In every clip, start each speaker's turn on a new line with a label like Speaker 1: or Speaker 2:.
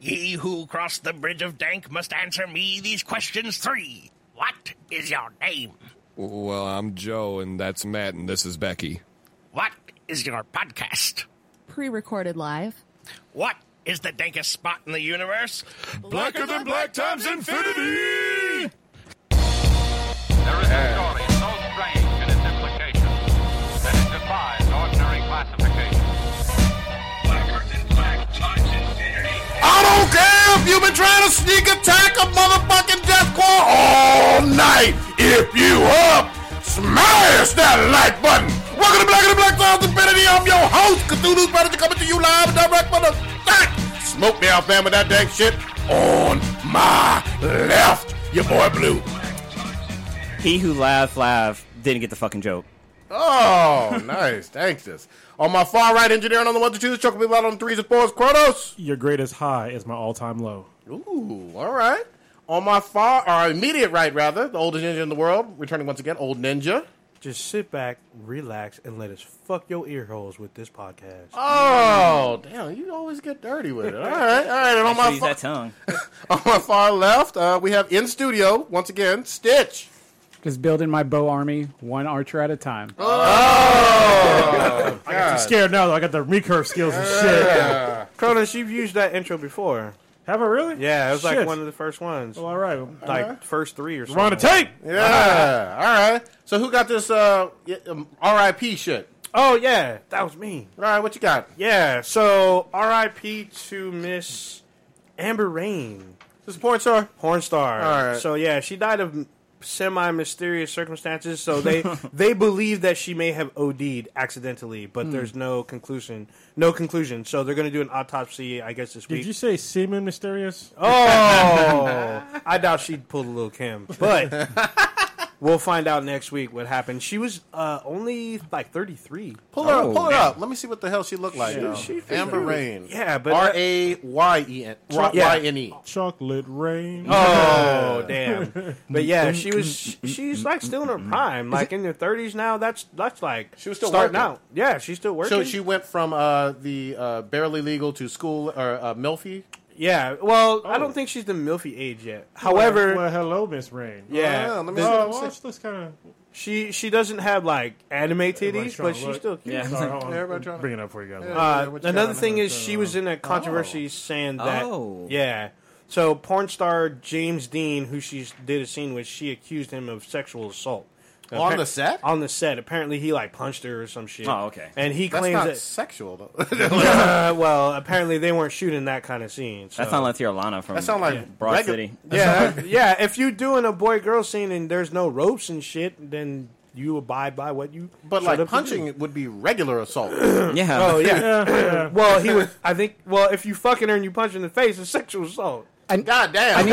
Speaker 1: He who crossed the bridge of Dank must answer me these questions three. What is your name?
Speaker 2: Well, I'm Joe, and that's Matt, and this is Becky.
Speaker 1: What is your podcast?
Speaker 3: Pre recorded live.
Speaker 1: What is the dankest spot in the universe?
Speaker 2: Blacker than black times infinity!
Speaker 4: There is a story so strange in its implications that it defies ordinary classification.
Speaker 5: Blacker than black times infinity.
Speaker 6: I don't care if you've been trying to sneak attack a motherfucking deathcore all night. If you up, smash that like button. Welcome to Black and the Black Times Infinity. I'm your host, Cthulhu's Predator, coming to you live and direct from the back. Smoke me out, fam, with that dang shit on my left. Your boy Blue.
Speaker 7: He who laugh laugh didn't get the fucking joke.
Speaker 6: Oh, nice. Thanks, sis. On my far right, engineering on the one to twos, chocolate people out on the threes and fours, Kronos.
Speaker 8: Your greatest high is my all-time low.
Speaker 6: Ooh, all right. On my far, or immediate right, rather, the oldest ninja in the world, returning once again, old ninja.
Speaker 9: Just sit back, relax, and let us fuck your ear holes with this podcast.
Speaker 6: Oh, damn, you always get dirty with it. All right, all right. And on
Speaker 7: So
Speaker 6: my,
Speaker 7: use that
Speaker 6: fa-
Speaker 7: tongue.
Speaker 6: on my far left, uh, we have in studio, once again, Stitch.
Speaker 10: Just building my bow army, one archer at a time.
Speaker 9: Oh!
Speaker 8: I'm scared now. Though. I got the recurve skills and shit.
Speaker 9: Cronus, you've used that intro before.
Speaker 8: Have I really?
Speaker 9: Yeah, it was like
Speaker 8: Shit.
Speaker 9: one of the first ones.
Speaker 8: Well, Oh, all right.
Speaker 9: like first three or something.
Speaker 8: We're on a tape.
Speaker 9: Uh-huh.
Speaker 6: Yeah, all right. So who got this uh, y- um, RIP shit?
Speaker 9: Oh yeah, that was me.
Speaker 6: All right, what you got?
Speaker 9: Yeah, so R.I.P. to Miss Amber Rain.
Speaker 6: This is porn star.
Speaker 9: porn star.
Speaker 6: All right.
Speaker 9: So yeah, she died of semi mysterious circumstances. So they they believe that she may have OD'd accidentally, but
Speaker 8: Hmm.
Speaker 9: there's no conclusion. No conclusion. So they're going to do an autopsy, I guess, this
Speaker 8: Did
Speaker 9: week.
Speaker 8: you say semen mysterious?
Speaker 9: oh, I doubt she pulled a little Kim, but. We'll find out next week what happened. She was uh, only like 33.
Speaker 6: Pull it up. Pull it up. Let me see what the hell she looked like. now.
Speaker 9: Oh, she-
Speaker 6: Amber Rain.
Speaker 9: Yeah, but-
Speaker 6: R A Y E N Y
Speaker 9: Yeah.
Speaker 6: Y N E.
Speaker 8: Chocolate rain.
Speaker 9: Oh damn! But yeah, she was. sh- She's like still in her prime, like in her thirties now. That's that's like
Speaker 6: She was still
Speaker 9: starting
Speaker 6: working.
Speaker 9: out. Yeah, she's still working.
Speaker 6: So she went from uh, the uh, barely legal to school or uh, Milfy.
Speaker 9: Yeah, well, I
Speaker 6: Oh.
Speaker 9: don't think she's the milfy age yet. However,
Speaker 8: well, hello, Miss Rain.
Speaker 9: yeah, Uh,
Speaker 6: Oh, let me
Speaker 9: the-
Speaker 6: see.
Speaker 8: Oh, well, she looks kind
Speaker 9: she she doesn't have like anime titties, but she's still cute.
Speaker 8: Yeah.
Speaker 7: Yeah.
Speaker 8: Sorry, hold on.
Speaker 6: Everybody trying to-
Speaker 8: Bring it up for you guys.
Speaker 9: Uh,
Speaker 6: what you
Speaker 9: another
Speaker 6: got?
Speaker 9: thing is she was in
Speaker 6: Oh.
Speaker 9: a controversy saying that
Speaker 7: Oh.
Speaker 9: yeah. So porn star James Dean, who she did a scene with, she accused him of sexual assault.
Speaker 6: On the set?
Speaker 9: On the set, apparently he like punched her or some shit.
Speaker 7: Oh, okay.
Speaker 9: And he
Speaker 6: That's
Speaker 9: claims
Speaker 6: not
Speaker 9: that.
Speaker 6: sexual though.
Speaker 9: Uh, well, apparently they weren't shooting that kind of scene. So.
Speaker 7: That sounds like Tiolana from
Speaker 6: That sound like
Speaker 7: Broad
Speaker 6: regu-
Speaker 7: City.
Speaker 9: Yeah, uh, yeah. If you're doing a boy girl scene and there's no ropes and shit, then you abide by what you.
Speaker 6: But
Speaker 9: showed
Speaker 6: like
Speaker 9: up to do.
Speaker 6: punching would be regular assault.
Speaker 7: Yeah.
Speaker 9: Oh yeah.
Speaker 8: Yeah, yeah.
Speaker 9: well, he was. I think. Well, if you fucking her and you punch her in the face, it's sexual assault.
Speaker 6: God damn.
Speaker 10: I need,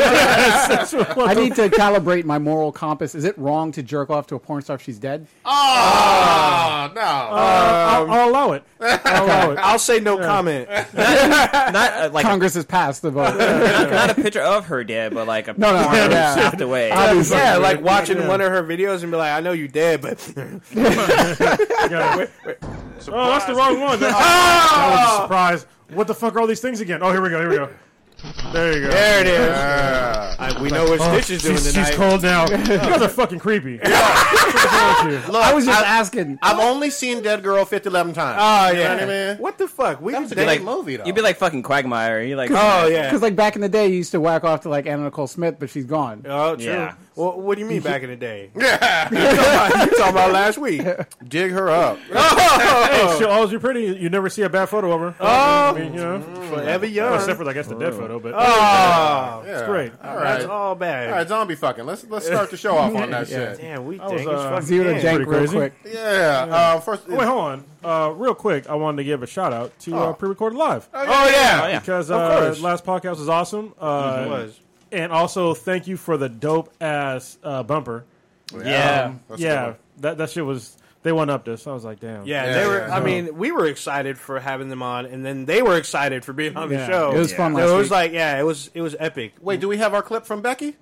Speaker 10: to, I need to calibrate my moral compass. Is it wrong to jerk off to a porn star if she's dead? Ah. Uh,
Speaker 6: oh no.
Speaker 8: I'll, I'll allow it. I'll allow it.
Speaker 9: I'll say no comment.
Speaker 7: Not uh, like
Speaker 10: Congress has passed the vote. no,
Speaker 7: not, not a picture of her dead, but like a
Speaker 10: no,
Speaker 7: porn
Speaker 10: yeah.
Speaker 7: snapped away.
Speaker 10: Obviously.
Speaker 9: yeah, like watching one of her videos and be like, I know you dead, but
Speaker 8: Yeah. Oh, that's the wrong one. That's, that was
Speaker 9: Ah!
Speaker 8: a surprise. What the fuck are all these things again? Oh, here we go. Here we go. There you go.
Speaker 9: there it is. I- we know what Stitch is doing
Speaker 8: She's,
Speaker 9: tonight.
Speaker 8: she's cold now. you guys are fucking creepy.
Speaker 6: Look,
Speaker 10: I was just asking.
Speaker 6: I've only seen Dead Girl 50, 11 times.
Speaker 10: Ah.
Speaker 9: Oh yeah,
Speaker 6: know what I mean?
Speaker 9: what the fuck? We
Speaker 6: That was a
Speaker 9: did-
Speaker 6: good
Speaker 7: like
Speaker 6: movie, though.
Speaker 7: You'd be like fucking Quagmire. You like
Speaker 9: oh yeah.
Speaker 10: Because like back in the day, you used to whack off to like Anna Nicole Smith, but she's gone.
Speaker 9: Oh, true.
Speaker 7: Yeah.
Speaker 9: Well, what do you mean back in the day? Yeah, you talking about- talking about last week?
Speaker 6: dig her up. Oh.
Speaker 8: Hey, she'll always be pretty. You never see a bad photo of her. Oh, I
Speaker 6: Mm-hmm.
Speaker 8: mean, you know,
Speaker 9: Forever young.
Speaker 8: except for I guess the dead photo. But
Speaker 9: Oh,
Speaker 6: Yeah.
Speaker 8: great.
Speaker 6: All right.
Speaker 9: that's all bad.
Speaker 6: All right, Ah, zombie fucking. Let's let's start the show off on that shit.
Speaker 9: Damn, we
Speaker 8: was,
Speaker 9: dang
Speaker 8: uh,
Speaker 9: as fuck.
Speaker 10: Zero to
Speaker 9: Yeah.
Speaker 10: jank
Speaker 8: pretty
Speaker 10: real
Speaker 8: crazy.
Speaker 10: quick.
Speaker 6: Yeah. Uh, first,
Speaker 8: Oh, wait, hold on. Uh, real quick, I wanted to give a shout out to uh, pre-recorded live
Speaker 9: Oh yeah,
Speaker 7: Oh, yeah.
Speaker 8: because
Speaker 9: Of
Speaker 8: uh,
Speaker 9: course.
Speaker 8: last podcast was awesome. Uh,
Speaker 9: It was.
Speaker 8: And also, thank you for the dope ass uh, bumper.
Speaker 7: yeah.
Speaker 6: Um, That's a good
Speaker 8: yeah,
Speaker 6: one.
Speaker 8: that that shit was. They went up this. I was like, damn.
Speaker 9: Yeah,
Speaker 6: Yeah,
Speaker 9: they were.
Speaker 6: yeah.
Speaker 9: I mean, we were excited for having them on, and then they were excited for being on the
Speaker 10: Yeah.
Speaker 9: show.
Speaker 10: It was fun
Speaker 9: So
Speaker 10: last
Speaker 9: it was
Speaker 10: week.
Speaker 9: like, yeah, it was it was epic.
Speaker 6: Wait, do we have our clip from Becky?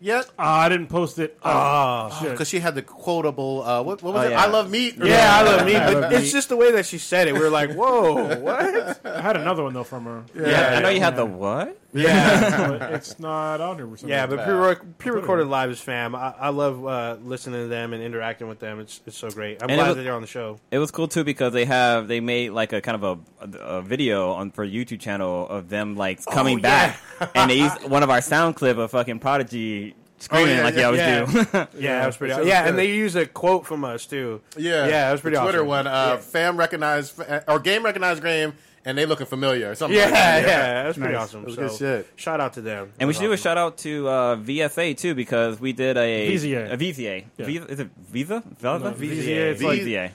Speaker 6: yet?
Speaker 8: Ah, I didn't post it. Oh, shit.
Speaker 6: Because she had the quotable, uh, what, what was
Speaker 8: Oh,
Speaker 6: it?
Speaker 8: yeah.
Speaker 6: I love meat.
Speaker 8: Yeah, I love meat, but
Speaker 9: It's just the way that she said it. We were like, whoa, what?
Speaker 8: I had another one though from her.
Speaker 9: Ah. Yeah, Yeah, I know you had the
Speaker 7: what?
Speaker 9: Yeah.
Speaker 8: But it's not on here. For some
Speaker 9: Yeah,
Speaker 8: reason.
Speaker 9: but pre pre-recorded live is fam. I, I love uh, listening to them and interacting with them. It's it's so great. I'm
Speaker 7: And it
Speaker 9: glad
Speaker 7: was-
Speaker 9: that they're on the show.
Speaker 7: It was cool too because they have they made like a kind of a, a video on for YouTube channel of them like coming back, and they used one of our sound clip of fucking Prodigy screaming like they always
Speaker 9: yeah.
Speaker 7: do.
Speaker 9: yeah, that was pretty.
Speaker 6: So
Speaker 9: Awesome.
Speaker 6: it's
Speaker 9: Yeah,
Speaker 6: good.
Speaker 9: and they use a quote from us too.
Speaker 6: Yeah,
Speaker 9: yeah, that was pretty
Speaker 6: the Twitter
Speaker 9: awesome.
Speaker 6: one, uh, fam recognized or game recognized game, and they looking familiar or something.
Speaker 9: yeah,
Speaker 6: like that.
Speaker 9: yeah, that was pretty awesome.
Speaker 6: It was
Speaker 9: so,
Speaker 6: good shit.
Speaker 9: Shout out to them.
Speaker 7: And we should do a shout out to uh, VFA too because we did a
Speaker 8: VZA.
Speaker 7: a VZA.
Speaker 8: Yeah.
Speaker 7: V- is it Viva? Velva?
Speaker 8: No, VZA, it's like-
Speaker 7: VZA.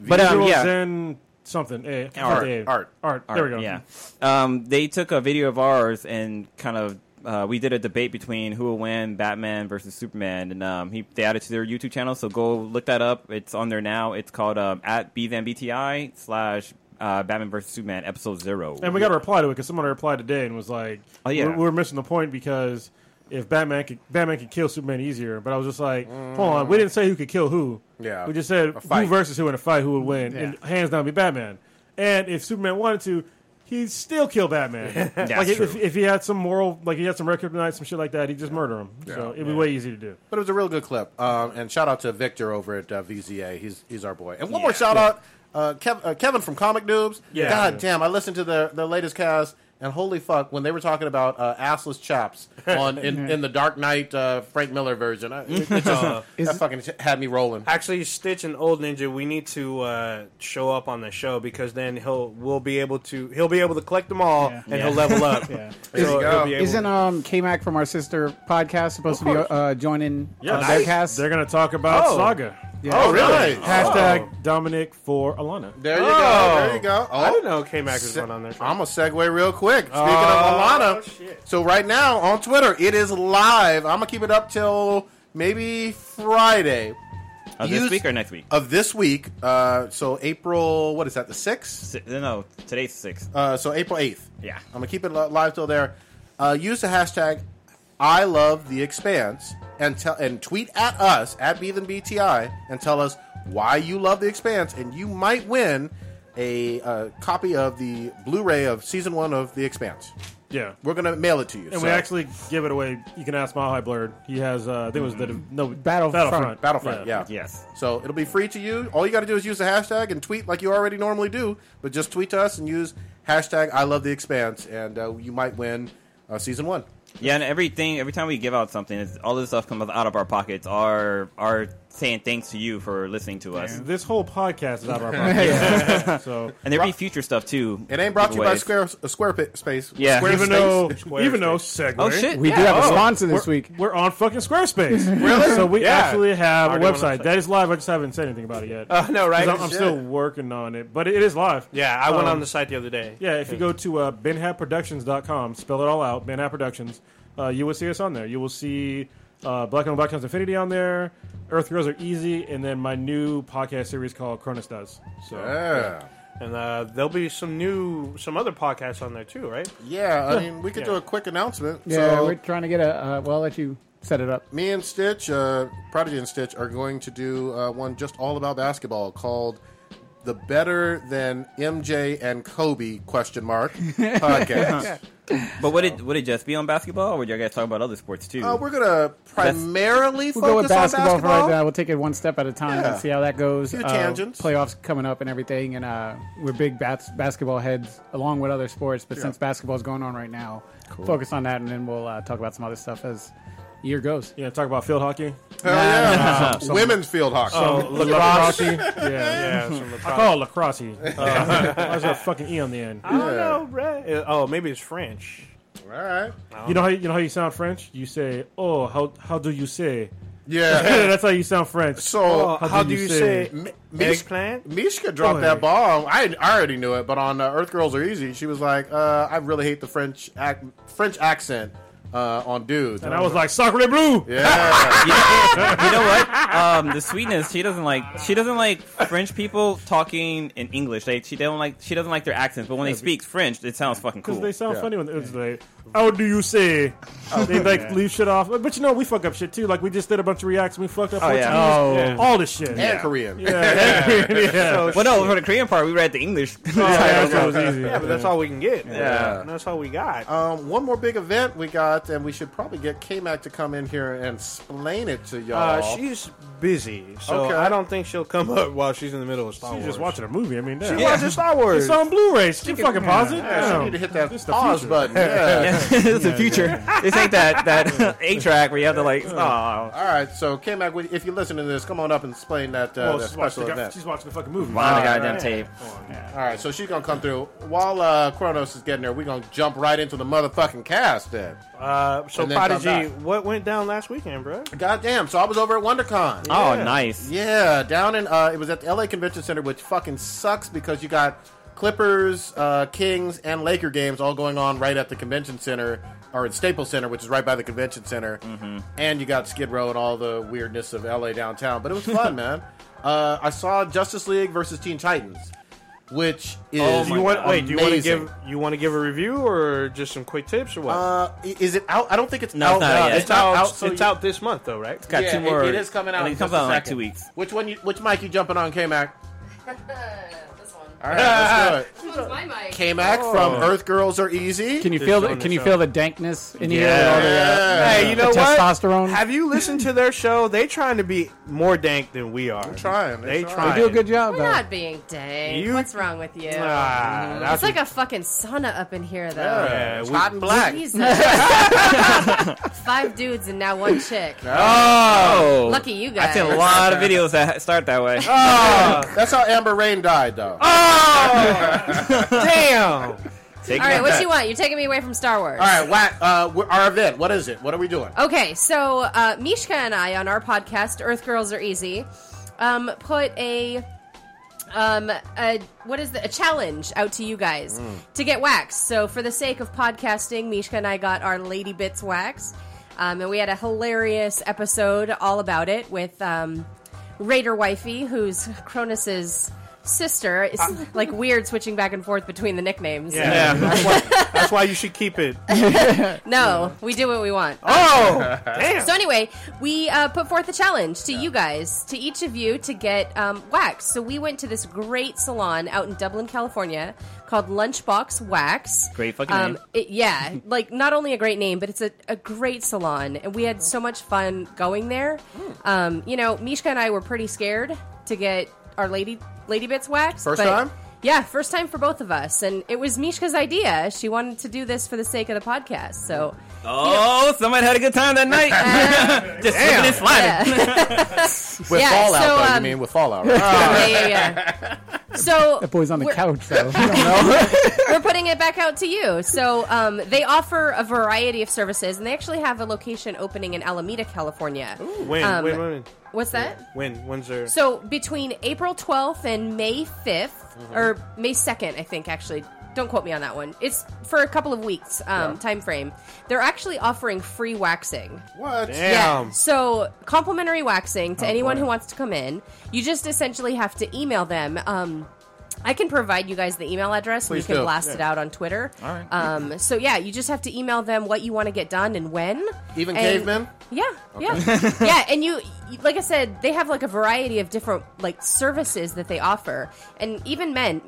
Speaker 8: But
Speaker 7: But um, yeah,
Speaker 8: Zen something. Eh, eh,
Speaker 7: art,
Speaker 8: art. There we go.
Speaker 7: Yeah, um, they took a video of ours and kind of uh, we did a debate between who will win Batman versus Superman, and um, he they added to their YouTube channel. So go look that up. It's on there now. It's called um, at bzambti slash uh, Batman versus Superman episode zero.
Speaker 8: And we got to reply to it because someone replied today and was like,
Speaker 7: Oh, yeah.
Speaker 8: we're, we're missing the point because if Batman could, Batman could kill Superman easier." But I was just like, "Hold on, we didn't say who could kill who.
Speaker 6: Yeah.
Speaker 8: we just said
Speaker 6: A
Speaker 8: who
Speaker 6: fight.
Speaker 8: versus who in a fight, who would win, and hands down, be Batman. And if Superman wanted to." He'd still kill Batman.
Speaker 7: That's
Speaker 8: like if,
Speaker 7: true.
Speaker 8: if- if he had some moral, like he had some record tonight, some shit like that, he'd just murder him. So it'd be way easier to do.
Speaker 6: But it was a real good clip. Um, and shout out to Victor over at uh, VZA. He's he's our boy. And one more shout out, uh, Kev- uh, Kevin from Comic Noobs.
Speaker 8: Yeah.
Speaker 6: God damn, I listened to their their latest cast. And holy fuck, when they were talking about uh, assless chops on in, in the Dark Knight uh, Frank Miller version, I, it, it just, that fucking had me rolling.
Speaker 9: Actually, Stitch and Old Ninja, we need to uh, show up on the show because then he'll we'll be able to he'll be able to collect them all and
Speaker 4: Yeah.
Speaker 9: he'll level up.
Speaker 4: Yeah.
Speaker 9: So he'll be able-
Speaker 4: Isn't um, K Mac from our sister podcast supposed to be uh, joining uh, their cast?
Speaker 8: They're gonna talk about
Speaker 4: Oh.
Speaker 8: Saga.
Speaker 4: Yeah.
Speaker 6: Oh, really?
Speaker 8: Hashtag Dominic for Alana.
Speaker 6: There you
Speaker 9: Oh.
Speaker 6: go. There you go. Oh.
Speaker 9: I didn't know K Mac was
Speaker 6: Se-
Speaker 9: going on there.
Speaker 6: I'm gonna segue real quick. Speaking
Speaker 9: Oh,
Speaker 6: of Alana,
Speaker 9: shit.
Speaker 6: so right now on Twitter, it is live. I'm gonna keep it up till maybe Friday
Speaker 7: Of this
Speaker 6: Use-
Speaker 7: week or next week?
Speaker 6: of this week. Uh, so April, what is that? The sixth.
Speaker 7: Si- no, today's six.
Speaker 6: Uh, so April eighth.
Speaker 7: Yeah.
Speaker 6: I'm gonna keep it li- live till there. Uh, use the hashtag I love the expanse and tell and tweet at us at Be Them BTI and tell us why you love the expanse and you might win a uh, copy of the Blu-ray of season one of the expanse.
Speaker 8: Yeah.
Speaker 6: We're gonna mail it to you.
Speaker 8: And
Speaker 6: so-
Speaker 8: we actually give it away. You can ask Mile High Blurred. He has, uh, I think it was the no
Speaker 4: Battlefront.
Speaker 8: Battlefront.
Speaker 6: Battlefront, yeah.
Speaker 7: Yes.
Speaker 6: So it'll be free to you. All you got to do is use the hashtag and tweet like you already normally do, but just tweet to us and use hashtag I love the expanse, and uh, you might win uh, season one.
Speaker 7: Yeah, and everything. Every time we give out something, it's, all this stuff comes out of our pockets. Our our saying thanks to you for listening to us,
Speaker 8: This whole podcast is out of our podcast. so
Speaker 7: and there be future stuff too.
Speaker 6: It ain't brought to you by
Speaker 7: giveaways.
Speaker 6: Square uh, Square Pi- Space.
Speaker 7: Yeah.
Speaker 6: Square
Speaker 8: even
Speaker 6: Space.
Speaker 8: though,
Speaker 9: Squarespace.
Speaker 8: even though Segway,
Speaker 7: Oh shit!
Speaker 4: we
Speaker 7: yeah.
Speaker 4: do have a
Speaker 7: oh.
Speaker 4: sponsor this week.
Speaker 8: we're on fucking Squarespace. really? So we
Speaker 9: Yeah.
Speaker 8: actually have a
Speaker 9: Already on
Speaker 8: website
Speaker 9: website.
Speaker 8: that is live. I just haven't said anything about it yet.
Speaker 9: Uh, no, right?
Speaker 8: 'Cause I'm, I'm still working on it, but it, it is live.
Speaker 9: yeah, I went
Speaker 8: Um,
Speaker 9: on the site the other day.
Speaker 8: Yeah, if you go to uh, benhatproductions.com, spell it all out, Benhat Productions, uh, you will see us on there. You will see uh, Black and Black Times Infinity on there, Earth Girls Are Easy, and then my new podcast series called Cronus Does. So
Speaker 6: Yeah.
Speaker 9: And uh, there'll be some new, some other podcasts on there too, right?
Speaker 6: Yeah, I mean, we could do
Speaker 9: Yeah.
Speaker 6: a quick announcement.
Speaker 4: Yeah,
Speaker 6: so
Speaker 4: we're trying to get a. Uh, well, I'll let you set it up.
Speaker 6: me and Stitch, uh, Prodigy and Stitch, are going to do uh, one just all about basketball called "The Better Than MJ and Kobe?" Question mark podcast.
Speaker 7: But would it would it just be on basketball, or would you guys talk about other sports too?
Speaker 6: Uh, we're gonna primarily
Speaker 4: We'll
Speaker 6: focus
Speaker 4: go with basketball,
Speaker 6: on
Speaker 4: for right
Speaker 6: basketball.
Speaker 4: now. We'll take it one step at a time
Speaker 6: Yeah.
Speaker 4: and see how that goes.
Speaker 6: Few
Speaker 4: Uh,
Speaker 6: tangents.
Speaker 4: playoffs coming up and everything, and uh, we're big bats- basketball heads along with other sports. But since basketball's going on right now, focus on that, and then we'll uh, talk about some other stuff as year goes.
Speaker 8: yeah, talk about field hockey.
Speaker 6: Hell yeah! Women's field hockey.
Speaker 8: Oh. Lacrosse. yeah, yeah.
Speaker 9: Oh, Yeah, some
Speaker 8: I
Speaker 9: lacrosse.
Speaker 8: call it lacrosse. I was a fucking e on the end.
Speaker 9: I don't know, right? Uh, Oh, maybe it's French.
Speaker 6: All right.
Speaker 8: You know how you know how you sound French? You say, "Oh, how how do you say?"
Speaker 6: Yeah.
Speaker 8: That's how you sound French.
Speaker 6: so
Speaker 9: Oh, how, do you, say,
Speaker 6: Mi- Mish-
Speaker 9: eggplant?
Speaker 6: Mishka dropped that bomb. I, I already knew it, but on uh, Earth Girls Are Easy, she was like, uh, "I really hate the French ac- French accent uh, on dudes."
Speaker 8: and I was like, "Sacre bleu."
Speaker 6: "Yeah,
Speaker 7: you know what? Um, the sweetness she doesn't like. She doesn't like French people talking in English. They she don't like she doesn't like their accents. But when they speak French, it sounds fucking
Speaker 8: Because
Speaker 7: cool.
Speaker 8: they sound
Speaker 6: Yeah.
Speaker 8: funny when it's like, How do you say?
Speaker 9: Oh,
Speaker 8: they like
Speaker 9: yeah.
Speaker 8: leave shit off, but you know we fuck up shit too. Like we just did a bunch of reacts, and we fucked up
Speaker 7: Oh,
Speaker 8: Portuguese,
Speaker 7: yeah. Oh. Yeah.
Speaker 8: all this shit,
Speaker 7: And
Speaker 8: Yeah.
Speaker 6: Korean.
Speaker 8: yeah, and Korean, yeah.
Speaker 7: well, no, for the Korean part, we read the English.
Speaker 6: Oh,
Speaker 8: yeah, that was easy.
Speaker 9: Yeah, but that's all we can get.
Speaker 7: Yeah.
Speaker 9: And that's all we got.
Speaker 6: Um, one more big event we got, and we should probably get K Mac to come in here and explain it to y'all.
Speaker 9: Uh, she's busy, so
Speaker 6: Okay.
Speaker 9: I don't think she'll come up while she's in the middle of Star
Speaker 8: She's
Speaker 9: Wars.
Speaker 8: just watching a movie. I mean,
Speaker 9: She
Speaker 8: damn.
Speaker 9: watches Star Wars.
Speaker 8: It's on Blu-ray. She, can fucking pause it.
Speaker 6: Yeah,
Speaker 8: Damn.
Speaker 6: she need to hit that
Speaker 8: This the
Speaker 6: pause
Speaker 8: future.
Speaker 6: button. Yeah.
Speaker 7: it's the future. This ain't that that eight track where you have to like. Oh,
Speaker 6: All right, so K Mac, if you listen to this, come on up and explain that, uh,
Speaker 8: Well,
Speaker 6: that
Speaker 8: she's, watching
Speaker 6: special
Speaker 8: the,
Speaker 6: event.
Speaker 8: she's watching the fucking movie.
Speaker 7: on the goddamn tape.
Speaker 6: All right, so she's gonna come through. While uh, Kronos is getting there, we're gonna jump right into the motherfucking cast then.
Speaker 9: Uh, so
Speaker 6: And then come
Speaker 9: Prodigy,
Speaker 6: back.
Speaker 9: what went down last weekend, bro?
Speaker 6: Goddamn! So I was over at WonderCon.
Speaker 7: Oh, nice.
Speaker 6: Yeah, down in uh, it was at the LA Convention Center, which fucking sucks because you got Clippers, uh, Kings, and Laker games all going on right at the convention center or at Staples Center, which is right by the convention center,
Speaker 7: Mm-hmm.
Speaker 6: and you got Skid Row and all the weirdness of LA downtown. But it was fun, man. Uh, I saw Justice League versus Teen Titans, which is
Speaker 7: Oh
Speaker 9: Do you want, wait, do you want to
Speaker 6: amazing.
Speaker 9: give you want to give a review or just some quick tips or what?
Speaker 6: Uh, i- is it out? I don't think it's
Speaker 7: No,
Speaker 6: out.
Speaker 7: it's not out
Speaker 6: now.
Speaker 7: yet.
Speaker 6: It's, not out. so
Speaker 9: it's
Speaker 6: you-
Speaker 9: out this month though, right?
Speaker 7: Got
Speaker 6: yeah,
Speaker 7: two
Speaker 6: it-
Speaker 7: more.
Speaker 6: it is coming out.
Speaker 7: I think
Speaker 6: in
Speaker 7: it comes
Speaker 6: just a
Speaker 7: out in like two
Speaker 6: second.
Speaker 7: weeks.
Speaker 6: Which one? You, which mic you jumping on, K Mac?
Speaker 3: this one.
Speaker 6: All right, let's do it.
Speaker 3: This one's my mic.
Speaker 6: K Mac from
Speaker 9: Oh.
Speaker 6: Earth Girls Are Easy.
Speaker 4: Can you feel
Speaker 9: on
Speaker 4: the
Speaker 9: the
Speaker 4: Can you
Speaker 9: show.
Speaker 4: feel the dankness in here? with
Speaker 7: Yeah.
Speaker 4: all the, uh,
Speaker 6: Yeah.
Speaker 9: Hey, you know
Speaker 4: The
Speaker 9: what?
Speaker 4: testosterone.
Speaker 9: Have you listened to their show? They trying to be more dank than we are.
Speaker 6: trying.
Speaker 9: They
Speaker 6: They're
Speaker 9: trying.
Speaker 4: do a good job.
Speaker 3: We're
Speaker 4: though.
Speaker 3: not being dang.
Speaker 9: You-
Speaker 3: What's wrong with you?
Speaker 9: Ah,
Speaker 3: it's
Speaker 9: that's
Speaker 3: like a fucking sauna up in here, though.
Speaker 6: Yeah, it's
Speaker 9: we-
Speaker 6: hot and black.
Speaker 3: Jesus. Five dudes and now one chick.
Speaker 7: Oh,
Speaker 3: Lucky you
Speaker 7: I've
Speaker 3: guys.
Speaker 7: seen a lot of videos that start that way.
Speaker 6: That's how Amber Rain died, though.
Speaker 9: damn.
Speaker 7: Take
Speaker 3: All right,
Speaker 7: that
Speaker 3: what
Speaker 7: back.
Speaker 3: you want? You're taking me away from Star Wars.
Speaker 6: All right, what, uh, we're- our event. What is it? What are we doing?
Speaker 3: Okay, so uh, Mishka and I on our podcast, Earth Girls Are Easy, um, put a um a what is the, a challenge out to you guys
Speaker 6: Hmm.
Speaker 3: to get waxed. So for the sake of podcasting, Mishka and I got our Lady Bits wax, um, and we had a hilarious episode all about it with um, Raider Wifey, who's Cronus's sister. It's like weird switching back and forth between the nicknames.
Speaker 9: Ah. Yeah. That's, why, that's why you should keep it.
Speaker 3: No, we do what we want.
Speaker 9: Oh, damn.
Speaker 3: So anyway, we uh, put forth a challenge to you guys, to each of you, to get um, waxed. So we went to this great salon out in Dublin, California, called Lunchbox Wax. Um,
Speaker 7: Great fucking name.
Speaker 3: it- yeah, like not only a great name, but it's a, a great salon, and we had so much fun going there.
Speaker 6: Hmm.
Speaker 3: Um, you know, Mishka and I were pretty scared to get our lady lady bits waxed.
Speaker 6: First
Speaker 3: but-
Speaker 6: time?
Speaker 3: Yeah, first time for both of us, and it was Mishka's idea. She wanted to do this for the sake of the podcast, so.
Speaker 7: Oh, somebody had a good time that night.
Speaker 3: Uh,
Speaker 7: Just slipping and sliding.
Speaker 6: With
Speaker 3: Yeah,
Speaker 6: Fallout,
Speaker 3: so,
Speaker 6: though, you
Speaker 3: um,
Speaker 6: mean with Fallout, right?
Speaker 3: yeah, yeah, yeah. So
Speaker 4: That boy's on the
Speaker 3: we're,
Speaker 4: couch though. You don't know.
Speaker 3: we're putting it back out to you. So um, they offer a variety of services, and they actually have a location opening in Alameda, California.
Speaker 9: When,
Speaker 3: Um,
Speaker 9: when, when,
Speaker 3: What's that?
Speaker 9: when, when's there?
Speaker 3: So between April 12th and May 5th, or May 2nd, I think actually. Don't quote me on that one. It's for a couple of weeks um, time frame. They're actually offering free waxing.
Speaker 6: What?
Speaker 9: Damn.
Speaker 3: Yeah. So complimentary waxing to anyone who wants to come in. You just essentially have to email them. Um, I can provide you guys the email address
Speaker 6: Please
Speaker 3: and you can
Speaker 6: do.
Speaker 3: blast it out on Twitter. All right. Um, so yeah, you just have to email them what you want to get done and when.
Speaker 6: Even
Speaker 3: And-
Speaker 6: cavemen?
Speaker 3: Yeah, yeah, yeah. And you, like I said, they have like a variety of different like services that they offer, and even men,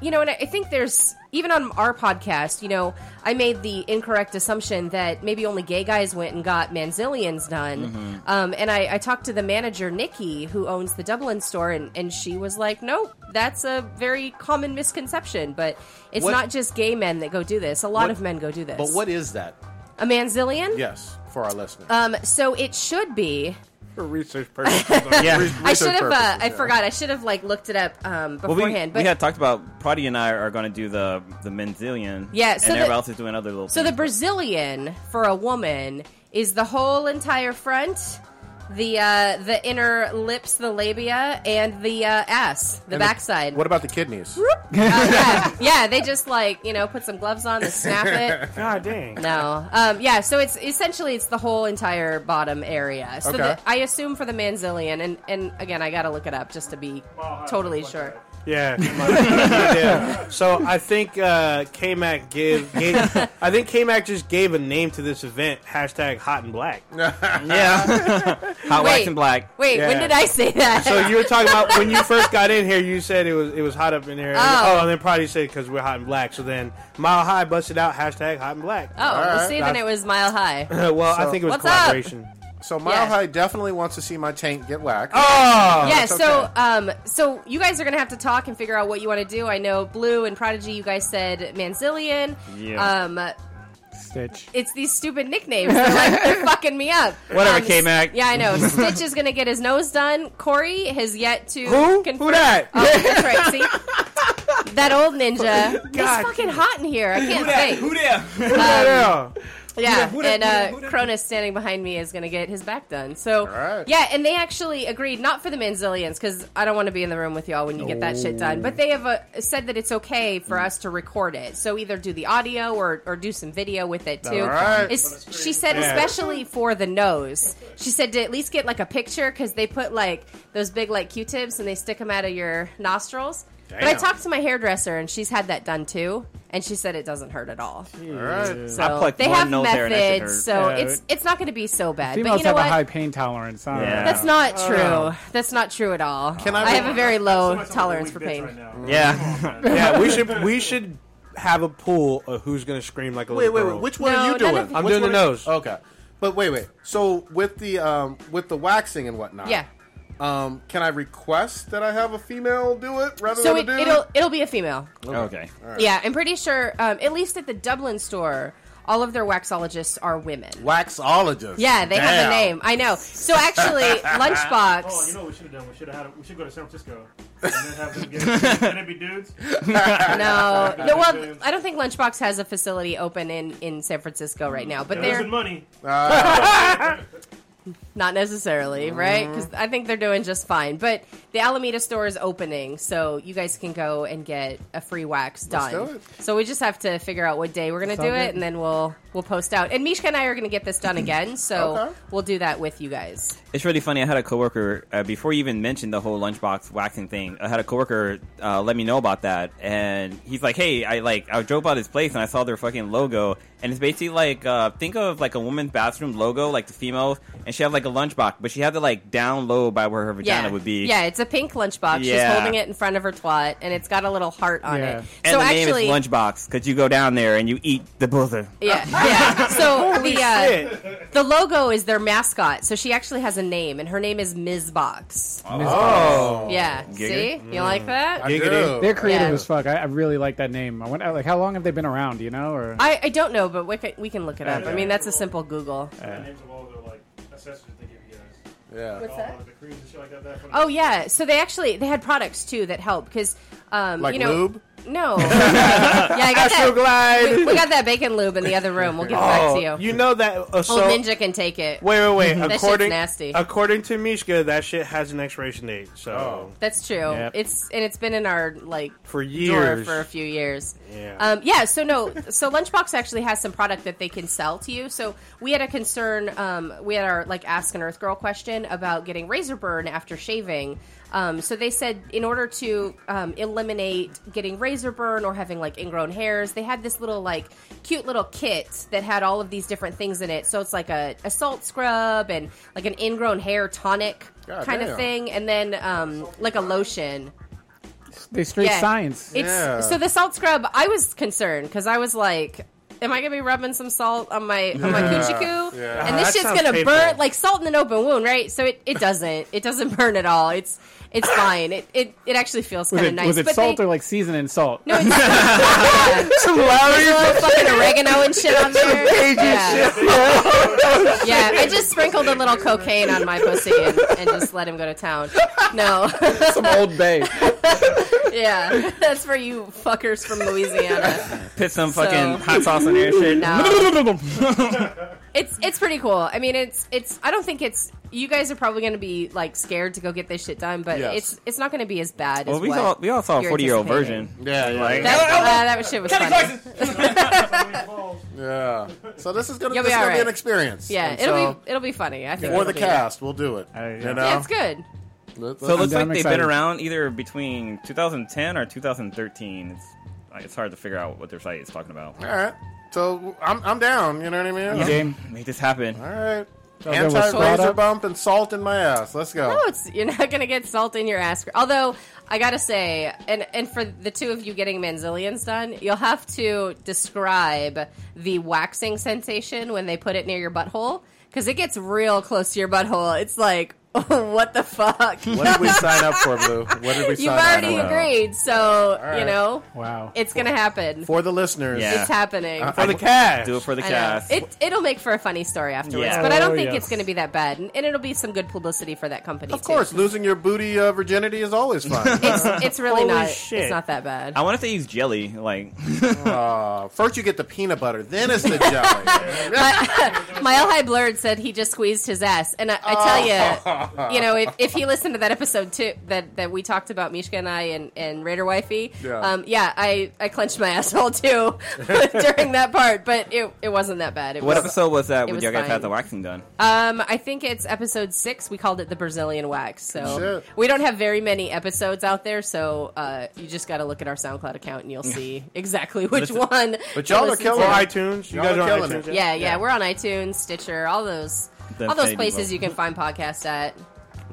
Speaker 3: you know. And I think there's even on our podcast, you know, I made the incorrect assumption that maybe only gay guys went and got manzillions done.
Speaker 6: Mm-hmm.
Speaker 3: Um, and I, I talked to the manager Nikki, who owns the Dublin store, and, and she was like, "Nope, that's a very common misconception, but it's
Speaker 6: What-
Speaker 3: not just gay men that go do this. A lot
Speaker 6: What-
Speaker 3: of men go do this.
Speaker 6: But what is that?
Speaker 3: a manzillion?
Speaker 6: Yes, for our listeners.
Speaker 3: Um, so it should be
Speaker 9: For research purposes. yeah.
Speaker 3: I
Speaker 6: Research
Speaker 3: should have. Uh,
Speaker 6: purposes,
Speaker 3: I
Speaker 6: yeah.
Speaker 3: forgot. I should have like looked it up um,
Speaker 7: Well, we,
Speaker 3: beforehand. but
Speaker 7: we had talked about Prodi and I are going to do the the Menzillion.
Speaker 3: Yeah,
Speaker 7: and
Speaker 3: so the-
Speaker 7: everybody else is doing other little.
Speaker 3: so the
Speaker 7: things.
Speaker 3: Brazilian for a woman is the whole entire front, the uh, the inner lips, the labia, and the uh, ass, the
Speaker 6: And
Speaker 3: backside.
Speaker 6: What about the kidneys?
Speaker 3: Uh, yeah, yeah, they just like you know put some gloves on, they snap it.
Speaker 9: God dang.
Speaker 3: No, um, yeah. So it's essentially it's the whole entire bottom area. So
Speaker 6: Okay.
Speaker 3: the, I assume for the Manzillion, and and again I got to look it up just to be totally sure.
Speaker 9: Yeah. Yeah. So I think uh, K-Mac gave, gave. I think K-Mac just gave a name to this event. Hashtag Hot and Black.
Speaker 7: yeah.
Speaker 3: Hot, wax, Wait, and black. wait, when did I say that?
Speaker 9: So you were talking about when you first got in here. You said it was it was hot up in here. And-
Speaker 3: Oh.
Speaker 9: Oh, and then probably said because we're hot and black. So then Mile High busted out hashtag Hot and Black.
Speaker 3: Oh, well, see, then it
Speaker 9: That's-
Speaker 3: was mile high.
Speaker 9: well, I think it was
Speaker 3: What's up?
Speaker 9: collaboration.
Speaker 6: So Mile
Speaker 3: Yeah.
Speaker 6: High definitely wants to see my tank get whacked.
Speaker 9: Oh,
Speaker 3: yeah, so um, so you guys are gonna have to talk and figure out what you want to do. I know Blue and Prodigy, you guys said Manzillion.
Speaker 7: Yeah.
Speaker 3: Um,
Speaker 4: Stitch.
Speaker 3: it's these stupid nicknames. They're, like, they're fucking me up.
Speaker 7: Whatever,
Speaker 3: Um,
Speaker 7: K-Mac.
Speaker 3: Yeah, I know. Stitch is gonna get his nose done. Corey has yet to.
Speaker 9: Who?
Speaker 3: confirm-
Speaker 9: Who that?
Speaker 3: Oh, that's right. See, that old ninja. It's
Speaker 9: God.
Speaker 3: fucking hot in here. I can't think.
Speaker 7: there?
Speaker 9: yeah.
Speaker 3: Yeah,
Speaker 7: Who
Speaker 3: and
Speaker 7: dat- who dat-
Speaker 3: uh,
Speaker 7: who dat-
Speaker 3: Cronus standing behind me is going to get his back done. So,
Speaker 6: Alright.
Speaker 3: yeah, and they actually agreed, not for the Manzillions, because I don't want to be in the room with y'all when you get that shit done, but they have uh said that it's okay for us to record it. So either do the audio or, or do some video with it, too.
Speaker 6: Alright.
Speaker 3: It's- She said, especially for the nose, she said to at least get like a picture, because they put like those big like Q-tips and they stick them out of your nostrils. But I
Speaker 9: Damn.
Speaker 3: talked to my hairdresser, and she's had that done, too, and she said it doesn't hurt at all.
Speaker 6: All right.
Speaker 3: So
Speaker 7: I plucked
Speaker 3: they
Speaker 7: one
Speaker 3: have
Speaker 7: nose hair and that shit
Speaker 3: methods,
Speaker 7: hurt.
Speaker 3: so
Speaker 4: Yeah,
Speaker 3: it's it's not going to be so bad. But
Speaker 4: Females
Speaker 3: you know
Speaker 4: have
Speaker 3: what?
Speaker 4: a high pain tolerance. I don't
Speaker 7: Yeah.
Speaker 4: know.
Speaker 3: That's not true. That's not true at all. Can I,
Speaker 6: I-
Speaker 3: have a very low
Speaker 8: Somebody's
Speaker 3: tolerance
Speaker 8: a
Speaker 3: for
Speaker 8: weak bitch
Speaker 3: pain.
Speaker 8: right now.
Speaker 7: Yeah.
Speaker 9: yeah, we should we should have a pool of who's gonna scream like a
Speaker 6: Wait,
Speaker 9: little
Speaker 6: wait,
Speaker 9: girl.
Speaker 6: wait. Which one
Speaker 3: No,
Speaker 6: are you
Speaker 3: none
Speaker 6: doing?
Speaker 3: of-
Speaker 9: I'm
Speaker 6: Which
Speaker 9: doing the
Speaker 6: one are-
Speaker 9: nose.
Speaker 6: Okay. But wait, wait. So with the um with the waxing and whatnot.
Speaker 3: Yeah.
Speaker 6: Um, can I request that I have a female do it rather
Speaker 3: So
Speaker 6: than
Speaker 3: it,
Speaker 6: a dude?
Speaker 3: it'll it'll be a female.
Speaker 7: okay.
Speaker 3: Yeah, I'm pretty sure. Um, at least at the Dublin store, all of their waxologists are women.
Speaker 6: Waxologist.
Speaker 3: Yeah, they have a
Speaker 6: Damn.
Speaker 3: name. I know. So actually, Lunchbox.
Speaker 8: Oh, you know what we should have done? We should have had. A, we should go to San Francisco and then have them get. Can it be dudes?
Speaker 3: no, no, well, I don't think Lunchbox has a facility open in in San Francisco right now, but
Speaker 8: They're
Speaker 3: they're
Speaker 8: losing money.
Speaker 3: Not necessarily, right? 'Cause right? Because I think they're doing just fine. But the Alameda store is opening, so you guys can go and get a free wax done.
Speaker 6: do it.
Speaker 3: So we just have to figure out what day we're going to
Speaker 4: Sounds
Speaker 3: do it,
Speaker 4: good.
Speaker 3: and then we'll we'll post out. And Mishka and I are going to get this done again, so
Speaker 6: Okay.
Speaker 3: we'll do that with you guys.
Speaker 7: It's really funny. I had a coworker uh, before you even mentioned the whole lunchbox waxing thing. I had a coworker uh, let me know about that, and he's like, "Hey, I like I drove by this place and I saw their fucking logo, and it's basically like uh, think of like a woman's bathroom logo, like the females, and she had like a lunchbox, but she had it like down low by where her vagina
Speaker 3: Yeah,
Speaker 7: would be.
Speaker 3: yeah, it's a pink lunchbox. She's
Speaker 7: Yeah.
Speaker 3: holding it in front of her twat, and it's got a little heart on
Speaker 4: Yeah.
Speaker 3: it.
Speaker 7: And
Speaker 3: so
Speaker 7: the
Speaker 3: actually,
Speaker 7: name is lunchbox because you go down there and you eat the boozer.
Speaker 3: yeah, yeah. So the uh,
Speaker 9: Shit.
Speaker 3: the logo is their mascot, so she actually has a name, and her name is Ms. Box.
Speaker 6: Oh.
Speaker 3: Yeah.
Speaker 7: Giggity.
Speaker 3: See, you like that?
Speaker 6: I
Speaker 3: I,
Speaker 6: do.
Speaker 4: They're Mm. creative
Speaker 3: Yeah.
Speaker 4: as fuck. I, I really like that name. I went like, how long have they been around? Do you know? Or
Speaker 3: I, don't know, but we can, we can look it up. I mean, that's a simple Google.
Speaker 8: The names of all their like accessories they give you guys.
Speaker 6: Yeah.
Speaker 8: All
Speaker 3: that?
Speaker 8: the creams and shit like that. that
Speaker 3: Oh yeah, so they actually they had products too that help because um,
Speaker 6: Like
Speaker 3: you know
Speaker 6: lube?
Speaker 3: no yeah I got that
Speaker 9: Glide.
Speaker 3: we, we got that bacon lube in the other room. We'll give it back to you.
Speaker 9: Oh, you know that. Uh, so,
Speaker 3: Old ninja can take it.
Speaker 9: Wait, wait, wait.
Speaker 3: shit's
Speaker 9: according,
Speaker 3: nasty.
Speaker 9: according to Mishka, that shit has an expiration date. So
Speaker 3: That's true.
Speaker 4: Yep.
Speaker 3: It's and it's been in our like
Speaker 9: for
Speaker 3: drawer
Speaker 9: years,
Speaker 3: for a few years.
Speaker 9: Yeah.
Speaker 3: Um, yeah. So no. So Lunchbox actually has some product that they can sell to you. So we had a concern. Um, we had our like ask an Earth Girl question about getting razor burn after shaving. Um, so they said in order to um, eliminate getting razor burn or having like ingrown hairs, they had this little like cute little kit that had all of these different things in it. So it's like a, a salt scrub and like an ingrown hair tonic
Speaker 6: God
Speaker 3: kind of
Speaker 6: damn.
Speaker 3: thing, and then um, like a lotion.
Speaker 4: they straight
Speaker 3: Yeah.
Speaker 4: science.
Speaker 3: It's
Speaker 6: Yeah.
Speaker 3: so the salt scrub. I was concerned because I was like, "Am I gonna be rubbing some salt on my on my coochie coo?"
Speaker 6: Yeah.
Speaker 3: And
Speaker 9: Ah,
Speaker 3: this
Speaker 9: that
Speaker 3: shit's
Speaker 9: sounds
Speaker 3: gonna
Speaker 9: painful.
Speaker 3: burn like salt in an open wound, right? So it, it doesn't. It doesn't burn at all. It's it's fine. It it, it actually feels
Speaker 4: Was
Speaker 3: kind
Speaker 4: it,
Speaker 3: of nice.
Speaker 4: was it
Speaker 3: but
Speaker 4: salt
Speaker 3: they,
Speaker 4: or like seasoning salt?
Speaker 3: no, it's yeah. There's a little fucking oregano and shit on there. Yeah. yeah, I just sprinkled a little cocaine on my pussy and, and just let him go to town. No.
Speaker 6: Some old bay.
Speaker 3: Yeah, that's for you fuckers from Louisiana.
Speaker 7: Put some
Speaker 3: So-
Speaker 7: fucking hot sauce on there and shit.
Speaker 3: No. it's it's pretty cool. I mean, it's it's. I don't think it's. You guys are probably going to be like scared to go get this shit done, but
Speaker 6: Yes.
Speaker 3: it's it's not going to be as bad.
Speaker 7: Well,
Speaker 3: as
Speaker 7: we
Speaker 3: what
Speaker 7: saw we all saw a
Speaker 3: you're
Speaker 7: forty year old
Speaker 3: anticipating.
Speaker 7: version.
Speaker 6: Yeah, yeah.
Speaker 3: That, uh, that shit was funny.
Speaker 6: yeah. So this is gonna,
Speaker 3: You'll
Speaker 6: this
Speaker 3: be
Speaker 6: is gonna
Speaker 3: alright.
Speaker 6: be an experience.
Speaker 3: Yeah,
Speaker 6: And
Speaker 3: it'll
Speaker 6: so,
Speaker 3: be it'll be funny. I think
Speaker 6: for
Speaker 3: it'll
Speaker 6: the
Speaker 3: be-
Speaker 6: cast. We'll do it.
Speaker 4: I- yeah.
Speaker 6: You know?
Speaker 3: Yeah, it's good.
Speaker 6: Let-
Speaker 7: So it looks
Speaker 6: I'm- I'm
Speaker 7: like they've
Speaker 6: Uh, excited.
Speaker 7: been around either between 2010 or 2013. It's like, it's hard to figure out what their site is talking about.
Speaker 6: All right. So I'm, I'm down. Oh, You know what I mean?
Speaker 7: Yeah. Make this happen.
Speaker 6: All right.
Speaker 7: Sounds good. We'll
Speaker 6: Anti
Speaker 7: squat
Speaker 6: laser
Speaker 7: up.
Speaker 6: bump and salt in my ass. Let's go.
Speaker 3: No, Oh, it's you're not gonna get salt in your ass. Although I gotta say, and and for the two of you getting manzillions done, you'll have to describe the waxing sensation when they put it near your butthole because it gets real close to your butthole. It's like, what the fuck?
Speaker 6: What did we sign up for, Blue? What did we
Speaker 3: You've
Speaker 6: sign up
Speaker 3: already
Speaker 6: for?
Speaker 3: agreed, so
Speaker 6: All right.
Speaker 3: you know
Speaker 6: Wow.
Speaker 3: it's gonna happen.
Speaker 6: For the listeners.
Speaker 7: Yeah.
Speaker 3: It's happening
Speaker 6: For the cast.
Speaker 7: Do it for the
Speaker 3: I know.
Speaker 7: cast.
Speaker 3: It it'll make for a funny story afterwards,
Speaker 6: Yeah.
Speaker 3: but I don't
Speaker 6: Oh,
Speaker 3: think
Speaker 6: yes.
Speaker 3: it's going to be that bad, and, and it'll be some good publicity for that company.
Speaker 6: Of course, losing your booty uh, virginity is always fun.
Speaker 3: it's it's really
Speaker 6: Holy
Speaker 3: not.
Speaker 6: shit.
Speaker 3: It's not that bad.
Speaker 7: I want to say use jelly. Like
Speaker 6: uh, first you get the peanut butter, then it's the jelly.
Speaker 3: My- Mile High Blurred said he just squeezed his ass, and I, I tell you, you know, if, if he listened to that episode too, that, that we talked about Mishka and I and, and Raider Wifey,
Speaker 6: Yeah.
Speaker 3: um, yeah, I, I clenched my asshole too during that part, but it, it wasn't that bad. It
Speaker 7: what
Speaker 3: was,
Speaker 7: episode was that?
Speaker 3: it
Speaker 7: When
Speaker 3: was
Speaker 7: you guys
Speaker 3: fine.
Speaker 7: had the waxing done?
Speaker 3: Um, I think it's episode six. We called it the Brazilian Wax. So
Speaker 7: Good
Speaker 3: we don't have very many episodes out there. So uh, you just got to look at our SoundCloud account and you'll see exactly which
Speaker 9: Listen-
Speaker 3: one.
Speaker 9: But
Speaker 3: to
Speaker 9: y'all are
Speaker 3: listen
Speaker 9: killing
Speaker 3: to.
Speaker 9: it. Or iTunes. You Y'all guys are are on killing iTunes, it.
Speaker 3: Yeah, yeah,
Speaker 9: yeah? Yeah.
Speaker 3: We're on iTunes, Stitcher, all those,
Speaker 6: The
Speaker 3: all those
Speaker 6: infinity
Speaker 3: places
Speaker 6: level.
Speaker 3: you can find podcasts at.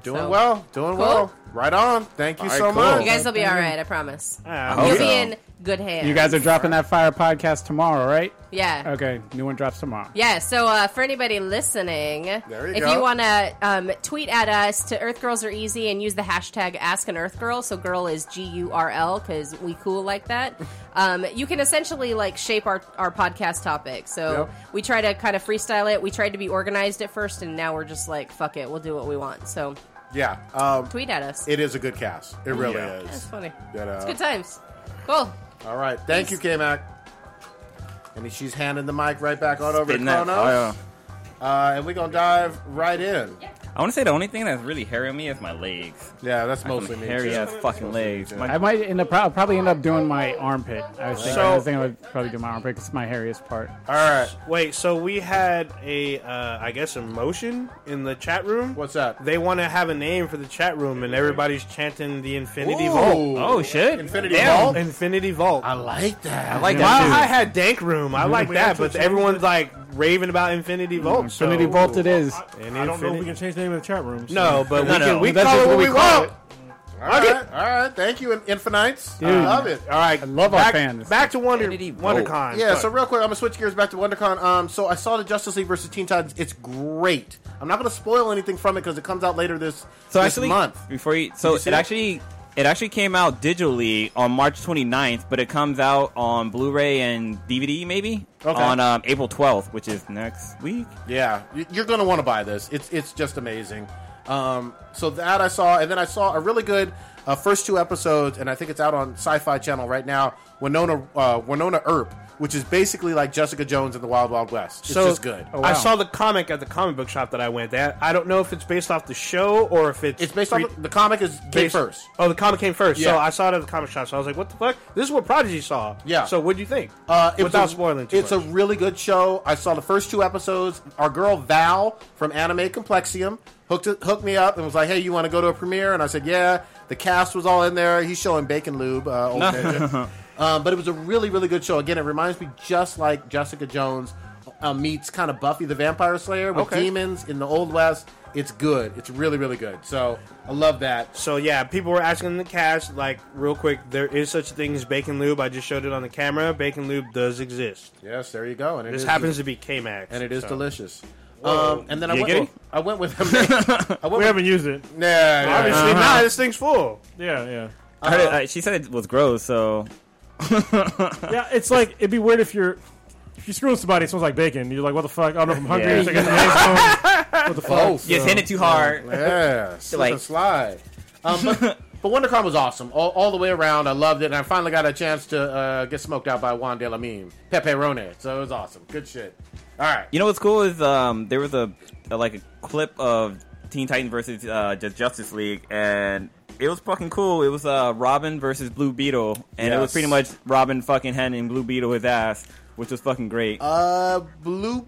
Speaker 6: Doing
Speaker 3: So-
Speaker 6: well. Doing
Speaker 3: Cool.
Speaker 6: well. Right on. Thank you
Speaker 3: All
Speaker 6: so
Speaker 3: right, cool.
Speaker 4: Oh,
Speaker 6: much.
Speaker 3: You guys will be all right. I promise.
Speaker 4: I hope
Speaker 3: You'll
Speaker 4: so.
Speaker 3: be in good hands.
Speaker 4: Oh, You guys are dropping that fire podcast tomorrow, right?
Speaker 3: Yeah.
Speaker 4: Okay, new one drops tomorrow.
Speaker 3: Yeah, so uh, for anybody listening,
Speaker 4: you
Speaker 3: if
Speaker 4: go.
Speaker 3: you want to um, tweet at us to Earth Girls Are Easy and use the hashtag Ask an Earth Girl, so girl is G U R L because we cool like that. Um, you can essentially like shape our, our podcast topic. So
Speaker 11: Yep.
Speaker 3: we try to kind of freestyle it. We tried to be organized at first, and now we're just like, fuck it, we'll do what we want. So
Speaker 6: Yeah. Um,
Speaker 3: tweet at us.
Speaker 6: It is a good cast. It really is.
Speaker 3: That's funny.
Speaker 6: That, uh,
Speaker 3: It's good times. Cool.
Speaker 6: All right. Thank you, K-Mac. And she's handing the mic right back on over to
Speaker 7: Spitting that
Speaker 6: Chronos.
Speaker 7: fire.
Speaker 6: Uh, and we're going to dive right in.
Speaker 7: I want to say the only thing that's really hairy on me is my legs.
Speaker 6: Yeah, that's
Speaker 7: I have some
Speaker 6: mostly me,
Speaker 7: Hairy
Speaker 6: too.
Speaker 7: ass fucking legs. My-
Speaker 4: I might end up I'll probably end up doing my armpit. I was thinking, I, was thinking I would probably do my armpit 'cause it's my hairiest part.
Speaker 6: All right.
Speaker 9: Wait. So we had a, uh, I guess, a motion in the chat room.
Speaker 6: What's that?
Speaker 9: They want to have a name for the chat room, and everybody's chanting the Infinity
Speaker 6: Ooh.
Speaker 9: Vault.
Speaker 6: Oh, shit. Infinity Vault?
Speaker 9: Infinity Vault. I
Speaker 6: like that.
Speaker 9: I like
Speaker 4: that,
Speaker 9: Mile
Speaker 4: too.
Speaker 9: High had Dank Room. I
Speaker 4: Mhm.
Speaker 9: like
Speaker 4: We
Speaker 9: that,
Speaker 4: have to
Speaker 9: but
Speaker 4: change
Speaker 9: everyone's like raving about Infinity Vault.
Speaker 4: Infinity
Speaker 9: so-
Speaker 4: Vault it is.
Speaker 9: And
Speaker 8: I don't know if
Speaker 9: Infinity-
Speaker 8: we can change the name of the chat room. so-
Speaker 9: No, but we can. We
Speaker 4: That's
Speaker 9: call
Speaker 4: just
Speaker 9: it
Speaker 4: what
Speaker 9: what
Speaker 4: we
Speaker 9: we
Speaker 4: call
Speaker 9: want.
Speaker 4: it.
Speaker 6: All right. All right. Thank you, Infinites.
Speaker 4: Dude.
Speaker 6: I love it. All right.
Speaker 4: I love our
Speaker 6: back,
Speaker 4: fans.
Speaker 6: Back to Wonder,
Speaker 4: Whoa.
Speaker 6: WonderCon. Yeah, so real quick, I'm going to switch gears back to WonderCon. Um, so I saw the Justice League versus Teen Titans. It's great. I'm not going to spoil anything from it because it comes out later this,
Speaker 7: so
Speaker 6: this
Speaker 7: actually,
Speaker 6: month.
Speaker 7: before you, so
Speaker 6: you
Speaker 7: it
Speaker 6: see it?
Speaker 7: actually, it actually came out digitally on March 29th, but it comes out on Blu-ray and DVD maybe
Speaker 6: Okay.
Speaker 7: on um, April 12th, which is next week.
Speaker 6: Yeah, y- you're going to want to buy this. It's it's just amazing. Um, so that I saw, and then I saw a really good uh, first two episodes, and I think it's out on Sci-Fi Channel right now. Winona uh, Winona Earp, which is basically like Jessica Jones in the Wild Wild West. It's just good.
Speaker 4: Oh,
Speaker 9: I saw the comic at the comic book shop that I went at. I don't know if it's based off the show or if it's it's
Speaker 6: based off the comic is came first.
Speaker 9: Oh, the comic came first.
Speaker 6: Yeah.
Speaker 9: So I saw it at the comic shop. So I was like, "What the fuck? This is what Prodigy saw."
Speaker 6: Yeah.
Speaker 9: So what do you think?
Speaker 6: Uh, it was
Speaker 9: Without
Speaker 6: a-
Speaker 9: spoiling too
Speaker 6: it's a really good show. I saw the first two episodes. Our girl Val from Anime Complexium hooked it, hooked me up and was like, "Hey, you want to go to a premiere?" And I said, "Yeah." The cast was all in there. He's showing Bacon Lube. Uh, old ninja. um, but it was a really, really good show. Again, it reminds me just like Jessica Jones uh, meets kind of Buffy the Vampire Slayer with
Speaker 9: Okay.
Speaker 6: demons in the Old West. It's good. It's really, really good. So I love that.
Speaker 9: So yeah, people were asking in the cast like real quick. There is such a thing as bacon lube. I just showed it on the camera. Bacon lube does exist.
Speaker 6: Yes, there you go. And it
Speaker 9: this
Speaker 6: is-
Speaker 9: happens to be K Max,
Speaker 6: and it is
Speaker 9: so.
Speaker 6: delicious.
Speaker 9: Whoa.
Speaker 6: Um, and then I
Speaker 9: You
Speaker 6: went,
Speaker 9: kidding?
Speaker 6: I went with him. I went
Speaker 8: We
Speaker 6: with-
Speaker 8: haven't used it.
Speaker 6: Nah, yeah,
Speaker 9: Obviously
Speaker 6: yeah.
Speaker 9: not. This thing's full.
Speaker 8: Yeah, yeah.
Speaker 7: I heard it, uh, she said it was gross, so
Speaker 8: Yeah, it's like it'd be weird if you're if you screw with somebody, it smells like bacon. You're like, what the fuck? I don't know if I'm hungry.
Speaker 7: Yeah.
Speaker 8: It's like, it's amazing. what the fuck?
Speaker 6: Oh,
Speaker 7: You just hit it too hard.
Speaker 6: Yeah, slip
Speaker 7: Like-
Speaker 6: and slide. Um, but, but WonderCon was awesome all, all the way around. I loved it, and I finally got a chance to uh, get smoked out by Juan de la Meme, Pepe Rone. So it was awesome. Good shit. All right.
Speaker 7: You know what's cool is um, there was a, a like a clip of Teen Titans versus uh, Ju- Justice League, and it was fucking cool. It was uh, Robin versus Blue Beetle, and it was
Speaker 6: Yes.
Speaker 7: pretty much Robin fucking handing Blue Beetle his ass, which was fucking great.
Speaker 6: Uh, blue.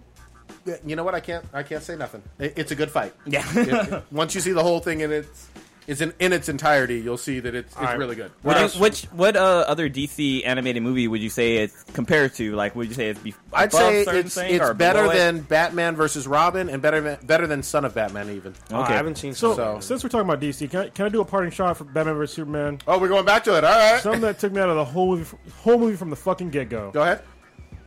Speaker 6: You know what? I can't. I can't say nothing. It, it's a good fight.
Speaker 7: Yeah.
Speaker 6: It- it- once you see the whole thing, and it's is in, in its entirety, you'll see that it's, it's
Speaker 7: Alright.
Speaker 6: really good.
Speaker 7: What, is- which what uh, other DC animated movie would you say it's compared to? Like, would you say it's be-
Speaker 6: I'd
Speaker 7: above
Speaker 6: say
Speaker 7: certain
Speaker 6: it's,
Speaker 7: thing
Speaker 6: it's
Speaker 7: or
Speaker 6: better
Speaker 7: below it?
Speaker 6: than Batman versus Robin and better than, better than Son of Batman even.
Speaker 8: So, since we're talking about DC, can I, can I do a parting shot for Batman vs Superman?
Speaker 6: Oh, we're going back to it. All right.
Speaker 8: Something that took me out of the whole movie, whole movie from the fucking get go. Go
Speaker 6: ahead.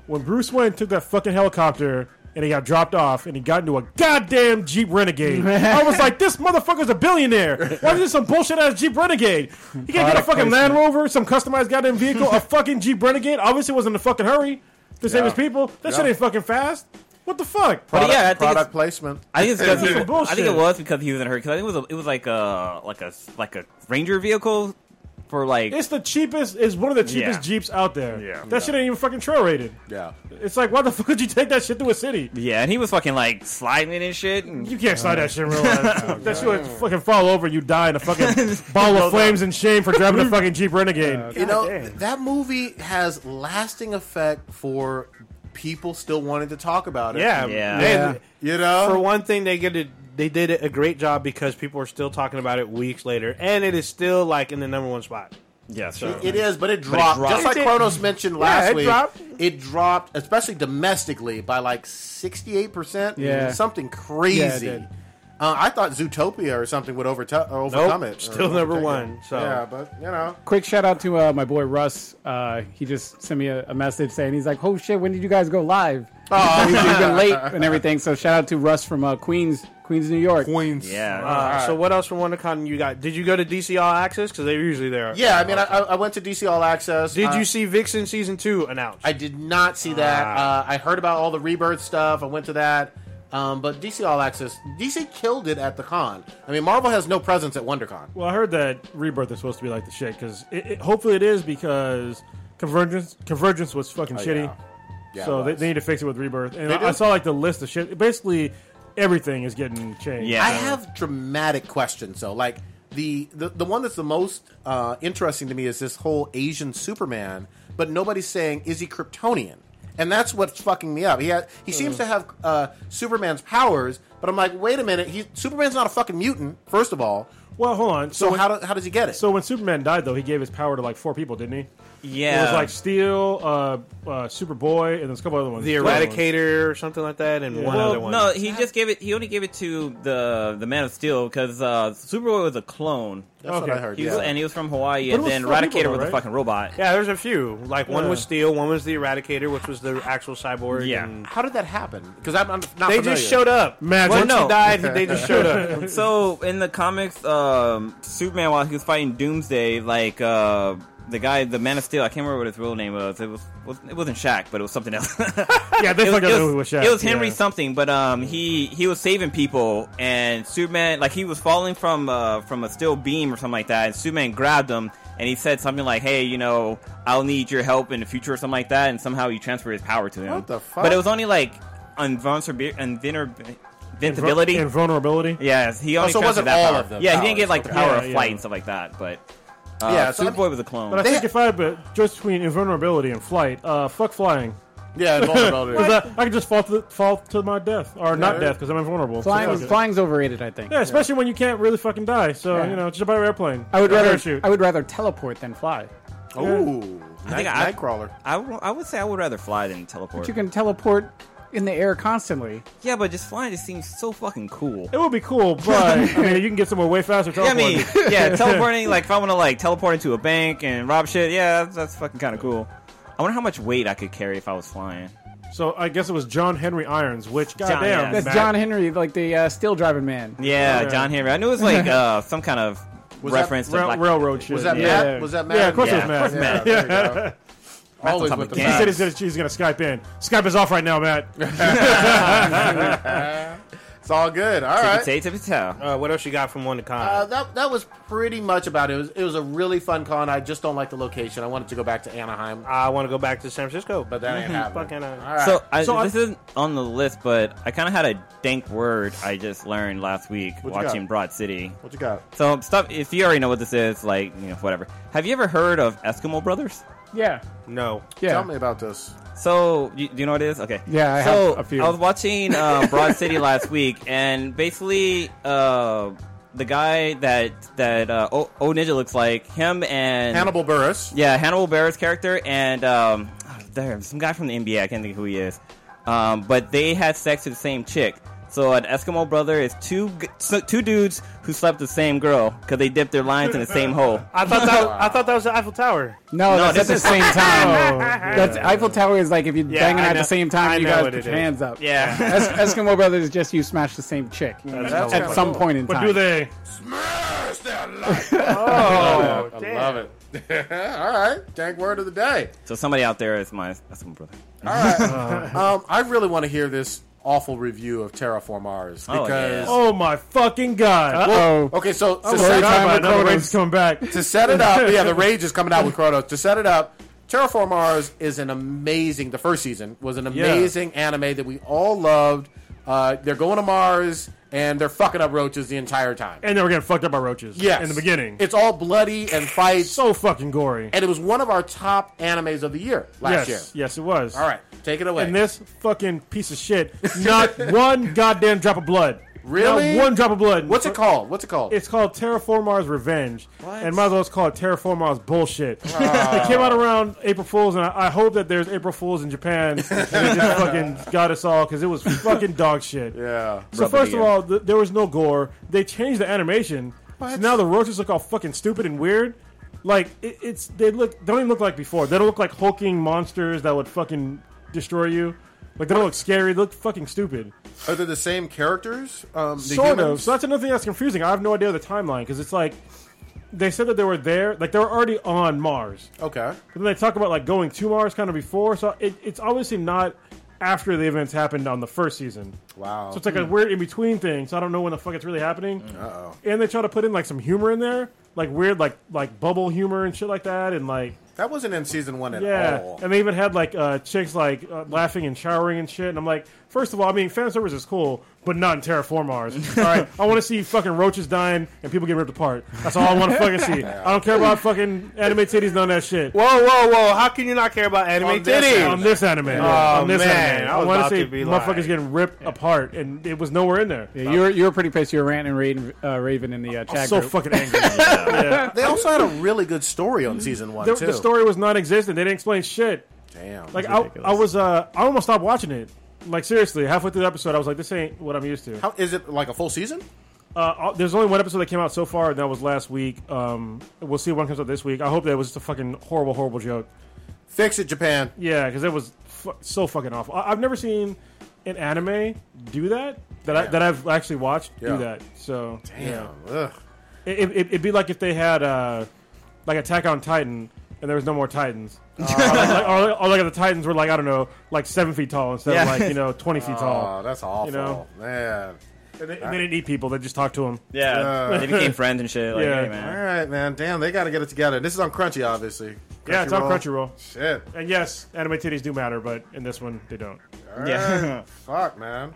Speaker 8: When Bruce Wayne took that fucking helicopter and he got dropped off and he got into a goddamn Jeep Renegade, I was like, this motherfucker's a billionaire. Why is this some bullshit ass Jeep Renegade? He can't get a
Speaker 6: Product
Speaker 8: fucking Land
Speaker 6: placement.
Speaker 8: Rover, some customized goddamn vehicle, a fucking Jeep Renegade. Obviously, it wasn't in a fucking hurry to save
Speaker 6: Yeah.
Speaker 8: his people. That shit
Speaker 6: Yeah.
Speaker 8: ain't fucking fast. What the fuck?
Speaker 7: But yeah, I think
Speaker 6: product
Speaker 7: it's-
Speaker 6: placement.
Speaker 7: I think it's because he,
Speaker 8: Some bullshit.
Speaker 7: I think it was because he was in a hurry. Because I think it was a, it was like a like a like a ranger vehicle for like
Speaker 8: It's the cheapest. It's one of the cheapest
Speaker 7: Yeah.
Speaker 8: Jeeps out there.
Speaker 7: Yeah.
Speaker 8: that shit ain't even fucking trail rated.
Speaker 6: Yeah.
Speaker 8: It's like, why the fuck would you take that shit to a city?
Speaker 7: yeah, and he was fucking like sliding and shit. And,
Speaker 8: You can't slide that shit in real life. that shit would fucking fall over. You die in a fucking ball of flames and shame for driving a fucking Jeep Renegade.
Speaker 4: Uh,
Speaker 6: you know th- that movie has lasting effect for people still wanting to talk about it.
Speaker 9: Yeah,
Speaker 6: And, You know,
Speaker 9: for one thing, they get it. They did a great job because people are still talking about it weeks later, and it is still like in the number one spot.
Speaker 7: Yeah,
Speaker 9: so
Speaker 6: It is, but it dropped. Just like
Speaker 9: It did.
Speaker 6: Kronos mentioned
Speaker 9: Yeah,
Speaker 6: last
Speaker 9: it
Speaker 6: week,
Speaker 9: dropped.
Speaker 6: it dropped, especially domestically, by like sixty-eight percent.
Speaker 4: Yeah.
Speaker 6: something crazy.
Speaker 4: did.
Speaker 6: uh, I thought Zootopia or something would overto- or overcome
Speaker 9: Nope,
Speaker 6: it.
Speaker 9: still
Speaker 6: Or
Speaker 9: number
Speaker 6: overtake it.
Speaker 9: one, so.
Speaker 6: yeah, but you know,
Speaker 4: Quick shout out to uh, my boy Russ. Uh, he just sent me a, a message saying he's like, "Oh shit, when did you guys go live?"
Speaker 6: Oh.
Speaker 4: he's been late and everything. So shout out to Russ from uh, Queens, Queens, New York.
Speaker 6: Queens.
Speaker 7: Yeah.
Speaker 9: Uh, So what else from WonderCon you got? Did you go to DC All Access? Because they're usually there.
Speaker 6: yeah. I mean, I, I went to DC All Access.
Speaker 9: Did
Speaker 6: Uh,
Speaker 9: you see Vixen season two announced?
Speaker 6: I did not see that. Uh, I heard about all the rebirth stuff. I went to that. Um, but DC All Access, DC killed it at the con. I mean, Marvel has no presence at WonderCon.
Speaker 8: Well, I heard that Rebirth is supposed to be like the shit because it, it, hopefully it is because Convergence Convergence was fucking
Speaker 6: Oh,
Speaker 8: shitty.
Speaker 6: yeah. Yeah,
Speaker 8: so
Speaker 6: it
Speaker 8: they,
Speaker 6: was.
Speaker 8: they need to fix it with Rebirth. And
Speaker 6: They
Speaker 8: I, I
Speaker 6: do.
Speaker 8: saw like the list of shit. Basically, everything is getting changed.
Speaker 7: Yeah.
Speaker 6: I have dramatic questions though. Like the the, the one that's the most uh, interesting to me is this whole Asian Superman, but nobody's saying is he Kryptonian, and that's what's fucking me up. He ha- he seems to have uh, Superman's powers, but I'm like, wait a minute, he Superman's not a fucking mutant, first of all.
Speaker 8: Well, hold on.
Speaker 6: So,
Speaker 8: when-
Speaker 6: how do, how does he get it?
Speaker 8: So when Superman died, though, he gave his power to like four people, didn't he?
Speaker 7: yeah,
Speaker 8: It was like Steel, uh, uh, Superboy, and there's a couple other ones.
Speaker 9: the
Speaker 8: Other ones.
Speaker 9: Eradicator or something like that, and one
Speaker 7: Well,
Speaker 9: other one.
Speaker 7: No, he just gave it. He only gave it to the the Man of Steel because uh, Superboy was a clone.
Speaker 6: That's
Speaker 8: okay.
Speaker 6: what I heard.
Speaker 7: He was,
Speaker 6: yeah.
Speaker 7: and he was from Hawaii,
Speaker 8: But it
Speaker 7: and
Speaker 8: was
Speaker 7: then
Speaker 8: four
Speaker 7: Eradicator
Speaker 8: people,
Speaker 7: was
Speaker 8: though,
Speaker 7: a
Speaker 8: right?
Speaker 7: fucking robot.
Speaker 9: yeah, there's a few. Like one
Speaker 8: Yeah.
Speaker 9: was Steel, one was the Eradicator, which was the actual cyborg.
Speaker 7: uh, Yeah.
Speaker 9: and-
Speaker 6: how did that happen? Because I'm, I'm not.
Speaker 9: they
Speaker 6: familiar.
Speaker 9: just showed up.
Speaker 8: Magic.
Speaker 9: Once
Speaker 7: Well, no.
Speaker 9: he died, he- they just showed up.
Speaker 7: So in the comics, um, Superman while he was fighting Doomsday, like uh, the guy, the Man of Steel, I can't remember what his real name was. It was, was it wasn't Shaq, but it was something else.
Speaker 8: Yeah, they
Speaker 7: it, was,
Speaker 8: fucked up
Speaker 7: it
Speaker 8: the
Speaker 7: was-
Speaker 8: movie with Shaq.
Speaker 7: it was Henry
Speaker 8: yeah.
Speaker 7: something, but um, he he was saving people, and Superman like he was falling from uh, from a steel beam or something like that, and Superman grabbed him, and he said something like, "Hey, you know, I'll need your help in the future or something like that," and somehow he transferred his power to him.
Speaker 6: What the fuck?
Speaker 7: But it was only like invulnerability. invincibility.
Speaker 8: and vulnerability.
Speaker 7: Yes, he only
Speaker 6: Oh, so it
Speaker 7: transferred
Speaker 6: wasn't
Speaker 7: that
Speaker 6: all
Speaker 7: power.
Speaker 6: of the
Speaker 7: yeah, he didn't
Speaker 6: powers,
Speaker 7: get like the
Speaker 6: okay.
Speaker 7: power
Speaker 8: Yeah,
Speaker 7: of flight
Speaker 8: yeah.
Speaker 7: and stuff like that. But uh,
Speaker 6: Yeah, so I
Speaker 7: Superboy
Speaker 6: mean-
Speaker 7: was a clone.
Speaker 8: But I
Speaker 6: They
Speaker 8: think
Speaker 6: ha-
Speaker 8: if I had but just between invulnerability and flight, uh, fuck flying.
Speaker 6: Yeah, vulnerability.
Speaker 8: 'Cause I, I could just fall to the, fall to my death or not death because I'm invulnerable. so
Speaker 4: Flying,
Speaker 8: fuck it.
Speaker 4: flying's overrated, I think.
Speaker 8: Yeah, especially when you can't really fucking die. So
Speaker 4: Yeah.
Speaker 8: you know, just buy an airplane.
Speaker 4: I would
Speaker 8: Or
Speaker 4: rather
Speaker 8: parachute.
Speaker 4: I would rather teleport than fly.
Speaker 6: Ooh,
Speaker 7: I
Speaker 6: night,
Speaker 7: think I-
Speaker 6: Nightcrawler.
Speaker 7: I, w- I would say I would rather fly than teleport.
Speaker 4: But you can teleport in the air constantly.
Speaker 7: yeah, but just flying just seems so fucking cool.
Speaker 8: It would be cool, but I mean, you can get somewhere way faster.
Speaker 7: Yeah, I
Speaker 8: Teleporting.
Speaker 7: mean, yeah, teleporting. Like, if I want to like teleport into a bank and rob shit, yeah, that's, that's fucking kind of cool. I wonder how much weight I could carry if I was flying.
Speaker 8: so I guess it was John Henry Irons, which
Speaker 7: John,
Speaker 8: goddamn,
Speaker 7: yeah.
Speaker 4: That's
Speaker 8: Matt.
Speaker 4: John Henry, like the uh, steel driving man.
Speaker 7: Yeah,
Speaker 8: Yeah.
Speaker 7: John Henry. I knew it was like uh, some kind of
Speaker 6: that
Speaker 7: reference to
Speaker 8: Rail-
Speaker 7: Black.
Speaker 8: railroad shit.
Speaker 6: Was that
Speaker 8: yeah.
Speaker 6: Matt? Was that Matt?
Speaker 8: Yeah, of course
Speaker 7: Yeah,
Speaker 8: it was Matt.
Speaker 7: of course
Speaker 6: Yeah,
Speaker 7: Matt.
Speaker 6: there you go. Always
Speaker 7: on top
Speaker 6: with
Speaker 7: of
Speaker 6: the
Speaker 7: gang.
Speaker 8: He
Speaker 6: Matt.
Speaker 8: said he's gonna, he's gonna Skype in. Skype is off right now, Matt.
Speaker 6: It's all good. All
Speaker 7: Tippy
Speaker 6: right.
Speaker 7: tay, tippy toe.
Speaker 9: Uh, what else you got from WonderCon?
Speaker 6: Uh, that that was pretty much about it. It was, it was a really fun con. I just don't like the location. I wanted to go back to Anaheim,
Speaker 9: I want to go back to San Francisco,
Speaker 6: but that ain't happening.
Speaker 9: fucking. Uh,
Speaker 6: All right.
Speaker 7: Mm-hmm. So, I,
Speaker 8: So I-
Speaker 7: this isn't on the list, but I kind of had a dank word I just learned last week
Speaker 6: What you
Speaker 7: watching
Speaker 6: got?
Speaker 7: Broad City.
Speaker 6: what you got?
Speaker 7: So stuff. If you already know what this is, like you know, whatever. Have you ever heard of Eskimo Brothers?
Speaker 4: Yeah,
Speaker 9: No.
Speaker 4: yeah.
Speaker 6: Tell me about this.
Speaker 7: So, you, do you know what it is? Okay.
Speaker 4: Yeah, I have
Speaker 7: so,
Speaker 4: a few.
Speaker 7: um, I was watching uh, Broad City last week, and basically, uh, the guy that that uh, o, o Ninja looks like him and
Speaker 6: Hannibal Burris.
Speaker 7: Yeah, Hannibal Burris character and um, there some guy from the NBA. I can't think who he is. Um, but they had sex with the same chick. So an Eskimo brother is two g- so- two dudes who slept with the same girl because they dipped their lines in the same hole.
Speaker 9: I thought that I thought that was the Eiffel Tower.
Speaker 4: No, that's at the same time.
Speaker 9: Oh,
Speaker 4: That's Eiffel Tower is like if you
Speaker 9: Yeah,
Speaker 4: bang
Speaker 9: I
Speaker 4: it at
Speaker 9: know-
Speaker 4: the same time,
Speaker 9: I
Speaker 4: you
Speaker 9: know
Speaker 4: guys
Speaker 9: what
Speaker 4: put
Speaker 9: it
Speaker 4: your
Speaker 9: is.
Speaker 4: hands up.
Speaker 9: Yeah.
Speaker 4: Es- Eskimo Brothers is just you smash the same chick
Speaker 9: That's
Speaker 4: at
Speaker 9: kinda
Speaker 4: some
Speaker 9: cool.
Speaker 4: point in
Speaker 9: But
Speaker 4: time.
Speaker 9: do they-
Speaker 6: Smash that
Speaker 9: Oh,
Speaker 6: I
Speaker 9: damn.
Speaker 6: love it. All right, dank word of the day.
Speaker 7: So somebody out there is my Eskimo brother.
Speaker 6: Um, I really want to hear this awful review of Terraform Mars
Speaker 7: Oh,
Speaker 6: because.
Speaker 8: Oh my fucking god!
Speaker 6: Well, okay, so to
Speaker 8: Story
Speaker 6: set,
Speaker 8: time
Speaker 6: up,
Speaker 8: with another race coming back.
Speaker 6: to set it up, yeah, the rage is coming out with Chronos. To set it up, Terraform Mars is an amazing. The first season was an
Speaker 8: Yeah.
Speaker 6: amazing anime that we all loved. Uh, they're going to Mars and they're fucking up roaches the entire time.
Speaker 8: and they were getting fucked up by roaches.
Speaker 6: Yes,
Speaker 8: in the beginning,
Speaker 6: it's all bloody and fights.
Speaker 8: so fucking gory.
Speaker 6: and it was one of our top animes of the year last
Speaker 8: yes,
Speaker 6: year.
Speaker 8: yes, it was.
Speaker 6: All right, take it away.
Speaker 8: And this fucking piece of shit, not one goddamn drop of blood.
Speaker 6: Really?
Speaker 8: Not one drop of blood.
Speaker 6: What's it called? What's it called?
Speaker 8: It's called Terraformars Revenge. And might as well just call it Terraformars Bullshit.
Speaker 6: Ah.
Speaker 8: it came out around April Fool's, and I, I hope that there's April Fool's in Japan. and they just fucking got us all because it was fucking dog shit.
Speaker 6: yeah.
Speaker 8: So
Speaker 6: Rub it
Speaker 8: first of
Speaker 6: in.
Speaker 8: all, th- there was no gore. They changed the animation. So now the roaches look all fucking stupid and weird. Like it, it's they look they don't even look like before. They don't look like hulking monsters that would fucking destroy you. Like they don't look scary. They look fucking stupid.
Speaker 6: are they the same characters? Um, the
Speaker 8: sort of.
Speaker 6: humans?
Speaker 8: So that's another thing that's confusing. I have no idea of the timeline because it's like they said that they were there, like they were already on Mars.
Speaker 6: Okay.
Speaker 8: But then they talk about like going to Mars kind of before. So it, it's obviously not after the events happened on the first season.
Speaker 6: Wow.
Speaker 8: So it's like a weird in between thing. So I don't know when the fuck it's really happening. Uh-oh. And they try to put in like some humor in there, like weird like like bubble humor and shit like that, and like
Speaker 6: That wasn't in season one at
Speaker 8: yeah.
Speaker 9: Oh.
Speaker 6: all.
Speaker 8: And they even had like uh, chicks like uh, laughing and showering and shit. And I'm like, first of all, I mean, fan service is cool, but not in Terraformars. all right, I want to see fucking roaches dying and people getting ripped apart. That's all I want to fucking see. I don't care about fucking anime titties, none of that shit.
Speaker 9: Whoa, whoa, whoa! How can you not care about anime
Speaker 6: On this
Speaker 9: titties? Oh,
Speaker 8: on this anime. on this
Speaker 9: man,
Speaker 8: anime.
Speaker 9: I was
Speaker 8: wanna
Speaker 9: about
Speaker 8: see
Speaker 9: to be
Speaker 8: motherfuckers
Speaker 9: like-
Speaker 8: getting ripped apart, and it was nowhere in there.
Speaker 4: Yeah, you were you were pretty pissed. You were ranting and raving, uh, raving in the uh, chat
Speaker 8: so
Speaker 4: group.
Speaker 8: fucking angry.
Speaker 6: They also had a really good story on season one
Speaker 8: the,
Speaker 6: too.
Speaker 8: the story was non-existent. They didn't explain shit.
Speaker 6: Damn.
Speaker 8: Like I, I was, uh, I almost stopped watching it. Like seriously, halfway through the episode, I was like, "This ain't what I'm used to."
Speaker 6: How is it like a full season?
Speaker 8: Uh, I'll- there's only one episode that came out so far, and that was last week. Um, we'll see when it comes out this week. I hope that was just a fucking horrible, horrible joke.
Speaker 6: Fix it, Japan.
Speaker 8: Yeah, because it was fu- so fucking awful. I- I've never seen an anime do that that I, that I've actually watched
Speaker 6: Yeah.
Speaker 8: do that. So
Speaker 6: Damn. Ugh.
Speaker 8: It, it, it'd be like if they had uh, like Attack on Titan and there was no more Titans. Uh, or, like, or, like- or like if the Titans were like I don't know, like seven feet tall instead
Speaker 7: Yeah.
Speaker 8: of like you know twenty feet tall.
Speaker 6: Oh, that's awful,
Speaker 8: know.
Speaker 6: man.
Speaker 8: And they, and they didn't eat people; they just talked to them.
Speaker 7: Yeah, they became friends and shit. Like,
Speaker 8: Yeah.
Speaker 7: hey,
Speaker 6: All
Speaker 7: man.
Speaker 6: right, man. Damn, they got to get it together. This is on Crunchy, obviously.
Speaker 8: yeah, it's on Crunchyroll.
Speaker 6: Shit.
Speaker 8: And yes, anime titties do matter, but in this one they don't.
Speaker 7: Yeah.
Speaker 6: Fuck, man.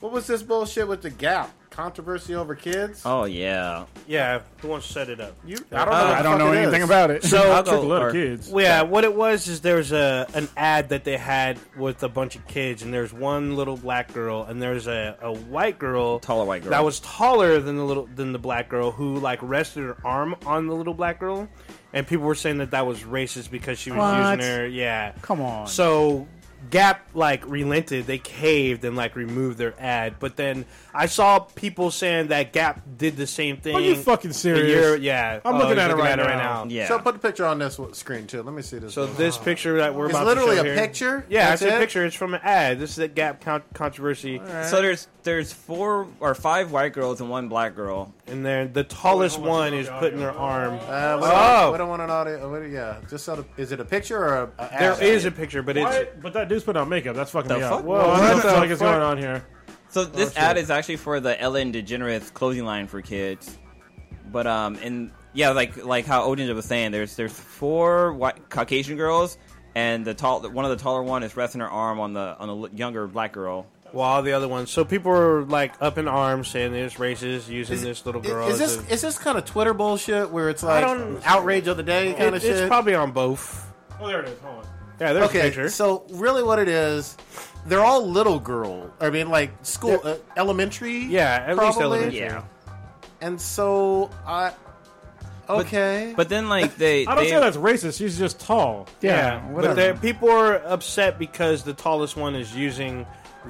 Speaker 6: What was this bullshit with the Gap controversy over kids?
Speaker 7: Oh yeah.
Speaker 9: yeah, who wants to set it up?
Speaker 6: you, I don't know. what
Speaker 4: Uh, I
Speaker 6: the
Speaker 4: don't
Speaker 6: fuck
Speaker 4: know
Speaker 6: it
Speaker 4: anything
Speaker 6: is.
Speaker 4: about it.
Speaker 9: So
Speaker 7: I'll
Speaker 8: Took a
Speaker 7: go-
Speaker 8: lot
Speaker 7: or-
Speaker 8: of kids.
Speaker 9: Well, Yeah, what it was is there was a an ad that they had with a bunch of kids, and there's one little black girl, and there's a, a white girl,
Speaker 7: Taller white girl.
Speaker 9: that was taller than the little than the black girl who like rested her arm on the little black girl, and people were saying that that was racist because she was
Speaker 4: What?
Speaker 9: using her. Yeah,
Speaker 4: Come on.
Speaker 9: So Gap like relented, they caved and like removed their ad, but then I saw people saying that Gap did the same thing.
Speaker 8: Are you fucking
Speaker 9: a
Speaker 8: serious?
Speaker 9: year- yeah,
Speaker 8: I'm
Speaker 9: Oh,
Speaker 8: looking
Speaker 9: he's
Speaker 8: at it right now.
Speaker 7: Yeah.
Speaker 6: So put the picture on this one- screen too. Let me see this.
Speaker 9: So
Speaker 6: one.
Speaker 9: this picture that we're
Speaker 6: It's
Speaker 9: about
Speaker 6: literally
Speaker 9: to show
Speaker 6: a
Speaker 9: here-
Speaker 6: picture?
Speaker 9: Yeah,
Speaker 6: That's
Speaker 9: it's a
Speaker 6: it?
Speaker 9: picture. It's from an ad. This is a Gap con- controversy,
Speaker 7: So there's there's four or five white girls and one black girl.
Speaker 9: and then the tallest
Speaker 8: Hold on,
Speaker 9: one
Speaker 8: hold
Speaker 9: is
Speaker 8: on,
Speaker 9: putting her arm.
Speaker 6: Uh, we,
Speaker 9: Oh.
Speaker 6: don't, we don't want an audio. What, do- yeah, just sort of, is it a picture or a, a
Speaker 9: There
Speaker 6: ad?
Speaker 9: is a picture, but it's
Speaker 8: What? But that dude's putting on makeup. That's fucking
Speaker 7: The
Speaker 8: me up.
Speaker 7: fuck?
Speaker 8: Whoa, I don't know what the fuck is
Speaker 9: fuck?
Speaker 8: going on here.
Speaker 7: So this ad is actually for the Ellen DeGeneres clothing line for kids. But um and yeah, like like how Odin was saying, there's there's four white Caucasian girls and the tall one of the taller one is resting her arm on the on the l- younger black girl.
Speaker 9: while the other one. So people are like up in arms saying it's racist using this little girl.
Speaker 6: Is,
Speaker 9: as
Speaker 6: this
Speaker 9: a-
Speaker 6: is this kind of Twitter bullshit where it's like
Speaker 9: don't-
Speaker 6: outrage of the day kind
Speaker 9: it-
Speaker 6: of
Speaker 9: it's
Speaker 6: shit?
Speaker 9: probably on both.
Speaker 8: Oh, there it is. Hold on.
Speaker 9: Yeah, there's a
Speaker 6: okay,
Speaker 9: picture.
Speaker 6: so really, what it is, they're all little girl. I mean, like school, uh, elementary.
Speaker 9: yeah, at least
Speaker 6: probably.
Speaker 9: elementary.
Speaker 7: Yeah.
Speaker 6: And so I okay.
Speaker 7: But then, like they,
Speaker 8: I don't
Speaker 7: they,
Speaker 8: say that's racist. She's just tall.
Speaker 9: but there- people are upset because the tallest one is using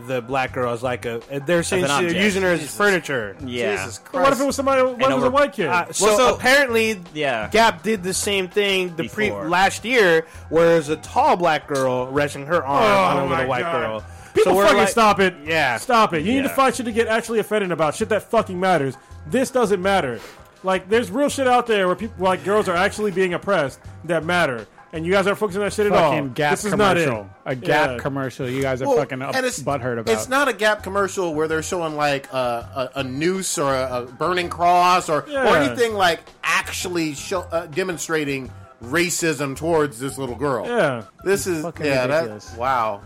Speaker 9: the black girl as like a. They're saying
Speaker 8: an
Speaker 9: she's
Speaker 8: object.
Speaker 9: using her as furniture.
Speaker 8: Yeah. Jesus But what if it was somebody? What if it was a white kid?
Speaker 9: Uh, so, apparently,
Speaker 7: yeah,
Speaker 9: Gap did the same thing the pre
Speaker 8: Before.
Speaker 9: last year, whereas a tall black girl resting her arm on
Speaker 8: Oh
Speaker 9: a
Speaker 8: my
Speaker 9: little white
Speaker 8: God.
Speaker 9: girl.
Speaker 8: People
Speaker 9: So we're
Speaker 8: fucking
Speaker 9: like-
Speaker 8: stop it.
Speaker 9: Yeah,
Speaker 8: Stop it. You need to
Speaker 9: Yeah.
Speaker 8: find shit to get actually offended about. Shit that fucking matters. This doesn't matter. Like there's real shit out there where people like girls are actually being oppressed that matter. And you guys aren't focusing on that shit at all.
Speaker 4: Fucking Gap
Speaker 8: this is
Speaker 4: commercial.
Speaker 8: not it.
Speaker 4: A Gap
Speaker 8: Yeah.
Speaker 4: commercial. You guys are
Speaker 6: Well,
Speaker 4: fucking up
Speaker 6: and it's-
Speaker 4: butthurt about.
Speaker 6: It's not a Gap commercial where they're showing like a, a, a noose or a, a burning cross or, or
Speaker 8: Yeah.
Speaker 6: anything like actually show, uh, demonstrating racism towards this little girl.
Speaker 7: Yeah.
Speaker 6: this is
Speaker 7: Fucking
Speaker 6: yeah.
Speaker 7: ridiculous.
Speaker 6: That, wow.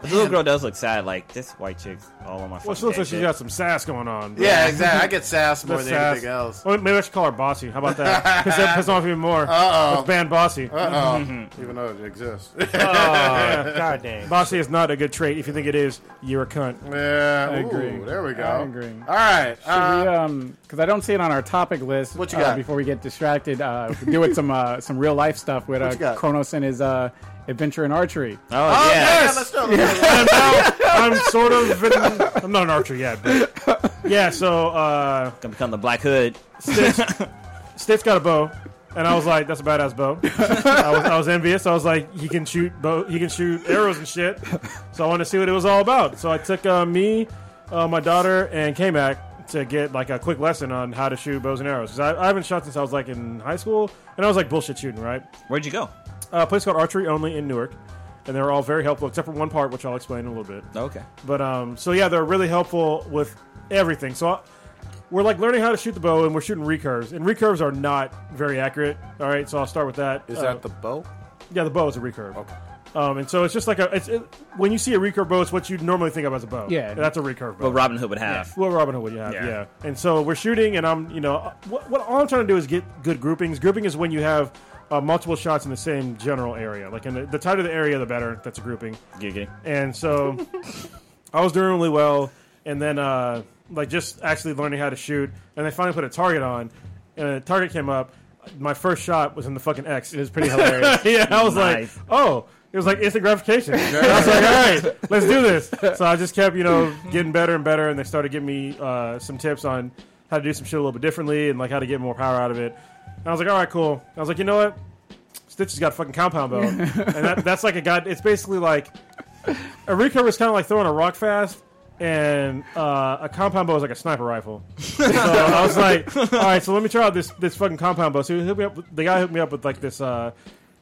Speaker 7: the little girl does look sad. Like this white chick's all on my.
Speaker 8: Well, she
Speaker 7: fucking
Speaker 8: looks like
Speaker 7: dick,
Speaker 8: she's
Speaker 7: bitch.
Speaker 8: got some sass going on. bro.
Speaker 6: Yeah, exactly. I get sass more
Speaker 8: The
Speaker 6: than anything else.
Speaker 8: Or maybe I should call her Bossy. How about that? Because that pisses off even more.
Speaker 6: Uh-oh.
Speaker 8: Let's ban Bossy.
Speaker 6: Uh oh. Even though it exists.
Speaker 8: Yeah.
Speaker 9: God dang.
Speaker 8: Bossy is not a good trait. If you think it is, you're a cunt.
Speaker 6: Yeah,
Speaker 8: I
Speaker 6: ooh,
Speaker 8: agree.
Speaker 6: there we go. Uh,
Speaker 4: I agree.
Speaker 6: All right.
Speaker 4: Should we, um, because I don't see it on our topic list. What
Speaker 6: you got?
Speaker 4: before we get distracted, uh, do it some uh, some real life stuff with
Speaker 6: What you
Speaker 4: uh,
Speaker 6: got?
Speaker 4: Kronos and his uh, adventure in archery.
Speaker 7: Oh,
Speaker 6: yeah. yeah, let's do it, let's do it.
Speaker 8: I'm sort of. I'm not an archer yet, but yeah. So uh,
Speaker 7: Gonna become the Black Hood.
Speaker 8: Stiff's got a bow, and I was like, "That's a badass bow." I was, I was envious. I was like, "He can shoot bow. He can shoot arrows and shit." So I wanted to see what it was all about. So I took uh, me, uh, my daughter, and K-Mac to get like a quick lesson on how to shoot bows and arrows. 'Cause I, I haven't shot since I was like in high school, and I was like bullshit shooting, right?
Speaker 7: Where'd you go?
Speaker 8: Uh, a place called Archery Only in Newark, and they were all very helpful, except for one part, which I'll explain in a little bit.
Speaker 7: Okay.
Speaker 8: But um, so yeah, they're really helpful with everything. So I, we're like learning how to shoot the bow, and we're shooting recurves, and recurves are not very accurate. All right, so I'll start with that.
Speaker 6: Is
Speaker 8: Uh,
Speaker 6: that the bow?
Speaker 8: yeah, the bow is a recurve. Okay. Um, and so it's just like a it's it, when you see a recurve bow, it's what you normally think of as a bow.
Speaker 4: Yeah.
Speaker 8: that's a recurve bow.
Speaker 7: What Robin Hood would have.
Speaker 8: Well, Robin Hood, yeah,
Speaker 7: Yeah.
Speaker 8: yeah, yeah. And so we're shooting, and I'm, you know, uh, what, what all I'm trying to do is get good groupings. Grouping is when you have uh, multiple shots in the same general area. Like, in the, the tighter the area, the better. That's a grouping.
Speaker 7: Giggity.
Speaker 8: And so I was doing really well, and then uh, like just actually learning how to shoot, and they finally put a target on, and a target came up. My first shot was in the fucking X. It was
Speaker 4: pretty hilarious.
Speaker 8: yeah, I was
Speaker 4: Nice.
Speaker 8: like, oh. It was like instant gratification. I was like, all right, let's do this. So I just kept, you know, getting better and better, and they started giving me uh, some tips on how to do some shit a little bit differently and like how to get more power out of it. And I was like, all right, cool. I was like, you know what? Stitch has got a fucking compound bow, and that, that's like a god. It's basically like a recurve is kind of like throwing a rock fast, and uh, a compound bow is like a sniper rifle. so I was like, all right, so let me try out this this fucking compound bow. So he hooked me up. with- The guy hooked me up with like this uh,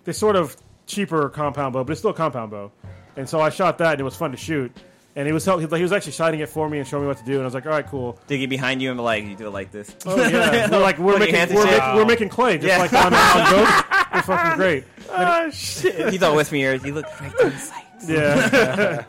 Speaker 8: this sort of cheaper compound bow, but it's still a compound bow. And so I shot that, and it was fun to shoot. And he was help, he was actually shining it for me and showing me what to do. And I was like, all right, cool.
Speaker 7: They get behind you and be like, you do it like this.
Speaker 8: Oh, yeah. We're like we're
Speaker 7: Put your hands
Speaker 8: making
Speaker 7: in
Speaker 8: we're,
Speaker 7: shape.
Speaker 8: make, we're making clay just
Speaker 7: Yeah.
Speaker 8: like on, on goats. It's fucking great.
Speaker 7: Oh shit! He's all with me. Here, you look right to the sight.
Speaker 8: Yeah.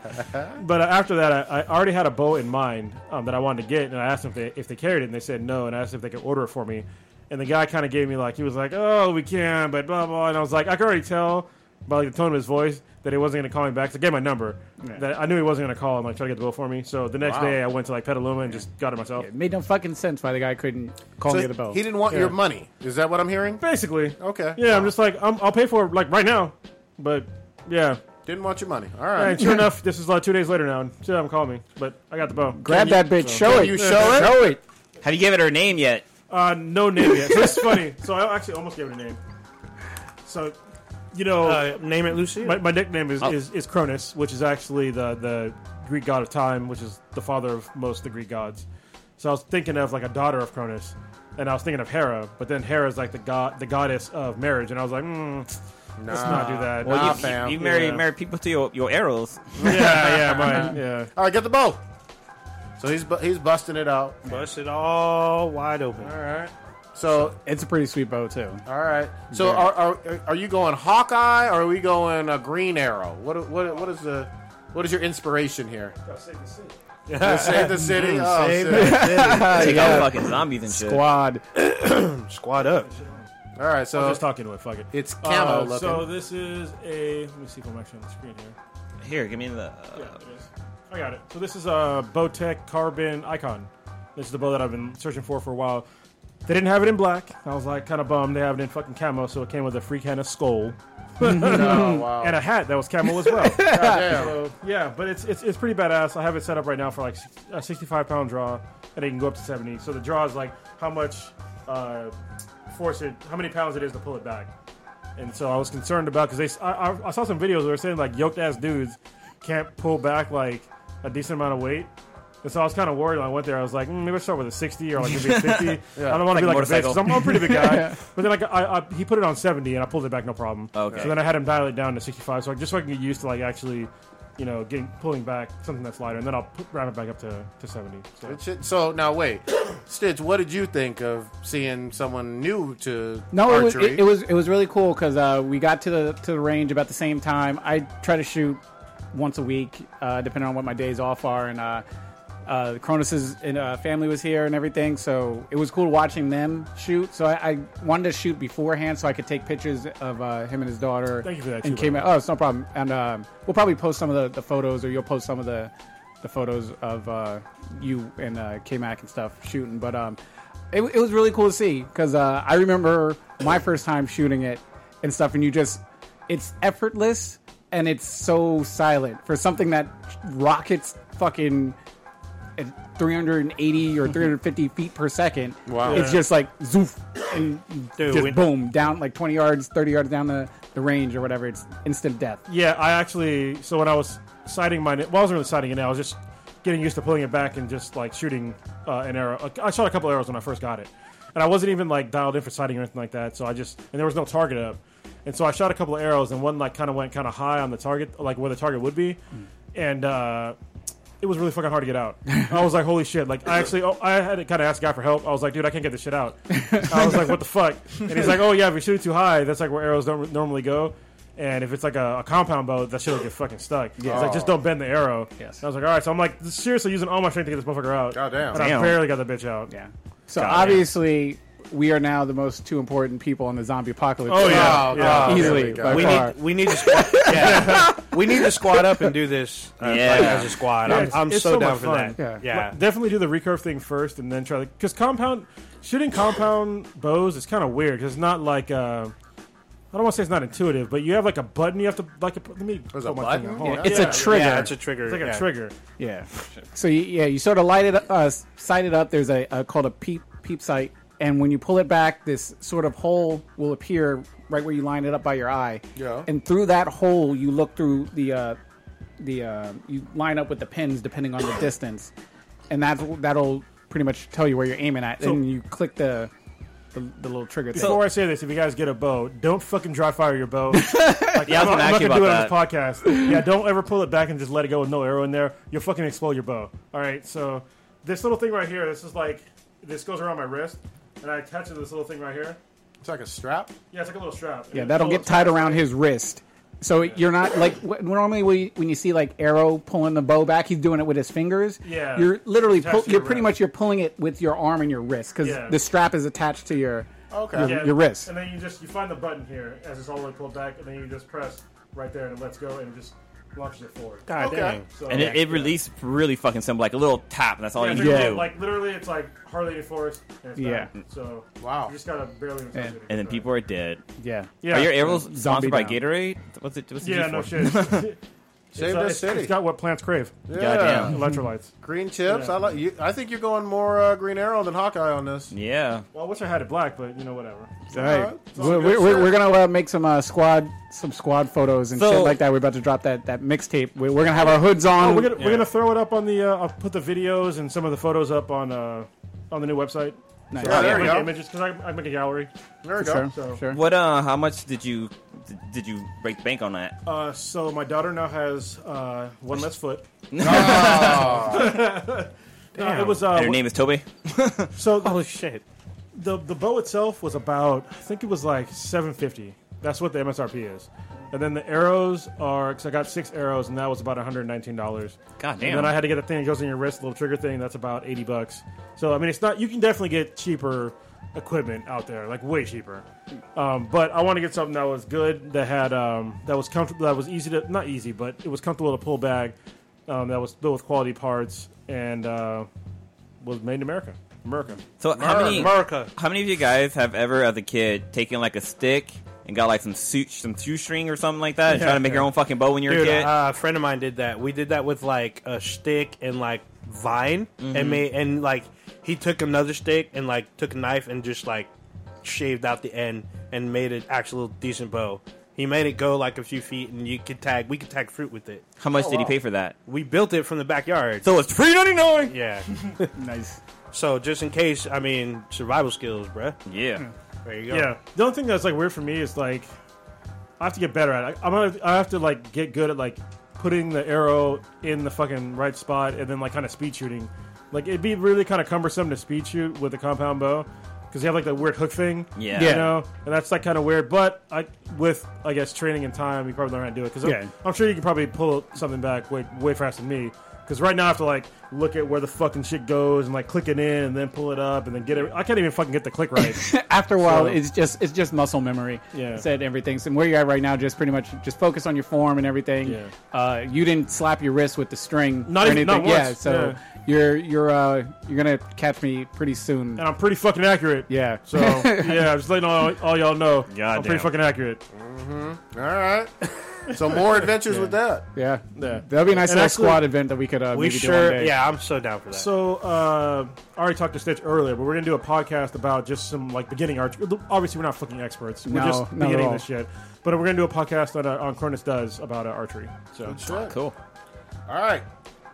Speaker 8: but uh, after that, I, I already had a bow in mind um, that I wanted to get, and I asked them if they, if they carried it, and they said no, and I asked if they could order it for me. And the guy kind of gave me like he was like, "Oh, we can," but blah blah. And I was like, I could already tell by like the tone of his voice that he wasn't going to call me back. So I gave my number. That I knew he wasn't going to call and like try to get the bow for me. So the next
Speaker 4: Wow.
Speaker 8: day, I went to like Petaluma and just got it myself.
Speaker 4: It made no fucking sense why the guy couldn't call
Speaker 6: So
Speaker 4: me the bow.
Speaker 6: He didn't want
Speaker 8: Yeah.
Speaker 6: your money. Is that what I'm hearing?
Speaker 8: Basically,
Speaker 6: Okay.
Speaker 8: yeah, I'm just like I'm, I'll pay for it like right now, but yeah.
Speaker 6: Didn't want your money. All
Speaker 8: All
Speaker 6: right.
Speaker 8: right, sure enough, this is like two days later now, and she haven't called me, but I got the bow.
Speaker 4: Grab that bitch. show
Speaker 6: Can
Speaker 4: it.
Speaker 6: you show it?
Speaker 4: Show it.
Speaker 7: Have you given her a name yet?
Speaker 8: Uh, no name yet. So this is funny. So I actually almost gave it a name. So, you know,
Speaker 9: Uh, name it Lucy.
Speaker 8: my, my nickname is,
Speaker 7: Oh.
Speaker 8: is, is Cronus, which is actually the, the Greek god of time, which is the father of most of the Greek gods. So I was thinking of like a daughter of Cronus, and I was thinking of Hera, but then Hera is like the god, the goddess of marriage, and I was like, mm, let's not do that.
Speaker 6: Well, Nah,
Speaker 7: you,
Speaker 6: Ah, fam.
Speaker 7: you, you marry
Speaker 8: Oh, Yeah.
Speaker 7: marry people to your, your arrows.
Speaker 8: yeah, yeah, mine, yeah.
Speaker 6: All right, get the bow. So he's bu- he's busting it out.
Speaker 9: Bust it all wide open.
Speaker 6: All right. So
Speaker 4: It's a pretty sweet bow too.
Speaker 6: all right. So
Speaker 4: Yeah.
Speaker 6: are, are are you going Hawkeye or are we going a Green Arrow? What what what is the what is your inspiration here? Let's save the city. Oh,
Speaker 9: Save
Speaker 6: shit.
Speaker 8: Uh,
Speaker 7: Take out fucking zombies and shit.
Speaker 4: Squad.
Speaker 9: Squad up.
Speaker 6: All right.
Speaker 8: I'm
Speaker 6: So um,
Speaker 8: just talking to it. Fuck it.
Speaker 6: Oh. it's camo
Speaker 8: Uh,
Speaker 6: looking.
Speaker 8: so this is a. Let me see if I'm actually on the screen here.
Speaker 7: Here, give me the. uh,
Speaker 8: Yeah, it is. I got it. So this is a Bowtech Carbon Icon. This is the bow that I've been searching for for a while. They didn't have it in black. I was like kind of bummed. They have it in fucking camo, so it came with a free can of skull.
Speaker 2: wow.
Speaker 8: And a hat that was camo as well.
Speaker 2: Goddamn.
Speaker 8: So, yeah, but it's, it's it's pretty badass. I have it set up right now for like s- a 65 pound draw, and it can go up to 70. So the draw is like how much uh, force it, how many pounds it is to pull it back. And so I was concerned about because they s- I, I- I saw some videos where they were saying like yoked ass dudes can't pull back like a decent amount of weight. And so I was kind of worried when I went there. I was like, mm, maybe I start with a 60 or like maybe a 50.
Speaker 2: Yeah.
Speaker 8: I don't want
Speaker 2: Like
Speaker 8: to
Speaker 2: a
Speaker 8: be like a bitch.
Speaker 2: motorcycle.
Speaker 8: 'cause I'm, I'm a pretty big guy.
Speaker 2: Yeah.
Speaker 8: But then like I, I, he put it on 70 and I pulled it back no problem.
Speaker 2: Okay.
Speaker 8: So then I had him dial it down to 65, so I, just so I can get used to like actually, you know, getting pulling back something that's lighter, and then I'll put, round it back up to, to 70. So
Speaker 6: It should- so now wait, Stitch, what did you think of seeing someone new to
Speaker 4: No, it was,
Speaker 6: archery?
Speaker 4: it, it was it was really cool because uh, we got to the to the range about the same time. I try to shoot once a week, uh, depending on what my days off are, and uh, uh, Cronus's and, uh, family was here and everything, so it was cool watching them shoot. So I, I wanted to shoot beforehand so I could take pictures of uh, him and his daughter.
Speaker 8: Thank you for that,
Speaker 4: And
Speaker 8: too,
Speaker 4: came
Speaker 8: by
Speaker 4: out. Oh, it's no problem. And um, we'll probably post some of the, the photos, or you'll post some of the the photos of uh, you and uh, K Mac and stuff shooting. But um, it, it was really cool to see because uh, I remember my first time shooting it and stuff, and you just it's effortless and it's so silent for something that rockets fucking at 380 or 350 feet per second.
Speaker 6: Wow.
Speaker 4: It's
Speaker 6: Yeah.
Speaker 4: just like zoof and
Speaker 8: Dude,
Speaker 4: just
Speaker 8: when-
Speaker 4: boom down like 20 yards, 30 yards down the, the range or whatever. It's instant death.
Speaker 8: yeah, I actually so when I was sighting mine, well, I wasn't really sighting it. Now I was just getting used to pulling it back and just like shooting uh, an arrow. I shot a couple arrows when I first got it, and I wasn't even like dialed in for sighting or anything like that. So I just and there was no target up, and so I shot a couple of arrows, and one like kind of went kind of high on the target, like where the target would be, and. uh it was really fucking hard to get out. I was like, holy shit! Like, I actually, oh, I had to kind of ask a guy for help. I was like, dude, I can't get this shit out. I was like, what the fuck? And he's like, oh yeah, if you shoot it too high, that's like where arrows don't normally go. And if it's like a, a compound bow, that shit will get fucking stuck.
Speaker 2: Yeah.
Speaker 8: He's like, just don't bend the arrow.
Speaker 4: Yes.
Speaker 8: And I was like, all right. So I'm like, seriously, using all my strength to get this motherfucker out.
Speaker 6: Goddamn.
Speaker 8: And
Speaker 4: Damn.
Speaker 8: I barely got the bitch out.
Speaker 4: Yeah. So
Speaker 8: God,
Speaker 4: obviously. We are now the most two important people in the zombie apocalypse.
Speaker 9: Oh, yeah.
Speaker 4: So,
Speaker 9: Yeah.
Speaker 4: easily. by
Speaker 9: we
Speaker 4: far.
Speaker 9: need we need to squad, yeah. we need to squad up and do this uh,
Speaker 8: Yeah.
Speaker 9: like, as a squad.
Speaker 8: Yeah,
Speaker 9: I'm,
Speaker 8: it's-
Speaker 9: I'm
Speaker 8: it's
Speaker 9: so,
Speaker 8: so
Speaker 9: down
Speaker 8: much
Speaker 9: for
Speaker 8: fun.
Speaker 9: that.
Speaker 8: Yeah.
Speaker 9: Yeah,
Speaker 8: Definitely do the recurve thing first, and then try the because compound shooting compound bows is kind of weird because it's not like uh, I don't want to say it's not intuitive, but you have like a button you have to like. A, let me. There's
Speaker 6: a button?
Speaker 4: Yeah. It's a trigger. Yeah, it's a
Speaker 9: trigger,
Speaker 8: It's like
Speaker 9: yeah.
Speaker 8: a trigger.
Speaker 4: Yeah. So you, yeah, you sort of light it, uh, sight it up. There's a, a called a peep peep sight, and when you pull it back, this sort of hole will appear right where you line it up by your eye.
Speaker 6: Yeah.
Speaker 4: And through that hole, you look through the uh, the uh, you line up with the pins depending on the distance, and that that'll pretty much tell you where you're aiming at.
Speaker 8: So-
Speaker 4: and you click the the, the little trigger. thing.
Speaker 8: Before I say this, if you guys get a bow, don't fucking dry fire your bow. Like,
Speaker 4: Yeah, I was
Speaker 8: I'm,
Speaker 4: gonna
Speaker 8: not- I'm
Speaker 4: ask
Speaker 8: not
Speaker 4: you
Speaker 8: gonna do it
Speaker 4: about
Speaker 8: on this podcast. Yeah, don't ever pull it back and just let it go with no arrow in there. You'll fucking explode your bow. All right, so this little thing right here, this is like this goes around my wrist, and I attach it to this little thing right here.
Speaker 6: It's like a strap.
Speaker 8: Yeah, it's like a little strap. And
Speaker 4: Yeah,
Speaker 8: it
Speaker 4: that'll
Speaker 8: folds
Speaker 4: get tied around his wrist. So you're not like wh- normally when you- when you see like arrow pulling the bow back, he's doing it with his fingers.
Speaker 2: Yeah.
Speaker 4: you're literally
Speaker 2: Attached
Speaker 4: pull,
Speaker 2: to
Speaker 4: you're
Speaker 2: your
Speaker 4: pretty much you're pulling it with your arm and your wrist because
Speaker 8: Yeah.
Speaker 4: the strap is attached to your your,
Speaker 8: Yeah,
Speaker 4: your wrist.
Speaker 8: And then you just you find the button here as it's all the way pulled back, and then you just press right there and it lets go and it just launches it forward.
Speaker 9: God Okay. dang.
Speaker 7: and it, it released really fucking simple, like a little tap. And that's all
Speaker 8: Yeah,
Speaker 7: you
Speaker 8: it's
Speaker 7: need
Speaker 8: like-
Speaker 7: to do.
Speaker 8: Like literally, it's like hardly any force. And it's
Speaker 7: Yeah.
Speaker 8: Done. So wow, you just gotta barely. even touch
Speaker 7: and,
Speaker 8: it.
Speaker 7: then people are dead.
Speaker 4: Yeah.
Speaker 8: Yeah.
Speaker 7: Are your arrows
Speaker 8: Zombie
Speaker 7: sponsored by
Speaker 8: down.
Speaker 7: Gatorade? What's it? What's it used
Speaker 8: Yeah, no
Speaker 7: for?
Speaker 8: shit. It's,
Speaker 6: Save
Speaker 8: uh,
Speaker 6: this
Speaker 8: it's-
Speaker 6: city.
Speaker 8: It's got what plants crave.
Speaker 6: Yeah.
Speaker 7: Goddamn.
Speaker 8: Electrolytes.
Speaker 6: Green tips.
Speaker 8: Yeah.
Speaker 6: I like. You, I think you're going more uh, Green Arrow than Hawkeye on this.
Speaker 7: Yeah.
Speaker 8: Well, I wish I had it black, but you know whatever.
Speaker 4: All right. We're, we're, we're, we're gonna uh, make some uh, squad some squad photos and
Speaker 8: So-
Speaker 4: shit like that. We're about to drop that that mixtape. We're, we're gonna have our hoods on.
Speaker 8: Oh, we're, gonna, we're gonna throw it up on the. Uh, I'll put the videos and some of the photos up on uh, on the new website.
Speaker 4: Nice.
Speaker 8: So
Speaker 6: Oh,
Speaker 4: Yeah, there
Speaker 8: I'll
Speaker 4: you
Speaker 8: make
Speaker 4: go.
Speaker 8: Images because I, I make a gallery.
Speaker 6: There
Speaker 4: we go. Sure,
Speaker 8: So,
Speaker 7: What? Uh, how much did you did you break bank on that?
Speaker 8: Uh, so my daughter now has uh, one less foot.
Speaker 7: Oh.
Speaker 8: No, it was. Uh,
Speaker 7: and her name is Toby.
Speaker 8: so holy shit. The the bow itself was about I think it was like seven fifty. That's what the MSRP is. And then the arrows are because I got six arrows and that was about one hundred nineteen dollars.
Speaker 7: God damn.
Speaker 8: And then I had to get the thing that goes in your wrist, the little trigger thing. That's about eighty bucks. So I mean, it's not. You can definitely get cheaper equipment out there, like way cheaper. Um, but I want to get something that was good, that had um, that was comfortable, that was easy to not easy, but it was comfortable to pull back, um, that was built with quality parts and uh, was made in America. America.
Speaker 7: So how many
Speaker 9: America.
Speaker 7: How many of you guys have ever, as a kid, taken like a stick and got like some suit, some shoestring or something like that, and
Speaker 9: Yeah.
Speaker 7: try to make your own fucking bow when you were a
Speaker 9: Dude,
Speaker 7: kid?
Speaker 9: uh, a friend of mine did that. We did that with like a stick and like vine,
Speaker 7: Mhm.
Speaker 9: and made and like he took another stick and like took a knife and just like shaved out the end and made an actual decent bow. He made it go like a few feet, and you could tag. We could tag fruit with it.
Speaker 7: How much Oh, did he wow. pay for that?
Speaker 9: We built it from the backyard,
Speaker 7: so it's free ninety nine.
Speaker 9: Yeah,
Speaker 4: nice.
Speaker 9: So just in case, I mean, survival skills, bruh.
Speaker 7: Yeah,
Speaker 9: there you go.
Speaker 8: Yeah. The only thing that's like weird for me is like I have to get better at it. I, I'm gonna, I have to like get good at like putting the arrow in the fucking right spot and then like kind of speed shooting. Like it'd be really kind of cumbersome to speed shoot with a compound bow because you have like that weird hook thing.
Speaker 7: Yeah.
Speaker 8: You
Speaker 7: Yeah.
Speaker 8: know, and that's like kind of weird. But I, with I guess training and time, you probably learn how to do it. Because
Speaker 4: Yeah.
Speaker 8: I'm, I'm sure you can probably pull something back way way faster than me. Because right now I have to like look at where the fucking shit goes and like click it in and then pull it up and then get it. I can't even fucking get the click right.
Speaker 4: After a while,
Speaker 8: So-
Speaker 4: it's just it's just muscle memory.
Speaker 8: Yeah.
Speaker 4: It's at everything. So where you're at right now, just pretty much just focus on your form and everything.
Speaker 8: Yeah.
Speaker 4: Uh, you didn't slap your wrist with the string
Speaker 8: Not
Speaker 4: or
Speaker 8: even-
Speaker 4: anything.
Speaker 8: not
Speaker 4: Yeah.
Speaker 8: once.
Speaker 4: So you're you're uh, you're gonna catch me pretty soon.
Speaker 8: and I'm pretty fucking accurate.
Speaker 4: Yeah.
Speaker 8: So yeah, I'm just letting all, all y'all know. I'm pretty
Speaker 4: damn.
Speaker 8: fucking accurate.
Speaker 6: Mm-hmm. All right. So more adventures with that.
Speaker 4: Yeah. That'd be a nice
Speaker 8: And
Speaker 4: little
Speaker 8: actually-
Speaker 4: squad event that we could uh,
Speaker 8: We
Speaker 4: maybe do
Speaker 8: sure-
Speaker 4: one day.
Speaker 9: Yeah, I'm so down for that.
Speaker 8: So uh, I already talked to Stitch earlier, but we're gonna do a podcast about just some like beginning archery. Obviously, we're not fucking experts. We're
Speaker 4: No,
Speaker 8: just
Speaker 4: not at
Speaker 8: beginning
Speaker 4: all.
Speaker 8: this shit. But we're gonna do a podcast on, uh, on Cronus does about uh, archery. So
Speaker 6: Good shit.
Speaker 7: Cool.
Speaker 6: All right.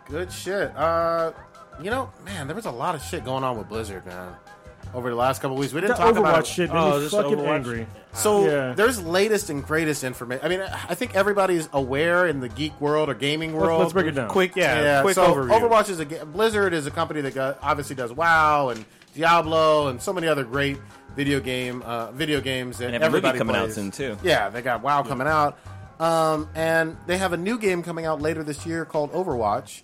Speaker 6: Good shit. Uh, you know, man, there was a lot of shit going on with Blizzard, man. Over the last couple weeks, we didn't
Speaker 8: The
Speaker 6: talk about Oh,
Speaker 8: Overwatch shit made me fucking angry.
Speaker 6: So
Speaker 8: Uh, Yeah.
Speaker 6: there's latest and greatest information. I mean, I think everybody's aware in the geek world or gaming
Speaker 8: Let's-
Speaker 6: world.
Speaker 8: let's break it down. Quick, yeah, quick
Speaker 6: so
Speaker 8: overview.
Speaker 6: Overwatch is a ga- Blizzard is a company that got, obviously does WoW and Diablo and so many other great video game uh, video games that
Speaker 7: They have a movie
Speaker 6: everybody
Speaker 7: coming out
Speaker 6: plays.
Speaker 7: soon, too.
Speaker 6: Yeah, they got WoW coming out, um, and they have a new game coming out later this year called Overwatch.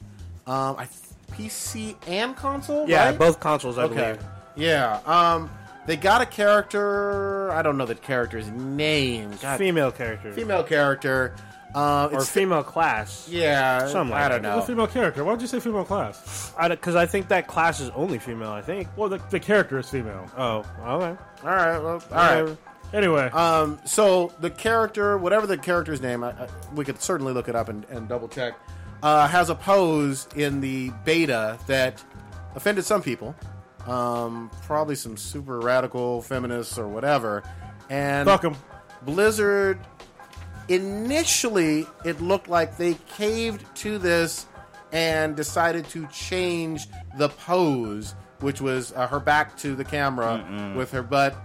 Speaker 6: Um, I th- PC and console.
Speaker 9: Yeah,
Speaker 6: right?
Speaker 9: both consoles, I
Speaker 6: okay.
Speaker 9: believe.
Speaker 6: Yeah. Um, they got a character. I don't know the character's name. God.
Speaker 9: Female character.
Speaker 6: Female character. Uh,
Speaker 9: or female class.
Speaker 6: Yeah,
Speaker 9: Something
Speaker 6: I
Speaker 9: like
Speaker 6: don't
Speaker 9: that.
Speaker 6: know.
Speaker 8: The female character. Why would you say female class?
Speaker 9: Because I, think that class is only female. I think.
Speaker 8: Well, the, the character is female.
Speaker 9: Oh, okay.
Speaker 6: All right. Well, all
Speaker 9: Whatever.
Speaker 6: right.
Speaker 8: Anyway,
Speaker 6: um, so the character, whatever the character's name, I, I, we could certainly look it up and, and double check. Uh, has a pose in the beta that offended some people, um, probably some super radical feminists or whatever. And
Speaker 8: Fuck 'em.
Speaker 6: Blizzard initially it looked like they caved to this and decided to change the pose, which was uh, her back to the camera with her butt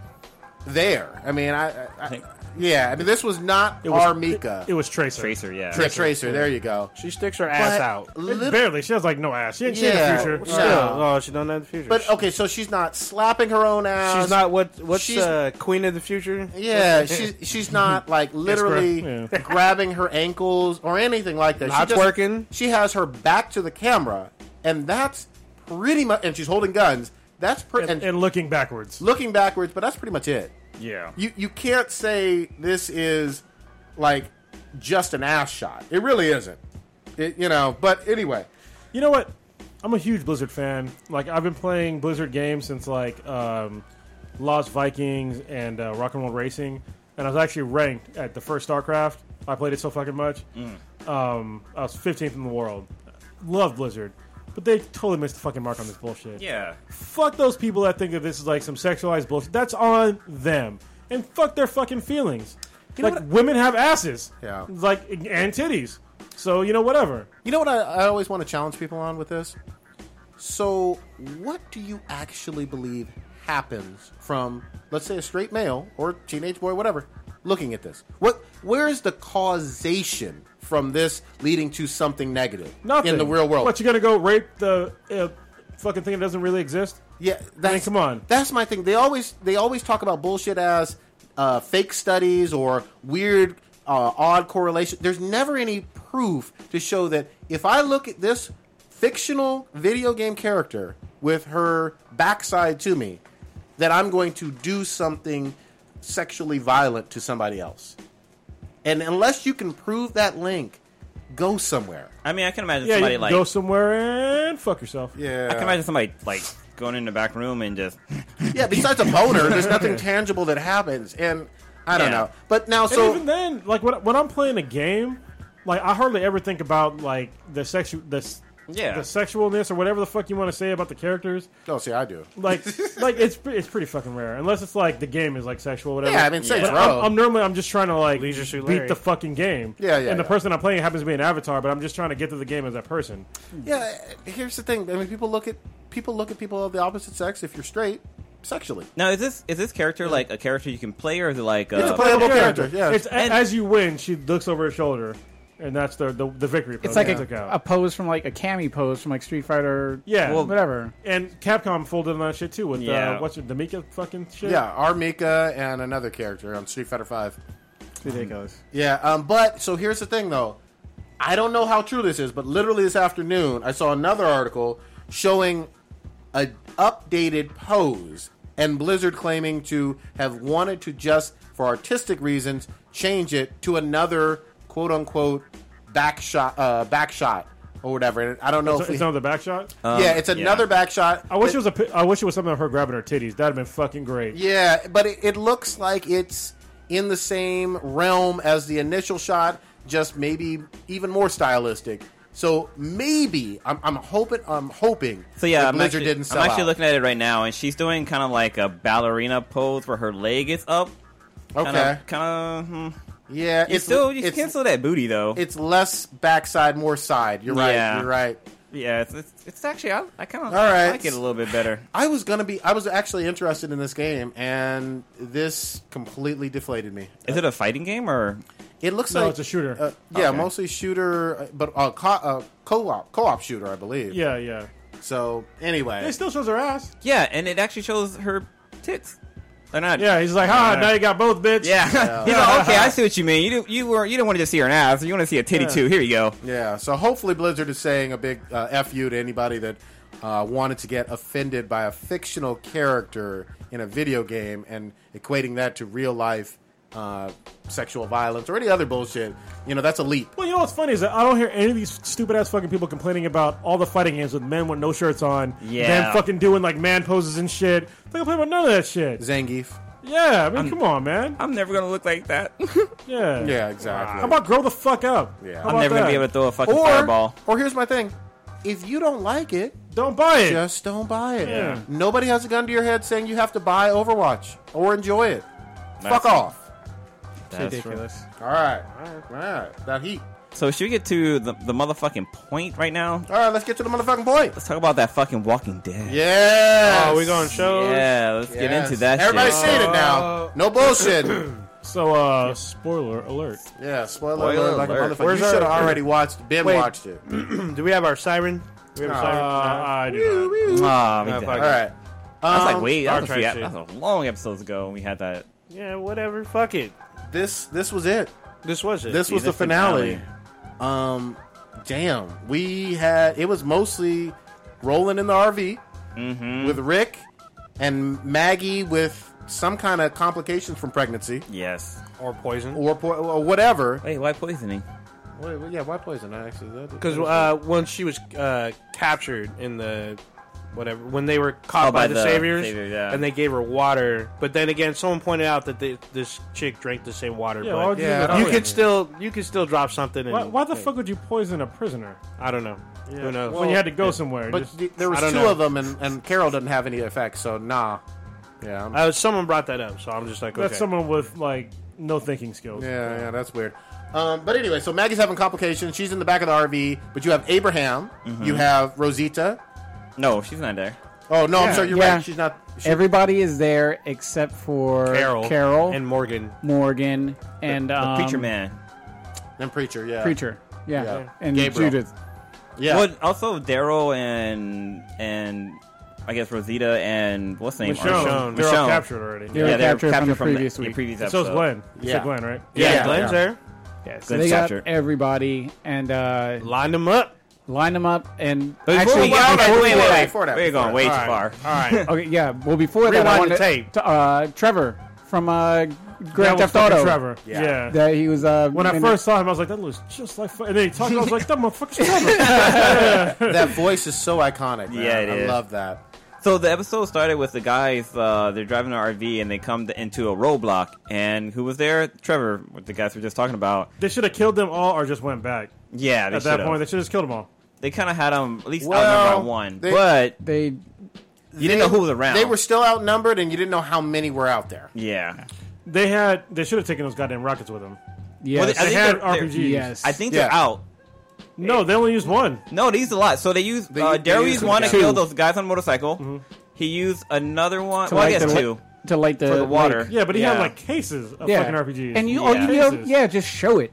Speaker 6: there. I mean, I, I, I yeah, I mean this was not
Speaker 8: It was-
Speaker 6: our Mika.
Speaker 8: It, it was Tracer.
Speaker 7: Tracer, yeah.
Speaker 6: Tra- Tracer, there you go.
Speaker 9: She sticks her ass
Speaker 6: But
Speaker 9: out.
Speaker 6: lit-
Speaker 8: barely. She has like no ass. She ain't seen
Speaker 6: Yeah.
Speaker 8: the future.
Speaker 6: No.
Speaker 9: Still, oh, she don't know the future.
Speaker 6: But uh, okay, so she's not slapping her own ass.
Speaker 9: she's not what what's
Speaker 6: she's-
Speaker 9: uh, queen of the future?
Speaker 6: Yeah, she's she's not like literally
Speaker 8: correct.
Speaker 6: grabbing her ankles or anything like that.
Speaker 9: Not
Speaker 6: she just-
Speaker 9: twerking.
Speaker 6: She has her back to the camera, and that's pretty much. And she's holding guns. That's pretty.
Speaker 8: And,
Speaker 6: And,
Speaker 8: and looking backwards.
Speaker 6: looking backwards, but that's pretty much it.
Speaker 7: Yeah.
Speaker 6: You you can't say this is like just an ass shot. It really isn't. It, you know. But anyway,
Speaker 8: You know what? I'm a huge Blizzard fan. Like I've been playing Blizzard games since like um, Lost Vikings and uh, Rock and Roll Racing, and I was actually ranked at the first StarCraft. I played it so fucking much. Um, I was 15th in the world. Love Blizzard, but they totally missed the fucking mark on this bullshit.
Speaker 7: Yeah.
Speaker 8: Fuck those people that think that this is like some sexualized bullshit. That's on them, and fuck their fucking feelings. like women have asses,
Speaker 6: Yeah.
Speaker 8: like and titties. So you know whatever.
Speaker 6: you know what I, I always want to challenge people on with this. So, what do you actually believe happens from, let's say, a straight male or teenage boy, whatever, looking at this? What, where is the causation from this leading to something negative
Speaker 8: Nothing
Speaker 6: in the real world?
Speaker 8: What you gonna go rape the uh, fucking thing that doesn't really exist?
Speaker 6: Yeah, that's,
Speaker 8: come on.
Speaker 6: That's my thing. They always they always talk about bullshit as uh, fake studies or weird, uh, odd correlation. There's never any proof to show that if I look at this fictional video game character with her backside to me, that I'm going to do something sexually violent to somebody else. And unless you can prove that link, go somewhere.
Speaker 7: I mean, I can imagine
Speaker 8: Yeah,
Speaker 7: somebody
Speaker 8: you
Speaker 7: like
Speaker 8: go somewhere and fuck yourself.
Speaker 6: Yeah,
Speaker 7: I can imagine somebody like going in the back room and just
Speaker 6: yeah, besides a boner, there's nothing tangible that happens, and I don't
Speaker 7: Yeah.
Speaker 6: know. But now,
Speaker 8: And
Speaker 6: so
Speaker 8: even then, like when, when I'm playing a game, like I hardly ever think about like the sexual the s-
Speaker 6: Yeah.
Speaker 8: the sexualness or whatever the fuck you want to say about the characters.
Speaker 6: oh, see, I do.
Speaker 8: Like, like it's pre- it's pretty fucking rare, unless it's like the game is like sexual, whatever.
Speaker 6: Yeah, I mean, Saints
Speaker 8: But I'm,
Speaker 6: Row.
Speaker 8: I'm normally I'm just trying to like beat
Speaker 6: Larry.
Speaker 8: the fucking game.
Speaker 6: Yeah, yeah,
Speaker 8: And the
Speaker 6: yeah.
Speaker 8: person I'm playing happens to be an avatar, but I'm just trying to get to the game as that person.
Speaker 6: Yeah, here's the thing. I mean, people look at people look at people of the opposite sex if you're straight sexually.
Speaker 7: now is this is this character like a character you can play or is it like uh,
Speaker 6: It's a playable character. Yeah,
Speaker 8: It's a- as you win, she looks over her shoulder, and that's the the, the victory.
Speaker 4: It's
Speaker 8: pose
Speaker 4: like
Speaker 8: they took
Speaker 4: a,
Speaker 8: out.
Speaker 4: a pose from like a cami pose from like Street Fighter.
Speaker 8: Yeah,
Speaker 4: whatever.
Speaker 8: And Capcom folded on that shit too with
Speaker 4: Yeah.
Speaker 8: uh, what's it, the Mika fucking shit.
Speaker 6: Yeah, Armika and another character on Street Fighter Five.
Speaker 4: Ridiculous.
Speaker 6: Yeah, um, but so here's the thing though. I don't know how true this is, but literally this afternoon I saw another article showing a updated pose and Blizzard claiming to have wanted to just for artistic reasons change it to another quote unquote back shot uh, back shot or whatever. And I don't know
Speaker 8: It's,
Speaker 6: if we,
Speaker 8: it's another back shot.
Speaker 6: yeah, it's another back shot.
Speaker 8: I wish it was a. pi- I wish it was something of her grabbing her titties. That'd have been fucking great.
Speaker 6: Yeah, but it, it looks like it's in the same realm as the initial shot, just maybe even more stylistic. So maybe I'm, I'm hoping I'm hoping.
Speaker 7: So yeah,
Speaker 6: that
Speaker 7: I'm
Speaker 6: Blizzard
Speaker 7: actually,
Speaker 6: didn't sell
Speaker 7: I'm actually
Speaker 6: out.
Speaker 7: looking at it right now, and she's doing kind of like a ballerina pose where her leg is up.
Speaker 6: Okay.
Speaker 7: kind of. Hmm.
Speaker 6: Yeah,
Speaker 7: you still you can't still that booty though.
Speaker 6: It's less backside, more side. You're right.
Speaker 7: Yeah.
Speaker 6: You're right.
Speaker 7: Yeah, it's, it's, it's actually I, I kind of
Speaker 6: All right.
Speaker 7: like it a little bit better.
Speaker 6: I was gonna be. I was actually interested in this game, and this completely deflated me.
Speaker 7: Is it a fighting game or?
Speaker 6: It looks
Speaker 8: No,
Speaker 6: like
Speaker 8: it's a shooter.
Speaker 6: Uh, yeah,
Speaker 8: Okay.
Speaker 6: mostly shooter, uh, but uh, co- uh, co-op co-op shooter, I believe.
Speaker 8: Yeah, yeah.
Speaker 6: So anyway,
Speaker 8: It still shows her ass.
Speaker 7: Yeah, and it actually shows her tits. They're not.
Speaker 8: Yeah, he's like, ha,
Speaker 7: Yeah.
Speaker 8: now you got both, bitch.
Speaker 7: Yeah. He's like, okay, I see what you mean. You do, you were you don't want to just see her ass. You want to see a titty
Speaker 6: Yeah.
Speaker 7: too. Here you go.
Speaker 6: Yeah, so hopefully Blizzard is saying a big uh, F you to anybody that uh, wanted to get offended by a fictional character in a video game and equating that to real life uh, sexual violence or any other bullshit. You know, that's a leap.
Speaker 8: Well, you know what's funny is that I don't hear any of these stupid ass fucking people complaining about all the fighting games with men with no shirts on.
Speaker 6: Yeah.
Speaker 8: Them fucking doing like man poses and shit. They don't play about none of that shit.
Speaker 6: Zangief.
Speaker 8: Yeah, I mean, come on, man.
Speaker 7: I'm never gonna look like that.
Speaker 8: yeah.
Speaker 6: Yeah, exactly.
Speaker 8: How about grow the fuck up?
Speaker 6: Yeah.
Speaker 8: How about that?
Speaker 7: throw a fucking
Speaker 6: or,
Speaker 7: fireball.
Speaker 6: Or here's my thing. If you don't like it,
Speaker 8: don't buy it.
Speaker 6: Just don't buy it.
Speaker 8: Yeah.
Speaker 6: Nobody has a gun to your head saying you have to buy Overwatch or enjoy it.
Speaker 7: That's-
Speaker 6: Fuck off.
Speaker 7: That's ridiculous.
Speaker 6: All right. All right. All right. That heat.
Speaker 7: So should we get to the, the motherfucking point right now?
Speaker 6: All right, let's get to the motherfucking point.
Speaker 7: Let's talk about that fucking Walking Dead.
Speaker 6: Yeah.
Speaker 8: Oh, we going shows?
Speaker 7: Yeah, let's get
Speaker 6: Yes.
Speaker 7: into that.
Speaker 6: Everybody's
Speaker 7: shit.
Speaker 6: seen it now. No bullshit.
Speaker 8: So, uh, spoiler alert.
Speaker 6: yeah, spoiler
Speaker 8: Spoiler
Speaker 6: alert, like a
Speaker 8: alert.
Speaker 6: motherfucker.
Speaker 8: Where's
Speaker 6: you should have
Speaker 8: our-
Speaker 6: already watched. Ben
Speaker 9: Wait.
Speaker 6: watched it.
Speaker 9: do we have our siren? Do we have a siren?
Speaker 8: Uh, I do.
Speaker 7: Ah,
Speaker 9: Yeah,
Speaker 7: we did.
Speaker 9: fuck it.
Speaker 6: Alright.
Speaker 7: I was
Speaker 6: Um,
Speaker 7: like, wait, that was, a
Speaker 9: Star
Speaker 7: few,
Speaker 9: Trek
Speaker 7: that was a long episodes ago when we had that.
Speaker 9: Yeah, whatever. Fuck it.
Speaker 6: This this was it.
Speaker 9: This was it.
Speaker 6: This was the finale. Um, damn, we had it was mostly rolling in the RV
Speaker 7: Mm-hmm.
Speaker 6: with Rick and Maggie with some kind of complications from pregnancy
Speaker 7: Yes.
Speaker 9: Or poison.
Speaker 6: or, po- or whatever.
Speaker 7: Wait, why poisoning?
Speaker 6: Wait, yeah, why poison? I actually
Speaker 9: Because uh, once she was uh, captured in the whatever, when they were caught
Speaker 7: Oh,
Speaker 9: by,
Speaker 7: by
Speaker 9: the,
Speaker 7: the
Speaker 9: saviors,
Speaker 7: savior, yeah.
Speaker 9: and they gave her water. But then again, someone pointed out that they, this chick drank the same water.
Speaker 8: Yeah, why
Speaker 9: but
Speaker 8: would you Yeah, do that?
Speaker 9: you
Speaker 8: Oh, yeah.
Speaker 9: could still you could still drop something. In,
Speaker 8: Why, why the fuck would you poison a prisoner?
Speaker 9: I don't know. Who knows?
Speaker 8: when you had to go somewhere.
Speaker 6: But
Speaker 8: just-
Speaker 6: the- there was
Speaker 9: I
Speaker 6: two
Speaker 9: don't know.
Speaker 6: of them, and, and Carol doesn't have any effects, so nah. Yeah, I'm-
Speaker 9: Uh, someone brought that up, so I'm just like,
Speaker 8: that's
Speaker 9: okay.
Speaker 8: someone with like no thinking skills.
Speaker 6: yeah, yeah, that's weird. Um, but anyway, so Maggie's having complications. She's in the back of the RV, but you have Abraham, you have Rosita.
Speaker 7: No, she's not there.
Speaker 6: Oh no, I'm
Speaker 4: Yeah.
Speaker 6: sorry, you're
Speaker 4: Yeah.
Speaker 6: right. She's not. She,
Speaker 4: Everybody is there except for
Speaker 9: Carol,
Speaker 4: Carol
Speaker 9: and Morgan.
Speaker 4: Morgan, and
Speaker 7: The
Speaker 4: um,
Speaker 7: preacher man.
Speaker 6: and Preacher, yeah,
Speaker 4: Preacher. Yeah,
Speaker 6: Yeah.
Speaker 4: and
Speaker 6: Gabriel.
Speaker 4: Judith.
Speaker 6: yeah.
Speaker 7: Well, also Daryl and and I guess Rosita and what's the name?
Speaker 8: Michonne.
Speaker 7: Michonne.
Speaker 8: They're all
Speaker 7: Michonne.
Speaker 8: captured already. They
Speaker 4: were
Speaker 7: yeah, there
Speaker 4: captured from the previous
Speaker 7: the,
Speaker 4: week.
Speaker 7: previous
Speaker 8: So
Speaker 7: episode.
Speaker 8: is Glenn. You
Speaker 6: Yeah.
Speaker 8: said Glenn, right?
Speaker 6: Yeah,
Speaker 9: Yeah, Glenn's
Speaker 6: yeah.
Speaker 9: there.
Speaker 4: Yeah, so
Speaker 7: Glenn
Speaker 4: they got
Speaker 7: Thatcher.
Speaker 4: everybody and uh,
Speaker 9: Lined them up.
Speaker 4: line them up and
Speaker 7: But
Speaker 4: actually
Speaker 7: before we get-
Speaker 6: before we
Speaker 7: wait,
Speaker 6: get
Speaker 7: wait,
Speaker 6: there,
Speaker 7: wait.
Speaker 6: before that,
Speaker 7: We're
Speaker 6: before
Speaker 7: going way too
Speaker 6: that.
Speaker 7: far.
Speaker 9: All right.
Speaker 4: Okay, yeah. Well, before that, I
Speaker 9: Rewind
Speaker 4: wanted
Speaker 9: the tape.
Speaker 4: To, uh, Trevor from uh,
Speaker 8: That
Speaker 4: Grand
Speaker 8: was
Speaker 4: Theft
Speaker 8: fucking
Speaker 4: Auto.
Speaker 8: Trevor.
Speaker 6: Yeah.
Speaker 8: Yeah.
Speaker 4: That he was. Uh,
Speaker 8: When I
Speaker 4: in-
Speaker 8: first saw him, I was like, "That looks just like." fu-" And then he talked, I was like, "That motherfucker's Trevor."
Speaker 6: that voice is so iconic. Man.
Speaker 7: Yeah, it
Speaker 6: I
Speaker 7: is.
Speaker 6: love that.
Speaker 7: So the episode started with the guys. Uh, they're driving an RV and they come to, into a roadblock. And who was there? Trevor, what the guys we were just talking about.
Speaker 8: They should have killed them all, or just went back.
Speaker 7: Yeah, they
Speaker 8: at that
Speaker 7: should've.
Speaker 8: point, they should have just killed them all.
Speaker 7: They kind of had them at least
Speaker 6: Well,
Speaker 7: outnumbered by one,
Speaker 6: they-
Speaker 7: but
Speaker 4: They you
Speaker 7: didn't know who was around.
Speaker 6: They were still outnumbered, and you didn't know how many were out there.
Speaker 7: yeah.
Speaker 8: They had. They should have taken those goddamn rockets with them.
Speaker 4: Yes.
Speaker 7: Well, I
Speaker 8: They
Speaker 7: think
Speaker 8: had
Speaker 7: they're- they're-
Speaker 8: RPGs.
Speaker 4: yes.
Speaker 7: I think they're
Speaker 6: Yeah.
Speaker 7: out.
Speaker 8: No, they only used one.
Speaker 7: No, they used a lot. So they used
Speaker 6: They-
Speaker 7: uh,
Speaker 6: they used
Speaker 7: Darius
Speaker 6: some
Speaker 7: one to
Speaker 6: guys.
Speaker 7: kill those guys on a motorcycle. He used another one.
Speaker 4: To
Speaker 7: well, I
Speaker 4: light
Speaker 7: guess
Speaker 4: the-
Speaker 7: two.
Speaker 4: to light the,
Speaker 7: For the water.
Speaker 4: lake.
Speaker 8: Yeah, but he
Speaker 7: Yeah.
Speaker 8: had like cases of
Speaker 4: Yeah.
Speaker 8: fucking RPGs.
Speaker 4: And you, all you
Speaker 7: Yeah.
Speaker 4: know, yeah, just show it.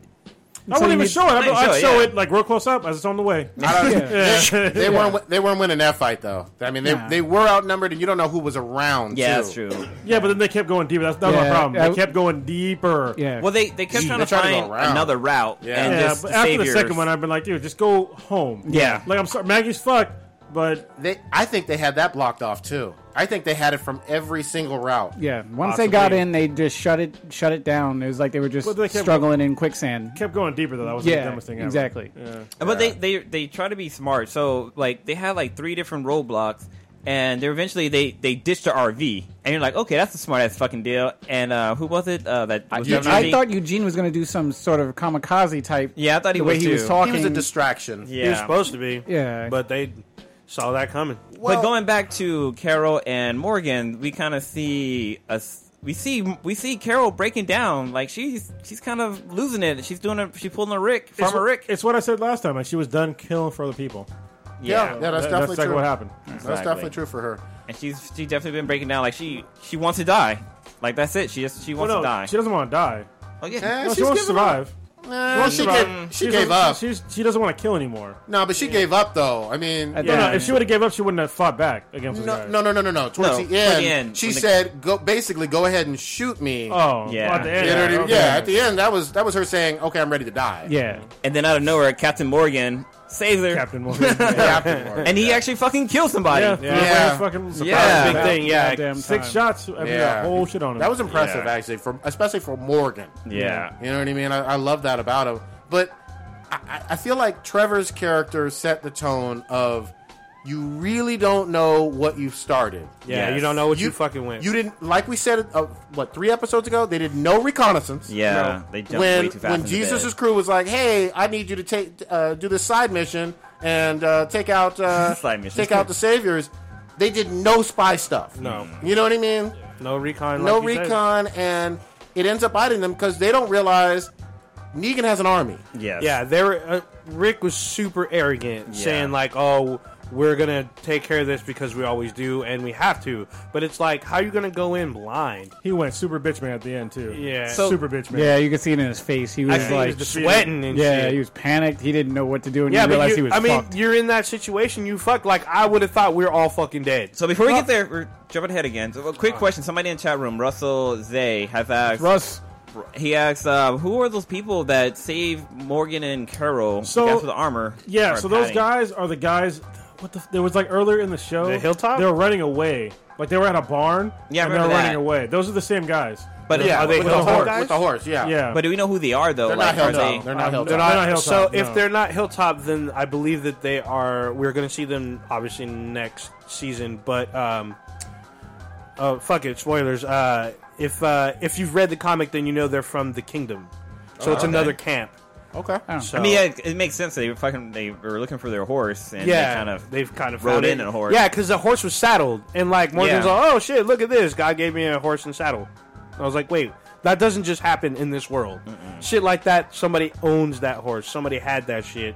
Speaker 8: I wouldn't even
Speaker 4: you-
Speaker 8: show it. I'd,
Speaker 7: Not
Speaker 8: I'd
Speaker 7: even
Speaker 8: show,
Speaker 7: show it, yeah.
Speaker 8: it like real close up as it's on the way.
Speaker 6: I don't-
Speaker 4: Yeah.
Speaker 6: They, they weren't. win- They weren't winning that fight, though. I mean, they,
Speaker 4: Nah.
Speaker 6: they were outnumbered, and you don't know who was around.
Speaker 7: Yeah,
Speaker 6: too.
Speaker 7: that's true.
Speaker 8: Yeah, but then they kept going deeper. That's not my
Speaker 4: Yeah,
Speaker 8: problem.
Speaker 4: I
Speaker 8: They
Speaker 4: w-
Speaker 8: kept going deeper.
Speaker 4: Yeah.
Speaker 7: Well, they, they kept
Speaker 6: They
Speaker 7: trying to
Speaker 6: tried to go
Speaker 7: find
Speaker 6: around.
Speaker 7: another route.
Speaker 6: Yeah.
Speaker 7: and
Speaker 8: Yeah,
Speaker 7: just
Speaker 8: but after
Speaker 7: save
Speaker 8: the
Speaker 7: yours.
Speaker 8: second one, I've been like, dude, just go home.
Speaker 7: Yeah.
Speaker 8: like I'm sorry, Maggie's fucked, but
Speaker 6: They, I think they had that blocked off too. I think they had it from every single route.
Speaker 4: yeah. Once they got
Speaker 8: Possibly.
Speaker 4: in, they just shut it, shut it down. It was like they were just
Speaker 8: Well, they kept-
Speaker 4: struggling in quicksand.
Speaker 8: kept going deeper though. That was the
Speaker 4: Yeah,
Speaker 8: dumbest thing ever.
Speaker 4: exactly.
Speaker 8: Yeah.
Speaker 7: But they, they they try to be smart. So like they had like three different roadblocks, and they eventually they they ditched the RV, and you're like, okay, that's a smart ass fucking deal. And uh, who was it? Uh, that was driving the
Speaker 4: I
Speaker 7: RV?
Speaker 4: thought Eugene was going to do some sort of kamikaze type.
Speaker 7: Yeah, I thought he
Speaker 4: the way
Speaker 7: was
Speaker 4: he was
Speaker 7: too.
Speaker 6: He
Speaker 4: talking.
Speaker 6: was a distraction.
Speaker 7: yeah.
Speaker 9: He was supposed to be.
Speaker 4: Yeah.
Speaker 9: But they saw that coming.
Speaker 6: Well-
Speaker 7: but going back to Carol and Morgan, we kind of see us. We see we see Carol breaking down. Like she's she's kind of losing it. She's doing a she's pulling a Rick
Speaker 8: It's,
Speaker 7: Farmer Rick.
Speaker 8: it's what I said last time. Like she was done killing for other people.
Speaker 6: Yeah, yeah, that's
Speaker 8: That-
Speaker 6: definitely
Speaker 8: exactly
Speaker 6: true.
Speaker 8: what happened.
Speaker 6: That's
Speaker 7: Exactly.
Speaker 6: definitely true for her.
Speaker 7: and she's she definitely been breaking down. Like she she wants to die. Like that's it. She just she wants
Speaker 8: Well, no,
Speaker 7: to die.
Speaker 8: she doesn't want to die.
Speaker 7: oh yeah.
Speaker 6: Eh,
Speaker 8: No, she
Speaker 6: she's
Speaker 8: wants to
Speaker 6: giving up.
Speaker 8: survive.
Speaker 6: Eh,
Speaker 8: wants
Speaker 6: she
Speaker 8: to survive.
Speaker 6: gave, she
Speaker 8: She
Speaker 6: gave
Speaker 8: doesn't-
Speaker 6: up.
Speaker 8: She's, she doesn't want to kill anymore.
Speaker 6: No, but she gave up though. I mean,
Speaker 4: At
Speaker 8: No, no,
Speaker 4: Yeah.
Speaker 8: if she would have gave up, she wouldn't have fought back against the
Speaker 6: no,
Speaker 8: guys.
Speaker 6: no, no, no, no, no. Towards
Speaker 7: No,
Speaker 6: the
Speaker 7: toward the
Speaker 6: end,
Speaker 7: end,
Speaker 6: she
Speaker 7: when the-
Speaker 6: said, "Go basically, go ahead and shoot me."
Speaker 8: Oh,
Speaker 7: Yeah.
Speaker 8: well, at the end,
Speaker 6: You know what I mean?
Speaker 8: okay.
Speaker 6: Yeah, at the end, that was that was her saying, "Okay, I'm ready to die."
Speaker 4: yeah,
Speaker 7: And then out of nowhere, Captain Morgan saves her,
Speaker 8: Captain Morgan.
Speaker 6: Captain Morgan.
Speaker 7: and he actually fucking kills somebody.
Speaker 8: yeah,
Speaker 6: Yeah.
Speaker 8: fucking surprise.
Speaker 7: Yeah.
Speaker 9: Big thing, yeah.
Speaker 4: Goddamn
Speaker 8: Six
Speaker 4: time.
Speaker 8: shots. I mean,
Speaker 6: Yeah.
Speaker 8: that whole shit on him.
Speaker 6: That was impressive,
Speaker 7: Yeah.
Speaker 6: actually, for especially for Morgan.
Speaker 7: Yeah.
Speaker 6: You know what I mean? I, I love that about him. But I- I, I feel like Trevor's character set the tone of you really don't know what you've started.
Speaker 9: Yeah,
Speaker 7: Yes.
Speaker 9: you don't know what you, fucking went.
Speaker 6: You didn't like we said uh, what three episodes ago. They did no reconnaissance.
Speaker 7: Yeah, they jumped
Speaker 6: when
Speaker 7: way too fast
Speaker 6: when
Speaker 7: into
Speaker 6: Jesus'
Speaker 7: bed.
Speaker 6: crew was like, "Hey, I need you to take uh, do this side mission and uh, take out uh,
Speaker 7: Side mission.
Speaker 6: take out the saviors." They did no spy stuff.
Speaker 9: No.
Speaker 6: you know what I mean.
Speaker 9: no recon.
Speaker 6: no
Speaker 9: like you said.
Speaker 6: recon, and it ends up biting them because they don't realize Negan has an army.
Speaker 7: Yes.
Speaker 9: Yeah, they were. Uh, Rick was super arrogant,
Speaker 7: Yeah.
Speaker 9: saying like, "Oh, we're gonna take care of this because we always do, and we have to." But it's like, how you gonna go in blind?
Speaker 8: He went super bitch man at the end too.
Speaker 9: Yeah. So-
Speaker 8: super bitch man.
Speaker 4: yeah. You could see it in his face. He was
Speaker 9: Actually,
Speaker 4: like,
Speaker 9: he was sweating and
Speaker 4: yeah,
Speaker 9: shit.
Speaker 4: he was panicked. He didn't know what to do, and
Speaker 9: yeah,
Speaker 4: you
Speaker 9: but
Speaker 4: realized
Speaker 9: you,
Speaker 4: he was
Speaker 9: I mean,
Speaker 4: fucked.
Speaker 9: you're in that situation. You fuck. Like I would have thought we are all fucking dead. Uh,
Speaker 7: So before we get there, we're jumping ahead again. So a quick question: Somebody in chat room, Russell Zay, has asked.
Speaker 4: Russ,
Speaker 7: he asks, uh, "Who are those people that save Morgan and Carol?
Speaker 8: So-
Speaker 7: the guys with the armor.
Speaker 8: Yeah,
Speaker 7: or
Speaker 8: so those
Speaker 7: padding?
Speaker 8: guys are the guys. What the? f- There was like earlier in the show,
Speaker 9: The hilltop?
Speaker 8: They were running away. Like they were at a barn.
Speaker 7: Yeah, I
Speaker 8: and they were
Speaker 7: remember
Speaker 8: running
Speaker 7: that.
Speaker 8: away. Those are the same guys.
Speaker 7: But
Speaker 6: Yeah,
Speaker 7: are they?
Speaker 6: with,
Speaker 9: held
Speaker 6: the
Speaker 9: up
Speaker 6: horse,
Speaker 9: guys?
Speaker 6: with the horse, yeah.
Speaker 8: Yeah,
Speaker 7: But do we know who they are though?
Speaker 6: They're
Speaker 7: like,
Speaker 6: not held
Speaker 7: are they?
Speaker 6: up. They're not held
Speaker 8: they're
Speaker 6: up.
Speaker 8: not- hilltop,
Speaker 9: so
Speaker 8: no.
Speaker 9: if they're not hilltop, then I believe that they are. We're gonna see them obviously next season. But um, oh fuck it, spoilers. Uh, if uh, if you've read the comic, then you know they're from the kingdom. So
Speaker 8: Oh,
Speaker 9: it's another camp.
Speaker 6: Okay.
Speaker 9: So,
Speaker 7: I mean, yeah, it, it makes sense. They were fucking. They were looking for their horse, and
Speaker 9: yeah,
Speaker 7: they kind of
Speaker 9: they've kind of
Speaker 7: rode
Speaker 9: found
Speaker 7: in
Speaker 9: it.
Speaker 7: on a horse.
Speaker 9: Yeah, because the horse was saddled, and like Morgan's
Speaker 7: Yeah.
Speaker 9: like, "Oh shit, look at this! God gave me a horse and saddle." I was like, "Wait, that doesn't just happen in this world. Shit like that, somebody owns that horse. Somebody had that shit.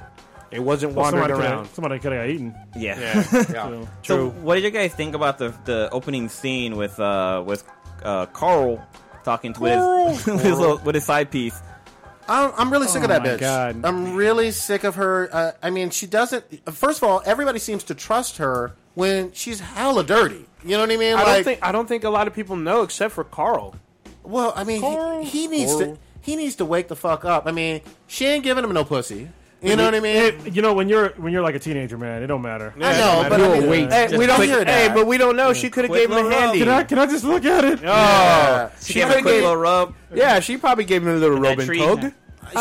Speaker 9: It wasn't
Speaker 8: Well,
Speaker 9: wandering
Speaker 8: somebody coulda-
Speaker 9: around."
Speaker 8: Somebody could have got eaten.
Speaker 7: yeah.
Speaker 6: Yeah.
Speaker 7: So, what did you guys think about the the opening scene with uh with uh Carl talking to his with, his little, with his side piece?
Speaker 6: I'm, I'm really sick of that
Speaker 4: my
Speaker 6: bitch.
Speaker 4: God.
Speaker 6: I'm really sick of her. Uh, I mean, she doesn't. First of all, everybody seems to trust her when she's hella dirty. You know what I mean?
Speaker 9: I don't
Speaker 6: like,
Speaker 9: think I don't think a lot of people know except for Carl.
Speaker 6: well, I mean,
Speaker 9: Carl.
Speaker 6: he, he needs
Speaker 9: Carl.
Speaker 6: to. He needs to wake the fuck up. I mean, she ain't giving him no pussy. You know what I mean?
Speaker 8: You know, when you're when you're like a teenager, man, it don't matter.
Speaker 6: I know, but I
Speaker 4: You'll
Speaker 6: mean,
Speaker 4: wait.
Speaker 6: hey, we don't
Speaker 9: quick-
Speaker 6: hear
Speaker 9: hey,
Speaker 6: that.
Speaker 9: but we don't know. She could have
Speaker 7: Quick
Speaker 9: gave him a
Speaker 7: little
Speaker 9: handy.
Speaker 8: Can I can I just look at it?
Speaker 9: Oh,
Speaker 6: Yeah.
Speaker 7: She
Speaker 9: She
Speaker 7: gave him a
Speaker 9: could've
Speaker 7: quick
Speaker 9: gave-
Speaker 7: little rub.
Speaker 9: yeah, she probably gave him a little
Speaker 7: that
Speaker 9: robe and
Speaker 7: tree.
Speaker 9: tug.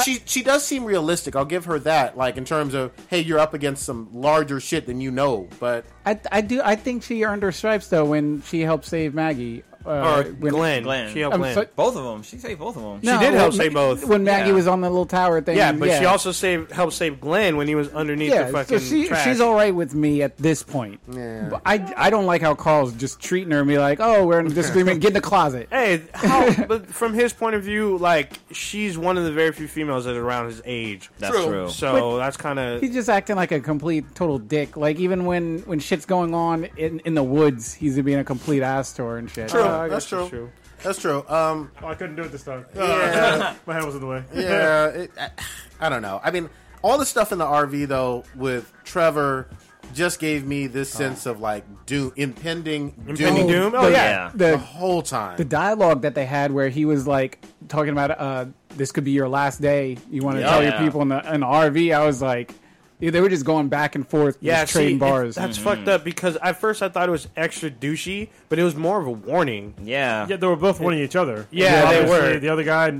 Speaker 6: she she does seem realistic. I'll give her that. Like in terms of, hey, you're up against some larger shit than you know. But
Speaker 4: I, I do. I think she earned her stripes though when she helped save Maggie. Uh,
Speaker 9: Or
Speaker 4: when-
Speaker 9: Glenn.
Speaker 7: Glenn.
Speaker 9: She helped
Speaker 4: I'm
Speaker 9: Glenn.
Speaker 4: so-
Speaker 7: both of them. She saved both of them.
Speaker 4: No,
Speaker 9: she did
Speaker 4: when-
Speaker 9: help save both.
Speaker 4: when Maggie
Speaker 7: Yeah.
Speaker 4: was on the little tower thing.
Speaker 9: yeah, but she also saved helped save Glenn when he was underneath
Speaker 4: yeah.
Speaker 9: the fucking
Speaker 4: so she,
Speaker 9: trash.
Speaker 4: she's all right with me at this point. But I I don't like how Carl's just treating her and be like, oh, we're in disagreement. Get in the closet.
Speaker 9: Hey, how, but from his point of view, like she's one of the very few females that are around his age.
Speaker 7: That's True. true.
Speaker 9: So that's kind of
Speaker 4: He's just acting like a complete total dick. Like even when when shit's going on in in the woods, he's being a complete ass to her and shit.
Speaker 6: true,
Speaker 8: I
Speaker 6: that's
Speaker 8: guess
Speaker 6: true.
Speaker 8: it's true.
Speaker 6: That's true. Um,
Speaker 8: Oh, I couldn't do it this time.
Speaker 6: Yeah.
Speaker 8: My head was in the way.
Speaker 6: yeah, it, I, I don't know. I mean, all the stuff in the RV though with Trevor just gave me this sense of like doom, impending,
Speaker 9: Impending doom? Oh,
Speaker 4: the,
Speaker 9: yeah.
Speaker 6: the
Speaker 4: The,
Speaker 6: whole time.
Speaker 4: the dialogue that they had where he was like talking about uh, this could be your last day. You want to
Speaker 6: Yeah.
Speaker 4: tell your
Speaker 7: Yeah.
Speaker 4: people in the, in the RV. I was like, yeah, they were just going back and forth,
Speaker 9: yeah,
Speaker 4: just trading
Speaker 9: see, it-
Speaker 4: bars.
Speaker 9: That's fucked up because at first I thought it was extra douchey, but it was more of a warning.
Speaker 7: Yeah.
Speaker 8: Yeah, they were both wanting each other.
Speaker 9: Yeah, they
Speaker 8: Obviously,
Speaker 9: were.
Speaker 8: The other guy,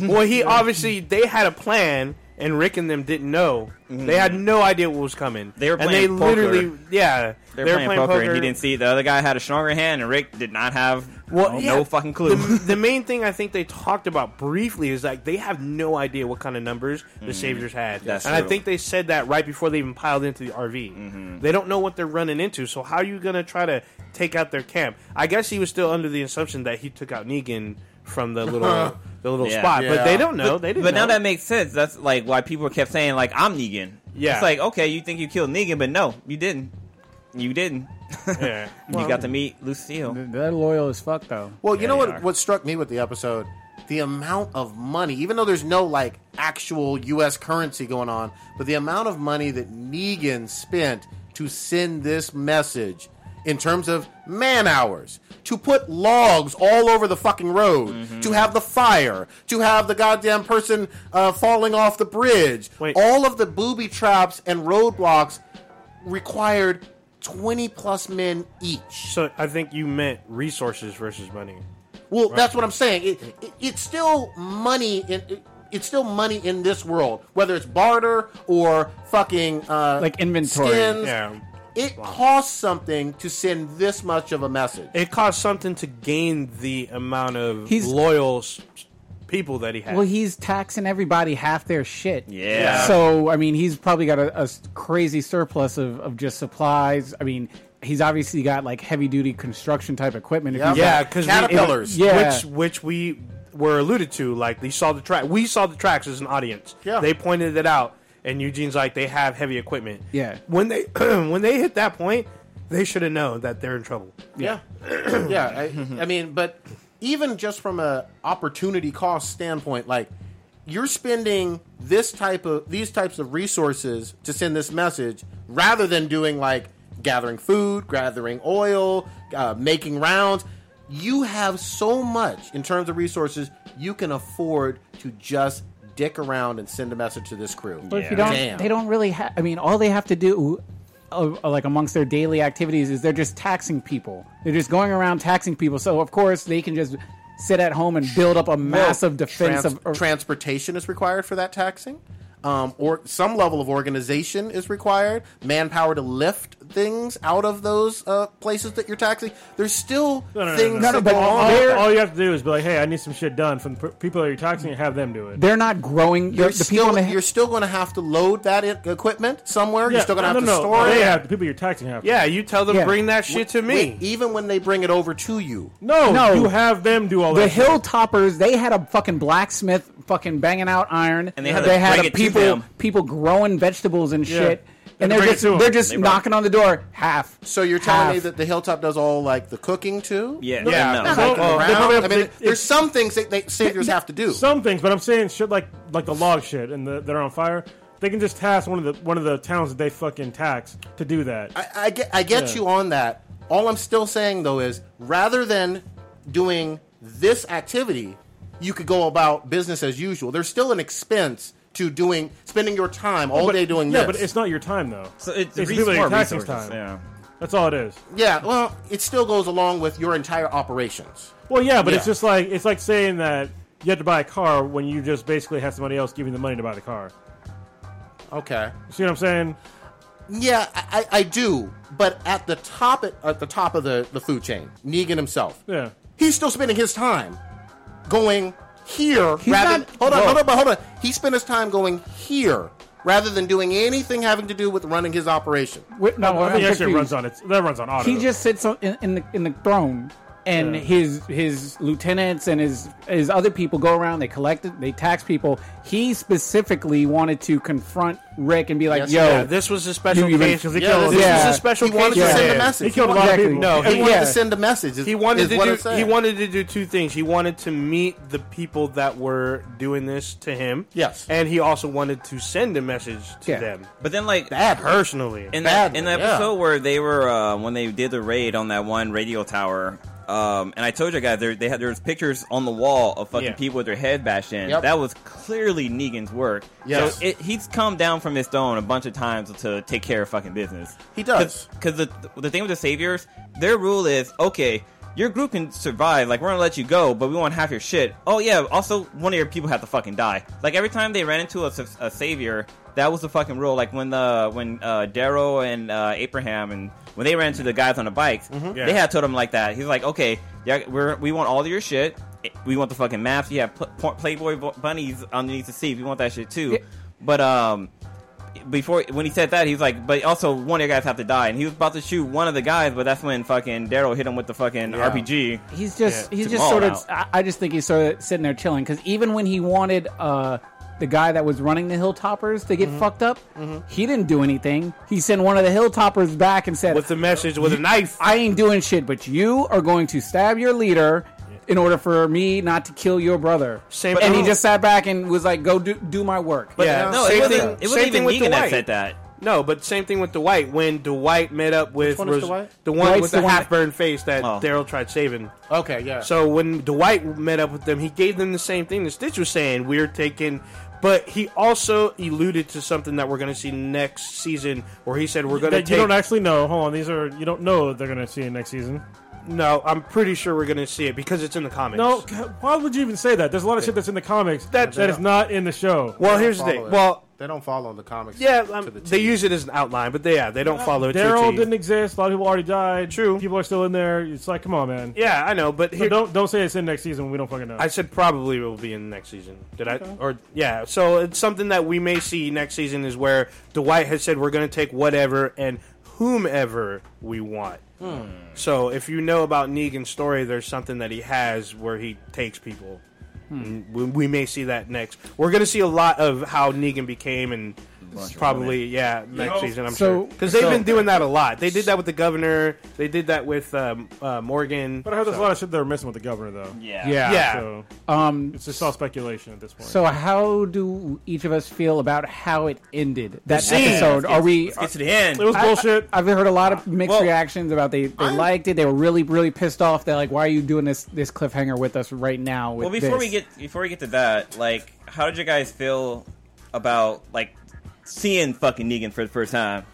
Speaker 9: Well, he obviously they had a plan, and Rick and them didn't know. They had no idea what was coming.
Speaker 7: Mm-hmm. They were
Speaker 9: and they
Speaker 7: playing poker.
Speaker 9: literally, yeah,
Speaker 7: They were playing, poker, and he didn't see the other guy had a stronger hand, and Rick did not have
Speaker 9: Well,
Speaker 7: no
Speaker 9: yeah.
Speaker 7: fucking clue.
Speaker 9: The, the main thing I think they talked about briefly is like they have no idea what kind of numbers the Saviors had,
Speaker 7: Mm-hmm. That's
Speaker 9: and I
Speaker 7: true. Mm-hmm.
Speaker 9: think they said that right before they even piled into the RV. They don't know what they're running into, so how are you gonna try to take out their camp? I guess he was still under the assumption that he took out Negan from the little the little
Speaker 7: Yeah.
Speaker 9: spot, but they
Speaker 6: Yeah.
Speaker 9: don't know. they didn't.
Speaker 7: but now
Speaker 9: know.
Speaker 7: that makes sense. That's like why people kept saying like I'm Negan.
Speaker 9: Yeah.
Speaker 7: It's like okay, you think you killed Negan, but no, you didn't. You didn't.
Speaker 9: Yeah.
Speaker 7: you got to meet Lucille.
Speaker 4: They're loyal as fuck though.
Speaker 6: Well, you
Speaker 7: Yeah,
Speaker 6: know
Speaker 7: they
Speaker 6: what?
Speaker 7: are.
Speaker 6: What struck me with the episode, the amount of money. Even though there's no like actual U.S. currency going on, but the amount of money that Negan spent to send this message in terms of man hours to put logs all over the fucking road to have the fire to have the goddamn person uh, falling off the bridge
Speaker 9: Wait.
Speaker 6: all of the booby traps and roadblocks required 20 plus men each
Speaker 9: So I think you meant resources versus money.
Speaker 6: well, that's what I'm saying. It, it, it's still money in. It, it's still money in this world, whether it's barter or fucking uh,
Speaker 4: Like inventory.
Speaker 6: Skins,
Speaker 9: Yeah.
Speaker 6: It costs something to send this much of a message.
Speaker 9: It cost something to gain the amount of
Speaker 4: He's-
Speaker 9: loyal s- people that he had.
Speaker 4: Well, he's taxing everybody half their shit.
Speaker 7: Yeah.
Speaker 4: So I mean, he's probably got a, a s- crazy surplus of, of just supplies. I mean, he's obviously got like heavy duty construction type equipment. If
Speaker 6: Yep.
Speaker 4: you-
Speaker 9: yeah, because
Speaker 6: Caterpillars.
Speaker 4: Yeah.
Speaker 9: which which we were alluded to. Like they saw the track. We saw the tracks as an audience.
Speaker 6: Yeah.
Speaker 9: they pointed it out, and Eugene's like, they have heavy equipment.
Speaker 4: Yeah.
Speaker 9: when they when they hit that point, they should have known that they're in trouble.
Speaker 6: Yeah, yeah. I, I mean, but even just from a opportunity cost standpoint, like you're spending this type of these types of resources to send this message, rather than doing like gathering food, gathering oil, uh, making rounds. You have so much in terms of resources you can afford to just dick around and send a message to this crew.
Speaker 4: But if you don't,
Speaker 6: Damn.
Speaker 4: they don't really. Ha- I mean, all they have to do, uh, uh, like amongst their daily activities, is they're just taxing people. They're just going around taxing people. So of course they can just sit at home and build up a massive defense
Speaker 6: Trans-
Speaker 4: of. or-
Speaker 6: transportation is required for that taxing. Um, or some level of organization is required, manpower to lift things out of those uh, places that you're taxing. There's still things
Speaker 4: no, no,
Speaker 6: that
Speaker 4: but
Speaker 6: go on.
Speaker 8: all,
Speaker 4: They're-
Speaker 8: all you have to do is be like, "Hey, I need some shit done from the p- people that you're taxing, and have them do it."
Speaker 4: they're not growing. They're,
Speaker 6: You're
Speaker 4: the people
Speaker 6: still,
Speaker 4: on the
Speaker 6: you're still going to have to load that i- equipment somewhere.
Speaker 8: Yeah,
Speaker 6: you're still going to
Speaker 8: no,
Speaker 6: have
Speaker 8: no,
Speaker 6: to
Speaker 8: no,
Speaker 6: store
Speaker 8: They
Speaker 6: it.
Speaker 8: have the people you're taxing have. to.
Speaker 9: Yeah, you tell them
Speaker 4: Yeah.
Speaker 9: bring that shit to me.
Speaker 6: Wait, even when they bring it over to you.
Speaker 8: No,
Speaker 4: No.
Speaker 8: you have them do all
Speaker 4: The
Speaker 8: that. shit.
Speaker 4: Hilltoppers, they had a fucking blacksmith fucking banging out iron,
Speaker 7: And they had to
Speaker 4: a
Speaker 7: bring it to
Speaker 4: people
Speaker 7: them.
Speaker 4: people growing vegetables and
Speaker 8: Yeah.
Speaker 4: shit,
Speaker 8: They had
Speaker 4: and
Speaker 8: to
Speaker 4: they're
Speaker 8: bring it
Speaker 4: just
Speaker 8: to 'em.
Speaker 4: they're just
Speaker 7: They brought-
Speaker 4: knocking on the door half.
Speaker 6: So you're telling me
Speaker 4: half.
Speaker 6: that the hilltop does all like the cooking too?
Speaker 7: Yeah.
Speaker 9: Yeah.
Speaker 7: no.
Speaker 9: Well,
Speaker 6: Hiking
Speaker 9: well,
Speaker 6: around?
Speaker 8: they probably have-
Speaker 6: I mean,
Speaker 8: they-
Speaker 6: there's some things that they saviors have to do.
Speaker 8: some things, but I'm saying shit like like the log shit and the, that are on fire. They can just task one of the one of the towns that they fucking tax to do that.
Speaker 6: I, I get, I get
Speaker 8: Yeah.
Speaker 6: you on that. All I'm still saying though is, rather than doing this activity, you could go about business as usual. There's still an expense to doing spending your time all
Speaker 8: But-
Speaker 6: day doing
Speaker 8: yeah,
Speaker 6: this.
Speaker 8: but it's not your time though.
Speaker 7: So it's,
Speaker 8: It's
Speaker 7: re-
Speaker 8: people that
Speaker 7: more
Speaker 8: you're taxing
Speaker 7: resources.
Speaker 8: time.
Speaker 7: Yeah.
Speaker 8: That's all it is.
Speaker 6: yeah, well, it still goes along with your entire operations.
Speaker 8: Well, yeah, but it's
Speaker 6: Yeah.
Speaker 8: just like it's like saying that you have to buy a car when you just basically have somebody else giving the money to buy the car.
Speaker 6: Okay.
Speaker 8: You see what I'm saying?
Speaker 6: Yeah, I, I I do, but at the top at, at the top of the, the food chain, Negan himself.
Speaker 8: Yeah.
Speaker 6: He's still spending his time going here
Speaker 4: He's
Speaker 6: rather
Speaker 4: not-
Speaker 6: hold on,
Speaker 4: Whoa.
Speaker 6: hold on, but hold on. He spent his time going here rather than doing anything having to do with running his operation.
Speaker 4: Wait, no,
Speaker 8: I
Speaker 4: I'm
Speaker 8: think that shit
Speaker 4: confused.
Speaker 8: runs on its that runs on auto.
Speaker 4: He just sits on, in, in the in the throne, and
Speaker 8: Yeah.
Speaker 4: his his lieutenants and his his other people go around. They collect it. They tax people. He specifically wanted to confront Rick and be like,
Speaker 6: Yes,
Speaker 4: "Yo,
Speaker 6: yeah,
Speaker 9: This was a special
Speaker 4: You even-
Speaker 9: case.
Speaker 4: 'cause
Speaker 8: he
Speaker 6: Yeah,
Speaker 8: killed-
Speaker 6: this,
Speaker 8: this
Speaker 4: Yeah.
Speaker 6: this is a special
Speaker 4: He
Speaker 6: case.
Speaker 4: wanted to
Speaker 6: He wanted to
Speaker 4: send
Speaker 6: send
Speaker 4: a
Speaker 6: a message.
Speaker 8: he killed a lot
Speaker 4: Exactly.
Speaker 8: of people.
Speaker 9: No,
Speaker 6: he
Speaker 9: he-
Speaker 6: wanted
Speaker 4: yeah.
Speaker 6: to send a message. Is,
Speaker 9: He wanted
Speaker 6: is what I'm
Speaker 9: to do.
Speaker 6: saying.
Speaker 9: He wanted to do two things. He wanted to meet the people that were doing this to him.
Speaker 6: Yes.
Speaker 9: and he also wanted to send a message to
Speaker 4: Yeah.
Speaker 9: them
Speaker 7: But then, like,
Speaker 6: bad
Speaker 9: personally.
Speaker 7: in that
Speaker 6: badly,
Speaker 7: in that
Speaker 6: yeah.
Speaker 7: episode where they were uh, when they did the raid on that one radio tower. Um, and I told you guys there they had there was pictures on the wall of fucking
Speaker 9: Yeah.
Speaker 7: people with their head bashed in.
Speaker 6: Yep.
Speaker 7: That was clearly Negan's work.
Speaker 6: Yes.
Speaker 7: So it, he's come down from his throne a bunch of times to take care of fucking business.
Speaker 6: He does.
Speaker 7: Because the the thing with the saviors, their rule is okay. Your group can survive. Like we're gonna let you go, but we want half your shit. Oh yeah. Also, one of your people have to fucking die. Like every time they ran into a, s- a savior, that was the fucking rule. Like when the when uh, Darrow and uh, Abraham and when they ran into the guys on the bikes,
Speaker 6: Mm-hmm.
Speaker 7: they had told him like that. He's like, okay, yeah, we're we want all of your shit. We want the fucking maps. You have pl- pl- Playboy bu- bunnies underneath the sea. We want that shit too.
Speaker 4: Yeah.
Speaker 7: But um, before when he said that, he was like, "But also, one of your guys have to die." And he was about to shoot one of the guys, but that's when fucking Daryl hit him with the fucking RPG.
Speaker 4: He's just
Speaker 7: Yeah.
Speaker 4: he's
Speaker 7: Took
Speaker 4: just
Speaker 7: them
Speaker 4: sort
Speaker 7: all
Speaker 4: of. I, I just think he's sort of sitting there chilling because even when he wanted uh, the guy that was running the Hilltoppers to get fucked up, he didn't do anything. He sent one of the Hilltoppers back and said,
Speaker 9: with the message with a knife.
Speaker 4: "I ain't doing shit, but you are going to stab your leader." In order for me not to kill your brother,
Speaker 9: Same-
Speaker 4: and he
Speaker 9: no.
Speaker 4: just sat back and was like, "Go do, do my work."
Speaker 9: yeah,
Speaker 7: No, it
Speaker 9: same
Speaker 7: wasn't. It
Speaker 9: thing.
Speaker 7: wasn't
Speaker 9: same
Speaker 7: even
Speaker 9: thing with
Speaker 7: Negan that
Speaker 9: Dwight.
Speaker 7: said that.
Speaker 9: No, but same thing with Dwight when Dwight met up with
Speaker 6: one is
Speaker 9: Ros-
Speaker 6: Dwight?
Speaker 9: the one
Speaker 4: Dwight's
Speaker 9: with
Speaker 4: the
Speaker 9: the,
Speaker 4: one that-
Speaker 9: half burned face that
Speaker 7: Oh.
Speaker 9: Daryl tried saving.
Speaker 6: Okay, yeah.
Speaker 9: So when Dwight met up with them, he gave them the same thing that Stitch was saying. We're taking, but he also alluded to something that we're going to see next season, where he said we're going to
Speaker 8: That you
Speaker 9: take.
Speaker 8: don't actually know. Hold on, these are you don't know they're gonna see it next season.
Speaker 9: no, I'm pretty sure we're going to see it because it's in the comments.
Speaker 8: No, c- why would you even say that? There's a lot of shit that's in the comics that, that is not in the show.
Speaker 9: Well, here's the
Speaker 6: Follow
Speaker 9: thing.
Speaker 6: it.
Speaker 9: Well,
Speaker 6: they don't follow the comics.
Speaker 9: yeah,
Speaker 6: to
Speaker 9: um,
Speaker 6: the
Speaker 9: they
Speaker 6: T.
Speaker 9: use it as an outline, but they, yeah, they don't follow it. to a
Speaker 8: Daryl
Speaker 9: T.
Speaker 8: didn't exist. A lot of people already died.
Speaker 9: True.
Speaker 8: People are still in there. It's like, come on, man.
Speaker 9: Yeah, I know, but
Speaker 8: So
Speaker 9: here,
Speaker 8: don't don't say it's in next season. when We don't fucking know.
Speaker 9: I said probably will be in next season. Did I? Or yeah. So it's something that we may see next season is where Dwight has said we're going to take whatever and whomever we want. So if you know about Negan's story, there's something that he has where he takes people. And We, we may see that next. We're going to see a lot of how Negan became and. Probably, yeah, next season. I'm
Speaker 4: so-
Speaker 9: sure because they've been doing that a lot. They did that with the governor. They did that with um, uh, Morgan.
Speaker 8: but I heard there's a
Speaker 9: so-
Speaker 8: lot of shit they're missing with the governor, though.
Speaker 7: Yeah.
Speaker 4: yeah.
Speaker 9: Yeah.
Speaker 8: So
Speaker 4: Um,
Speaker 8: it's just all speculation at this point.
Speaker 4: So, how do each of us feel about how it ended? That
Speaker 9: scene.
Speaker 4: episode? Are we? uh,
Speaker 7: Let's get to the end.
Speaker 8: it was bullshit.
Speaker 4: I've heard a lot of mixed
Speaker 7: Well,
Speaker 4: reactions about they, they
Speaker 6: I'm-
Speaker 4: liked it. They were really, really pissed off. They're like, "Why are you doing this this cliffhanger with us right now?" With
Speaker 7: well,
Speaker 4: this?"
Speaker 7: before we get before we get to that, like, how did you guys feel about like seeing fucking Negan for the first time?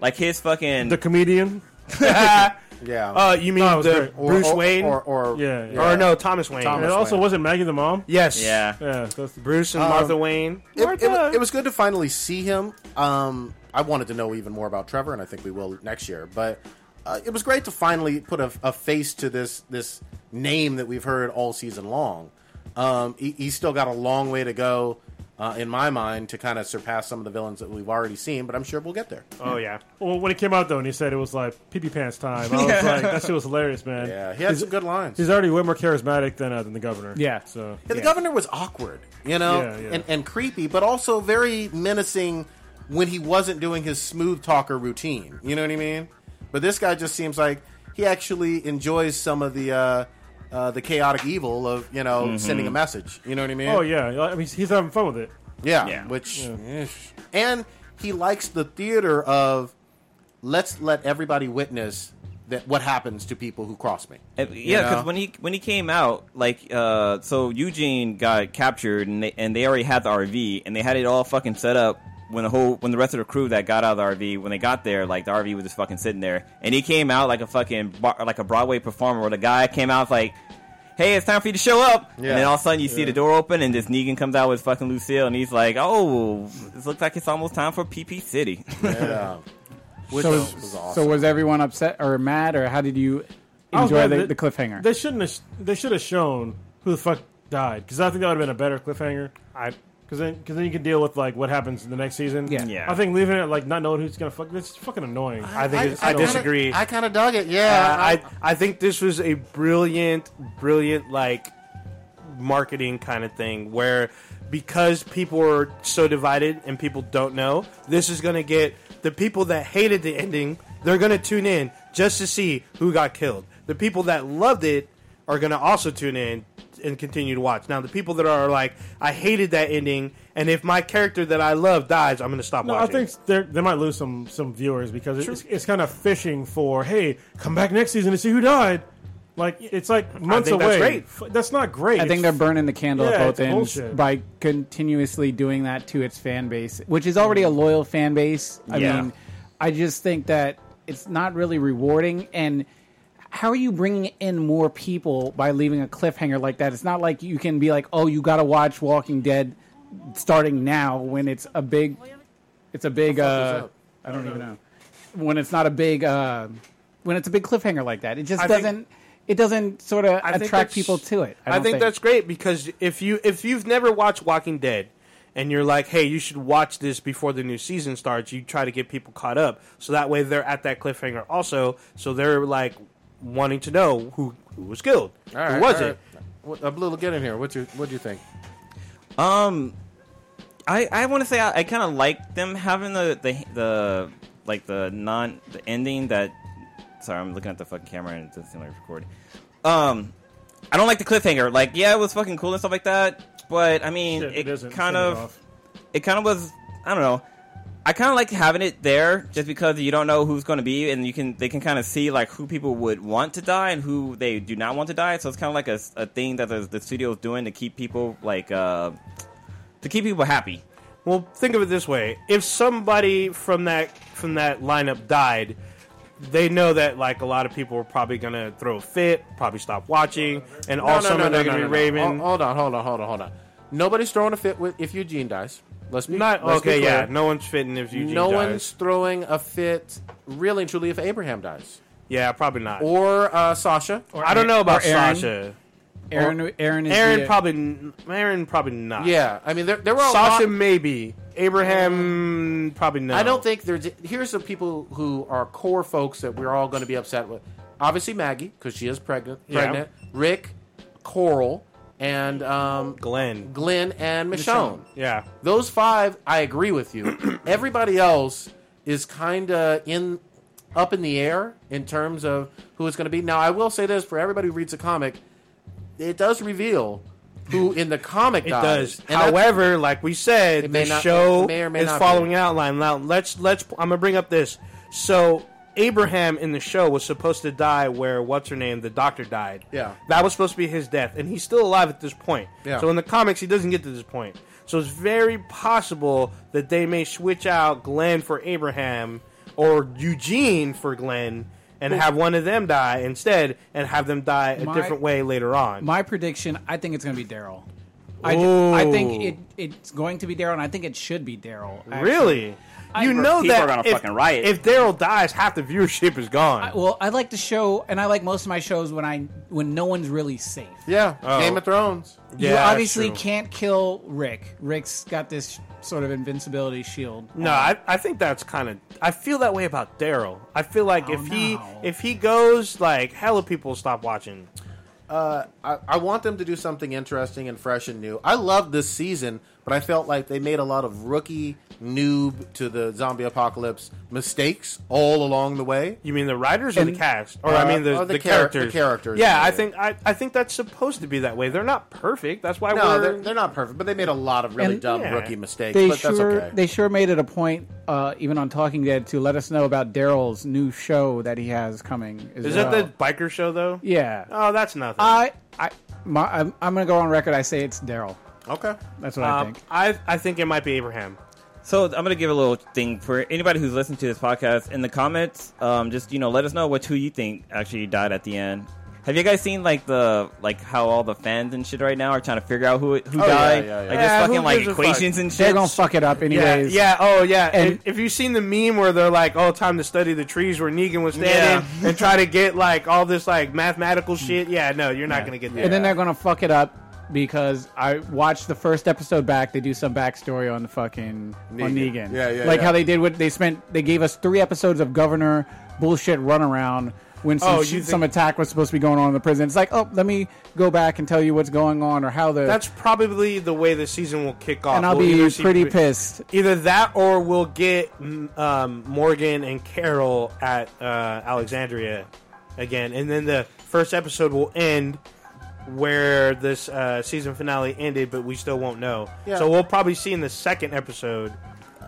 Speaker 7: Like his fucking
Speaker 8: the comedian.
Speaker 6: yeah.
Speaker 9: Uh, you mean
Speaker 8: No, it was
Speaker 9: the
Speaker 8: great.
Speaker 6: Or-
Speaker 9: Bruce
Speaker 6: or-
Speaker 9: Wayne?
Speaker 6: or, or
Speaker 8: Yeah, yeah.
Speaker 9: Or no, Thomas
Speaker 8: And
Speaker 9: Wayne.
Speaker 6: Thomas.
Speaker 8: it also
Speaker 6: Wayne.
Speaker 8: wasn't Maggie the mom.
Speaker 9: Yes.
Speaker 7: yeah.
Speaker 8: Yeah, so that's-
Speaker 9: Bruce and Martha Wayne.
Speaker 6: Um, it, it, wa- it was good to finally see him. Um, I wanted to know even more about Trevor, and I think we will next year. But uh, it was great to finally put a, a face to this this name that we've heard all season long. Um, he, he's still got a long way to go, uh, in my mind, to kind of surpass some of the villains that we've already seen. But I'm sure we'll get there.
Speaker 9: Oh yeah.
Speaker 8: Well, when he came out though, and he said it was like pee pee pants time, I was like, that shit was hilarious, man.
Speaker 6: Yeah, he had
Speaker 8: He's-
Speaker 6: some good lines.
Speaker 8: He's already way more charismatic than uh, than the governor.
Speaker 4: Yeah.
Speaker 8: So
Speaker 6: Yeah, the governor was awkward, you know,
Speaker 8: Yeah, yeah.
Speaker 6: And, and creepy, but also very menacing when he wasn't doing his smooth talker routine. You know what I mean? But this guy just seems like he actually enjoys some of the uh, uh, the chaotic evil of you know sending a message. You know what I mean?
Speaker 8: Oh yeah, I mean he's- he's having fun with it.
Speaker 6: yeah.
Speaker 7: Yeah.
Speaker 6: Which and he likes the theater of let's let everybody witness that what happens to people who cross me.
Speaker 7: Uh, Yeah,
Speaker 6: know?
Speaker 7: because when he when he came out, like, uh, so Eugene got captured, and they, and they already had the RV, and they had it all fucking set up. When the whole when the rest of the crew that got out of the RV, when they got there, like the RV was just fucking sitting there, and he came out like a fucking bar, like a Broadway performer, where the guy came out like. hey, it's time for you to show up.
Speaker 9: Yeah.
Speaker 7: And then all of a sudden you see the door open and this Negan comes out with fucking Lucille and he's like, oh, this looks like it's almost time for PP City.
Speaker 6: Yeah.
Speaker 4: so, was, so was everyone upset or mad or how did you
Speaker 8: I was
Speaker 4: enjoy
Speaker 8: glad
Speaker 4: the,
Speaker 8: that-
Speaker 4: the cliffhanger?
Speaker 8: They shouldn't have. They should have shown who the fuck died because I think that would have been a better cliffhanger. I because then because then you can deal with like what happens in the next season.
Speaker 4: Yeah. Yeah.
Speaker 8: I think leaving it like not knowing who's gonna fuck. That's fucking annoying.
Speaker 9: I think it's- I
Speaker 8: don't-
Speaker 9: disagree.
Speaker 6: I kind of dug it.
Speaker 9: Uh,
Speaker 6: Yeah.
Speaker 9: I I think this was a brilliant, brilliant like marketing kind of thing where because people are so divided and people don't know, this is going to get the people that hated the ending. They're going to tune in just to see who got killed. The people that loved it are going to also tune in and continue to watch. Now, the people that are like, I hated that ending, and if my character that I love dies, I'm going to stop
Speaker 8: No, I
Speaker 9: watching.
Speaker 8: think they're- they might lose some some viewers because it's, it's kind of fishing for hey, come back next season to see who died. Like it's like months
Speaker 9: think that's
Speaker 8: away.
Speaker 9: great.
Speaker 8: F- That's not great.
Speaker 4: I think they're burning the candle
Speaker 8: Yeah,
Speaker 4: at
Speaker 8: it's
Speaker 4: both ends
Speaker 8: bullshit.
Speaker 4: by continuously doing that to its fan base, which is already a loyal fan base. I
Speaker 7: Yeah.
Speaker 4: mean, I just think that it's not really rewarding. And how are you bringing in more people by leaving a cliffhanger like that? It's not like you can be like, oh, you got to watch Walking Dead starting now when it's a big, it's a big. Uh, I don't even know when it's not a big uh, when it's a big cliffhanger like that. It just
Speaker 9: I think-
Speaker 4: doesn't. it doesn't sort of
Speaker 9: I think
Speaker 4: attract
Speaker 9: that's-
Speaker 4: people to it. I,
Speaker 9: I,
Speaker 4: don't
Speaker 9: think, that's great because if you if you've never watched Walking Dead and you're like, hey, you should watch this before the new season starts, you try to get people caught up so that way they're at that cliffhanger also, so they're like wanting to know who who was killed,
Speaker 6: All
Speaker 9: who
Speaker 6: right,
Speaker 9: was
Speaker 6: all
Speaker 9: it.
Speaker 6: right. What, uh, Blue, get in here. What you what do you think?
Speaker 7: Um, I I want to say I, I kind of like them having the the the like the non the ending that. Sorry, I'm looking at the fucking camera and it doesn't seem like it's recording. Um, I don't like the cliffhanger. Like, yeah, it was fucking cool and stuff like that, but I mean,
Speaker 8: Shit,
Speaker 7: it,
Speaker 8: it isn't.
Speaker 7: kind
Speaker 8: Send it
Speaker 7: of
Speaker 8: off.
Speaker 7: it kind of was. I don't know. I kind of like having it there just because you don't know who's going to be, and you can they can kind of see like who people would want to die and who they do not want to die. So it's kind of like a, a thing that the, the studio is doing to keep people like uh, to keep people happy.
Speaker 9: Well, think of it this way: if somebody from that from that lineup died, they know that like a lot of people are probably gonna throw a fit, probably stop watching, and all Oh, summer they're gonna be raving.
Speaker 6: Hold, hold on, hold on, hold on, hold on. Nobody's throwing a fit with, if Eugene dies. Let's be
Speaker 9: Not
Speaker 6: let's be
Speaker 9: okay, yeah.
Speaker 6: clear.
Speaker 9: No one's fitting if Eugene
Speaker 6: no
Speaker 9: dies.
Speaker 6: one's throwing a fit, really and truly, if Abraham dies
Speaker 9: Yeah, probably not.
Speaker 6: or uh, Sasha.
Speaker 9: I don't know about
Speaker 4: or Aaron.
Speaker 9: Sasha.
Speaker 4: think Aaron. Aaron is
Speaker 9: Aaron uh,
Speaker 4: the-
Speaker 9: probably. n- Aaron probably not.
Speaker 6: yeah, I mean there there were a
Speaker 9: Sasha
Speaker 6: lot.
Speaker 9: maybe. Abraham probably no.
Speaker 6: uh, I don't think there's. Here's the people who are core folks that we're all going to be upset with. Obviously Maggie because she is pregnant.
Speaker 9: Yeah.
Speaker 6: Pregnant. Rick, Coral, and um,
Speaker 9: Glenn.
Speaker 6: Glenn and Michonne.
Speaker 9: Yeah.
Speaker 6: Those five, I agree with you. Everybody else is kind of in up in the air in terms of who it's going to be. Now, I will say this for everybody who reads the comic, it does reveal who in the comic
Speaker 9: It
Speaker 6: dies.
Speaker 9: does.
Speaker 6: And that's-
Speaker 9: However, like we said,
Speaker 6: It may
Speaker 9: the
Speaker 6: not-
Speaker 9: show
Speaker 6: it may or may
Speaker 9: is
Speaker 6: not
Speaker 9: following
Speaker 6: be.
Speaker 9: outline. Now let's let's. I'm gonna bring up this. So Abraham in the show was supposed to die where what's her name, the doctor died.
Speaker 6: Yeah.
Speaker 9: that was supposed to be his death, and he's still alive at this point.
Speaker 6: Yeah.
Speaker 9: So in the comics, he doesn't get to this point. So it's very possible that they may switch out Glenn for Abraham or Eugene for Glenn. And have one of them die instead, and have them die a
Speaker 4: My-
Speaker 9: different way later on.
Speaker 4: My prediction. I think it's going to be Daryl. I, ju- I think it it's going to be Daryl, and I think it should be Daryl. actually.
Speaker 9: Really? You know
Speaker 7: People
Speaker 9: that
Speaker 7: are gonna
Speaker 9: if,
Speaker 7: fucking riot.
Speaker 9: If Daryl dies, half the viewership is gone.
Speaker 4: I- well, I like the show, and I like most of my shows when I when no one's really safe.
Speaker 6: yeah,
Speaker 9: Oh.
Speaker 6: Game of Thrones.
Speaker 4: you
Speaker 9: that's
Speaker 4: obviously
Speaker 9: true.
Speaker 4: can't kill Rick. Rick's got this sort of invincibility shield.
Speaker 9: No, I, I think that's kind of. I feel that way about Daryl. I feel like
Speaker 4: Oh,
Speaker 9: if he
Speaker 4: no.
Speaker 9: if he goes, like hella people will stop watching.
Speaker 6: I, I want them to do something interesting and fresh and new. I love this season, but I felt like they made a lot of rookie noob to the zombie apocalypse mistakes all along the way.
Speaker 9: You mean the writers or the
Speaker 4: And-
Speaker 9: cast, or
Speaker 6: Uh,
Speaker 9: I mean the,
Speaker 6: or the
Speaker 9: the,
Speaker 6: char-
Speaker 9: characters?
Speaker 6: the characters,
Speaker 9: Yeah,
Speaker 6: yeah.
Speaker 9: I think I, I think that's supposed to be that way. They're not perfect. That's why
Speaker 6: No,
Speaker 9: we're
Speaker 6: they're, they're not perfect, but they made a lot of really
Speaker 4: And-
Speaker 6: dumb
Speaker 9: yeah.
Speaker 6: rookie mistakes.
Speaker 4: They
Speaker 6: but
Speaker 4: sure
Speaker 6: that's okay.
Speaker 4: they sure made it a point, uh, even on Talking Dead, to let us know about Daryl's new show that he has coming. As
Speaker 9: Is
Speaker 4: well.
Speaker 9: that the biker show though?
Speaker 4: yeah?
Speaker 9: Oh, that's nothing.
Speaker 4: I I my, I'm, I'm gonna go on record. I say it's Daryl.
Speaker 6: okay.
Speaker 4: That's what I
Speaker 9: Um,
Speaker 4: think.
Speaker 9: I I think it might be Abraham.
Speaker 7: So I'm gonna give a little thing for anybody who's listening to this podcast in the comments. Um, just you know, let us know what who you think actually died at the end. Have you guys seen like the like how all the fans and shit right now are trying to figure out who who
Speaker 9: Oh, yeah,
Speaker 7: died?
Speaker 9: yeah, yeah.
Speaker 7: Like
Speaker 9: Yeah, who
Speaker 7: there's fucking like
Speaker 9: gives a fuck?
Speaker 7: equations and shit.
Speaker 4: They're gonna fuck it up anyways.
Speaker 9: Yeah, yeah, oh yeah.
Speaker 4: And-
Speaker 9: And if you've seen the meme where they're like, "Oh, time to study the trees where Negan was standing,"
Speaker 4: Yeah.
Speaker 9: and try to get like all this like mathematical shit. Yeah, no, you're not gonna get that.
Speaker 4: And then they're gonna fuck it up because I watched the first episode back. They do some backstory on the fucking on
Speaker 6: Negan.
Speaker 4: Negan.
Speaker 6: Yeah, yeah,
Speaker 4: Like
Speaker 6: yeah.
Speaker 4: how they did what they spent. They gave us three episodes of Governor bullshit runaround when some
Speaker 9: Oh,
Speaker 4: shit-
Speaker 9: you think-
Speaker 4: some attack was supposed to be going on in the prison. It's like, oh, let me go back and tell you what's going on or how the
Speaker 9: That's probably the way the season will kick off.
Speaker 4: and I'll
Speaker 9: We'll
Speaker 4: be
Speaker 9: either see-
Speaker 4: pretty pissed.
Speaker 9: Either that, or we'll get mm, um, Morgan and Carol at uh, Alexandria again, and then the first episode will end where this uh, season finale ended, but we still won't know.
Speaker 4: Yeah.
Speaker 9: So we'll probably see in the second episode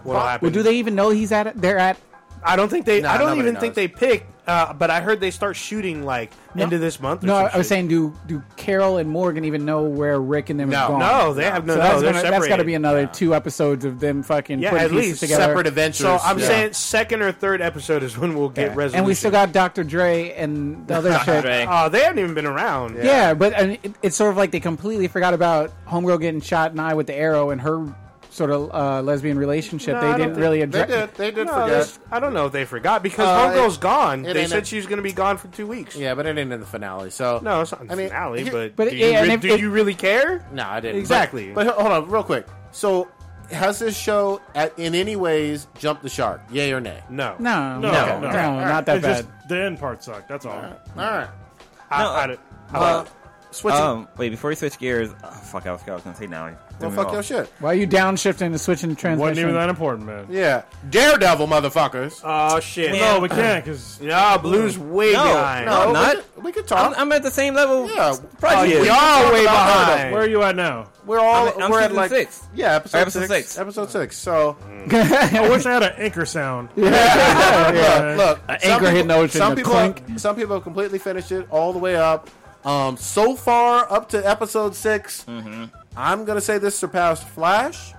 Speaker 9: what'll happen.
Speaker 4: Well, do they even know he's at? They're at.
Speaker 9: I don't think they.
Speaker 4: Nah,
Speaker 9: I don't
Speaker 4: nobody
Speaker 9: even think they picked. Uh, but I heard they start shooting like end of this month. Or
Speaker 4: No,
Speaker 9: some
Speaker 4: I was
Speaker 9: shit.
Speaker 4: saying, do do Carol and Morgan even know where Rick and them
Speaker 9: No.
Speaker 4: are gone?
Speaker 9: No, they have no-
Speaker 4: So
Speaker 9: no,
Speaker 4: that's gonna-
Speaker 9: they're
Speaker 4: that's got to
Speaker 9: separated.
Speaker 4: be another two episodes of them fucking
Speaker 9: Yeah,
Speaker 4: putting
Speaker 9: at
Speaker 4: pieces
Speaker 9: least
Speaker 4: together.
Speaker 9: So I'm
Speaker 4: Yeah.
Speaker 9: saying second or third episode is when we'll get
Speaker 4: Yeah.
Speaker 9: resolution.
Speaker 4: And we still got Dr. Dre and the other shit. Uh,
Speaker 9: Oh, they haven't even been around.
Speaker 4: Yeah, but I mean, it, it's sort of like they completely forgot about Homegirl getting shot in the eye with the arrow and her sort of uh, lesbian relationship.
Speaker 9: No, I
Speaker 4: they
Speaker 9: don't
Speaker 4: didn't
Speaker 9: think-
Speaker 4: really address.
Speaker 6: did
Speaker 9: No,
Speaker 6: forget.
Speaker 9: there's- I don't know if they forgot because
Speaker 6: Uh,
Speaker 9: Homegirl's
Speaker 6: it-
Speaker 9: gone.
Speaker 6: it
Speaker 9: They
Speaker 6: ain't
Speaker 9: said
Speaker 6: a-
Speaker 9: she was going to be gone for two weeks.
Speaker 6: Yeah, but it ain't in the finale. So
Speaker 9: no, it's not in the finale.
Speaker 6: here-
Speaker 9: but
Speaker 6: but
Speaker 9: do,
Speaker 6: yeah,
Speaker 9: you,
Speaker 6: and
Speaker 9: re-
Speaker 6: if
Speaker 9: do
Speaker 6: it-
Speaker 9: you really care?
Speaker 6: No, I didn't.
Speaker 9: Exactly.
Speaker 6: But, but hold on, real quick. So, has this show at, in any ways jumped the shark? Yay or nay?
Speaker 9: No.
Speaker 4: No,
Speaker 8: No,
Speaker 6: no,
Speaker 8: no.
Speaker 6: no, not that
Speaker 8: It Just, the end part sucked. That's all. All
Speaker 6: right.
Speaker 9: I, I, I,
Speaker 7: Uh,
Speaker 6: switch it.
Speaker 7: um, wait, before you switch gears, oh, fuck, I was, I was gonna say now. you threw
Speaker 6: Well,
Speaker 7: me
Speaker 6: fuck
Speaker 7: off.
Speaker 6: your shit.
Speaker 4: Why are you downshifting and switching transmission?
Speaker 8: even that important, man.
Speaker 6: Yeah, Daredevil, motherfuckers.
Speaker 9: Oh shit!
Speaker 8: No, we can't because
Speaker 9: no, Blue's way
Speaker 7: No,
Speaker 9: behind.
Speaker 7: no, I'm not.
Speaker 6: We, could- we could talk.
Speaker 7: I'm, I'm at the same level.
Speaker 6: yeah,
Speaker 7: Probably
Speaker 6: we
Speaker 7: is.
Speaker 6: can
Speaker 9: are
Speaker 6: talk
Speaker 9: way
Speaker 6: about
Speaker 9: behind.
Speaker 6: Daredevil.
Speaker 8: where are you at now?
Speaker 6: We're all
Speaker 7: I'm- I'm
Speaker 6: we're at
Speaker 7: season
Speaker 6: like
Speaker 7: six.
Speaker 6: Yeah, episode,
Speaker 7: Or episode six.
Speaker 6: Episode six. So
Speaker 8: I wish I had an anchor sound.
Speaker 6: look, look.
Speaker 4: An
Speaker 6: some
Speaker 4: anchor
Speaker 6: people-
Speaker 4: hitting the ocean,
Speaker 6: Some
Speaker 4: a
Speaker 6: people,
Speaker 4: clink.
Speaker 6: some people have completely finished it all the way up. Um, so far up to episode 6 I'm gonna say this surpassed Flash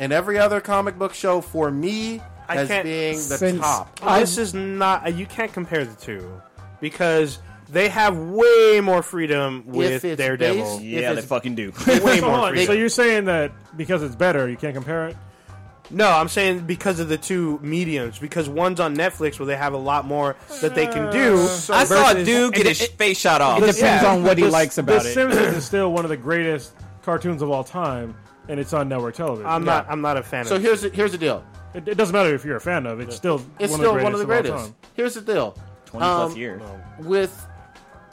Speaker 6: and every other comic book show for me
Speaker 9: I
Speaker 6: as
Speaker 9: can't-
Speaker 6: being the
Speaker 4: Since-
Speaker 6: top.
Speaker 4: I-
Speaker 9: this is not. You can't compare the two because they have way more freedom with
Speaker 6: If it's
Speaker 9: Daredevil.
Speaker 6: based-
Speaker 7: Yeah,
Speaker 6: If
Speaker 7: they
Speaker 6: it's-
Speaker 7: fucking do.
Speaker 6: Way
Speaker 8: So, hold
Speaker 6: more
Speaker 8: on. so
Speaker 6: freedom.
Speaker 8: you're saying that because it's better, you can't compare it?
Speaker 9: No, I'm saying because of the two mediums. Because one's on Netflix where they have a lot more that they can do.
Speaker 8: Uh,
Speaker 7: I saw a
Speaker 9: versus-
Speaker 7: dude get
Speaker 9: and
Speaker 7: his face shot off.
Speaker 4: It depends
Speaker 9: yeah.
Speaker 4: on what he
Speaker 8: The-
Speaker 4: likes about
Speaker 8: the
Speaker 4: it.
Speaker 8: Simpsons is still one of the greatest cartoons of all time, and it's on network television.
Speaker 9: I'm not. I'm not a fan
Speaker 6: So
Speaker 9: of.
Speaker 6: here's the, here's the deal.
Speaker 8: it, it doesn't matter if you're a fan of it. It's still
Speaker 6: It's
Speaker 8: one
Speaker 6: still
Speaker 8: of the
Speaker 6: one of the greatest.
Speaker 8: greatest. all time.
Speaker 6: Here's the deal.
Speaker 7: Twenty plus
Speaker 6: Um,
Speaker 7: years.
Speaker 6: with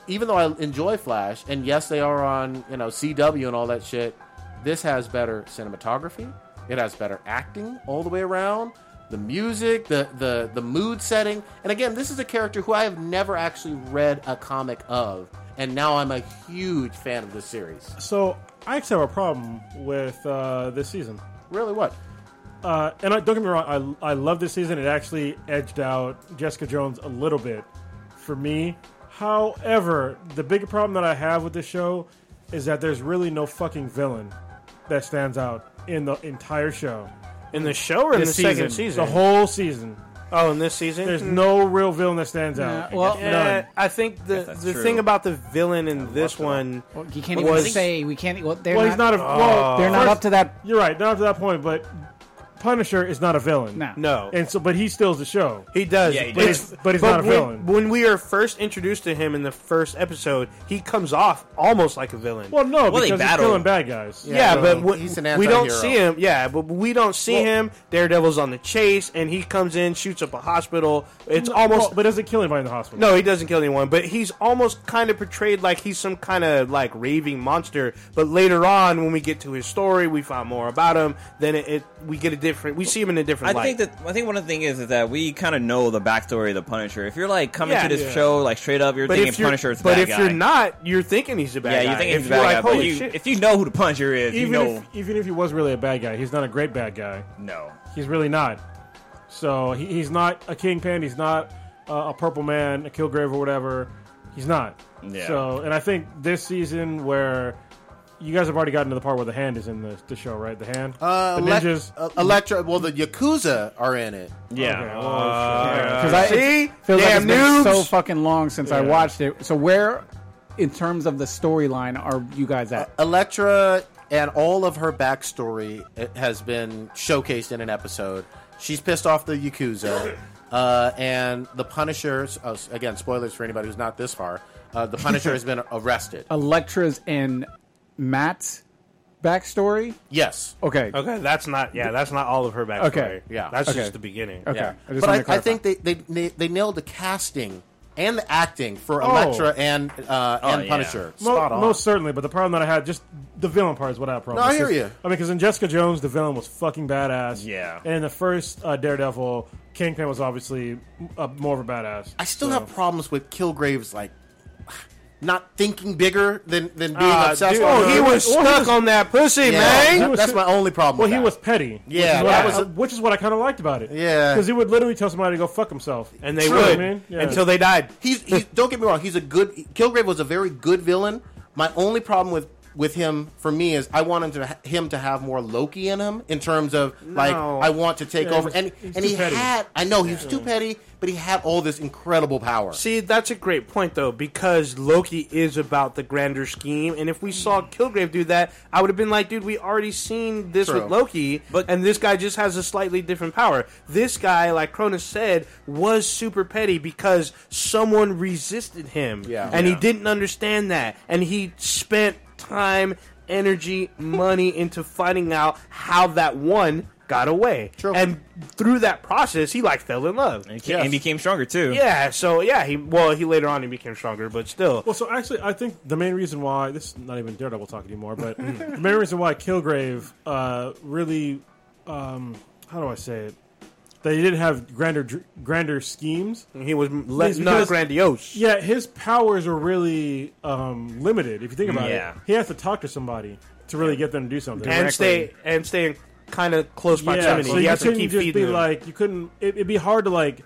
Speaker 6: even though I enjoy Flash, and yes, they are on you know CW and all that shit. This has better cinematography. It has better acting all the way around. The music, the the the mood setting, and again, this is a character who I have never actually read a comic of, and now I'm a huge fan of this series.
Speaker 8: So I actually have a problem with uh, this season.
Speaker 6: Really, what?
Speaker 8: Uh, and I, don't get me wrong, I, I love this season. It actually edged out Jessica Jones a little bit for me. However, the big problem that I have with this show is that there's really no fucking villain that stands out in the entire show.
Speaker 9: In the show or in the
Speaker 4: This
Speaker 9: second season?
Speaker 8: the whole season.
Speaker 9: oh, in this season?
Speaker 8: There's no real villain that stands out.
Speaker 4: Yeah, Hmm. well-
Speaker 8: none.
Speaker 9: Yeah, I think the
Speaker 7: that's
Speaker 9: the
Speaker 7: true.
Speaker 9: thing about the villain in this one.
Speaker 4: Well, you can't
Speaker 9: was-
Speaker 4: even say we can't. Well, they're
Speaker 8: well,
Speaker 4: not, Oh.
Speaker 8: he's not a. well,
Speaker 4: they're not
Speaker 8: first-
Speaker 4: up to that.
Speaker 8: You're right, not up to that point, but Punisher is not a villain.
Speaker 4: No.
Speaker 9: No.
Speaker 8: And so, but he steals the show.
Speaker 9: He does,
Speaker 7: Yeah, he
Speaker 9: but,
Speaker 7: does.
Speaker 9: it's-
Speaker 8: But he's not a
Speaker 9: when,
Speaker 8: villain.
Speaker 9: When we are first introduced to him in the first episode, he comes off almost like a villain.
Speaker 8: Well, no,
Speaker 7: Well, they
Speaker 8: because he's
Speaker 7: battle.
Speaker 8: killing bad guys.
Speaker 9: Yeah,
Speaker 6: so
Speaker 9: but we,
Speaker 6: he's an
Speaker 9: we don't
Speaker 6: antihero.
Speaker 9: see him. Yeah, but we don't see
Speaker 8: Well-
Speaker 9: him. Daredevil's on the chase, and he comes in, shoots up a hospital. It's
Speaker 8: No,
Speaker 9: almost.
Speaker 8: well, but doesn't kill anybody in the hospital.
Speaker 9: no, he doesn't kill anyone, but he's almost kind of portrayed like he's some kind of like raving monster. But later on, when we get to his story, we find more about him. Then it, it we get a different. We see him in a
Speaker 7: I
Speaker 9: different
Speaker 7: think
Speaker 9: light.
Speaker 7: that I think one of the things is, is that we kind of know the backstory of the Punisher. If you're like coming
Speaker 9: Yeah.
Speaker 7: to this
Speaker 9: Yeah.
Speaker 7: show like straight up, you're
Speaker 9: but
Speaker 7: thinking
Speaker 9: if you're,
Speaker 7: Punisher is a
Speaker 9: but
Speaker 7: bad
Speaker 9: if
Speaker 7: guy.
Speaker 9: you're not, you're thinking he's a bad
Speaker 7: yeah,
Speaker 9: guy.
Speaker 7: you're thinking
Speaker 9: If
Speaker 7: he's a
Speaker 9: you're
Speaker 7: bad
Speaker 9: like,
Speaker 7: guy. But
Speaker 9: "Holy
Speaker 7: you,
Speaker 9: shit."
Speaker 7: if you know who the Punisher is, you
Speaker 8: even
Speaker 7: know
Speaker 8: if even if he was really a bad guy, he's not a great bad guy.
Speaker 7: no.
Speaker 8: He's really not. So he, he's not a kingpin. He's not uh, a purple man, a Kilgrave or whatever. He's not.
Speaker 7: Yeah.
Speaker 8: So and I think this season where you guys have already gotten to the part where the hand is in the, the show, right? The hand,
Speaker 6: Uh,
Speaker 8: the
Speaker 6: Elec-
Speaker 8: ninjas.
Speaker 6: uh, Electra. Well, the Yakuza are in it.
Speaker 7: Yeah.
Speaker 8: Okay, well, shit.
Speaker 4: Because I
Speaker 9: See?
Speaker 4: it feels like it's
Speaker 9: Damn
Speaker 4: been
Speaker 9: noobs.
Speaker 4: so fucking long since I
Speaker 8: Yeah.
Speaker 4: watched it. So where in terms of the storyline are you guys
Speaker 6: Uh,
Speaker 4: at?
Speaker 6: Electra and all of her backstory uh, has been showcased in an episode. She's pissed off the Yakuza. Uh, and the Punisher, oh, again, spoilers for anybody who's not this far. Uh, the Punisher has been arrested.
Speaker 8: Oh.
Speaker 4: Electra's and Matt's backstory.
Speaker 6: Yes.
Speaker 4: Okay.
Speaker 9: Okay, that's not. Yeah, that's not all of her backstory.
Speaker 4: Okay.
Speaker 6: Yeah.
Speaker 9: that's
Speaker 4: Okay.
Speaker 9: just the beginning.
Speaker 4: Okay.
Speaker 6: Yeah.
Speaker 4: I just wanted
Speaker 6: but
Speaker 4: to
Speaker 6: I, I think they, they na- they nailed the casting and the acting for
Speaker 8: Oh.
Speaker 6: Elektra and uh, and Punisher.
Speaker 8: Mo-
Speaker 6: Spot on.
Speaker 8: Most certainly, but the problem that I had, just the villain part is what I had a problem.
Speaker 6: No, I
Speaker 8: with.
Speaker 6: hear
Speaker 8: 'Cause-
Speaker 6: you.
Speaker 8: I mean, because in Jessica Jones, the villain was fucking badass.
Speaker 9: Yeah.
Speaker 8: And in the first uh, Daredevil, Kingpin was obviously uh, more of a badass.
Speaker 6: I still
Speaker 8: So-
Speaker 6: have problems with Kilgrave's like not thinking bigger than than being
Speaker 8: Ah,
Speaker 6: obsessed.
Speaker 8: dude.
Speaker 6: with
Speaker 8: Oh,
Speaker 6: her.
Speaker 8: he was Well, he stuck was-
Speaker 9: on that pussy,
Speaker 6: Yeah,
Speaker 9: man.
Speaker 6: that- that's my only problem.
Speaker 8: Well,
Speaker 6: with
Speaker 8: he
Speaker 6: that.
Speaker 8: was petty.
Speaker 6: Yeah,
Speaker 8: which is what
Speaker 6: that
Speaker 8: I- uh,
Speaker 6: was a-
Speaker 8: which is what I kind of liked about it.
Speaker 6: Yeah.
Speaker 8: because he would literally tell somebody to go fuck himself,
Speaker 9: And they
Speaker 8: You know what
Speaker 9: would
Speaker 8: I mean? Yeah.
Speaker 9: until they died.
Speaker 6: He's, he's don't get me wrong. He's a good Kilgrave was a very good villain. My only problem with with him for me is I want him to ha- him to have more Loki in him in terms of like
Speaker 9: No.
Speaker 6: I want to take
Speaker 8: Yeah,
Speaker 6: over
Speaker 8: he's-
Speaker 6: and
Speaker 8: he's
Speaker 6: and
Speaker 8: too
Speaker 6: he
Speaker 8: petty.
Speaker 6: had I know he was too petty but he had all this incredible power.
Speaker 9: See, that's a great point though, because Loki is about the grander scheme, and if we saw Kilgrave do that, I would have been like, dude, we already seen this
Speaker 6: True.
Speaker 9: with Loki, but and this guy just has a slightly different power. This guy, like Cronus said, was super petty because someone resisted him,
Speaker 6: Yeah.
Speaker 9: and he didn't understand that, and he spent time, energy, money into finding out how that one got away,
Speaker 6: True.
Speaker 9: and through that process, he like fell in love.
Speaker 7: And, ca- and became stronger too.
Speaker 9: Yeah, so yeah, he well, he later on he became stronger, but still.
Speaker 8: Well, so actually, I think the main reason why this is not even Daredevil talk anymore, but the main reason why Kilgrave uh, really, um, how do I say it? They didn't have grander, dr- grander schemes.
Speaker 9: he was le-
Speaker 8: It's
Speaker 9: not
Speaker 8: because-
Speaker 9: grandiose.
Speaker 8: Yeah, his powers are really um, limited. If you think about
Speaker 7: Yeah.
Speaker 8: it, he has to talk to somebody to really get them to do something.
Speaker 9: and stay and stay in kind of close
Speaker 8: yeah,
Speaker 9: proximity.
Speaker 8: so
Speaker 9: he
Speaker 8: you
Speaker 9: has to
Speaker 8: couldn't
Speaker 9: keep
Speaker 8: just
Speaker 9: feeding
Speaker 8: be
Speaker 9: them.
Speaker 8: like you couldn't. It, it'd be hard to like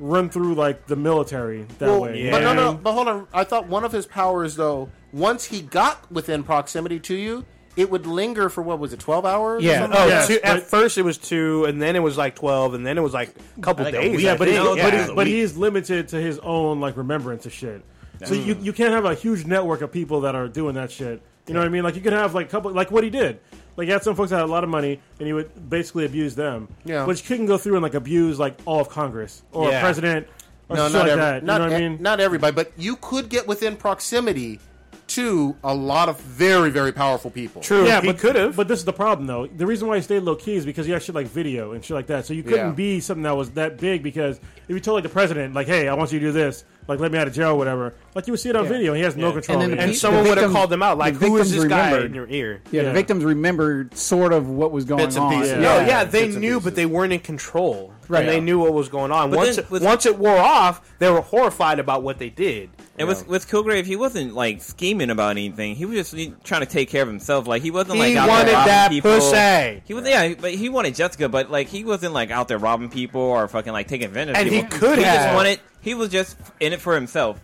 Speaker 8: run through like the military that
Speaker 6: Well,
Speaker 8: way.
Speaker 6: But no,
Speaker 9: Yeah.
Speaker 6: no, but hold on. I thought one of his powers, though, once he got within proximity to you, it would linger for what was it, twelve hours? or
Speaker 9: yeah.
Speaker 6: something?
Speaker 9: Oh,
Speaker 8: Yeah,
Speaker 9: two- at
Speaker 8: but-
Speaker 9: first it was two, and then it was like twelve, and then it was like a couple
Speaker 7: Like a
Speaker 9: days.
Speaker 7: week.
Speaker 9: I
Speaker 8: Yeah, but he,
Speaker 7: Yeah,
Speaker 9: think.
Speaker 8: but,
Speaker 7: yeah.
Speaker 8: he's, but he is limited to his own like remembrance of shit. So you, you can't have a huge network of people that are doing that shit. You know what I mean? Like you could have like couple like what he did. Like he had some folks that had a lot of money and he would basically abuse them.
Speaker 6: Yeah.
Speaker 8: But you couldn't go through and like abuse like all of Congress or
Speaker 9: Yeah.
Speaker 8: a president or
Speaker 6: no,
Speaker 8: shit
Speaker 6: not
Speaker 8: like
Speaker 6: every-
Speaker 8: that.
Speaker 6: Not,
Speaker 8: you know what
Speaker 6: e-
Speaker 8: I mean?
Speaker 6: not everybody, but you could get within proximity to a lot of very, very powerful people.
Speaker 9: True.
Speaker 8: yeah,
Speaker 9: he
Speaker 8: but
Speaker 9: could have.
Speaker 8: But this is the problem, though. The reason why he stayed low key is because he had shit like video and shit like that. So you couldn't
Speaker 6: Yeah.
Speaker 8: be something that was that big because if you told like the president, like, "Hey, I want you to do this," like, "Let me out of jail," or whatever, like you would see it on video. He has no control.
Speaker 4: then
Speaker 8: over it.
Speaker 4: the
Speaker 9: and someone would have
Speaker 4: victims-
Speaker 9: called them out,
Speaker 4: the
Speaker 9: like, "Who is this
Speaker 4: victims
Speaker 9: guy
Speaker 4: remembered.
Speaker 9: in your ear?"
Speaker 4: Yeah,
Speaker 8: Yeah.
Speaker 4: the victims remembered sort of what was going
Speaker 6: Bits and
Speaker 4: on.
Speaker 6: pieces.
Speaker 9: No,
Speaker 6: Yeah.
Speaker 9: Oh, yeah, they
Speaker 6: Bits and
Speaker 9: knew,
Speaker 6: pieces.
Speaker 9: but they weren't in control.
Speaker 4: Right.
Speaker 9: Right. And they
Speaker 4: Yeah.
Speaker 9: knew what was going on.
Speaker 7: But
Speaker 9: once
Speaker 7: then
Speaker 9: it,
Speaker 7: with-
Speaker 9: once it wore off, they were horrified about what they did.
Speaker 7: And with with Kilgrave, he wasn't like scheming about anything. He was just he- trying to take care of himself. Like he wasn't like
Speaker 9: He
Speaker 7: out
Speaker 9: wanted
Speaker 7: there robbing
Speaker 9: that
Speaker 7: people.
Speaker 9: pussy.
Speaker 7: He was yeah, but he wanted Jessica. But like he wasn't like out there robbing people or fucking like taking advantage.
Speaker 9: And
Speaker 7: of
Speaker 9: he
Speaker 7: people.
Speaker 9: could
Speaker 7: he
Speaker 9: have.
Speaker 7: Just wanted, he was just in it for himself.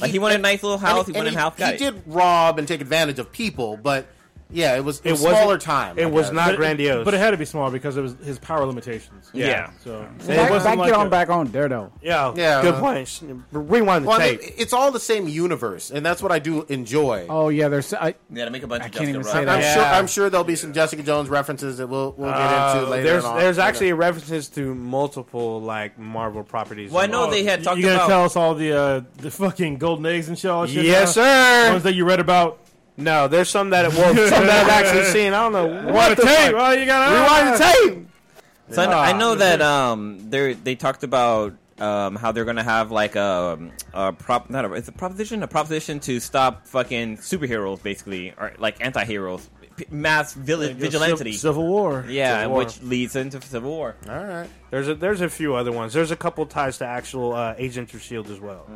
Speaker 7: Like he, wanted a nice little house. he
Speaker 6: and
Speaker 7: wanted a house.
Speaker 6: he,
Speaker 7: Got it.
Speaker 6: did rob and take advantage of people, but yeah, it was it,
Speaker 9: It
Speaker 6: was
Speaker 9: wasn't-
Speaker 6: smaller time. I
Speaker 9: It was
Speaker 6: guess.
Speaker 9: not
Speaker 8: But it-
Speaker 9: grandiose.
Speaker 8: but it had to be small because it was his power limitations.
Speaker 7: Yeah.
Speaker 8: So
Speaker 4: Back, back,
Speaker 8: like
Speaker 4: get on
Speaker 8: a-
Speaker 4: back on Daredevil.
Speaker 9: yeah,
Speaker 6: Yeah.
Speaker 9: Good points. Rewind the
Speaker 6: Well, I mean,
Speaker 9: tape.
Speaker 6: it's all the same universe, and that's what I do enjoy.
Speaker 4: Oh yeah, there's I,
Speaker 7: Yeah, to make a bunch
Speaker 4: I
Speaker 7: of
Speaker 4: can't
Speaker 7: Jessica
Speaker 4: even
Speaker 7: Rabbit.
Speaker 4: say
Speaker 6: I'm
Speaker 4: that.
Speaker 6: sure.
Speaker 9: Yeah.
Speaker 6: I'm sure there'll be some Jessica Jones references that we'll we'll get into
Speaker 9: Uh,
Speaker 6: later.
Speaker 9: There's
Speaker 6: on.
Speaker 9: there's actually references to multiple like Marvel properties.
Speaker 7: Well, I know they had
Speaker 8: You-
Speaker 7: talked
Speaker 8: you gonna
Speaker 7: about.
Speaker 8: tell us all the uh, the fucking golden eggs and shit? all that shit
Speaker 9: Yes,
Speaker 8: now?
Speaker 9: sir.
Speaker 8: Ones that you read about.
Speaker 9: No, there's some that well, some that I've actually seen. I don't know what
Speaker 8: What
Speaker 9: the
Speaker 8: the tape?
Speaker 9: fuck.
Speaker 8: Oh, you gotta
Speaker 9: Rewind the tape.
Speaker 7: So I, kn- I
Speaker 9: Ah.
Speaker 7: know that um, they they talked about um, how they're gonna have like a, a prop not a it's a proposition a proposition to stop fucking superheroes basically or like anti-heroes p- mass vil- vigilante
Speaker 8: Civil War.
Speaker 7: yeah
Speaker 9: Civil War.
Speaker 7: which leads into civil war
Speaker 6: all right.
Speaker 9: There's a, there's a few other ones. There's a couple ties to actual uh, Agents of Shield as well.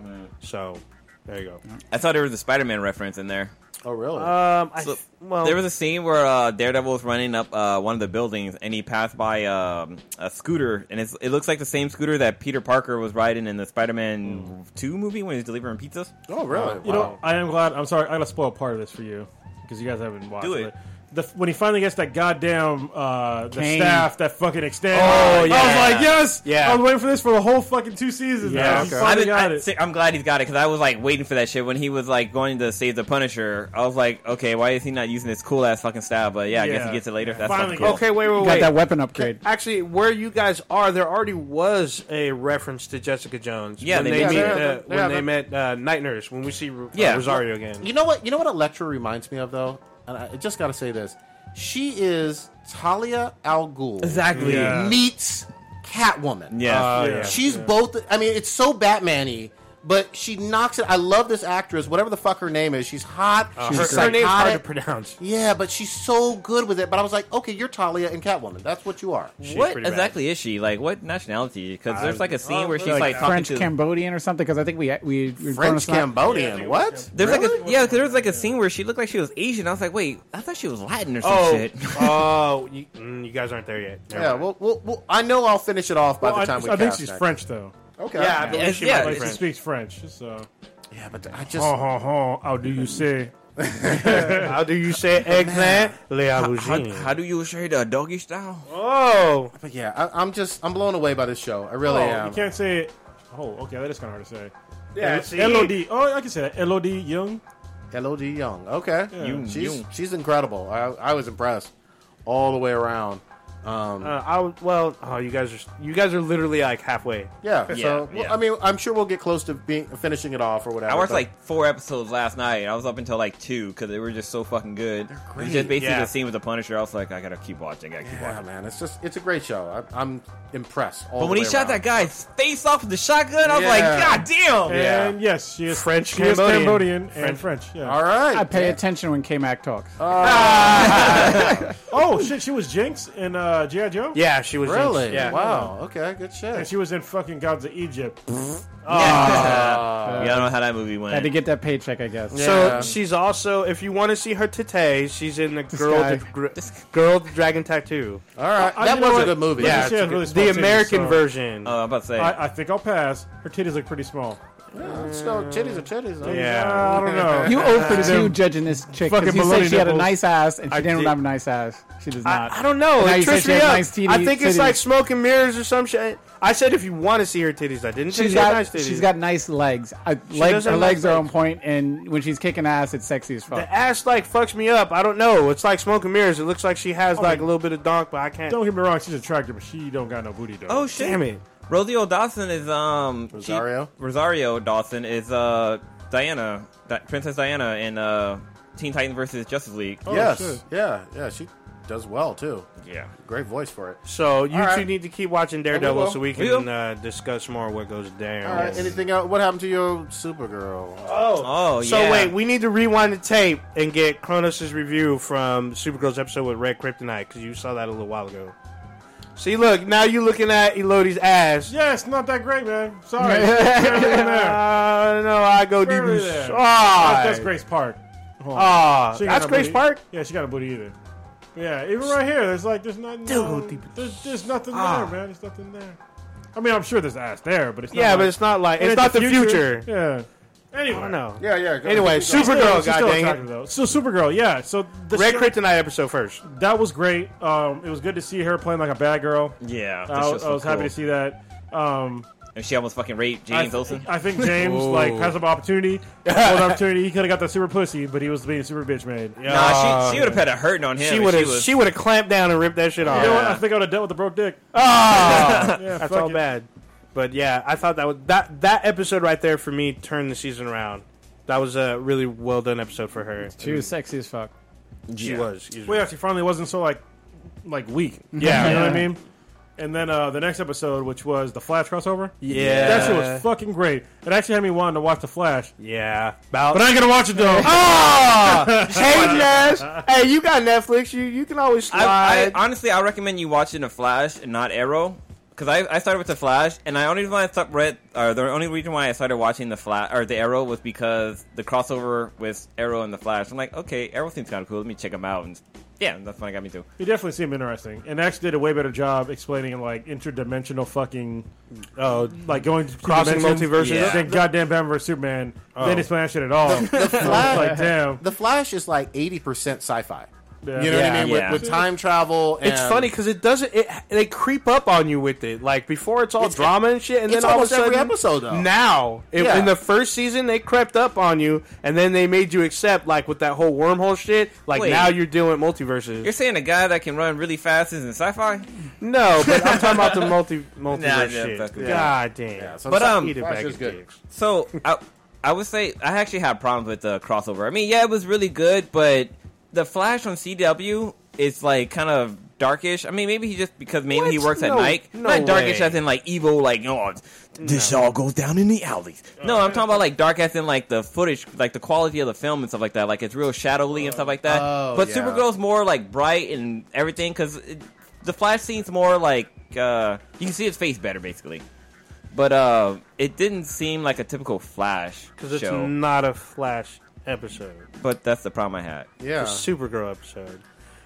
Speaker 9: So there you go.
Speaker 7: I thought there was a Spider-Man reference in there
Speaker 6: Oh really?
Speaker 9: Um, I,
Speaker 7: So,
Speaker 9: well,
Speaker 7: there was a scene where uh, Daredevil was running up uh, one of the buildings, and he passed by um, a scooter, and it's, it looks like the same scooter that Peter Parker was riding in the Spider-Man
Speaker 4: Mm.
Speaker 7: Two movie when he was delivering pizzas.
Speaker 6: oh really?
Speaker 8: You know, I am glad. I'm sorry. I gotta spoil part of this for you because you guys haven't watched
Speaker 7: Do it.
Speaker 8: but the, when he finally gets that goddamn uh, the
Speaker 9: Cane.
Speaker 8: staff that fucking extend.
Speaker 9: Oh,
Speaker 8: I
Speaker 9: yeah.
Speaker 8: was like, yes,
Speaker 7: Yeah.
Speaker 8: I was waiting for this for the whole fucking two seasons. Yeah, he
Speaker 7: I've
Speaker 8: finally
Speaker 7: been,
Speaker 8: got
Speaker 7: I,
Speaker 8: it.
Speaker 7: am glad he's got it because I was like waiting for that shit when he was like going to save the Punisher. I was like, okay, why is he not using this cool ass fucking style? But yeah, I guess
Speaker 9: Yeah.
Speaker 7: he gets it later. That's
Speaker 9: Finally
Speaker 7: fucking cool.
Speaker 9: Okay, wait, wait,
Speaker 4: Got
Speaker 9: Oh, wait.
Speaker 4: that weapon upgrade.
Speaker 9: Actually, where you guys are, there already was a reference to Jessica Jones.
Speaker 7: Yeah,
Speaker 9: when
Speaker 7: they
Speaker 9: they,
Speaker 7: did.
Speaker 9: meet,
Speaker 7: Yeah,
Speaker 9: uh,
Speaker 7: they're-
Speaker 9: when
Speaker 7: they're-
Speaker 9: they met uh, Night Nurse. When we see uh, Rosario again.
Speaker 6: You know what? You know what Electra reminds me of though, and I I just got to say this: she is Talia al Ghul.
Speaker 7: Exactly. Yeah.
Speaker 6: Meets Catwoman.
Speaker 7: Yes. Oh, yeah.
Speaker 6: She's
Speaker 7: Yeah.
Speaker 6: both. I mean, it's so Batman-y, but she knocks it. I love this actress. Whatever the fuck her name is, she's hot.
Speaker 9: Uh,
Speaker 6: she's
Speaker 9: her, her name's hard to
Speaker 6: psychotic.
Speaker 9: pronounce.
Speaker 6: Yeah, but she's so good with it. But I was like, okay, you're Talia and Catwoman. That's what you are.
Speaker 7: what exactly is she? Like, what nationality? Because there's like a scene
Speaker 6: oh,
Speaker 7: where she's
Speaker 6: like,
Speaker 7: like talking
Speaker 4: French
Speaker 7: to
Speaker 4: Cambodian or something because I think we we we
Speaker 6: French Cambodian. what?
Speaker 7: There's like a yeah, 'cause there was like a scene where she looked like she was Asian. I was like, wait, I thought she was Latin or some
Speaker 9: Oh,
Speaker 7: shit.
Speaker 9: oh, you, mm, you guys aren't there yet. Never
Speaker 6: Yeah.
Speaker 9: mind.
Speaker 6: Well, well, well, I know I'll finish it off by
Speaker 8: Well,
Speaker 6: the time
Speaker 8: I,
Speaker 6: we.
Speaker 8: I think
Speaker 6: cast
Speaker 8: she's
Speaker 6: that.
Speaker 8: French though.
Speaker 6: Okay. Yeah, I believe
Speaker 8: she,
Speaker 6: she might be French.
Speaker 8: speaks French. So
Speaker 6: yeah, but I
Speaker 8: just ho ho ho. How do you say?
Speaker 9: How do you say eggplant? Le Hmm.
Speaker 7: how, how do you say the doggy style?
Speaker 9: Oh,
Speaker 6: but yeah, I, I'm just I'm blown away by this show. I really
Speaker 8: oh,
Speaker 6: am.
Speaker 8: You can't say. it. Oh, okay, that is kind of hard to say.
Speaker 6: Yeah,
Speaker 8: El-
Speaker 6: see?
Speaker 8: LOD. Oh, I can say that. LOD Young.
Speaker 6: LOD Young. Okay.
Speaker 8: Yeah. Young,
Speaker 6: she's
Speaker 8: young.
Speaker 6: she's incredible. I, I was impressed all the way around. Um,
Speaker 9: Uh, I would- well, oh, you guys are you guys are literally like halfway.
Speaker 6: yeah,
Speaker 7: yeah,
Speaker 6: So well,
Speaker 7: yeah.
Speaker 6: I mean, I'm sure we'll get close to being finishing it off or whatever.
Speaker 7: I watched
Speaker 6: but-
Speaker 7: like four episodes last night. I was up until like two because they were just so fucking good. They're
Speaker 6: great.
Speaker 7: just basically
Speaker 6: Yeah.
Speaker 7: the scene with the Punisher. I was like, I gotta keep watching. I gotta keep
Speaker 6: yeah,
Speaker 7: watching.
Speaker 6: man, it's just it's a great show. I, I'm impressed. All
Speaker 7: But
Speaker 6: the
Speaker 7: when he
Speaker 6: way
Speaker 7: shot
Speaker 6: around.
Speaker 7: that guy's face off with the shotgun, I was
Speaker 6: Yeah.
Speaker 7: like, God damn!
Speaker 8: And yes, she is
Speaker 9: French
Speaker 8: She is
Speaker 9: Cambodian.
Speaker 8: Cambodian and
Speaker 9: French-
Speaker 8: French. Yeah.
Speaker 6: All right.
Speaker 4: I pay attention when K Mac talks.
Speaker 8: Oh shit, she was Jinx in uh, GI Joe.
Speaker 9: Yeah, she was
Speaker 6: Really?
Speaker 9: Jinx. Yeah.
Speaker 6: Wow. Okay. Good shit.
Speaker 8: And she was in fucking Gods of Egypt.
Speaker 7: Yeah, I don't know how that movie went.
Speaker 4: Had to get that paycheck, I guess.
Speaker 6: Yeah.
Speaker 9: So she's also, if you want to see her today, she's in the girl,
Speaker 4: guy.
Speaker 9: the, Gr- girl, with the dragon tattoo.
Speaker 6: All right.
Speaker 8: I-
Speaker 6: Uh, that
Speaker 8: you know
Speaker 6: was
Speaker 8: what?
Speaker 6: a good movie.
Speaker 8: Yeah,
Speaker 9: Yeah,
Speaker 8: she
Speaker 9: it's
Speaker 8: has
Speaker 9: a good-
Speaker 8: really small
Speaker 9: the
Speaker 8: titties,
Speaker 9: American
Speaker 8: so-
Speaker 9: version.
Speaker 7: Uh, I'm about to say.
Speaker 8: I, I think I'll pass. Her titties look pretty small.
Speaker 6: So oh, titties are titties. huh?
Speaker 9: yeah,
Speaker 8: I don't know.
Speaker 4: You owe for two judging this chick
Speaker 8: Fucking
Speaker 4: because you said
Speaker 8: baloney
Speaker 4: she had a
Speaker 8: nipples.
Speaker 4: nice ass and she
Speaker 9: I
Speaker 4: didn't
Speaker 9: did-
Speaker 4: have a nice ass. She does not.
Speaker 9: I, I don't
Speaker 4: And
Speaker 9: know.
Speaker 4: now
Speaker 9: It
Speaker 4: you said
Speaker 9: trips
Speaker 4: she
Speaker 9: me
Speaker 4: had
Speaker 9: up.
Speaker 4: nice titty-
Speaker 9: I think it's
Speaker 4: titties.
Speaker 9: like smoke and mirrors or some shit. I said if you want to see her titties, I didn't. say
Speaker 4: She's
Speaker 9: she had
Speaker 4: got
Speaker 9: nice titties.
Speaker 4: she's got nice legs. I,
Speaker 9: She
Speaker 4: legs
Speaker 9: does
Speaker 4: her
Speaker 9: have
Speaker 4: legs
Speaker 9: nice
Speaker 4: are on
Speaker 9: legs.
Speaker 4: point, and when she's kicking ass, it's sexy as fuck.
Speaker 9: the ass like fucks me up. I don't know. It's like smoke and mirrors. It looks like she has like a little bit of donk, but I can't.
Speaker 8: Don't get me wrong, she's attractive, but she don't got no booty though.
Speaker 7: oh shit!
Speaker 9: Damn it.
Speaker 7: Rosie O'Dawson is um she-
Speaker 6: Rosario?
Speaker 7: Rosario Dawson is uh Diana, Di- Princess Diana in uh Teen Titans versus Justice League.
Speaker 8: Oh.
Speaker 6: yes.
Speaker 8: shit.
Speaker 6: Yeah. Yeah. She does well too.
Speaker 7: Yeah.
Speaker 6: Great voice for it.
Speaker 9: So you
Speaker 6: All right.
Speaker 9: two need to keep watching
Speaker 6: We
Speaker 9: Daredevil
Speaker 6: will.
Speaker 9: so we
Speaker 7: We
Speaker 9: can
Speaker 7: will.
Speaker 9: uh, discuss more what goes down.
Speaker 6: All right. Anything else? What happened to your Supergirl?
Speaker 9: Uh,
Speaker 7: Oh,
Speaker 9: so
Speaker 7: yeah.
Speaker 9: wait, we need to rewind the tape and get Kronos' review from Supergirl's episode with Red Kryptonite because you saw that a little while ago. See, look, now you're looking at Elodie's ass.
Speaker 8: Yeah, it's not that great, man. Sorry. Barely there.
Speaker 9: Uh, no, I go deep.
Speaker 8: Barely
Speaker 9: in-
Speaker 8: there.
Speaker 9: Ah,
Speaker 8: That's Grace Park. Hold on.
Speaker 9: Ah,
Speaker 8: She ain't got
Speaker 9: that's
Speaker 8: no
Speaker 9: Grace
Speaker 8: booty.
Speaker 9: Park.
Speaker 8: Yeah, she got a booty either. But yeah, even right here, there's like there's nothing.
Speaker 9: go
Speaker 8: uh,
Speaker 9: deep.
Speaker 8: there's, there's nothing
Speaker 9: Ah.
Speaker 8: there, man. There's nothing there. I mean, I'm sure there's ass there, but it's not
Speaker 9: Yeah,
Speaker 8: like-
Speaker 9: but it's not like
Speaker 8: And
Speaker 9: it's
Speaker 8: it's
Speaker 9: not the future.
Speaker 8: Yeah. Anyway,
Speaker 9: I don't know.
Speaker 6: Yeah. Yeah. go-
Speaker 9: Anyway,
Speaker 6: keep going.
Speaker 8: Still-
Speaker 9: Supergirl,
Speaker 8: she's
Speaker 9: god
Speaker 8: still
Speaker 9: dang
Speaker 8: attractive,
Speaker 9: it.
Speaker 8: though. So Supergirl, yeah. So the
Speaker 9: Red
Speaker 8: show-
Speaker 9: Kryptonite episode first.
Speaker 8: that was great. Um, it was good to see her playing like a bad girl.
Speaker 7: yeah,
Speaker 8: I,
Speaker 7: that's
Speaker 8: I was
Speaker 7: just so
Speaker 8: happy
Speaker 7: cool.
Speaker 8: to see that. Um,
Speaker 7: And she almost fucking raped
Speaker 8: I
Speaker 7: James
Speaker 8: th-
Speaker 7: Olsen.
Speaker 8: I think James like has an opportunity, golden opportunity. He could have got the super pussy, but he was being super bitch made. Uh.
Speaker 7: nah, she, she would have had a hurting on him.
Speaker 9: She
Speaker 7: if
Speaker 9: would have
Speaker 7: was-
Speaker 9: she would have clamped down and ripped that shit off.
Speaker 8: You know what? I think I would have dealt with the broke dick.
Speaker 9: Ah,
Speaker 8: Yeah,
Speaker 9: that's
Speaker 8: fuck
Speaker 9: all
Speaker 8: it.
Speaker 9: bad. But yeah, I thought that was that that episode right there for me turned the season around. That was a really well done episode for her.
Speaker 4: she was sexy as fuck.
Speaker 9: She was. excuse me.
Speaker 8: Well, yeah, she finally wasn't so like like weak.
Speaker 9: Yeah.
Speaker 8: you know what I mean. And then uh, the next episode, which was the Flash crossover,
Speaker 9: Yeah.
Speaker 8: that shit was fucking great. It actually had me wanting to watch the Flash,
Speaker 9: yeah. About
Speaker 8: but I ain't gonna watch it though.
Speaker 9: ah, hey Ness. Hey, you got Netflix. You you can always
Speaker 7: I, I
Speaker 9: slide.
Speaker 7: honestly, I recommend you watching the Flash and not Arrow. Because I, I started with the Flash, and I only reason why I stopped read, or the only reason why I started watching the Flash or the Arrow was because the crossover with Arrow and the Flash. I'm like, okay, Arrow seems kind of cool. Let me check him out, and yeah, that's what I got me to.
Speaker 8: You definitely seem interesting, and actually did a way better job explaining like interdimensional fucking, uh,
Speaker 9: oh,
Speaker 8: like going to
Speaker 9: Crossing multiverses.
Speaker 7: Yeah.
Speaker 8: Then goddamn Batman vs Superman. They didn't explain that shit at all. I was like damn.
Speaker 6: The Flash is like eighty percent sci-fi.
Speaker 9: Yeah.
Speaker 6: You know what
Speaker 9: Yeah.
Speaker 6: I mean? With-
Speaker 9: Yeah.
Speaker 6: With, time travel, and
Speaker 9: It's funny because it doesn't. It, they creep up on you with it. Like before, it's all drama and shit, and
Speaker 6: it's
Speaker 9: then all of
Speaker 6: almost
Speaker 9: a sudden,
Speaker 6: every episode, though.
Speaker 9: Now, it-
Speaker 6: Yeah.
Speaker 9: in the first season, they crept up on you, and then they made you accept like with that whole wormhole shit. Like
Speaker 7: Wait.
Speaker 9: now, you're doing multiverses.
Speaker 7: You're saying a guy that can run really fast isn't sci-fi?
Speaker 9: No, but I'm talking about the multi multiverse
Speaker 7: Nah, yeah,
Speaker 9: shit.
Speaker 7: fuck it.
Speaker 9: God damn.
Speaker 7: but um,
Speaker 9: Eat a bag of dicks.
Speaker 7: so I, I would say I actually had problems with the crossover. I mean, yeah, it was really good, but the Flash on CW is like kind of darkish. I mean, maybe he just because maybe he
Speaker 11: What?
Speaker 7: works at
Speaker 11: No-
Speaker 7: night.
Speaker 11: no
Speaker 7: Not darkish
Speaker 11: way.
Speaker 7: as in like evil, like oh, this all goes down in the alleys. No, I'm talking about like dark as in like the footage, like the quality of the film and stuff like that. Like it's real shadowy and stuff like that.
Speaker 11: Oh,
Speaker 7: but
Speaker 11: yeah.
Speaker 7: Supergirl's more like bright and everything because the Flash scene's more like uh, you can see his face better basically. But uh, it didn't seem like a typical Flash
Speaker 9: because it's
Speaker 7: show.
Speaker 9: not a Flash episode.
Speaker 7: but that's the problem I had.
Speaker 9: It's a Supergirl episode.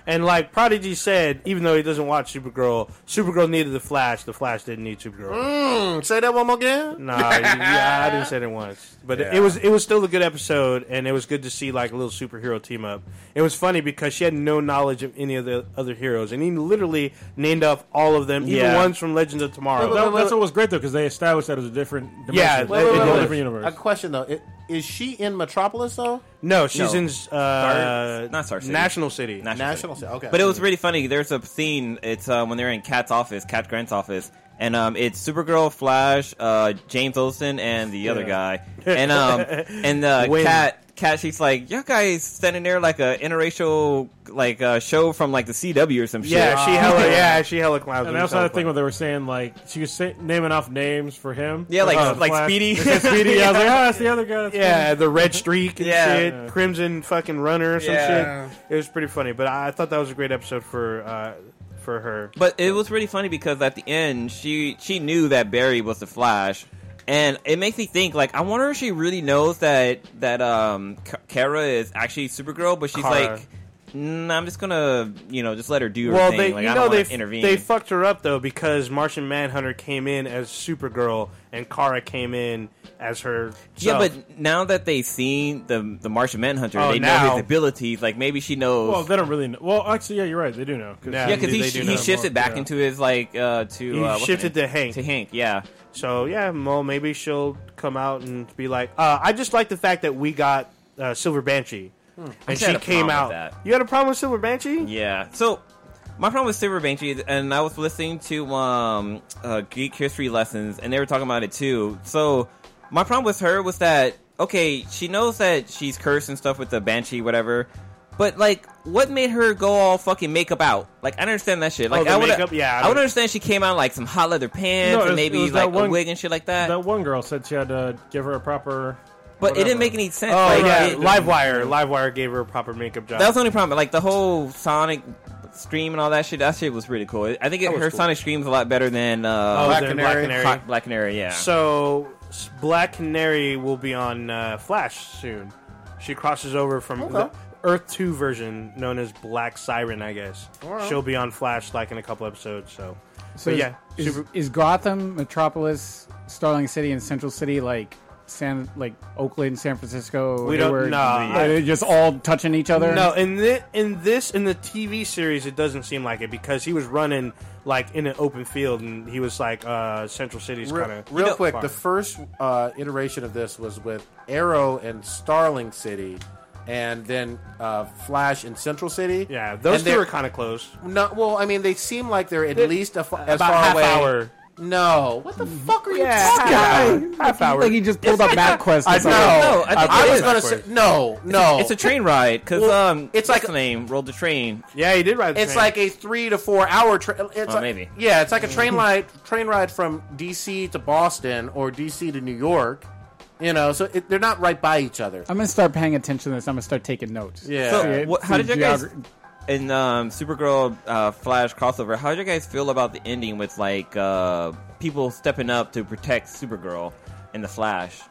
Speaker 9: And like Prodigy said, even though he doesn't watch Supergirl, Supergirl needed the Flash. The Flash didn't need Supergirl.
Speaker 6: Mm, say that one more again.
Speaker 9: Nah, you- yeah, I didn't say it once, but
Speaker 6: Yeah.
Speaker 9: it was it was still a good episode, and it was good to see like a little superhero team up. It was funny because she had no knowledge of any of the other heroes, and he literally named off all of them, even
Speaker 8: Yeah.
Speaker 9: ones from Legends of Tomorrow.
Speaker 8: That- that's what was great though, because they established that it was a different dimension.
Speaker 9: Yeah,
Speaker 8: It's
Speaker 9: wait,
Speaker 8: a
Speaker 9: wait, wait,
Speaker 8: different
Speaker 9: wait.
Speaker 8: universe.
Speaker 6: A question though: I- Is she in Metropolis though?
Speaker 9: No, she's in uh,
Speaker 7: Star- not Star City.
Speaker 9: National City.
Speaker 6: National City. Okay,
Speaker 7: But it was really funny. There's a scene. It's uh, when they're in Cat's office, Cat Grant's office, and um, it's Supergirl, Flash, uh, James Olsen, and the other guy, and um, and uh,
Speaker 11: Win.
Speaker 7: Cat. Cat, she's like, y'all guys standing there like a interracial like uh, show from like the CW or some shit.
Speaker 9: Yeah, she hella yeah, she hella clowns.
Speaker 8: Ah. And I also had a thing where they were saying like she was say, naming off names for him.
Speaker 7: Yeah, like-
Speaker 8: Uh,
Speaker 7: like
Speaker 8: Flash.
Speaker 7: Speedy.
Speaker 8: They said Speedy. I was like, oh, that's the other guy. That's
Speaker 9: yeah,
Speaker 8: Speedy."
Speaker 9: the red streak and
Speaker 8: Yeah.
Speaker 9: shit, crimson fucking runner or some
Speaker 7: Yeah.
Speaker 9: shit. It was pretty funny, but I, I thought that was a great episode for uh, for her.
Speaker 7: But it was really funny because at the end, she she knew that Barry was the Flash, and it makes me think like I wonder if she really knows that that um K- Kara is actually Supergirl, but she's
Speaker 9: Kara.
Speaker 7: like, "Mm, I'm just gonna you know just let her do her
Speaker 9: well,
Speaker 7: thing.
Speaker 9: they
Speaker 7: like
Speaker 9: you
Speaker 7: I
Speaker 9: know
Speaker 7: don't
Speaker 9: they
Speaker 7: want
Speaker 9: f-
Speaker 7: to intervene.
Speaker 9: they fucked her up though because Martian Manhunter came in as Supergirl and Kara came in as her.
Speaker 7: yeah,
Speaker 9: self.
Speaker 7: but now that they've seen the the Martian Manhunter,
Speaker 9: Oh,
Speaker 7: they know
Speaker 9: now-
Speaker 7: his abilities. Like maybe she knows.
Speaker 8: Well, they don't really. know. Well, actually, yeah, you're right. They do know.
Speaker 7: yeah, because he, he shifted back into his like uh, to
Speaker 9: He
Speaker 7: uh, what's her
Speaker 9: shifted
Speaker 7: name?
Speaker 9: to Hank.
Speaker 7: To Hank, yeah.
Speaker 9: So yeah, well, maybe she'll come out and be like, uh, "I just like the fact that we got uh, Silver Banshee,
Speaker 7: I
Speaker 9: and
Speaker 7: Hmm. had
Speaker 9: she
Speaker 7: a problem
Speaker 9: came
Speaker 7: with
Speaker 9: out."
Speaker 7: that.
Speaker 9: You had a problem with Silver Banshee?
Speaker 7: Yeah. So my problem with Silver Banshee, is- and I was listening to um, uh, Geek History Lessons, and they were talking about it too. So my problem with her was that okay, she knows that she's cursed and stuff with the Banshee, whatever. But like, what made her go all fucking makeup out? Like, I don't understand that shit.
Speaker 9: Oh,
Speaker 7: Like,
Speaker 9: the
Speaker 7: I would,
Speaker 9: makeup? Yeah, I
Speaker 7: I, would
Speaker 9: don't-
Speaker 7: understand she came out in, like some hot leather pants
Speaker 8: No, it
Speaker 7: and
Speaker 8: was-
Speaker 7: maybe
Speaker 8: it was
Speaker 7: like
Speaker 8: that one-
Speaker 7: a wig and shit like that.
Speaker 8: That one girl said she had to give her a proper.
Speaker 7: But it
Speaker 8: whatever.
Speaker 7: didn't make any sense.
Speaker 9: Oh
Speaker 7: like,
Speaker 9: yeah,
Speaker 7: it-
Speaker 9: Livewire. Livewire gave her a proper makeup job.
Speaker 7: That was the only problem. Like the whole Sonic scream and all that shit. That shit was really cool. I think it,
Speaker 9: That was
Speaker 7: her
Speaker 9: cool.
Speaker 7: Sonic scream's a lot better than uh,
Speaker 9: Oh, Black than Black Canary? Canary.
Speaker 7: Hot Black Canary, yeah.
Speaker 9: So s- Black Canary will be on uh, Flash soon. She crosses over from
Speaker 6: Okay.
Speaker 9: the Earth Two version, known as Black Siren, I guess.
Speaker 6: Alright.
Speaker 9: She'll be on Flash like in a couple episodes. So,
Speaker 4: So
Speaker 9: But
Speaker 4: is-
Speaker 9: yeah,
Speaker 4: is,
Speaker 9: Super-
Speaker 4: is Gotham, Metropolis, Starling City, and Central City like San, like Oakland, San Francisco?
Speaker 9: We don't-
Speaker 4: everywhere?
Speaker 9: nah.
Speaker 4: Are they just all touching each other?
Speaker 9: No, in this, in this in the TV series, it doesn't seem like it because he was running like in an open field, and he was like uh, Central City's
Speaker 6: Re-
Speaker 9: kind of
Speaker 6: real quick, the first uh, iteration of this was with Arrow and Starling City, and then uh, Flash and Central City.
Speaker 9: Yeah, those
Speaker 6: And
Speaker 9: two
Speaker 6: they're-
Speaker 9: were kind of close.
Speaker 6: No, well, I mean, they seem like they're at
Speaker 9: They're
Speaker 6: least a, fu- as
Speaker 9: about
Speaker 6: far
Speaker 9: half
Speaker 6: away.
Speaker 9: hour.
Speaker 6: No, what the
Speaker 4: Mm-hmm.
Speaker 6: fuck are
Speaker 9: Yeah,
Speaker 6: you talking
Speaker 9: half
Speaker 6: about?
Speaker 9: hour. Half hour.
Speaker 4: Like he just pulled up MapQuest. or
Speaker 6: I know.
Speaker 4: something.
Speaker 6: No,
Speaker 7: I think
Speaker 6: I,
Speaker 7: it
Speaker 6: was
Speaker 7: is
Speaker 6: gonna
Speaker 7: backwards.
Speaker 6: say no, no.
Speaker 7: It's a train ride because
Speaker 6: Well,
Speaker 7: um,
Speaker 6: it's
Speaker 7: it's
Speaker 6: like
Speaker 7: like name rolled the train.
Speaker 9: Yeah, he did ride. The
Speaker 6: It's
Speaker 9: train.
Speaker 6: like a three to four hour train. It's
Speaker 7: Oh,
Speaker 6: a-
Speaker 7: maybe.
Speaker 6: Yeah, it's like a
Speaker 4: Mm-hmm.
Speaker 6: train ride, train ride from D.C. to Boston or D.C. to New York. You know, so it, they're not right by each other.
Speaker 4: I'm gonna start paying attention to this. I'm gonna start taking notes.
Speaker 6: Yeah.
Speaker 7: So,
Speaker 4: See,
Speaker 7: what,
Speaker 4: see
Speaker 7: how did you guys
Speaker 4: geogra-
Speaker 7: in um, Supergirl uh, Flash crossover? How did you guys feel about the ending with like uh, people stepping up to protect Supergirl and the Flash?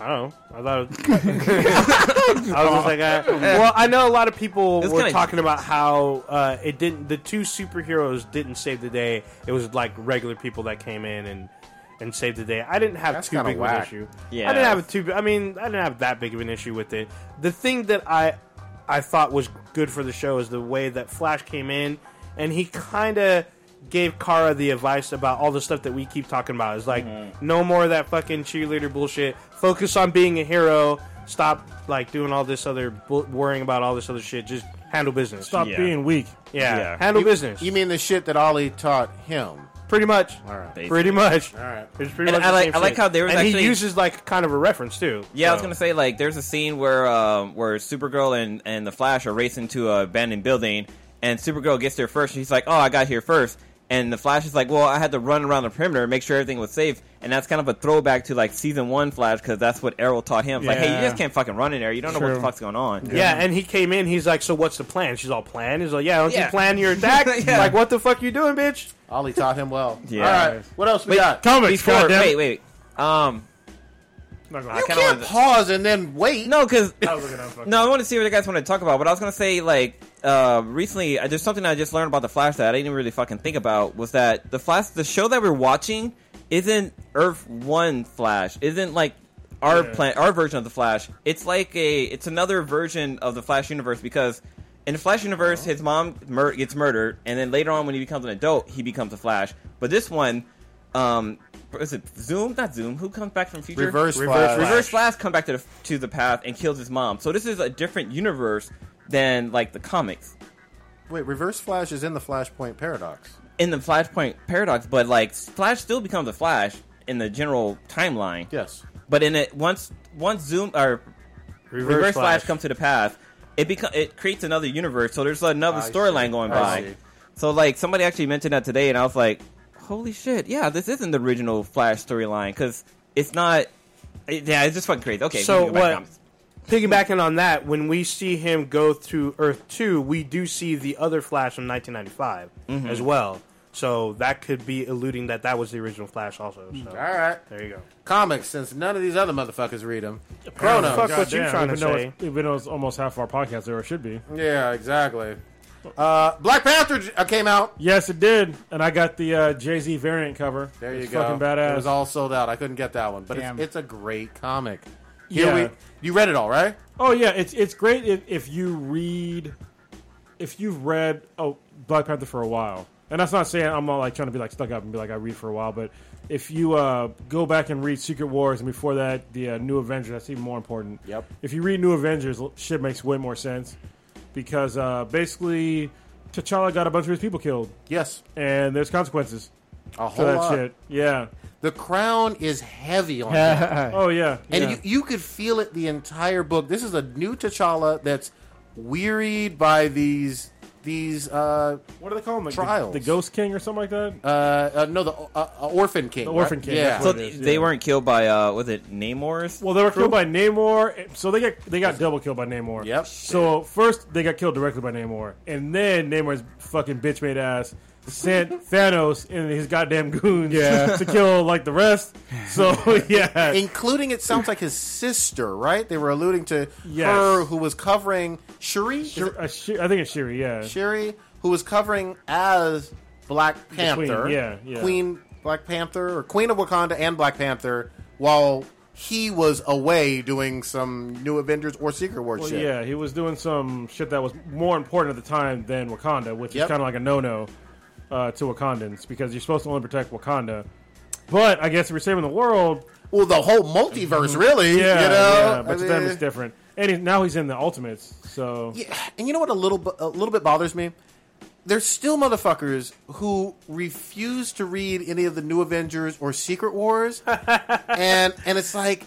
Speaker 9: I don't know. I thought. It I was just like, I, well, I know a lot of people
Speaker 7: It's
Speaker 9: were
Speaker 7: kinda-
Speaker 9: talking about how uh, it didn't. The two superheroes didn't save the day. It was like regular people that came in and and saved the day. I didn't have
Speaker 6: That's
Speaker 9: too
Speaker 6: kinda
Speaker 9: big of an
Speaker 6: whack.
Speaker 9: issue.
Speaker 7: Yeah.
Speaker 9: I didn't have a too. I mean, I didn't have that big of an issue with it. The thing that I I thought was good for the show is the way that Flash came in and he kind of gave Kara the advice about all the stuff that we keep talking about. It's like no more of that fucking cheerleader bullshit. Focus on being a hero. Stop like doing all this other bu- worrying about all this other shit. Just handle business.
Speaker 8: Stop being weak.
Speaker 9: Yeah. Handle
Speaker 6: You-
Speaker 9: business.
Speaker 6: You mean the shit that Ollie taught him?
Speaker 9: Pretty much.
Speaker 6: All right.
Speaker 9: Pretty much.
Speaker 6: All right.
Speaker 9: It's pretty
Speaker 7: And
Speaker 9: much
Speaker 7: I
Speaker 9: the
Speaker 7: like-
Speaker 9: same
Speaker 7: I like
Speaker 9: shit.
Speaker 7: how there was
Speaker 9: and
Speaker 7: actually-
Speaker 9: he uses like kind of a reference too.
Speaker 7: Yeah, I was
Speaker 9: So-
Speaker 7: gonna say like there's a scene where um, where Supergirl and, and the Flash are racing to a abandoned building, and Supergirl gets there first. And she's like, "Oh, I got here first. and the Flash is like, "Well, I had to run around the perimeter, make sure everything was safe." And that's kind of a throwback to like season one Flash because that's what Arrow taught him. Like, hey, you
Speaker 9: Yeah.
Speaker 7: just can't fucking run in there. You don't know what
Speaker 9: True.
Speaker 7: the fuck's going on.
Speaker 9: Yeah. and he came in. He's like, "So what's the plan?" She's all, "Plan." He's like, "Yeah, don't
Speaker 7: Yeah.
Speaker 9: you plan your attack?
Speaker 7: Yeah.
Speaker 9: Like, what the fuck you doing, bitch?"
Speaker 6: Ollie taught him well.
Speaker 7: Yeah.
Speaker 6: All right. What else we got?
Speaker 8: Comics,
Speaker 7: Before,
Speaker 8: goddamn.
Speaker 7: wait, wait, wait. Um,
Speaker 8: Not gonna
Speaker 7: I
Speaker 8: lie.
Speaker 7: kind
Speaker 6: Can't
Speaker 7: of
Speaker 6: pause and then wait.
Speaker 7: no, because
Speaker 8: I was looking at fucking-
Speaker 7: No, I want to see what you guys want to talk about, but I was going to say, like, uh, recently, I- there's something I just learned about The Flash that I didn't really fucking think about was that The Flash, the show that we're watching, isn't Earth 1 Flash, isn't like our
Speaker 8: Yeah.
Speaker 7: plan, our version of The Flash. It's like a, it's another version of The Flash universe because in the Flash universe, his mom mur- gets murdered, and then later on when he becomes an adult, he becomes a Flash. But this one, um, is it Zoom? Not Zoom. Who comes back from future?
Speaker 6: Reverse Flash.
Speaker 7: Reverse Flash comes back to the to the path and kills his mom. So this is a different universe than like the comics
Speaker 6: Wait, Reverse Flash is in the Flashpoint paradox.
Speaker 7: in the Flashpoint paradox. But like Flash still becomes a Flash in the general timeline.
Speaker 6: Yes.
Speaker 7: But in it once once Zoom or Reverse, Flash. comes to the path, it become it creates another universe. So there's another
Speaker 6: I see.
Speaker 7: storyline going
Speaker 6: I
Speaker 7: by.
Speaker 6: see.
Speaker 7: So like somebody actually mentioned that today, and I was like, "Holy shit! Yeah, this isn't the original Flash storyline because it's not." it- yeah, it's just fucking crazy. Okay, we
Speaker 9: So
Speaker 7: can go back to
Speaker 9: what-
Speaker 7: comics.
Speaker 9: Piggybacking on that, when we see him go to Earth Two, we do see the other Flash from 1995
Speaker 6: Mm-hmm.
Speaker 9: as well. So that could be alluding that that was the original Flash, also. So
Speaker 6: Mm-hmm. All right.
Speaker 9: there you go.
Speaker 6: Comics, since none of these other motherfuckers read them. Chronos.
Speaker 9: Fuck what you
Speaker 8: Goddamn,
Speaker 9: trying to
Speaker 8: even though
Speaker 9: say?
Speaker 8: it's- Even though it's almost half our podcast, or it should be.
Speaker 6: Yeah, exactly. Uh, Black Panther j- uh, came out.
Speaker 8: Yes, it did, and I got the uh, Jay Z variant cover.
Speaker 6: There you
Speaker 8: It's
Speaker 6: go.
Speaker 8: Fucking
Speaker 6: It was
Speaker 8: badass.
Speaker 6: all sold out. I couldn't get that one, but it's,
Speaker 4: Damn.
Speaker 6: it's a great comic. Here
Speaker 8: Yeah.
Speaker 6: we, you read it all, right?
Speaker 8: Oh yeah, it's it's great if, if you read, if you've read oh Black Panther for a while, and that's not saying I'm not like trying to be like stuck up and be like I read for a while, but if you uh, go back and read Secret Wars and before that the uh, New Avengers, that's even more important.
Speaker 6: Yep.
Speaker 8: If you read New Avengers, l- shit makes way more sense because uh, basically T'Challa got a bunch of his people killed,
Speaker 6: Yes.
Speaker 8: and there's consequences
Speaker 6: A
Speaker 8: to
Speaker 6: whole
Speaker 8: that
Speaker 6: lot.
Speaker 8: shit. Yeah.
Speaker 6: The crown is heavy on him.
Speaker 8: Oh yeah.
Speaker 6: And
Speaker 8: yeah.
Speaker 6: you, you could feel it the entire book. This is a new T'Challa that's wearied by these these uh,
Speaker 8: what do they call them? Like, the-
Speaker 6: Trials.
Speaker 8: the, Ghost King or something like that.
Speaker 6: uh, uh no the uh, uh, orphan king.
Speaker 8: The Orphan
Speaker 6: right?
Speaker 8: King,
Speaker 6: Yeah.
Speaker 8: that's
Speaker 7: So
Speaker 8: what it is,
Speaker 7: they
Speaker 8: yeah.
Speaker 7: weren't killed by uh, was it Namor's?
Speaker 8: Well, they were killed by Namor, eh, so they got they got double killed by Namor.
Speaker 6: Yep.
Speaker 8: So first they got killed directly by Namor, and then Namor's fucking bitch made ass sent Thanos and his goddamn goons
Speaker 4: Yeah.
Speaker 8: to kill like the rest. So yeah,
Speaker 6: including it sounds like his sister, right? They were alluding to
Speaker 8: Yes.
Speaker 6: her who was covering Shuri. Is
Speaker 8: Shir-
Speaker 6: it
Speaker 8: uh, Shir- I think it's Shiri. Yeah.
Speaker 6: Shuri who was covering as Black Panther,
Speaker 8: yeah, yeah.
Speaker 6: Queen Black Panther or Queen of Wakanda and Black Panther, while he was away doing some New Avengers or Secret War
Speaker 8: Well,
Speaker 6: shit.
Speaker 8: yeah, he was doing some shit that was more important at the time than Wakanda, which
Speaker 6: Yep.
Speaker 8: is kind of like a no-no uh, to Wakandans because you're supposed to only protect Wakanda. But I guess if you're saving the world,
Speaker 6: Well, the whole multiverse, really.
Speaker 8: Mm-hmm. yeah,
Speaker 6: you know?
Speaker 8: yeah, but
Speaker 6: I
Speaker 8: to them
Speaker 6: mean-
Speaker 8: it's different. And he, now he's in the Ultimates, so
Speaker 6: Yeah, and you know what? A little, bu- a little bit bothers me. There's still motherfuckers who refuse to read any of the New Avengers or Secret Wars, and and it's like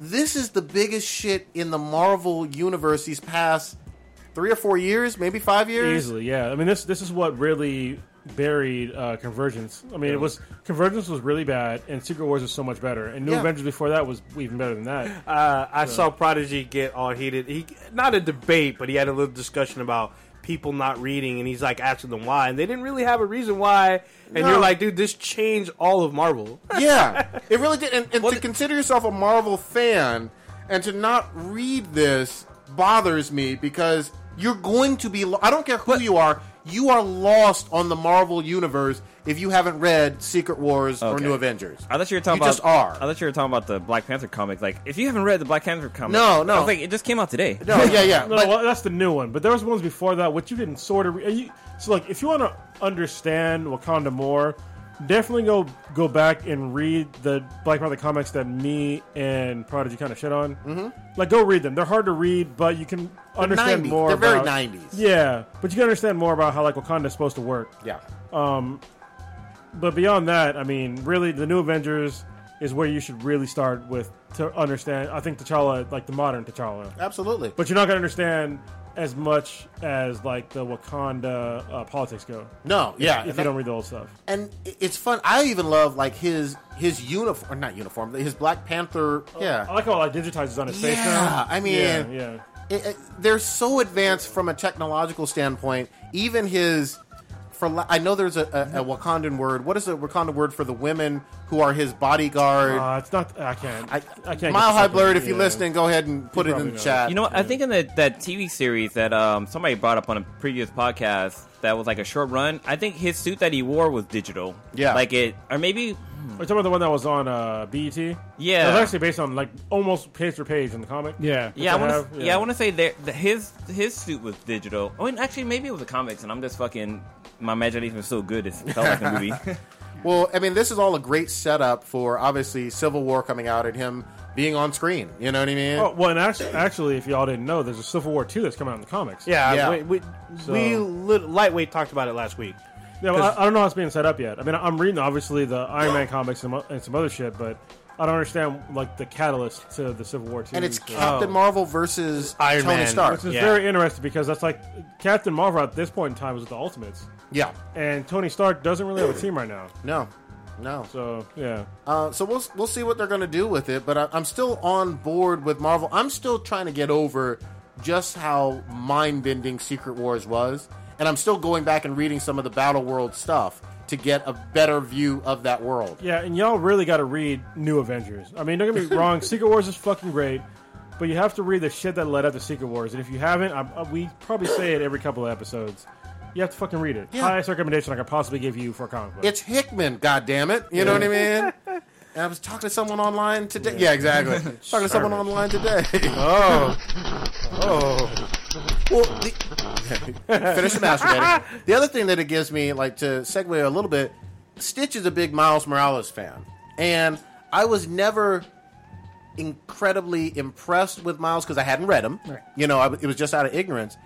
Speaker 6: this is the biggest shit in the Marvel universe these past three or four years, maybe five years.
Speaker 8: Easily, yeah. I mean, this this is what really buried uh, Convergence. I mean, it was Convergence was really bad, and Secret Wars was so much better, and New
Speaker 6: Yeah.
Speaker 8: Avengers before that was even better than that.
Speaker 9: Uh, I saw Prodigy get all heated. He not a debate, but he had a little discussion about people not reading, and he's like asking them why, and they didn't really have a reason why. And
Speaker 6: No.
Speaker 9: you're like, dude, this changed all of Marvel.
Speaker 6: Yeah, it really did. And, and
Speaker 7: Well,
Speaker 6: to
Speaker 7: th-
Speaker 6: consider yourself a Marvel fan and to not read this bothers me because you're going to be. lo- I don't care who you are. you are lost on the Marvel universe if you haven't read Secret Wars or
Speaker 7: Okay.
Speaker 6: New Avengers.
Speaker 7: I thought you were talking
Speaker 6: You
Speaker 7: about.
Speaker 6: just are.
Speaker 7: I thought you were talking about the Black Panther comic. Like, if you haven't read the Black Panther comic,
Speaker 6: No, no.
Speaker 7: I was like, it just came out today.
Speaker 6: No, yeah, yeah.
Speaker 8: No, well, that's the new one. But there was ones before that which you didn't sort of. Re- you, so, like, if you want to understand Wakanda more, definitely go go back and read the Black Panther comics that me and Prodigy kind of shit on. Mm-hmm. Like, go read them. They're hard to read, but you can understand
Speaker 6: 90s.
Speaker 8: more.
Speaker 6: They're very
Speaker 8: about-
Speaker 6: 90s.
Speaker 8: Yeah, but you can understand more about how like Wakanda is supposed to work.
Speaker 6: Yeah.
Speaker 8: Um, but beyond that, I mean, really, the New Avengers is where you should really start with to understand. I think T'Challa, like the modern T'Challa.
Speaker 6: Absolutely.
Speaker 8: But you're not going to understand as much as like the Wakanda uh, politics go.
Speaker 6: No,
Speaker 8: If-
Speaker 6: yeah,
Speaker 8: If,
Speaker 6: and
Speaker 8: you
Speaker 6: that-
Speaker 8: don't read the old stuff.
Speaker 6: and i- it's fun. I even love like his his uniform, or not uniform, his Black Panther. Yeah,
Speaker 8: I like how like digitizes on his face
Speaker 6: yeah.
Speaker 8: now.
Speaker 6: I mean,
Speaker 8: yeah, yeah.
Speaker 6: it- it- they're so advanced from a technological standpoint. Even his, for la- I know there's a, a, a Wakandan word. What is a Wakandan word for the women who are his bodyguard?
Speaker 8: Uh, it's not. I can't. I, can't. get
Speaker 6: Mile
Speaker 8: the
Speaker 6: High
Speaker 8: second-
Speaker 6: Blurred. If you're
Speaker 8: yeah.
Speaker 6: listening, go ahead and put it in
Speaker 8: probably
Speaker 6: the
Speaker 8: knows.
Speaker 6: chat.
Speaker 7: You know what? I think in the, that TV series that um, somebody brought up on a previous podcast that was like a short run. I think his suit that he wore was digital.
Speaker 8: Yeah.
Speaker 7: like it, or maybe
Speaker 8: Are you talking about the one that was on uh, BET?
Speaker 7: Yeah.
Speaker 8: it was actually based on like almost page for page in the comic.
Speaker 4: Yeah.
Speaker 8: Which
Speaker 7: yeah, I
Speaker 8: have,
Speaker 7: want to. Yeah. I want to say there. The, his his suit was digital. I mean, actually, maybe it was the comics, and I'm just fucking. My imagination was so good, it felt like a movie.
Speaker 6: Well, I mean, this is all a great setup for obviously Civil War coming out and him being on screen. You know what I mean?
Speaker 8: Oh, well, and actually, actually, if y'all didn't know, there's a Civil War two that's coming out in the comics.
Speaker 9: Yeah,
Speaker 6: Yeah.
Speaker 9: we, we,
Speaker 8: So-
Speaker 9: we lit, lightweight talked about it last week.
Speaker 8: Yeah, well, I, I don't know how it's being set up yet. I mean, I'm reading obviously the Iron Man comics and, mo- and some other shit, but I don't understand like the catalyst to the Civil War. Two,
Speaker 6: and it's
Speaker 8: so-
Speaker 6: Captain Marvel versus
Speaker 9: Iron
Speaker 6: Tony
Speaker 9: Man.
Speaker 6: Stark.
Speaker 8: which is
Speaker 9: yeah.
Speaker 8: very interesting because that's like Captain Marvel at this point in time is with the Ultimates,
Speaker 6: Yeah,
Speaker 8: and Tony Stark doesn't really have a team right now.
Speaker 6: no, no.
Speaker 8: So yeah,
Speaker 6: Uh, so we'll we'll see what they're going to do with it. But I, I'm still on board with Marvel. I'm still trying to get over just how mind bending Secret Wars was, and I'm still going back and reading some of the Battle World stuff to get a better view of that world.
Speaker 8: yeah, and y'all really got to read New Avengers. I mean, don't get me wrong, Secret Wars is fucking great. But you have to read the shit that led up to Secret Wars, and if you haven't, I, I, we probably say it every couple of episodes. You have to fucking read it.
Speaker 6: Yeah.
Speaker 8: Highest recommendation I could possibly give you for a comic book.
Speaker 6: It's Hickman, God damn it! You know what I mean? And I was talking to someone online today. Yeah, exactly. talking to someone online today.
Speaker 9: Oh, oh,
Speaker 6: Well, the, finish the masturbating. The other thing that it gives me, like to segue a little bit, Stitch is a big Miles Morales fan, and I was never incredibly impressed with Miles because I hadn't read him. You know, I, w- it was just out of ignorance.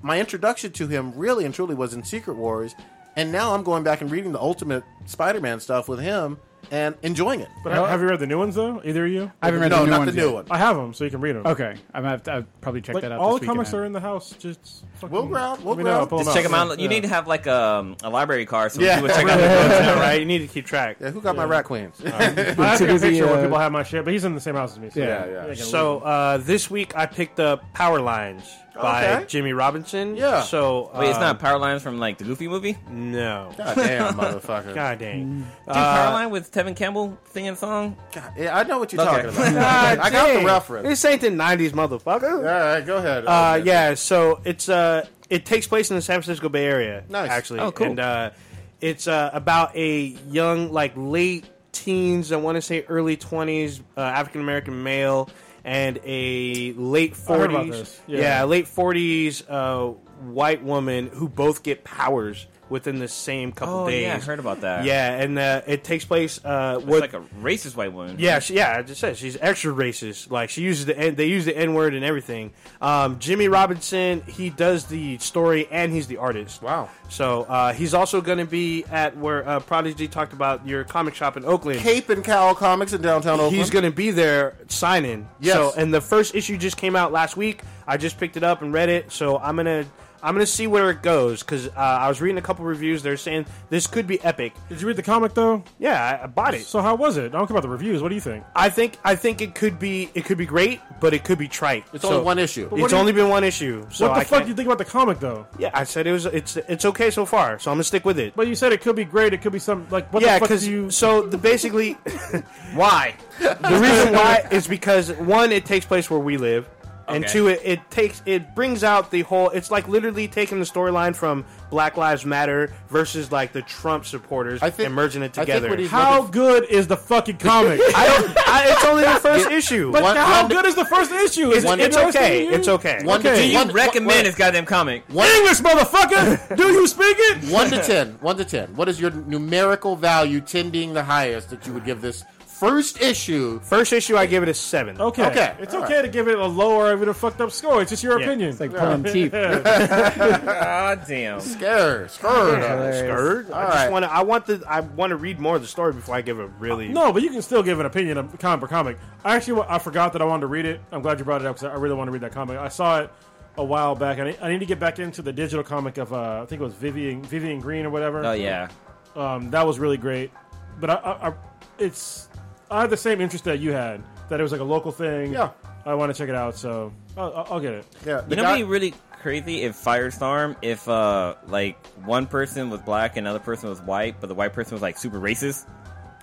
Speaker 6: My introduction to him really and truly was in Secret Wars, and now I'm going back and reading the Ultimate Spider-Man stuff with him and enjoying it.
Speaker 8: But have you read the new ones though? Either of you?
Speaker 4: I haven't read
Speaker 6: no,
Speaker 4: the new
Speaker 6: not
Speaker 4: ones
Speaker 6: the new
Speaker 4: yet.
Speaker 6: one.
Speaker 8: I have them, so you can read them.
Speaker 4: Okay, I'm gonna have to, I'll probably check
Speaker 8: Like
Speaker 4: that out.
Speaker 8: all
Speaker 4: this
Speaker 8: the comics
Speaker 4: weekend.
Speaker 8: are in the house. Just fucking
Speaker 6: We'll grab, we'll
Speaker 8: let me know, I'll
Speaker 6: grab.
Speaker 8: pull 'em
Speaker 7: Just check them out. You
Speaker 8: Yeah.
Speaker 7: need to have like um, a, a library card so
Speaker 6: Yeah.
Speaker 7: you would check out the books.
Speaker 9: yeah, right. You need to keep track.
Speaker 6: Yeah, who got my rat queens?
Speaker 8: I have to get a
Speaker 4: Too busy,
Speaker 8: picture where
Speaker 4: uh,
Speaker 8: people have my shit, but he's in the same house as me. So
Speaker 4: Yeah,
Speaker 6: yeah.
Speaker 8: I can
Speaker 9: So uh, this week I picked up Power Lines by
Speaker 6: Okay.
Speaker 9: Jimmy Robinson.
Speaker 6: Yeah.
Speaker 9: So uh,
Speaker 7: Wait, it's not Power Lines from like the Goofy movie?
Speaker 9: No.
Speaker 6: God damn, motherfucker!
Speaker 9: God dang.
Speaker 7: Dude, Power Line with Tevin Campbell singing song?
Speaker 6: God, yeah, I know what you're
Speaker 7: Okay.
Speaker 6: talking about. I got the reference.
Speaker 9: Ah, This ain't the '90s, motherfucker.
Speaker 6: All right, go ahead.
Speaker 9: Uh,
Speaker 6: Okay.
Speaker 9: yeah, so it's uh, it takes place in the San Francisco Bay Area.
Speaker 6: Nice.
Speaker 9: actually.
Speaker 7: Oh, cool.
Speaker 9: And uh, it's uh, about a young, like late teens, I want to say early twenties, uh, African American male, and a late
Speaker 8: I heard about
Speaker 9: forties,
Speaker 8: this.
Speaker 9: yeah.
Speaker 8: Yeah.
Speaker 9: late forties uh, white woman who both get powers within the same couple
Speaker 7: Oh,
Speaker 9: days.
Speaker 7: yeah, I heard about that.
Speaker 9: Yeah, and uh, it takes place uh,
Speaker 7: It's
Speaker 9: what
Speaker 7: like a racist white woman.
Speaker 9: yeah, she, yeah. I just said she's extra racist. Like she uses the N, they use the N word and everything. Um, Jimmy Robinson, he does the story and he's the artist.
Speaker 6: Wow.
Speaker 9: So uh, he's also going to be at where uh, Prodigy talked about your comic shop in Oakland.
Speaker 6: Cape and Cowl Comics in downtown Oakland.
Speaker 9: He's going to be there signing.
Speaker 6: Yes.
Speaker 9: So, and the first issue just came out last week. I just picked it up and read it. So I'm gonna I'm gonna see where it goes because uh, I was reading a couple reviews. They're saying this could be epic.
Speaker 8: Did you read the comic though?
Speaker 9: Yeah, I, I bought it.
Speaker 8: So how was it? I don't care about the reviews. What do you think?
Speaker 9: I think I think it could be it could be great, but it could be trite.
Speaker 6: It's only one issue.
Speaker 9: It's
Speaker 8: do you-
Speaker 9: only been one issue. So
Speaker 8: what the
Speaker 9: I
Speaker 8: fuck
Speaker 9: can't-
Speaker 8: do you think about the comic though?
Speaker 9: Yeah, I said it was. It's it's okay so far. So I'm gonna stick with it.
Speaker 8: But you said it could be great. It could be some like what
Speaker 9: yeah,
Speaker 8: the fuck
Speaker 9: because
Speaker 8: do you?
Speaker 9: so the basically why the reason why is because one it takes place where we live. And
Speaker 11: Okay.
Speaker 9: two, it, it takes it brings out the whole. It's like literally taking the storyline from Black Lives Matter versus like the Trump supporters and merging it together.
Speaker 8: How good is the fucking comic?
Speaker 9: I don't. I, it's only the first issue.
Speaker 8: But
Speaker 9: One-
Speaker 8: how
Speaker 9: one-
Speaker 8: good is the first issue? Is
Speaker 9: It's-
Speaker 8: it
Speaker 9: it's
Speaker 8: interesting
Speaker 9: okay.
Speaker 8: to you?
Speaker 9: It's okay.
Speaker 7: One to
Speaker 8: Okay.
Speaker 7: ten. Do you recommend this goddamn comic?
Speaker 8: English motherfucker? Do you speak it?
Speaker 6: One to ten. One to ten. What is your numerical value? Ten being the highest that you would give this first issue.
Speaker 9: First issue, I give it a seven.
Speaker 8: Okay.
Speaker 6: Okay.
Speaker 8: It's
Speaker 6: All
Speaker 8: okay to give it a lower, even a fucked up score. It's just your
Speaker 9: Yeah.
Speaker 8: opinion. It's
Speaker 4: like pulling teeth.
Speaker 7: God damn.
Speaker 6: Scared. Scared.
Speaker 9: Scared. I
Speaker 6: All
Speaker 9: just
Speaker 6: right.
Speaker 9: want to. I want the. I want to read more of the story before I give a really.
Speaker 8: No, but you can still give an opinion of comic per comic. I actually wa- I forgot that I wanted to read it. I'm glad you brought it up because I really want to read that comic. I saw it a while back. and I need, I need to get back into the digital comic of uh, I think it was Vivian Vivian Green or whatever.
Speaker 7: Oh yeah.
Speaker 8: um, that was really great. But I, I, I, it's I had the same interest that you had that it was like a local thing.
Speaker 6: Yeah.
Speaker 8: I want to check it out, so I'll, I'll- I'll get it.
Speaker 6: Yeah. the
Speaker 7: You know,
Speaker 6: guy-
Speaker 7: it'd be really crazy if Firestorm, if uh, like one person was black and another person was white, but the white person was like super racist.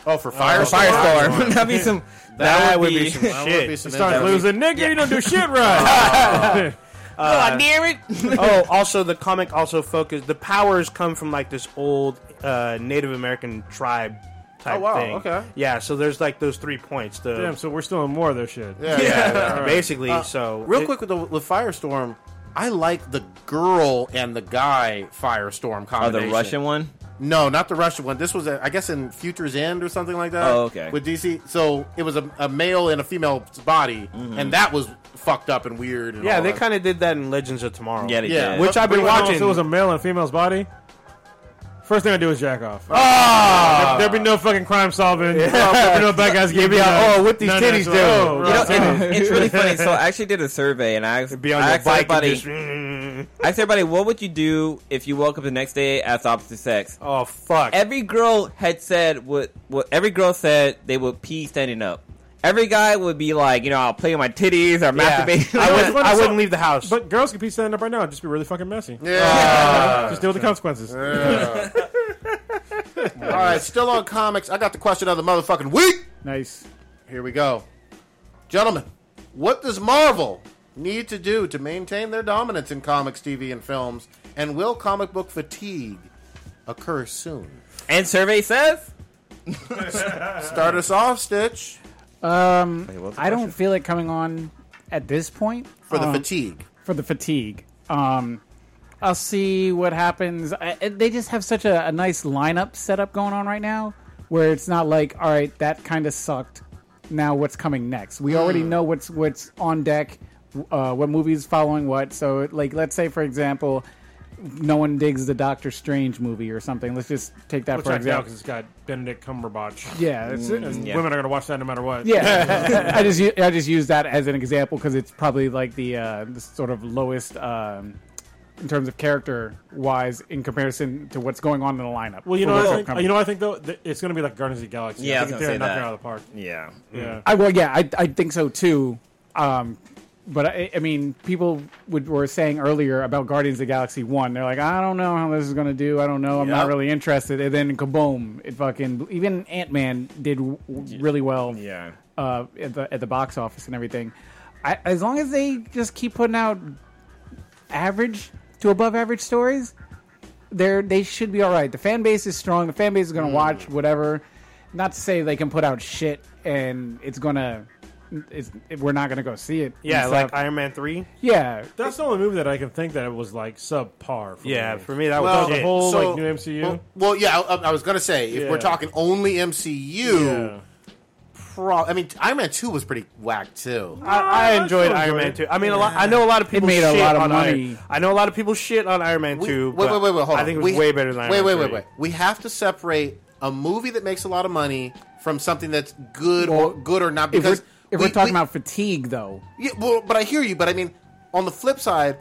Speaker 6: oh, for fire.
Speaker 7: Firestorm, that'd be some. That,
Speaker 9: that would be some
Speaker 6: That would be
Speaker 9: shit.
Speaker 6: some
Speaker 8: Start
Speaker 6: that would be-
Speaker 8: losing, nigga. You don't do shit right.
Speaker 7: God damn it!
Speaker 9: oh, also the comic also focused. The powers come from like this old uh, Native American tribe type
Speaker 6: wow,
Speaker 9: thing.
Speaker 6: okay.
Speaker 9: Yeah, so there's like those three points. The
Speaker 8: Damn. So we're still in more of their shit.
Speaker 7: Oh,
Speaker 6: Yeah. yeah, yeah.
Speaker 9: basically.
Speaker 6: Uh,
Speaker 9: so
Speaker 6: real
Speaker 9: it-
Speaker 6: quick with the with Firestorm, I like the girl and the guy Firestorm
Speaker 7: Oh,
Speaker 6: combination.
Speaker 7: the Russian one.
Speaker 6: No, not the Russian one. This was, a, I guess, in Future's End or something like that.
Speaker 7: Oh, okay.
Speaker 6: With DC, so it was a, a male and a female body,
Speaker 7: Mm-hmm.
Speaker 6: and that was fucked up and weird. And
Speaker 9: Yeah,
Speaker 6: all
Speaker 9: they
Speaker 6: that.
Speaker 9: kind of did that in Legends of Tomorrow.
Speaker 7: Yeah, they
Speaker 6: Yeah.
Speaker 7: did.
Speaker 9: which I've been
Speaker 8: Wait, no,
Speaker 9: watching.
Speaker 8: If it was a male and female's body, first thing I do is jack off.
Speaker 6: Ah!
Speaker 8: There'd be no fucking crime solving. There'd be no bad guys giving. uh,
Speaker 9: oh, what these
Speaker 8: none of
Speaker 9: titties
Speaker 8: that.
Speaker 9: do.
Speaker 8: Oh,
Speaker 7: You know,
Speaker 8: right.
Speaker 7: it- it's really funny. So I actually did a survey, and I asked,
Speaker 9: be on
Speaker 7: I
Speaker 9: your
Speaker 7: asked
Speaker 9: bike. and
Speaker 7: everybody,
Speaker 9: just, mm,
Speaker 7: I asked everybody, what would you do if you woke up the next day as the opposite sex?
Speaker 9: oh fuck!
Speaker 7: Every girl had said what, what every girl said they would pee standing up. Every guy would be like, you know, I'll play with my titties or
Speaker 9: Yeah.
Speaker 7: masturbate.
Speaker 9: I,
Speaker 8: was
Speaker 9: would,
Speaker 8: wondering-
Speaker 9: I wouldn't leave the house.
Speaker 8: But girls could be standing up right now. It'd just be really fucking messy.
Speaker 6: Yeah.
Speaker 8: Just deal with the consequences.
Speaker 6: All right, still on comics. I got the question of the motherfucking week.
Speaker 4: Nice.
Speaker 6: Here we go, gentlemen. What does Marvel need to do to maintain their dominance in comics, TV, and films? And will comic book fatigue occur soon?
Speaker 7: and survey says,
Speaker 6: Start us off, Stitch,
Speaker 4: Um,
Speaker 7: what's the
Speaker 4: I don't feel like coming on at this point
Speaker 6: for the
Speaker 4: um,
Speaker 6: fatigue.
Speaker 4: for the fatigue. Um, I'll see what happens. I, I- they just have such a, a nice lineup setup going on right now, where it's not like, all right, that kind of sucked. Now what's coming next? We already know what's what's on deck, uh, what movies following what. So, like, let's say for example, no one digs the Doctor Strange movie or something. Let's just take that
Speaker 8: Which
Speaker 4: for
Speaker 8: I doubt
Speaker 4: example.
Speaker 8: because it's got Benedict Cumberbatch.
Speaker 4: Yeah, it's,
Speaker 8: And
Speaker 7: yeah.
Speaker 8: women are gonna watch that no matter what.
Speaker 4: Yeah, I just u- I just use that as an example because it's probably like the uh, the sort of lowest um, in terms of character wise in comparison to what's going on in the lineup.
Speaker 8: Well, you
Speaker 4: For
Speaker 8: know, what
Speaker 4: what's
Speaker 8: I think,
Speaker 4: upcoming.
Speaker 8: you know, what I think though Th- it's gonna be like Guardians of the Galaxy.
Speaker 7: Yeah, I
Speaker 8: I
Speaker 7: was
Speaker 8: think
Speaker 7: gonna
Speaker 8: they're
Speaker 7: say
Speaker 8: knocking
Speaker 7: that.
Speaker 8: it out of the park.
Speaker 7: yeah,
Speaker 8: Yeah,
Speaker 4: I well, yeah, I I think so too. Um, but I, I mean, people would, were saying earlier about Guardians of the Galaxy One. They're like, I don't know how this is going to do. I don't know. I'm
Speaker 6: Yep.
Speaker 4: not really interested. And then kaboom! It fucking even Ant Man did w- w- really well.
Speaker 7: Yeah.
Speaker 4: Uh, at the at the box office and everything. I, as long as they just keep putting out average to above average stories, they're they should be all right. The fan base is strong. The fan base is going to watch whatever. Not to say they can put out shit and it's gonna, it's we're not gonna go see it. and
Speaker 9: yeah, like
Speaker 4: stuff.
Speaker 9: Iron Man three.
Speaker 4: yeah,
Speaker 8: that's the only movie that I can think that it was like subpar. For
Speaker 9: Yeah,
Speaker 8: me.
Speaker 9: for me that
Speaker 6: Well,
Speaker 9: was
Speaker 8: the
Speaker 9: shit.
Speaker 8: whole like new MCU.
Speaker 6: Well, well, yeah, I, I was gonna say if
Speaker 8: Yeah.
Speaker 6: we're talking only MCU,
Speaker 8: yeah.
Speaker 6: pro- I mean Iron Man Two was pretty whack too.
Speaker 9: I, I enjoyed
Speaker 8: still
Speaker 9: Iron
Speaker 8: enjoyed
Speaker 9: Man
Speaker 8: it.
Speaker 9: two. I mean, a lot, I know a lot of people
Speaker 4: made a
Speaker 9: shit
Speaker 4: lot of
Speaker 9: on
Speaker 4: money.
Speaker 9: Iron- I know a lot of people shit on Iron Man
Speaker 6: We-
Speaker 9: two.
Speaker 6: wait,
Speaker 9: but
Speaker 6: wait, wait, wait, hold
Speaker 9: I
Speaker 6: on.
Speaker 9: think it was
Speaker 6: We-
Speaker 9: way better than Iron
Speaker 6: wait,
Speaker 9: Man
Speaker 6: wait,
Speaker 9: three.
Speaker 6: wait, wait. We have to separate a movie that makes a lot of money from something that's good or
Speaker 4: Well,
Speaker 6: good or not
Speaker 4: if we're,
Speaker 6: because
Speaker 4: if
Speaker 6: we-
Speaker 4: we're talking
Speaker 6: we-
Speaker 4: about fatigue though,
Speaker 6: Yeah, well, but I hear you. But I mean, on the flip side,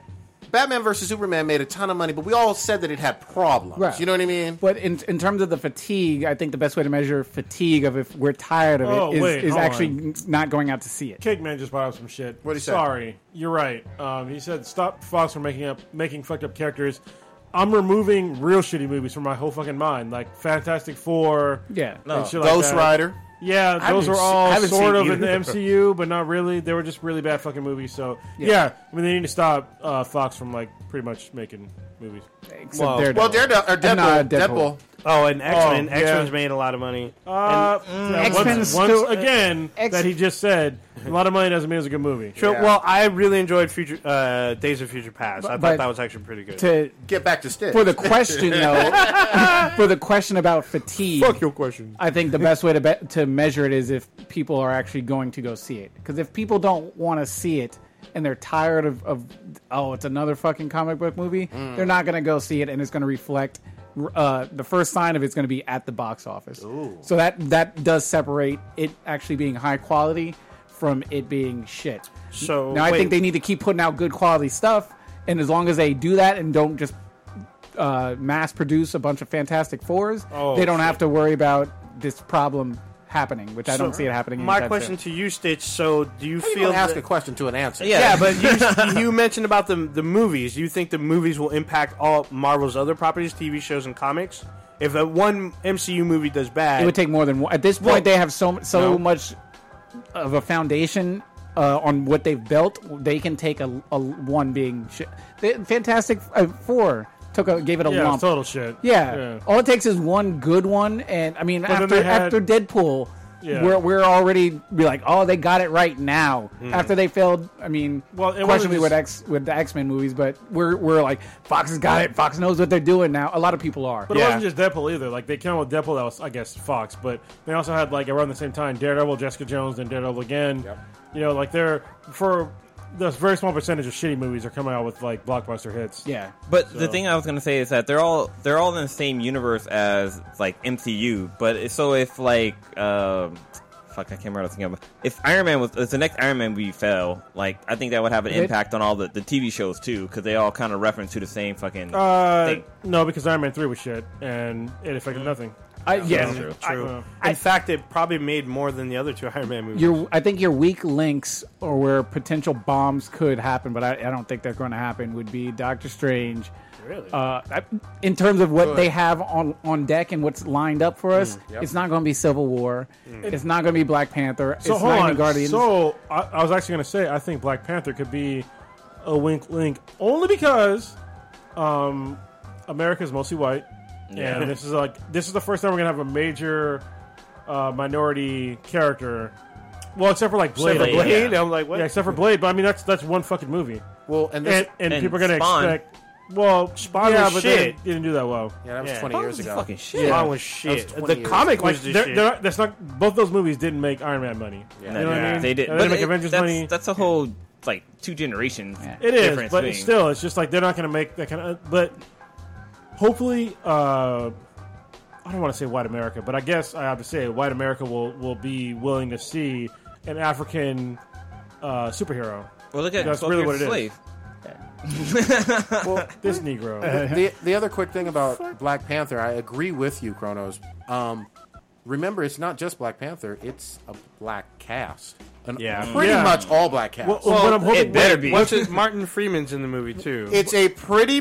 Speaker 6: Batman versus Superman made a ton of money, but we all said that it had problems.
Speaker 4: Right.
Speaker 6: You know what I mean?
Speaker 4: but in in terms of the fatigue, I think the best way to measure fatigue of if we're tired of
Speaker 8: Oh,
Speaker 4: it is,
Speaker 8: wait,
Speaker 4: is
Speaker 8: hold
Speaker 4: actually
Speaker 8: on.
Speaker 4: n- not going out to see it.
Speaker 8: Kegman just brought up some shit.
Speaker 6: What'd he say?
Speaker 8: Sorry, you're right. Um, he said stop Fox from making up making fucked up characters. I'm removing real shitty movies from my whole fucking mind, like Fantastic Four.
Speaker 4: Yeah.
Speaker 8: and shit like
Speaker 6: Ghost
Speaker 8: that.
Speaker 6: Rider.
Speaker 8: Yeah,
Speaker 9: I
Speaker 8: those
Speaker 9: haven't
Speaker 8: were
Speaker 9: se- I
Speaker 8: all
Speaker 9: haven't
Speaker 8: sort
Speaker 9: seen
Speaker 8: of
Speaker 9: either.
Speaker 8: in the MCU, but not really. They were just really bad fucking movies. So yeah,
Speaker 9: Yeah.
Speaker 8: I mean they need to stop uh, Fox from like pretty much making movies.
Speaker 9: Except Well- Daredevil. well, Darede- or
Speaker 4: Uh,
Speaker 9: And Deadpool- not Deadpool. Deadpool. Oh, and X-Men. X-Men's made a lot of money.
Speaker 8: Uh, yeah,
Speaker 9: And- Mm.
Speaker 8: once,
Speaker 9: X-Men's
Speaker 8: once
Speaker 9: still-
Speaker 8: again,
Speaker 9: X-
Speaker 8: that he just said a lot of money doesn't mean it's a good movie.
Speaker 9: Sure. Well, I really enjoyed Future uh, Days of Future Past. I
Speaker 4: But-
Speaker 9: thought that was actually pretty good.
Speaker 4: to-
Speaker 6: Get back to Stitch.
Speaker 4: For the question though, for the question about fatigue. Fuck
Speaker 9: your question.
Speaker 4: I think the best way to be- to measure it is if people are actually going to go see it. Because if people don't want to see it and they're tired of, of oh it's another fucking comic book movie,
Speaker 9: Mm.
Speaker 4: they're not going to go see it, and it's going to reflect. Uh, the first sign of it's going to be at the box office. So that that does separate it actually being high quality from it being shit.
Speaker 9: So,
Speaker 4: now I
Speaker 9: wait.
Speaker 4: think they need to keep putting out good quality stuff, and as long as they do that and don't just uh, mass produce a bunch of Fantastic Fours,
Speaker 9: Oh,
Speaker 4: they don't
Speaker 9: shit.
Speaker 4: have to worry about this problem happening, which I
Speaker 9: So,
Speaker 4: don't see it happening.
Speaker 9: My
Speaker 4: anytime
Speaker 9: question
Speaker 4: soon.
Speaker 9: to you, Stitch. So, do you
Speaker 6: you
Speaker 9: feel
Speaker 6: gonna ask
Speaker 9: that-
Speaker 6: a question to an answer?
Speaker 9: Yeah, but you, you mentioned about the the movies. You think the movies will impact all Marvel's other properties, TV shows, and comics? If a one MCU movie does bad,
Speaker 4: it would take more than one. At this point,
Speaker 9: Well-
Speaker 4: they have so so
Speaker 9: No.
Speaker 4: much of a foundation uh, on what they've built. They can take a, a one being shit. They, Fantastic uh, Four took a gave it a
Speaker 8: Yeah,
Speaker 4: lump.
Speaker 8: total shit.
Speaker 4: Yeah.
Speaker 8: Yeah.
Speaker 4: all it takes is one good one, and I mean
Speaker 8: But then
Speaker 4: after
Speaker 8: they had-
Speaker 4: after Deadpool.
Speaker 8: Yeah.
Speaker 4: We're, we're already be like, oh, they got it right now.
Speaker 8: Mhm.
Speaker 4: After they failed, I mean,
Speaker 8: Well, it wasn't
Speaker 4: questionably
Speaker 8: just-
Speaker 4: with X with the X Men movies, but we're we're like, Fox has got it. Fox knows what they're doing now. A lot of people are.
Speaker 8: But it wasn't just Deadpool either. Like they came out with Deadpool that was, I guess, Fox, but they also had like around the same time Daredevil, Jessica Jones, then Daredevil again. You know, like they're for the very small percentage of shitty movies are coming out with like blockbuster hits.
Speaker 4: Yeah,
Speaker 7: But
Speaker 8: So-
Speaker 7: the thing I was gonna say is that they're all they're all in the same universe as like MCU. But if- so if like um fuck, I can't remember what I was thinking of. If Iron Man was if the next Iron Man we fell, like I think that would have an
Speaker 8: It-
Speaker 7: impact on all the, the TV shows too, because they all kind of reference to the same fucking
Speaker 8: Uh,
Speaker 7: thing.
Speaker 8: no, because Iron Man three was shit and it affected nothing.
Speaker 9: True. In fact, it probably made more than the other two Iron Man movies.
Speaker 4: your I think your weak links or where potential bombs could happen, but I, I don't think they're going to happen. Would be Doctor Strange.
Speaker 9: Really?
Speaker 4: Uh, I- in terms of what
Speaker 9: Good.
Speaker 4: they have on on deck and what's lined up for us,
Speaker 8: Mm, yep.
Speaker 4: it's not going to be Civil War.
Speaker 8: Mm.
Speaker 4: It's not going to be Black Panther.
Speaker 8: So
Speaker 4: it's
Speaker 8: hold
Speaker 4: not gonna be
Speaker 8: on.
Speaker 4: Guardians.
Speaker 8: So I, I was actually going to say I think Black Panther could be a wink link only because um, America's mostly white,
Speaker 9: Yeah.
Speaker 8: and this is like this is the first time we're going to have a major uh, minority character. Well, except for like Blade,
Speaker 9: Except for Blade, I'm like, what?
Speaker 8: Yeah, except for Blade, but I mean that's that's one fucking movie.
Speaker 6: Well, and
Speaker 8: and,
Speaker 6: this-
Speaker 8: and
Speaker 6: And
Speaker 8: people are going to
Speaker 6: Spawn.
Speaker 8: expect. Well, Spawn
Speaker 9: was
Speaker 8: yeah, but they
Speaker 9: shit.
Speaker 8: didn't do that well.
Speaker 6: Yeah, that was Yeah. 20 Spawn years was ago. fucking shit.
Speaker 8: Yeah.
Speaker 6: Spawn was shit. That was 20
Speaker 9: The years comic ago. was the
Speaker 8: they're-
Speaker 9: shit.
Speaker 8: they're- That's not. Both those movies didn't make Iron Man money. You know what I mean?
Speaker 7: They did.
Speaker 8: They
Speaker 7: But
Speaker 8: didn't make
Speaker 7: it-
Speaker 8: Avengers
Speaker 7: that's,
Speaker 8: money.
Speaker 7: That's a whole like two generations.
Speaker 8: It is,
Speaker 7: difference
Speaker 8: but
Speaker 7: between-
Speaker 8: still, it's just like they're not going to make that kind of. But hopefully, uh, I don't want to say white America, but I guess I have to say white America will will be willing to see an African uh, superhero.
Speaker 7: Well, look at
Speaker 8: that's
Speaker 7: 12
Speaker 8: really what
Speaker 7: Years
Speaker 8: it is.
Speaker 7: Slave.
Speaker 8: well, this Negro.
Speaker 4: Uh-huh.
Speaker 6: the, the other quick thing about Black Panther, I agree with you, Kronos. Um, remember, it's not just Black Panther; it's a black cast. An,
Speaker 9: Yeah.
Speaker 6: pretty
Speaker 9: Yeah.
Speaker 6: much all black cast.
Speaker 9: it better be. What's it- Martin Freeman's in the movie too.
Speaker 6: It's a pretty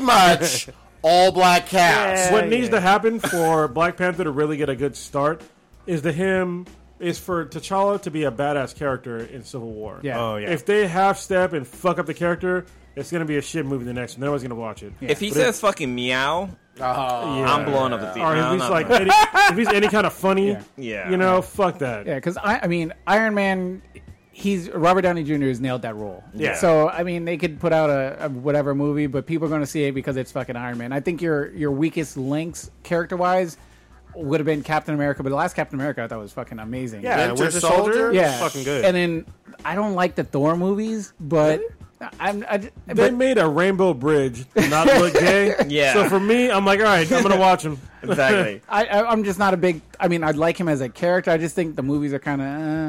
Speaker 6: much all black cast.
Speaker 8: what needs to happen for Black Panther to really get a good start is to him is for T'Challa to be a badass character in Civil War.
Speaker 4: Yeah. Oh, yeah.
Speaker 8: If they half step and fuck up the character, it's gonna be a shit movie the next one. No one's gonna watch it.
Speaker 7: If he
Speaker 8: But
Speaker 7: says fucking meow, I'm blowing up the theater.
Speaker 8: Or
Speaker 7: No,
Speaker 8: if he's
Speaker 7: not
Speaker 8: like
Speaker 7: blowing
Speaker 8: any,
Speaker 7: up.
Speaker 8: if he's any kind of funny,
Speaker 7: Yeah. Yeah.
Speaker 8: you know, fuck that.
Speaker 4: Yeah, because I, I mean, Iron Man, he's Robert Downey Jr. has nailed that role.
Speaker 8: Yeah.
Speaker 4: So I mean, they could put out a, a whatever movie, but people are going to see it because it's fucking Iron Man. I think your your weakest links character wise would have been Captain America, but the last Captain America I thought was fucking amazing.
Speaker 9: Yeah, Winter Winter Soldier? Soldier?
Speaker 4: yeah,
Speaker 9: Fucking good.
Speaker 4: And then I don't like the Thor movies, but I'm I, j-
Speaker 8: They
Speaker 4: but-
Speaker 8: made a Rainbow Bridge to not look gay.
Speaker 4: Yeah.
Speaker 8: So for me, I'm like, all right, I'm gonna watch him.
Speaker 4: I, I I'm just not a big. I mean, I'd like him as a character. I just think the movies are kind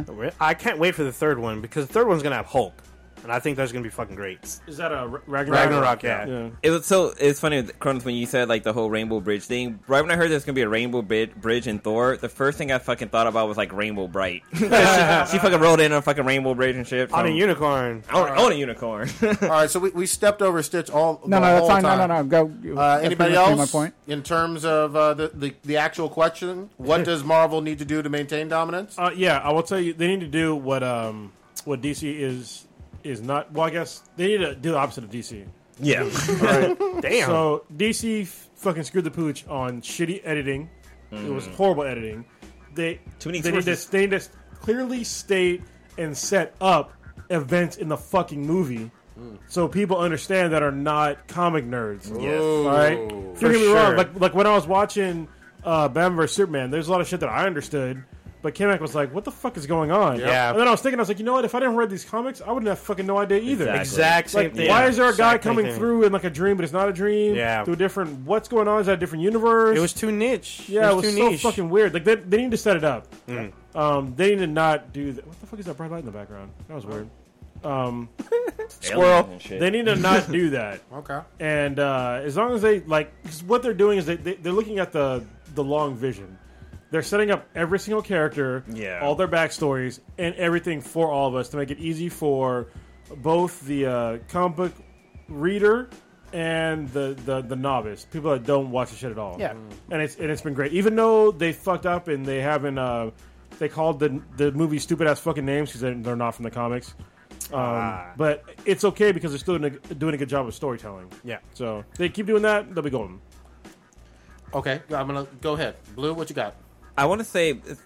Speaker 4: of. Uh,
Speaker 9: I can't wait for the third one because the third one's gonna have Hulk. and I think that's going to be fucking great.
Speaker 8: Is that a R- Ragnarok?
Speaker 9: Ragnarok, yeah.
Speaker 7: It was so it's funny, Cronus, when you said like the whole Rainbow Bridge thing. Right when I heard there's gonna be a Rainbow Bri- Bridge in Thor, the first thing I fucking thought about was like Rainbow Bright. 'Cause she, she fucking rolled in on a fucking Rainbow Bridge and shit.
Speaker 9: On a
Speaker 7: from-
Speaker 9: unicorn.
Speaker 7: On, on a
Speaker 8: Uh,
Speaker 7: unicorn.
Speaker 6: All right, so we, we stepped over Stitch all
Speaker 4: No, no,
Speaker 6: the
Speaker 4: that's
Speaker 6: whole
Speaker 4: fine. No,
Speaker 6: time.
Speaker 4: no, no. Go.
Speaker 6: Uh,
Speaker 4: that's
Speaker 6: anybody
Speaker 4: pretty much
Speaker 6: else?
Speaker 4: My point.
Speaker 6: In terms of uh, the, the the actual question, what does Marvel need to do to maintain dominance?
Speaker 8: Uh, yeah, I will tell you, they need to do what um, what DC is is not. Well, I guess they need to do the opposite of DC.
Speaker 7: yeah.
Speaker 9: Damn.
Speaker 8: So DC f- fucking screwed the pooch on shitty editing. It was horrible editing. They
Speaker 7: Mm. Too many
Speaker 8: they need,
Speaker 7: sources.
Speaker 8: to, they need to clearly state and set up events in the fucking movie.
Speaker 7: Mm.
Speaker 8: So people understand that are not comic nerds.
Speaker 7: Yes.
Speaker 8: All right.
Speaker 9: For
Speaker 8: Don't get me
Speaker 9: sure.
Speaker 8: wrong. Like, like when I was watching uh, Batman vs Superman, there's a lot of shit that I understood, but Kamek was like, "What the fuck is going on?"
Speaker 9: Yeah.
Speaker 8: And then I was thinking, I was like, you know what? If I didn't read these comics, I wouldn't have fucking no idea either.
Speaker 7: Exactly.
Speaker 9: Exact same
Speaker 8: Like,
Speaker 9: thing.
Speaker 8: why is there a guy
Speaker 9: Exact same
Speaker 8: coming
Speaker 9: thing.
Speaker 8: through in like a dream, but it's not a dream?
Speaker 9: Yeah.
Speaker 8: Through a different, what's going on? Is that a different universe?
Speaker 9: It was too niche.
Speaker 8: yeah, it was,
Speaker 9: too
Speaker 8: so
Speaker 9: niche. Mm.
Speaker 8: fucking weird. Like they, they need to set it up. Um, they need to not do that. What the fuck is that bright light in the background? That was weird.
Speaker 7: Squirrel. And shit.
Speaker 8: They need to not do that.
Speaker 6: Okay.
Speaker 8: and uh, as long as they like, 'cause what they're doing is they, they they're looking at the the long vision. They're setting up every single character,
Speaker 7: Yeah.
Speaker 8: all their backstories, and everything for all of us to make it easy for both the uh, comic book reader and the, the the novice, people that don't watch the shit at all.
Speaker 4: Yeah. Mm.
Speaker 8: and it's and it's been great. Even though they fucked up and they haven't, uh, they called the the movie stupid ass fucking names because they're, they're not from the comics. Um, But it's okay because they're still doing a, doing a good job of storytelling.
Speaker 9: Yeah.
Speaker 8: So they keep doing that, they'll be golden.
Speaker 6: Okay, I'm gonna go ahead. Blue, what you got?
Speaker 7: I want to say if,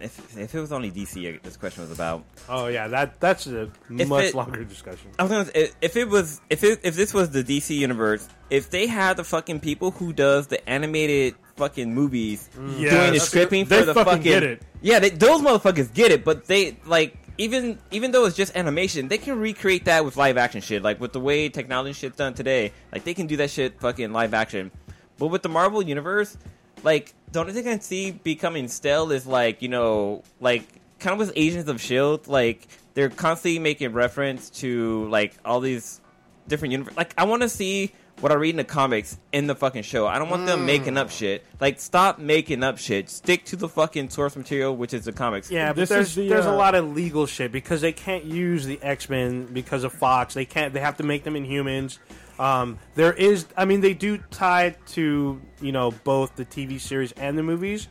Speaker 7: if if it was only DC, this question was about.
Speaker 9: Oh yeah, that that's a much
Speaker 7: it-
Speaker 9: longer discussion.
Speaker 7: I was gonna say, if it was if it, if this was the DC universe, if they had the fucking people who does the animated fucking movies
Speaker 8: Yeah,
Speaker 7: doing the
Speaker 8: that's-
Speaker 7: scripting
Speaker 8: they
Speaker 7: for the
Speaker 8: fucking
Speaker 7: fucking,
Speaker 8: get it.
Speaker 7: yeah, they, those motherfuckers get it, but they like even even though it's just animation, they can recreate that with live action shit. Like with the way technology shit's done today, like they can do that shit fucking live action. But with the Marvel universe, like the only thing I see becoming stale is like you know like kind of with Agents of Shield, E like they're constantly making reference to like all these different universe. Like I want to see what I read in the comics in the fucking show. I don't want
Speaker 4: Hmm.
Speaker 7: them making up shit. Like stop making up shit. Stick to the fucking source material, which is the comics.
Speaker 9: Yeah, but
Speaker 8: This
Speaker 9: there's
Speaker 8: is the,
Speaker 9: there's a
Speaker 8: uh,
Speaker 9: lot of legal shit because they can't use the X Men because of Fox. They can't. They have to make them Inhumans. Um, there is, I mean, they do tie to you know both the TV series and the movies,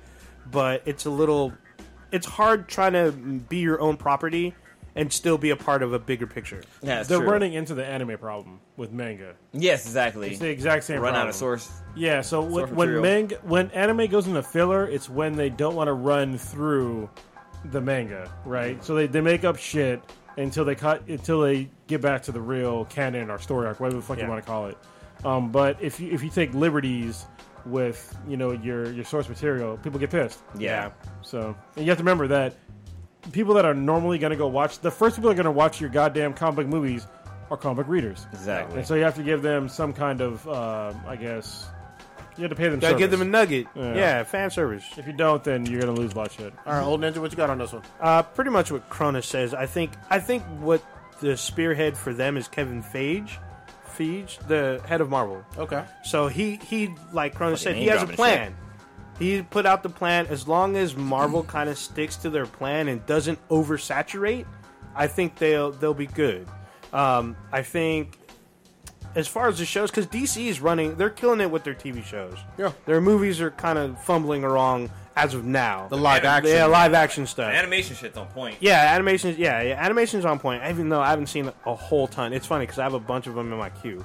Speaker 9: but it's a little, it's hard trying to be your own property and still be a part of a bigger picture.
Speaker 7: yeah, it's
Speaker 8: they're
Speaker 7: true.
Speaker 8: running into the anime problem with manga.
Speaker 7: Yes, exactly.
Speaker 8: It's the exact same
Speaker 7: Run out
Speaker 8: problem.
Speaker 7: of source.
Speaker 8: Yeah, so
Speaker 7: Source
Speaker 8: when, when
Speaker 7: material.
Speaker 8: manga when anime goes into filler, it's when they don't want to run through the manga, right? So they, they make up shit until they cut until they get back to the real canon or story arc, whatever the fuck
Speaker 9: Yeah.
Speaker 8: you want to call it. Um, but if you if you take liberties with you know your your source material, people get pissed.
Speaker 7: Yeah.
Speaker 8: So and you have to remember that people that are normally going to go watch the first people that are going to watch your goddamn comic book movies are comic book readers.
Speaker 7: Exactly.
Speaker 8: And so you have to give them some kind of, um, I guess, you have to pay them.
Speaker 9: Gotta give
Speaker 8: service.
Speaker 9: them a nugget.
Speaker 8: Yeah.
Speaker 9: yeah fan service.
Speaker 8: if you don't, then you're going to lose a lot of shit.
Speaker 6: All right, old ninja, what you got on this one?
Speaker 9: Uh, pretty much what Cronus says. I think. I think what the spearhead for them is Kevin Feige, Feige, the head of Marvel.
Speaker 6: Okay.
Speaker 9: So he he like Cronus said,
Speaker 7: Fucking
Speaker 9: he has a
Speaker 7: name-dropping
Speaker 9: plan. He put out the plan. As long as Marvel kind of sticks to their plan and doesn't oversaturate, I think they'll they'll be good. Um, I think as far as the shows, because DC is running, they're killing it with their TV shows.
Speaker 6: Yeah.
Speaker 9: their movies are kind of fumbling along as of now.
Speaker 6: The live action.
Speaker 9: yeah, live action stuff.
Speaker 7: Animation shit's on point.
Speaker 9: Yeah, animations. Yeah, yeah, animations on point. Even though I haven't seen a whole ton, it's funny because I have a bunch of them in my queue.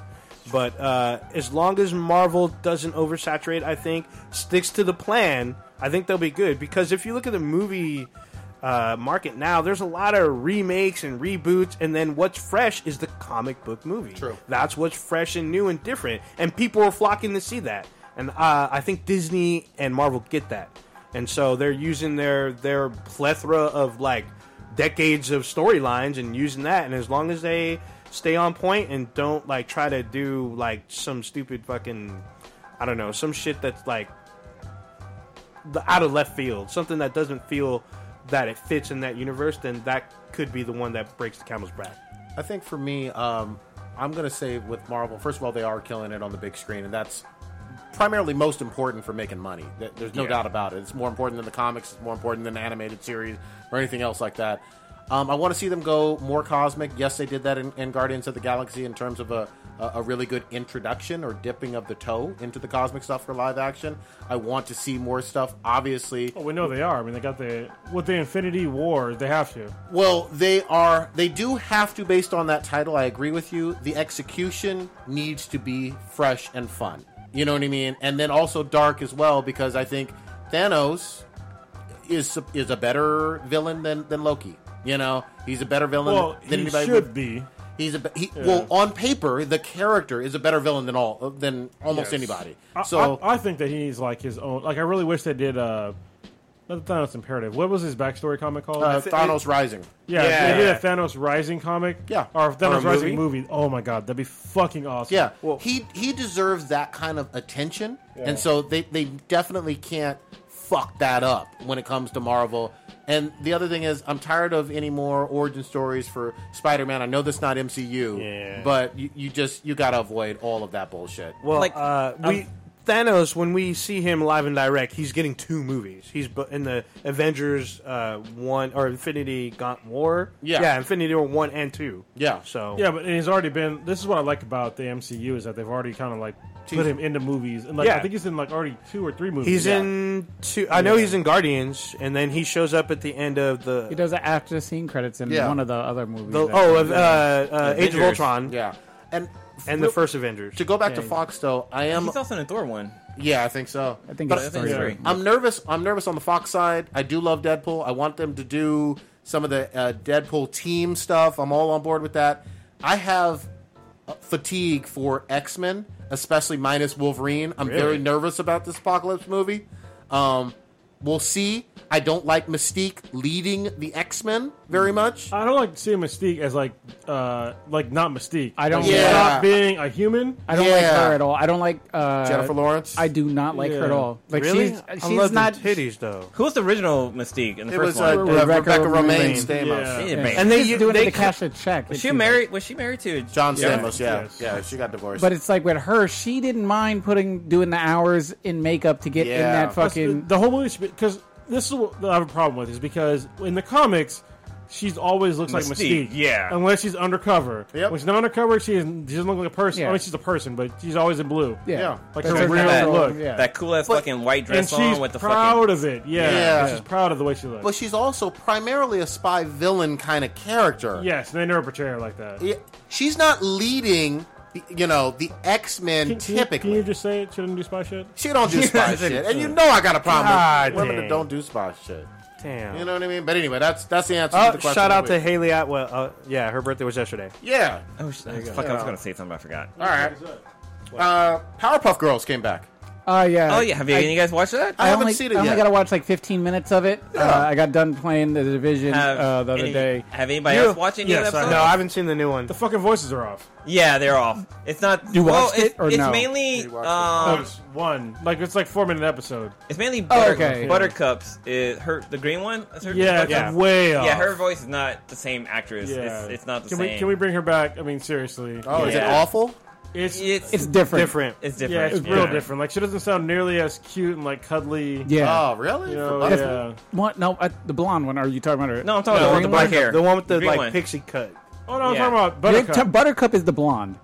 Speaker 9: But uh, as long as Marvel doesn't oversaturate, I think sticks to the plan. I think they'll be good because if you look at the movie uh, market now, there's a lot of remakes and reboots, and then what's fresh is the comic book movie.
Speaker 6: True.
Speaker 9: That's what's fresh and new and different, and people are flocking to see that. And uh, I think Disney and Marvel get that, and so they're using their their plethora of like decades of storylines and using that. And as long as they stay on point and don't like try to do like some stupid fucking I don't know some shit that's like the out of left field, something that doesn't feel that it fits in that universe, then that could be the one that breaks the camel's back.
Speaker 6: I think for me, um, I'm going to say with Marvel, first of all, they are killing it on the big screen, and that's primarily most important for making money. There- There's no
Speaker 11: Yeah.
Speaker 6: doubt about it. It's more important than the comics, it's more important than the animated series, or anything else like that. Um, I want to see them go more cosmic. Yes, they did that in, in Guardians of the Galaxy in terms of a, a, a really good introduction or dipping of the toe into the cosmic stuff for live action. I want to see more stuff. Obviously,
Speaker 8: Well, we know they are. I mean, they got the with the Infinity War, they have to.
Speaker 6: Well, they are. They do have to, based on that title. I agree with you. The execution needs to be fresh and fun. You know what I mean? And then also dark as well, because I think Thanos is is a better villain than than Loki. You know, he's a better villain
Speaker 8: Well,
Speaker 6: than
Speaker 8: he
Speaker 6: anybody
Speaker 8: should
Speaker 6: would-
Speaker 8: be.
Speaker 6: He's a be- he,
Speaker 8: Yeah.
Speaker 6: well on paper the character is a better villain than all than almost
Speaker 8: Yes.
Speaker 6: anybody.
Speaker 8: I-
Speaker 6: So uh,
Speaker 8: I, I think that he needs like his own. Like I really wish they did. uh Not the Thanos imperative. What was his backstory comic called?
Speaker 6: Uh, Thanos Rising.
Speaker 8: Yeah,
Speaker 6: Yeah.
Speaker 8: if they did a Thanos Rising comic. Yeah, or a
Speaker 6: Or
Speaker 8: Thanos
Speaker 6: a
Speaker 8: Rising movie. Oh my god, that'd be fucking awesome.
Speaker 6: Yeah, he he deserves that kind of attention,
Speaker 8: Yeah.
Speaker 6: and so they they definitely can't fuck that up when it comes to Marvel. And the other thing is, I'm tired of any more origin stories for Spider-Man. I know that's not MCU, but you, you just you gotta avoid all of that bullshit.
Speaker 9: Well, uh,
Speaker 6: um,
Speaker 9: we Thanos when we see him live and direct, he's getting two movies. He's bu- in the Avengers uh, one or Infinity Gaunt War.
Speaker 8: Yeah.
Speaker 9: yeah, Infinity War one and two.
Speaker 6: Yeah,
Speaker 9: so
Speaker 8: Yeah, but he's already been. This is what I like about the MCU is that they've already kind of like put
Speaker 9: He's-
Speaker 8: him into movies, and like
Speaker 9: Yeah.
Speaker 8: I think he's in like already two or three movies.
Speaker 9: He's in two. I know he's in Guardians, and then he shows up at the end of the.
Speaker 4: He does the after scene credits in
Speaker 9: Yeah.
Speaker 4: one of the other movies.
Speaker 9: The-
Speaker 4: that-
Speaker 9: oh, of, uh, uh, Age of
Speaker 4: Avengers.
Speaker 9: Ultron.
Speaker 6: Yeah, and
Speaker 9: and the first Avengers.
Speaker 6: To go back to Fox though, I am.
Speaker 7: He's also in a Thor one.
Speaker 6: Yeah, I think so.
Speaker 7: I think it's
Speaker 6: I-
Speaker 7: three. Yeah.
Speaker 6: I'm nervous. I'm nervous on the Fox side. I do love Deadpool. I want them to do some of the uh, Deadpool team stuff. I'm all on board with that. I have uh, fatigue for X Men, especially minus Wolverine. I'm
Speaker 11: Really?
Speaker 6: very nervous about this Apocalypse movie. Um, we'll see. I don't like Mystique leading the X Men very much.
Speaker 8: I don't like seeing Mystique as like uh like not Mystique.
Speaker 4: I don't.
Speaker 8: Like,
Speaker 4: Yeah.
Speaker 8: stop being a human.
Speaker 4: I don't like her at all. I don't like uh,
Speaker 8: Jennifer Lawrence?
Speaker 4: I do not like her at
Speaker 8: Yeah.
Speaker 4: all. Like
Speaker 8: Really?
Speaker 4: she's
Speaker 8: I
Speaker 4: she's
Speaker 9: love them
Speaker 4: not
Speaker 9: titties though.
Speaker 7: Who was the original Mystique in the
Speaker 4: It
Speaker 7: first
Speaker 4: was,
Speaker 7: one?
Speaker 4: uh, Rebecca Rebecca Romaine Romaine. Stamos.
Speaker 7: Yeah.
Speaker 4: Yeah.
Speaker 7: man.
Speaker 4: And they- She's doing it to
Speaker 7: cut-
Speaker 4: cash a check.
Speaker 7: Was
Speaker 4: It
Speaker 7: she
Speaker 4: seems
Speaker 7: married? Was she married to
Speaker 6: John Stamos? Yeah, yeah. She got divorced.
Speaker 4: But it's like with her, she didn't mind putting doing the hours in makeup to get in that fucking.
Speaker 8: That's- the whole movie should be because this is what I have a problem with is because in the comics. She's always looks like
Speaker 4: Mystique,
Speaker 8: Mystique,
Speaker 4: yeah.
Speaker 8: Unless she's undercover. When she's not undercover, she, is, she doesn't look like a person.
Speaker 7: Yeah.
Speaker 8: I mean, she's a person, but she's always in blue.
Speaker 7: Yeah. Yeah.
Speaker 8: like
Speaker 7: That's her
Speaker 8: her real
Speaker 7: natural-
Speaker 8: look.
Speaker 7: yeah. That cool ass But- fucking white dress
Speaker 8: and she's
Speaker 7: on with the
Speaker 8: proud
Speaker 7: fucking-
Speaker 8: of it. Yeah,
Speaker 6: Yeah.
Speaker 8: she's proud of the way she looks.
Speaker 6: But she's also primarily a spy villain kind of character.
Speaker 8: yes, they never portray her like that.
Speaker 6: Yeah, she's not leading. You know the X Men
Speaker 8: Can-
Speaker 6: typically.
Speaker 8: Can you just say it? She doesn't do spy shit.
Speaker 6: She don't do spy shit, and you know I got a problem with women that don't do spy shit.
Speaker 9: Damn.
Speaker 6: You know what I mean? But anyway, that's that's the answer
Speaker 9: Oh,
Speaker 6: to the question.
Speaker 9: shout
Speaker 6: of
Speaker 9: out
Speaker 6: the
Speaker 9: to
Speaker 6: week.
Speaker 9: Haley Atwell. Uh, yeah, her birthday was yesterday.
Speaker 6: Yeah.
Speaker 7: Oh, sh- fuck, I was gonna say something, I forgot.
Speaker 6: All right. Uh, Powerpuff Girls came back.
Speaker 4: Oh yeah.
Speaker 7: Oh, yeah. Have you-
Speaker 4: I-
Speaker 7: you guys watched that?
Speaker 4: I,
Speaker 6: I haven't
Speaker 4: only,
Speaker 6: seen it
Speaker 4: I only
Speaker 6: yet.
Speaker 4: got to watch like 15 minutes of it. Uh, I got done playing the division
Speaker 7: Have
Speaker 4: uh, the other
Speaker 7: any-
Speaker 4: day.
Speaker 7: have anybody else watched any of
Speaker 9: Yes,
Speaker 7: that
Speaker 9: I-
Speaker 7: episode?
Speaker 9: No, I haven't seen the new one. The
Speaker 8: fucking voices are off.
Speaker 7: Yeah, they're off. It's not.
Speaker 8: You
Speaker 7: well,
Speaker 8: watched
Speaker 7: it's,
Speaker 8: it or
Speaker 7: it's
Speaker 8: no?
Speaker 7: mainly.
Speaker 8: Oh,
Speaker 7: Um,
Speaker 8: it's one like it's like four minute episode.
Speaker 7: It's mainly
Speaker 8: Oh,
Speaker 7: butter,
Speaker 8: okay.
Speaker 7: Buttercups. Is her the green one? Is her,
Speaker 8: Yeah, it's way
Speaker 7: Yeah,
Speaker 8: off.
Speaker 7: her voice is not the same actress. It's, it's not the
Speaker 8: can
Speaker 7: same.
Speaker 8: We, can we bring her back? I mean, seriously.
Speaker 7: Oh, is it Yeah. awful?
Speaker 8: It's
Speaker 7: It's-
Speaker 4: It's different.
Speaker 9: different.
Speaker 7: It's
Speaker 8: Yeah,
Speaker 7: different,
Speaker 8: it's real
Speaker 7: yeah.
Speaker 8: different. Like she doesn't sound nearly as cute and like cuddly.
Speaker 4: Yeah.
Speaker 6: Oh,
Speaker 8: You know,
Speaker 4: That's-
Speaker 8: yeah.
Speaker 4: What? No, uh, the blonde one. Are you talking about her?
Speaker 7: No, I'm talking about the
Speaker 4: green
Speaker 7: black
Speaker 4: one?
Speaker 7: hair. The one with the, The green like, one.
Speaker 9: pixie cut.
Speaker 8: Oh no, I'm
Speaker 7: Yeah.
Speaker 8: talking about
Speaker 4: You're
Speaker 8: Buttercup.
Speaker 4: ta- Buttercup is the blonde.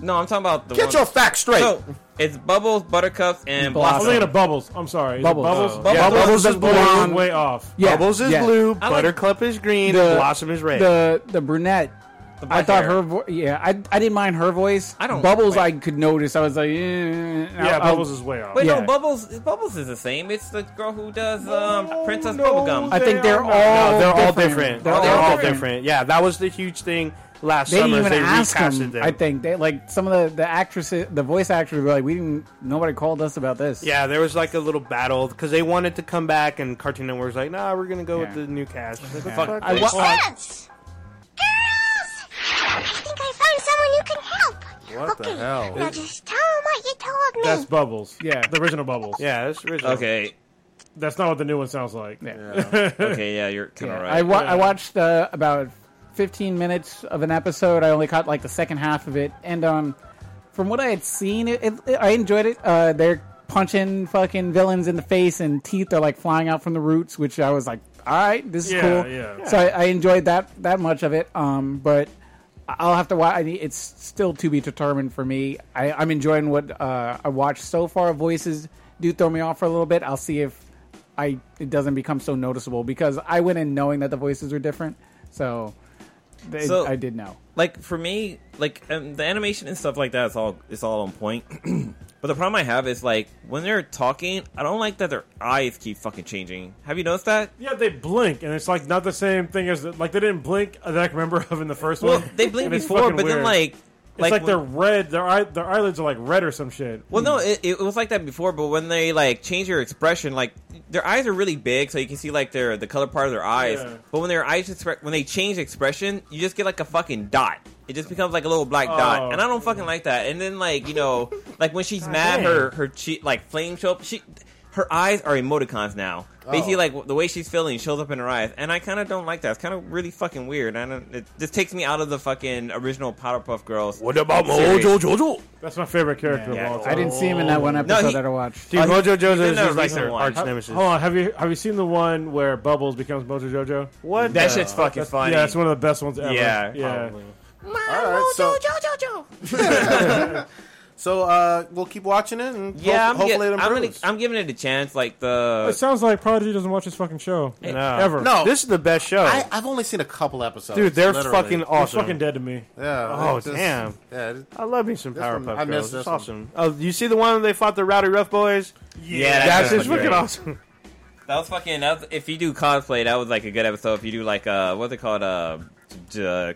Speaker 7: No, I'm talking about the.
Speaker 8: Get
Speaker 7: one-
Speaker 8: your facts straight.
Speaker 7: So, it's Bubbles, Buttercups, and
Speaker 8: I'm
Speaker 7: Blossom.
Speaker 8: thinking of Bubbles. I'm sorry. Is it
Speaker 7: Bubbles.
Speaker 8: Bubbles.
Speaker 7: Oh. Yeah, Bubbles is blonde.
Speaker 8: Way off.
Speaker 4: Yeah,
Speaker 9: Bubbles is
Speaker 4: yeah.
Speaker 9: blue,
Speaker 4: I like-
Speaker 9: Buttercup is green,
Speaker 4: The-
Speaker 9: and Blossom is red.
Speaker 4: The the brunette. I
Speaker 9: black
Speaker 4: thought
Speaker 9: hair.
Speaker 4: her vo- yeah I, I didn't mind her voice. I
Speaker 7: don't-
Speaker 4: bubbles I could notice. I was like eh, yeah
Speaker 8: Bubbles is way off.
Speaker 7: Wait, no, Bubbles. Bubbles is the same. It's the girl who does um, Princess Bubblegum.
Speaker 4: I think they're all
Speaker 9: No, they're all
Speaker 4: different.
Speaker 9: different.
Speaker 4: They're
Speaker 9: They're,
Speaker 4: all
Speaker 9: all
Speaker 4: different.
Speaker 9: different. Yeah, that was the huge thing last
Speaker 4: they didn't
Speaker 9: summer. is
Speaker 4: even
Speaker 9: they
Speaker 4: ask
Speaker 9: recasted
Speaker 4: them,
Speaker 9: them.
Speaker 4: I think they like some of the the actresses, the voice actors were like, we didn't. Nobody called us about this.
Speaker 9: Yeah, there was like a little battle because they wanted to come back, and Cartoon Network was like, "Nah, we're gonna go with the new cast." I was like, "What the
Speaker 4: Yeah.
Speaker 9: fuck?
Speaker 4: I wa-
Speaker 12: Girls! I think I found someone who can help.
Speaker 6: What the hell?
Speaker 12: Now just tell them what you told me.
Speaker 8: That's Bubbles.
Speaker 4: Yeah,
Speaker 8: the original Bubbles.
Speaker 9: Yeah, that's original.
Speaker 7: Okay.
Speaker 8: That's not what the new one sounds like.
Speaker 7: okay, yeah, you're kind of right.
Speaker 4: I, wa- I watched uh, about 15 minutes of an episode. I only caught like the second half of it, and um, from what I had seen, it, it, I enjoyed it. Uh, they're punching fucking villains in the face, and teeth are like flying out from the roots, which I was like, all right, this is
Speaker 8: Yeah,
Speaker 4: cool.
Speaker 8: yeah.
Speaker 4: So I, I enjoyed that that much of it. Um, but I'll have to watch. I need, it's still to be determined for me. I, I'm enjoying what uh, I watched so far. Voices do throw me off for a little bit. I'll see if I it doesn't become so noticeable because I went in knowing that the voices were different. So, they,
Speaker 7: So-
Speaker 4: I did know.
Speaker 7: like for me, like um, the animation and stuff like that is all it's all on point. but the problem I have is like when they're talking, I don't like that their eyes keep fucking changing. Have you noticed that?
Speaker 8: Yeah, they blink, and it's like not the same thing as the, like they didn't blink that I can remember of in the first
Speaker 7: Well,
Speaker 8: one.
Speaker 7: they blinked
Speaker 8: And it's
Speaker 7: before,
Speaker 8: fucking
Speaker 7: but then,
Speaker 8: weird.
Speaker 7: like-
Speaker 8: it's
Speaker 7: like
Speaker 8: like
Speaker 7: when-
Speaker 8: they're red. Their eye, their eyelids are like red or some shit.
Speaker 7: Well, no, it, it was like that before, but when they like change their expression, like their eyes are really big, so you can see like their the color part of their eyes.
Speaker 8: Yeah.
Speaker 7: But when their eyes expre- when they change expression, you just get like a fucking dot. It just becomes like a little black
Speaker 8: Oh.
Speaker 7: dot, and I don't fucking like that. And then like you know, like when she's mad,
Speaker 8: damn.
Speaker 7: her her cheek like flames show up. She her eyes are emoticons now. Basically,
Speaker 8: Oh.
Speaker 7: like the way she's feeling shows up in her eyes, and I kind of don't like that. It's kind of really fucking weird, and it just takes me out of the fucking original Powerpuff Girls. What
Speaker 8: about
Speaker 7: series.
Speaker 8: Mojo Jojo? That's my favorite character
Speaker 7: Yeah.
Speaker 8: of all
Speaker 7: Yeah.
Speaker 8: time.
Speaker 7: I didn't see him in that one
Speaker 4: No, episode he- that I watched.
Speaker 8: Dude,
Speaker 4: Oh, he-
Speaker 8: Mojo
Speaker 4: he's in
Speaker 8: Jojo
Speaker 4: the
Speaker 8: is his, like
Speaker 4: recent
Speaker 8: their
Speaker 4: one.
Speaker 8: arch
Speaker 4: Ho-
Speaker 8: nemesis. Hold on, have you have you seen the one where Bubbles becomes Mojo Jojo? What?
Speaker 9: That shit's fucking funny.
Speaker 8: Yeah, it's one of the best ones ever.
Speaker 9: Yeah.
Speaker 8: yeah.
Speaker 6: All right, so so uh, we'll keep watching it, and
Speaker 7: Yeah,
Speaker 6: hope-
Speaker 7: I'm,
Speaker 6: hopefully
Speaker 7: get-
Speaker 6: it
Speaker 7: I'm,
Speaker 6: improves.
Speaker 7: gonna, I'm giving it a chance. Like the
Speaker 8: it sounds like Prodigy doesn't watch his fucking show ever.
Speaker 6: No,
Speaker 9: This is the best show.
Speaker 6: I, I've only seen a couple episodes.
Speaker 9: Dude, they're
Speaker 6: literally.
Speaker 9: fucking awesome.
Speaker 8: fucking dead to me.
Speaker 6: Yeah.
Speaker 9: Oh
Speaker 6: this-
Speaker 9: damn.
Speaker 6: Yeah, this-
Speaker 9: I love me some
Speaker 6: this one-
Speaker 9: Powerpuff
Speaker 6: I miss
Speaker 9: Girls.
Speaker 6: this
Speaker 9: It's
Speaker 6: one.
Speaker 9: awesome. Oh, you see the one where they fought the Rowdy Rough Boys?
Speaker 7: Yeah, that's
Speaker 9: that's
Speaker 7: fucking
Speaker 9: just fucking
Speaker 7: great.
Speaker 9: awesome.
Speaker 7: that was fucking. That was, if you do cosplay, that was like a good episode. If you do like uh, what's it called? Uh, j- uh,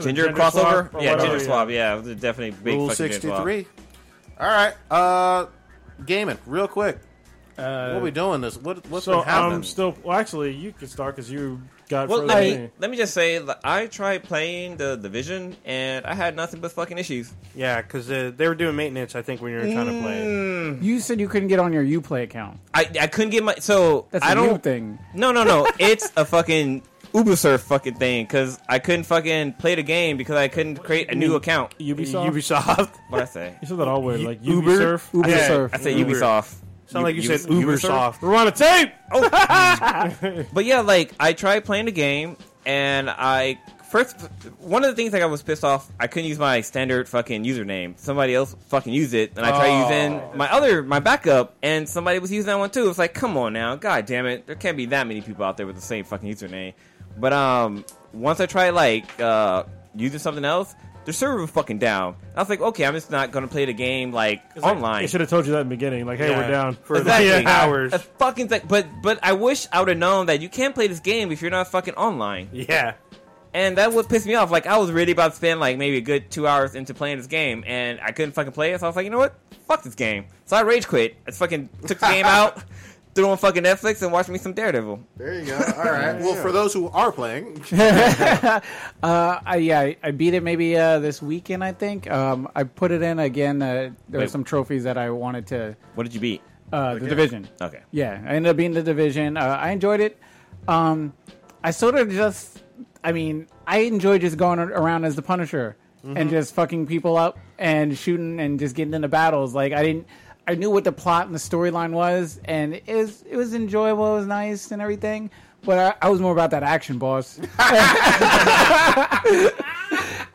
Speaker 7: ginger,
Speaker 6: Ginger
Speaker 7: crossover.
Speaker 6: swap or
Speaker 7: yeah,
Speaker 6: whatever,
Speaker 7: ginger
Speaker 6: yeah.
Speaker 7: swab. Yeah, it was definitely a big
Speaker 6: Rule
Speaker 7: fucking ginger
Speaker 6: sixty
Speaker 7: swab.
Speaker 6: three. All right, uh, gaming real quick.
Speaker 8: Uh,
Speaker 6: what are we doing this? What what's
Speaker 8: so
Speaker 6: been happening?
Speaker 8: I'm still. Well, actually, you can start because you got.
Speaker 7: Well,
Speaker 8: frozen
Speaker 7: let
Speaker 8: me.
Speaker 7: me let me just say, like, I tried playing the division and I had nothing but fucking issues.
Speaker 9: Yeah, because uh, they were doing maintenance. I think when you were trying to play. it.
Speaker 4: You said you couldn't get on your UPlay account.
Speaker 7: I, I couldn't get my so
Speaker 4: That's a
Speaker 7: I
Speaker 4: you
Speaker 7: don't
Speaker 4: thing.
Speaker 7: No, no, no. it's a fucking Ubisoft fucking thing because I couldn't fucking play the game because I couldn't create a new account.
Speaker 8: Ubisoft?
Speaker 9: Ubisoft.
Speaker 7: What I say?
Speaker 8: You said that all weird, like
Speaker 7: Uber?
Speaker 8: Ubisurf.
Speaker 7: I said- I said
Speaker 8: Uber.
Speaker 7: Ubisoft.
Speaker 9: Sound like you said Ubersoft.
Speaker 8: We're on a tape.
Speaker 6: Oh
Speaker 7: but yeah, like I tried playing the game, and I first one of the things like I was pissed off. I couldn't use my standard fucking username. Somebody else fucking used it, and I tried
Speaker 9: Oh.
Speaker 7: using my other my backup, and somebody was using that one too. It's like, come on now, god damn it, there can't be that many people out there with the same fucking username. But um, once I tried like uh using something else. The server was fucking down. I was like, okay, I'm just not gonna play the game like online.
Speaker 8: I should have told you that in the beginning. Like, hey,
Speaker 7: Yeah.
Speaker 8: we're down
Speaker 7: Exactly.
Speaker 8: Yeah.
Speaker 7: A fucking thing. But but I wish I would have known that you can't play this game if you're not fucking online.
Speaker 9: Yeah.
Speaker 7: And that would piss me off. Like I was really about to spend like maybe a good two hours into playing this game, and I couldn't fucking play it. So I was like, you know what? Fuck this game. So I rage quit. I fucking took the game out, threw on fucking Netflix, and watched me some Daredevil.
Speaker 6: There you go. All right. well, for those who are playing,
Speaker 4: Uh, I, yeah, I- I beat it maybe uh, this weekend. I think um, I put it in again. Uh, there were
Speaker 7: Wait.
Speaker 4: some trophies that I wanted to.
Speaker 7: What did you beat?
Speaker 4: Uh, the division.
Speaker 7: Okay.
Speaker 4: Yeah, I ended up being the division. Uh, I enjoyed it. Um, I sort of just, I mean, I enjoy just going ar- around as the Punisher
Speaker 11: Mhm.
Speaker 4: and just fucking people up and shooting and just getting into battles. Like I didn't, I knew what the plot and the storyline was, and it was it was enjoyable, it was nice and everything. But I, I was more about that action, boss.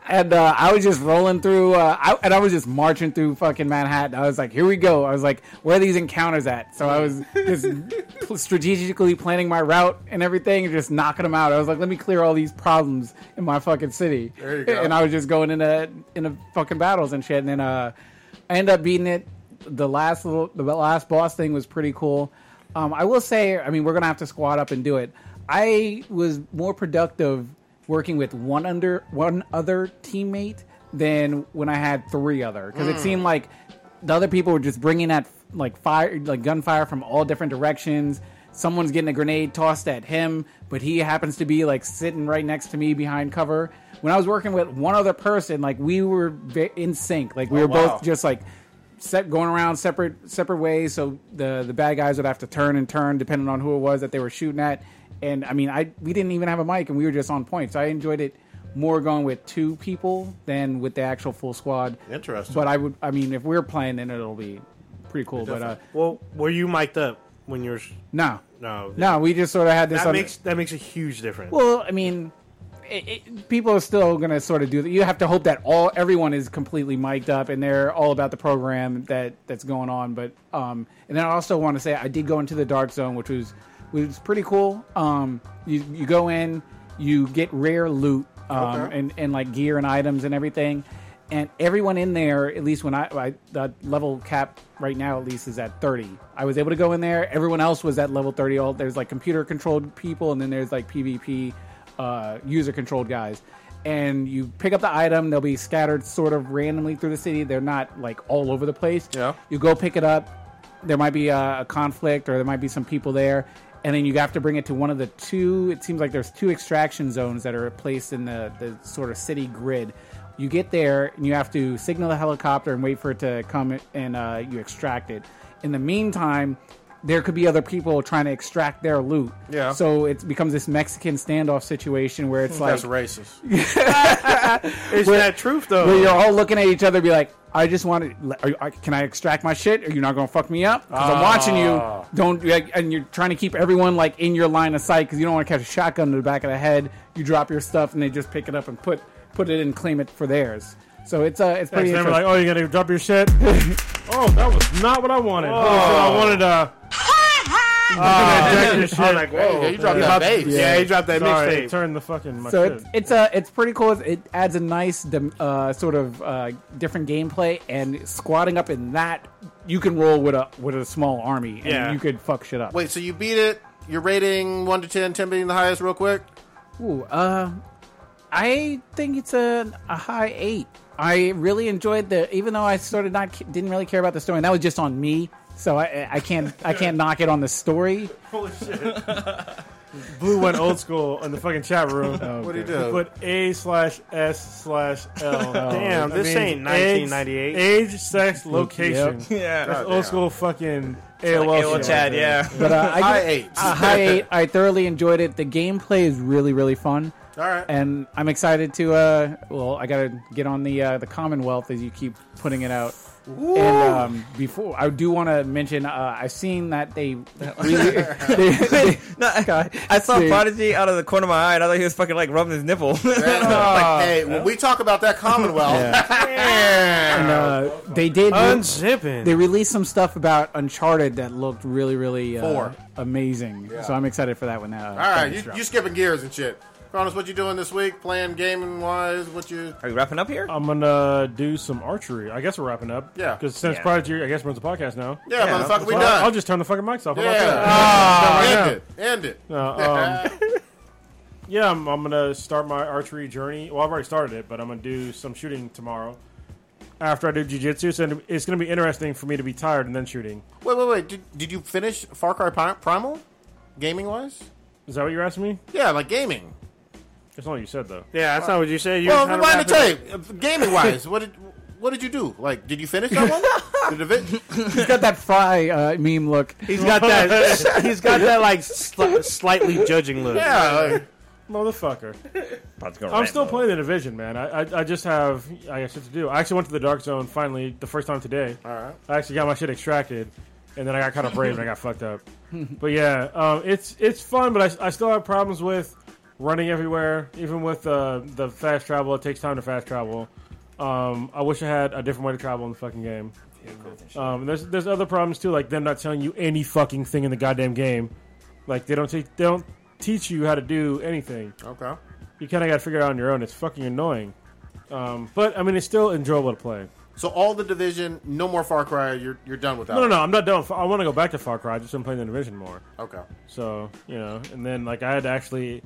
Speaker 4: and uh, I was just rolling through, uh, I, and I was just marching through fucking Manhattan. I was like, "Here we go!" I was like, "Where are these encounters at?" So I was just pl- strategically planning my route and everything, and just knocking them out. I was like, "Let me clear all these problems in my fucking city."
Speaker 6: There you go.
Speaker 4: And I was just going into into fucking battles and shit. And then uh, I ended up beating it. The last little, the last boss thing was pretty cool. Um, I will say, I mean, we're gonna have to squad up and do it. I was more productive working with one under one other teammate than when I had three other because it
Speaker 11: Mm.
Speaker 4: seemed like the other people were just bringing that like fire like gunfire from all different directions. Someone's getting a grenade tossed at him, but he happens to be like sitting right next to me behind cover. When I was working with one other person, like we were ve- in sync, like we
Speaker 11: Oh,
Speaker 4: were
Speaker 11: wow.
Speaker 4: both just like set going around separate separate ways so the the bad guys would have to turn and turn depending on who it was that they were shooting at and i mean i we didn't even have a mic and we were just on point so i enjoyed it more going with two people than with the actual full squad.
Speaker 6: Interesting.
Speaker 4: But I would, I mean, if we're playing, then it'll be pretty cool. But uh,
Speaker 9: well, were you mic'd up when you were?
Speaker 4: no,
Speaker 9: No,
Speaker 4: no, we just sort of had this.
Speaker 9: That
Speaker 4: on-
Speaker 9: makes that makes a huge difference.
Speaker 4: Well, I mean, it, it, people are still going to sort of do that. You have to hope that all everyone is completely mic'd up and they're all about the program that that's going on. But um, and then I also want to say I did go into the dark zone, which was was pretty cool. Um, you you go in, you get rare loot um,
Speaker 11: Okay.
Speaker 4: and and like gear and items and everything. And everyone in there, at least when I, I the level cap right now, at least is at thirty. I was able to go in there. Everyone else was at level thirty. All there's like computer controlled people, and then there's like PvP uh, user controlled guys. And you pick up the item, they'll be scattered sort of randomly through the city. They're not like all over the place. Yeah. You go pick it up, there might be a, a conflict or there might be some people there. And then you have to bring it to one of the two, it seems like there's two extraction zones that are placed in the, the sort of city grid. You get there and you have to signal the helicopter and wait for it to come and uh, you extract it. In the meantime, there could be other people trying to extract their loot.
Speaker 6: Yeah.
Speaker 4: So it becomes this Mexican standoff situation where it's like
Speaker 6: That's racist.
Speaker 9: Is that truth though?
Speaker 4: where you're all looking at each other, and be like, "I just want to. Are you, I- can I extract my shit? Are you not gonna fuck me up? Because I'm watching
Speaker 9: Ah.
Speaker 4: you. Don't. Like, and you're trying to keep everyone like in your line of sight because you don't want to catch a shotgun to the back of the head. You drop your stuff and they just pick it up and put put it in, claim it for theirs. So it's uh, it's
Speaker 8: Yeah, 'cause
Speaker 4: pretty
Speaker 8: they were
Speaker 4: interesting.
Speaker 8: like, oh, you gotta drop your shit. oh, that was not what I wanted. Holy shit, I wanted uh, I think I jacked your shit.
Speaker 9: Ah. I was like, whoa.
Speaker 6: Yeah, you dropped that bass.
Speaker 4: Yeah, you dropped that
Speaker 8: Sorry,
Speaker 4: mixtape.
Speaker 8: Turn the fucking
Speaker 9: "Oh,
Speaker 8: my
Speaker 4: so
Speaker 8: shit.
Speaker 4: it's it's uh, it's pretty cool. It adds a nice dim- uh, sort of uh, different gameplay and squatting up in that you can roll with a with a small army and
Speaker 6: Yeah.
Speaker 4: you could fuck shit up.
Speaker 6: Wait, so you beat it? You're rating one to 10, 10 being the highest, real quick.
Speaker 4: Ooh, uh, I think it's a, a high eight. I really enjoyed the, even though I sort of not didn't really care about the story. And that was just on me, so I I can't I can't knock it on the story.
Speaker 8: Holy shit. Blue went old school in the fucking chat room.
Speaker 6: What'd he do?
Speaker 8: Put A slash S slash L.
Speaker 9: Oh. Damn,
Speaker 8: That
Speaker 9: this
Speaker 8: means
Speaker 9: ain't
Speaker 8: Age,
Speaker 9: 1998.
Speaker 8: age, sex, location.
Speaker 9: Yep. Yeah.
Speaker 8: That's
Speaker 9: Goddamn.
Speaker 8: old school fucking
Speaker 9: like
Speaker 8: AOL.
Speaker 9: AOL
Speaker 8: shit
Speaker 9: chat,
Speaker 8: right
Speaker 9: yeah.
Speaker 8: there.
Speaker 4: But uh, I
Speaker 9: High
Speaker 4: give-
Speaker 9: eight.
Speaker 4: a high eight. I thoroughly enjoyed it. The gameplay is really really fun.
Speaker 6: All right.
Speaker 4: And I'm excited to uh well I gotta get on the uh, the Commonwealth as you keep putting it out.
Speaker 6: Ooh.
Speaker 4: And um, before I do want to mention uh, I've seen that they,
Speaker 7: no, I, I saw Prodigy out of the corner of my eye, and I thought he was fucking like rubbing his nipple.
Speaker 6: Like, hey, when we talk about that Commonwealth,
Speaker 4: and, uh, they did
Speaker 9: Unzipping.
Speaker 4: They released some stuff about Uncharted that looked really really uh,
Speaker 6: Four.
Speaker 4: amazing.
Speaker 6: Yeah.
Speaker 4: So I'm excited for that one uh, now.
Speaker 6: all right, you, you skipping gears and shit. Cronus, what you doing this week? Playing gaming wise? What you?
Speaker 7: Are you wrapping up here?
Speaker 8: I'm gonna do some archery. I guess we're wrapping up.
Speaker 6: Yeah.
Speaker 8: Because since
Speaker 6: Yeah.
Speaker 8: Prodigy, I guess runs the podcast now.
Speaker 6: Yeah, Yeah. motherfucker, we
Speaker 8: Well,
Speaker 6: done.
Speaker 8: I'll just turn the fucking mics off. How about
Speaker 6: Yeah.
Speaker 8: that?
Speaker 6: Ah,
Speaker 8: Done right
Speaker 6: end
Speaker 8: now.
Speaker 6: it. End it.
Speaker 8: No, um, yeah, I'm, I'm gonna start my archery journey. Well, I've already started it, but I'm gonna do some shooting tomorrow. After I do jujitsu, so it's gonna be interesting for me to be tired and then shooting.
Speaker 6: Wait, wait, wait. Did, did you finish Far Cry Pri- Primal? Gaming wise?
Speaker 8: Is that what you're asking me?
Speaker 6: Yeah, like gaming.
Speaker 8: That's not what you said though.
Speaker 9: Yeah, that's not what you said. You
Speaker 6: well,
Speaker 9: were trying to
Speaker 6: rewind the
Speaker 9: wrap it
Speaker 6: tape. Gaming wise, what did what did you do? Like, did you finish that one? did it fin-
Speaker 4: He's got that fry uh, meme look.
Speaker 9: He's got that. he's got that like sli- slightly judging look.
Speaker 6: Yeah,
Speaker 8: motherfucker. I'm still playing the division, man. I, I I just have I have shit to do. I actually went to the dark zone finally the first time today. All
Speaker 6: right.
Speaker 8: I actually got my shit extracted, and then I got kind of brave and I got fucked up. But yeah, um, it's it's fun, but I, I still have problems with running everywhere. Even with uh, the fast travel, it takes time to fast travel. Um, I wish I had a different way to travel in the fucking game. Um, there's there's other problems too, like them not telling you any fucking thing in the goddamn game. Like they don't teach they don't teach you how to do anything
Speaker 6: okay.
Speaker 8: you kind of got to figure it out on your own. It's fucking annoying. Um, but I mean, it's still enjoyable to play.
Speaker 6: So all the division, no more Far Cry. You're you're done with that.
Speaker 8: No, no,
Speaker 6: one.
Speaker 8: no. I'm not done. with- I want to go back to Far Cry. I just been playing the division more.
Speaker 6: Okay.
Speaker 8: So you know, and then like I had to actually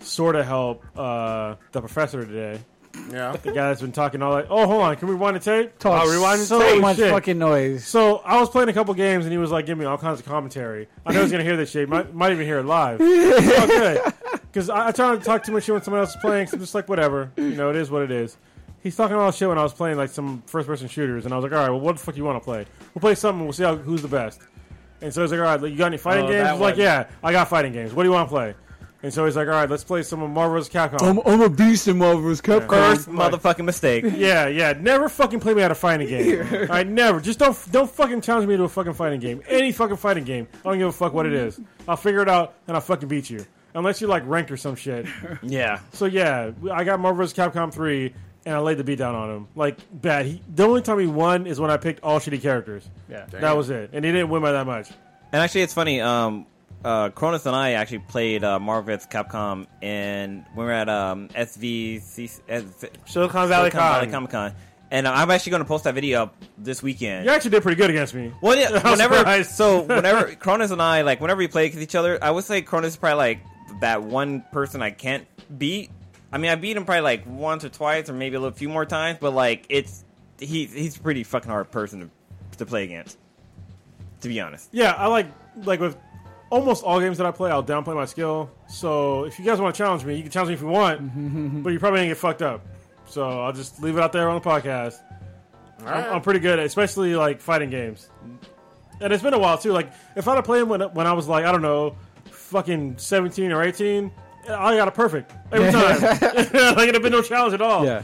Speaker 8: sort of help uh, the professor today.
Speaker 6: Yeah.
Speaker 8: The guy that's been talking all like, oh, hold on, can we rewind the tape?
Speaker 4: Talks
Speaker 8: oh, rewind the
Speaker 4: so
Speaker 8: tape.
Speaker 4: much
Speaker 8: Shit.
Speaker 4: fucking noise.
Speaker 8: So I was playing a couple games, and he was like giving me all kinds of commentary. I know he's gonna hear this shit. Might, might even hear it live. okay, because I, I try not to talk too much shit when someone else is playing. i I'm just like, whatever. You know, it is what it is. He's talking all shit when I was playing like some first-person shooters, and I was like, all right, well, what the fuck you want to play? We'll play something. We'll see how, who's the best. And so he's like, all right, you got any fighting
Speaker 9: Oh,
Speaker 8: games?
Speaker 9: that
Speaker 8: I was like,
Speaker 9: one.
Speaker 8: yeah, I got fighting games. What do you want to play? And so he's like, all right, let's play some of Marvel's Capcom.
Speaker 4: I'm, I'm a beast in Marvel's Capcom.
Speaker 8: First
Speaker 7: motherfucking mistake.
Speaker 8: Yeah, yeah. Never fucking play me at a fighting game. I never. Just don't don't fucking challenge me to a fucking fighting game. Any fucking fighting game. I don't give a fuck what it is. I'll figure it out and I'll fucking beat you. Unless you like rank or some shit.
Speaker 7: Yeah.
Speaker 8: So yeah, I got Marvel vs. Capcom three and I laid the beat down on him like bad. He, the only time he won is when I picked all shitty characters.
Speaker 7: Yeah.
Speaker 8: that
Speaker 7: Damn.
Speaker 8: was it, and he didn't win by that much.
Speaker 7: And actually, it's funny. Um, uh, Cronus and I actually played uh, Marvel vs. Capcom, and we were at um, SVC S-
Speaker 9: Silicon Valley Con.
Speaker 7: Comic Con. And I'm actually going to post that video up this weekend.
Speaker 8: You actually did pretty good against me.
Speaker 7: Well, yeah,
Speaker 8: I'm
Speaker 7: whenever
Speaker 8: surprised.
Speaker 7: so whenever Cronus and I like whenever we play against each other, I would say Cronus is probably like that one person I can't beat. I mean, I beat him probably like once or twice, or maybe a little few more times, but like it's he he's a pretty fucking hard person to, to play against. To be honest,
Speaker 8: Yeah, I like like with almost all games that I play, I'll downplay my skill. So if you guys want to challenge me, you can challenge me if you want, but you probably gonna get fucked up. So I'll just leave it out there on the podcast.
Speaker 6: Alright.
Speaker 8: I'm, I'm pretty good, at, especially like fighting games. And it's been a while too. Like if I'd have played him when when I was like I don't know, fucking 17 or 18, I got a perfect every time. like it'd have been no challenge at all.
Speaker 4: Yeah.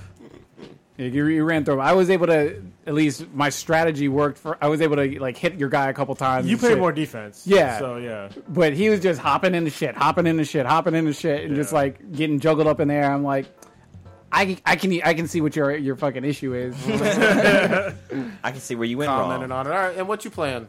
Speaker 4: Yeah, you, you ran through 'em. I was able to at least my strategy worked for. I was able to like hit your guy a couple times.
Speaker 8: You
Speaker 4: and
Speaker 8: played
Speaker 4: shit.
Speaker 8: more defense.
Speaker 4: Yeah.
Speaker 8: So yeah.
Speaker 4: but he was just hopping into shit, hopping into shit, hopping into shit, and just like getting juggled up in there. I'm like, I, I can I can see what your your fucking issue is.
Speaker 7: I can see where you went
Speaker 6: Commenting on
Speaker 7: wrong.
Speaker 6: it. All right, and what you playing?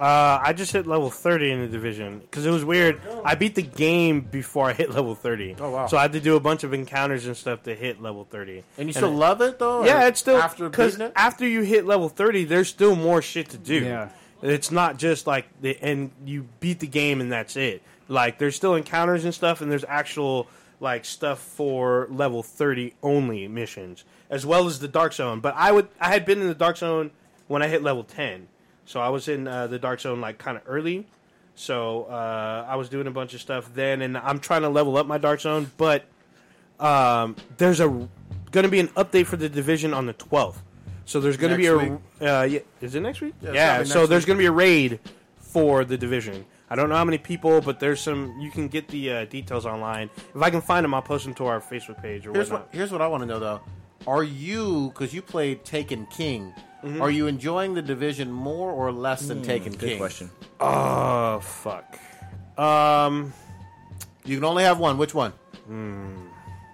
Speaker 9: Uh, I just hit level 30 in the division because it was weird. I beat the game before I hit level 30.
Speaker 6: Oh, wow.
Speaker 9: So I had to do a bunch of encounters and stuff to hit level 30.
Speaker 6: And you still love it though? or
Speaker 9: Yeah, it's still
Speaker 6: after
Speaker 9: because
Speaker 6: beating it.
Speaker 9: after you hit level 30, there's still more shit to do.
Speaker 4: Yeah.
Speaker 9: It's not just like the and you beat the game and that's it. Like there's still encounters and stuff and there's actual like stuff for level 30 only missions as well as the dark zone. But I would I had been in the dark zone when I hit level 10. So I was in uh, the dark zone like kind of early. So uh, I was doing a bunch of stuff then and I'm trying to level up my dark zone, but um, there's a going to be an update for the division on the 12th. So there's going to be a
Speaker 6: Next
Speaker 9: uh, yeah, is it next week?
Speaker 6: Yeah,
Speaker 9: Yeah.
Speaker 6: it's gotta be
Speaker 9: so
Speaker 6: next
Speaker 9: there's
Speaker 6: week.
Speaker 9: going to be a raid for the division. I don't know how many people, but there's some. You can get the uh, details online. If I can find them, I'll post them to our Facebook page or
Speaker 6: Here's
Speaker 9: whatnot.
Speaker 6: what here's what I want to know though. Are you because you played Taken King? Are you enjoying the division more or less than Taken
Speaker 7: Good
Speaker 6: King?
Speaker 7: question.
Speaker 9: Oh fuck. Um,
Speaker 6: You can only have one. Which one?
Speaker 8: Hmm.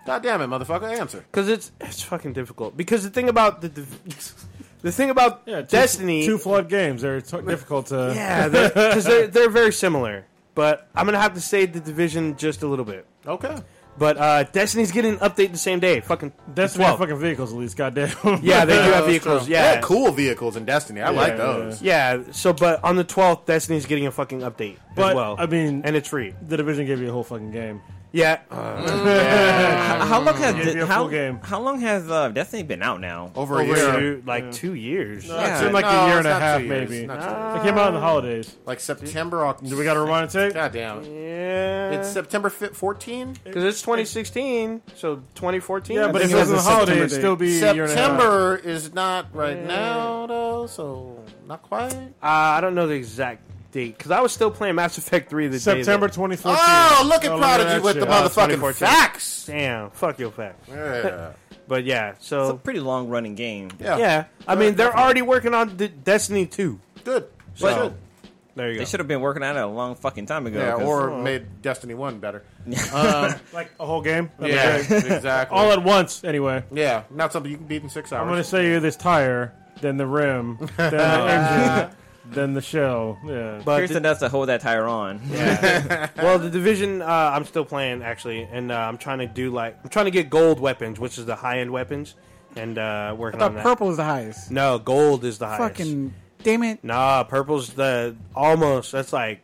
Speaker 6: God damn it, motherfucker! Answer.
Speaker 9: because it's it's fucking difficult. Because the thing about the div- the thing about
Speaker 8: Yeah, two-
Speaker 9: Destiny,
Speaker 8: Two flawed games. They're t- difficult to.
Speaker 9: yeah, because they're, they're very similar. But I'm gonna have to say the division just a little bit.
Speaker 6: Okay.
Speaker 9: But uh, Destiny's getting an update the same day. Fucking
Speaker 8: Destiny
Speaker 9: 12th.
Speaker 8: had fucking vehicles at least. Goddamn.
Speaker 9: Yeah, they do have
Speaker 6: that's
Speaker 9: vehicles.
Speaker 6: true. They
Speaker 9: Yeah,
Speaker 6: had cool vehicles in Destiny. I like
Speaker 8: yeah,
Speaker 6: those.
Speaker 9: Yeah. So, but on the twelfth, Destiny's getting a fucking update
Speaker 8: But
Speaker 9: as well.
Speaker 8: I mean,
Speaker 9: and it's free.
Speaker 8: the division gave you a whole fucking game.
Speaker 9: Yeah.
Speaker 7: How long has
Speaker 8: It'd be a
Speaker 7: how,
Speaker 8: full game.
Speaker 7: how long has uh, Destiny been out now?
Speaker 6: Over,
Speaker 9: Over
Speaker 6: a year,
Speaker 9: two- like two years.
Speaker 8: It's
Speaker 7: Yeah.
Speaker 8: been like
Speaker 6: No,
Speaker 8: a year
Speaker 6: it's
Speaker 8: and a
Speaker 6: not
Speaker 8: half,
Speaker 6: two years.
Speaker 8: maybe.
Speaker 6: Not two years.
Speaker 8: It came out in the holidays.
Speaker 6: Like September. Oct-
Speaker 8: Do we got a rewind tape?
Speaker 6: God damn it!
Speaker 9: Yeah.
Speaker 6: It's September fif- 14?
Speaker 9: because it's 2016, so 2014.
Speaker 8: Yeah,
Speaker 9: I
Speaker 8: but
Speaker 9: think
Speaker 8: if
Speaker 9: it
Speaker 8: it was
Speaker 9: a
Speaker 8: in the
Speaker 9: September
Speaker 8: holidays,
Speaker 9: date.
Speaker 8: it'd still be a year and a half.
Speaker 6: September is not right now though, so not quite.
Speaker 9: Uh, I don't know the exact date because I was still playing Mass Effect Three the day.
Speaker 8: September
Speaker 9: that-
Speaker 8: 2014.
Speaker 6: Oh, look at
Speaker 8: Oh,
Speaker 6: Prodigy
Speaker 8: that
Speaker 6: with
Speaker 8: shit.
Speaker 6: the
Speaker 8: Uh,
Speaker 6: motherfucking
Speaker 9: 2014.
Speaker 6: facts.
Speaker 9: Damn. Fuck your fact.
Speaker 6: Yeah.
Speaker 9: But yeah.
Speaker 7: It's a
Speaker 9: So
Speaker 7: pretty long running game.
Speaker 6: Yeah.
Speaker 9: yeah. I mean, they're already working on D- Destiny Two.
Speaker 6: Good.
Speaker 9: So
Speaker 6: Good.
Speaker 9: there you go.
Speaker 7: They should have been working on it a long fucking time ago.
Speaker 6: Yeah,
Speaker 7: 'cause-
Speaker 6: or made Destiny 1 better.
Speaker 8: Like a whole game? That'd be
Speaker 6: Yeah,
Speaker 8: great.
Speaker 6: exactly.
Speaker 8: All at once, anyway.
Speaker 6: yeah, not something you can beat in six hours.
Speaker 8: I'm going to sell you this tire, then the rim, then the engine, then the shell. Yeah.
Speaker 9: But
Speaker 7: Kirsten does to hold that tire on.
Speaker 9: well, the division uh, I'm still playing actually, and uh, I'm trying to do like I'm trying to get gold weapons, which is the high end weapons, and uh,
Speaker 4: I
Speaker 9: working on
Speaker 4: thought
Speaker 9: that.
Speaker 4: purple was the highest.
Speaker 9: No, gold is the highest.
Speaker 4: Fucking damn it!
Speaker 9: Nah, purple's the almost. That's like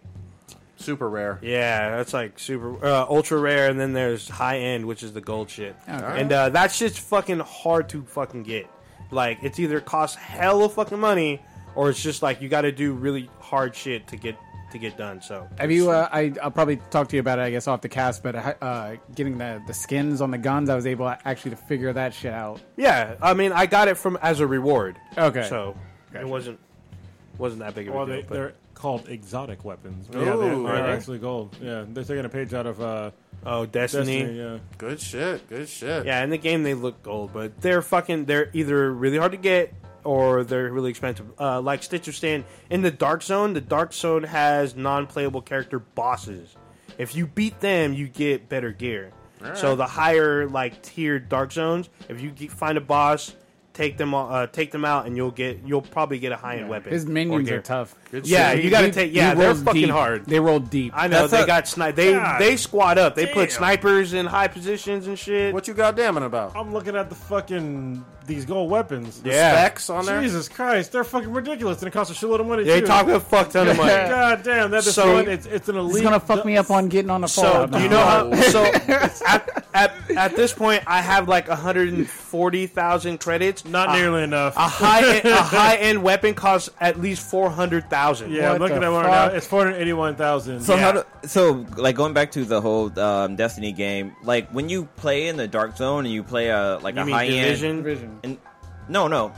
Speaker 6: Super rare.
Speaker 9: yeah, that's like super uh, ultra rare, and then there's high end, which is the gold shit,
Speaker 4: Okay.
Speaker 9: and uh, that shit's fucking hard to fucking get. Like it's either costs hella fucking money, or it's just like you got to do really hard shit to get to get done. So
Speaker 4: Have you? Uh, I I'll probably talk to you about it. I guess off the cast, but uh, getting the the skins on the guns, I was able actually to figure that shit out.
Speaker 9: Yeah, I mean, I got it from as a reward.
Speaker 4: Okay.
Speaker 9: so it wasn't. Wasn't that big of a
Speaker 8: Well,
Speaker 9: deal.
Speaker 8: they,
Speaker 9: but-
Speaker 8: they're called exotic weapons. But yeah, they,
Speaker 9: Ooh.
Speaker 8: they're
Speaker 9: Are they?
Speaker 8: actually gold. Yeah, they're taking a page out of uh,
Speaker 9: Oh, Destiny.
Speaker 8: yeah.
Speaker 6: Good shit. Good shit.
Speaker 9: Yeah, in the game they look gold, but they're fucking. They're either really hard to get or they're really expensive. Uh, like Stitch was saying, in the Dark Zone, the Dark Zone has non-playable character bosses. If you beat them, you get better gear.
Speaker 6: Alright.
Speaker 9: So the higher like tiered Dark Zones, if you get, find a boss, take them all- uh, take them out, and you'll get you'll probably get a high end weapon.
Speaker 4: His
Speaker 9: or
Speaker 4: minions
Speaker 9: gear.
Speaker 4: are tough.
Speaker 9: yeah,
Speaker 4: He-
Speaker 9: you got to
Speaker 4: he-
Speaker 9: take.
Speaker 4: he
Speaker 9: Yeah, they're
Speaker 4: rolls
Speaker 9: fucking
Speaker 4: deep.
Speaker 9: hard.
Speaker 4: They roll deep.
Speaker 9: I know
Speaker 4: That's
Speaker 9: they
Speaker 4: a-
Speaker 9: got snipe. They
Speaker 4: God.
Speaker 9: they squad up. They put
Speaker 8: Damn.
Speaker 9: snipers in high positions and shit.
Speaker 6: What you goddamning about?
Speaker 8: I'm looking at the fucking these gold weapons.
Speaker 9: The Yeah. specs
Speaker 6: on there?
Speaker 8: Jesus Christ, they're fucking ridiculous, and it costs a shitload of money.
Speaker 9: They
Speaker 8: too.
Speaker 9: talk a fuck ton of money.
Speaker 8: God damn, that is
Speaker 9: So-
Speaker 8: one. It's, it's an elite.
Speaker 4: He's gonna fuck me up on getting on the
Speaker 9: So
Speaker 4: Fallout.
Speaker 9: do you know how? So at, at, at this point, I have like 140,000 credits.
Speaker 8: Not nearly enough.
Speaker 9: A high a high end weapon costs at least 400,000.
Speaker 8: Yeah, I'm looking at one right now. It's four hundred eighty-one thousand.
Speaker 7: So how do, so like going back to the whole um, Destiny game, like when you play in the Dark Zone and you play a like
Speaker 9: You
Speaker 7: a
Speaker 9: mean
Speaker 7: high
Speaker 9: Division?
Speaker 7: end In, no, no.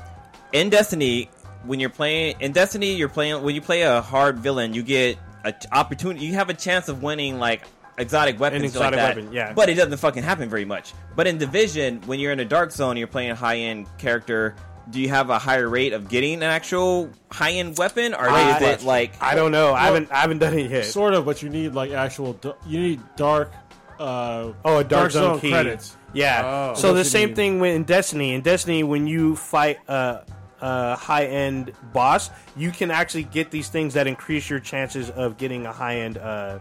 Speaker 7: In Destiny, when you're playing in Destiny, you're playing when you play a hard villain, you get an opportunity. You have a chance of winning like exotic weapons, shit like
Speaker 9: exotic
Speaker 7: that.
Speaker 9: weapon, yeah.
Speaker 7: But it doesn't fucking happen very much. But in Division, when you're in a Dark Zone, you're playing a high end character. Do you have a higher rate of getting an actual high end weapon, or
Speaker 9: I-
Speaker 7: is it like
Speaker 9: I don't know. I haven't I haven't done it yet.
Speaker 8: Sort of, but you need like actual. d- You need dark. Uh,
Speaker 9: Oh, a dark, zone, key.
Speaker 8: credits.
Speaker 9: Yeah.
Speaker 8: Oh.
Speaker 9: so the
Speaker 8: That's what you
Speaker 9: same
Speaker 8: need.
Speaker 9: thing when in Destiny. In Destiny, when you fight a, a high end boss, you can actually get these things that increase your chances of getting a high end uh,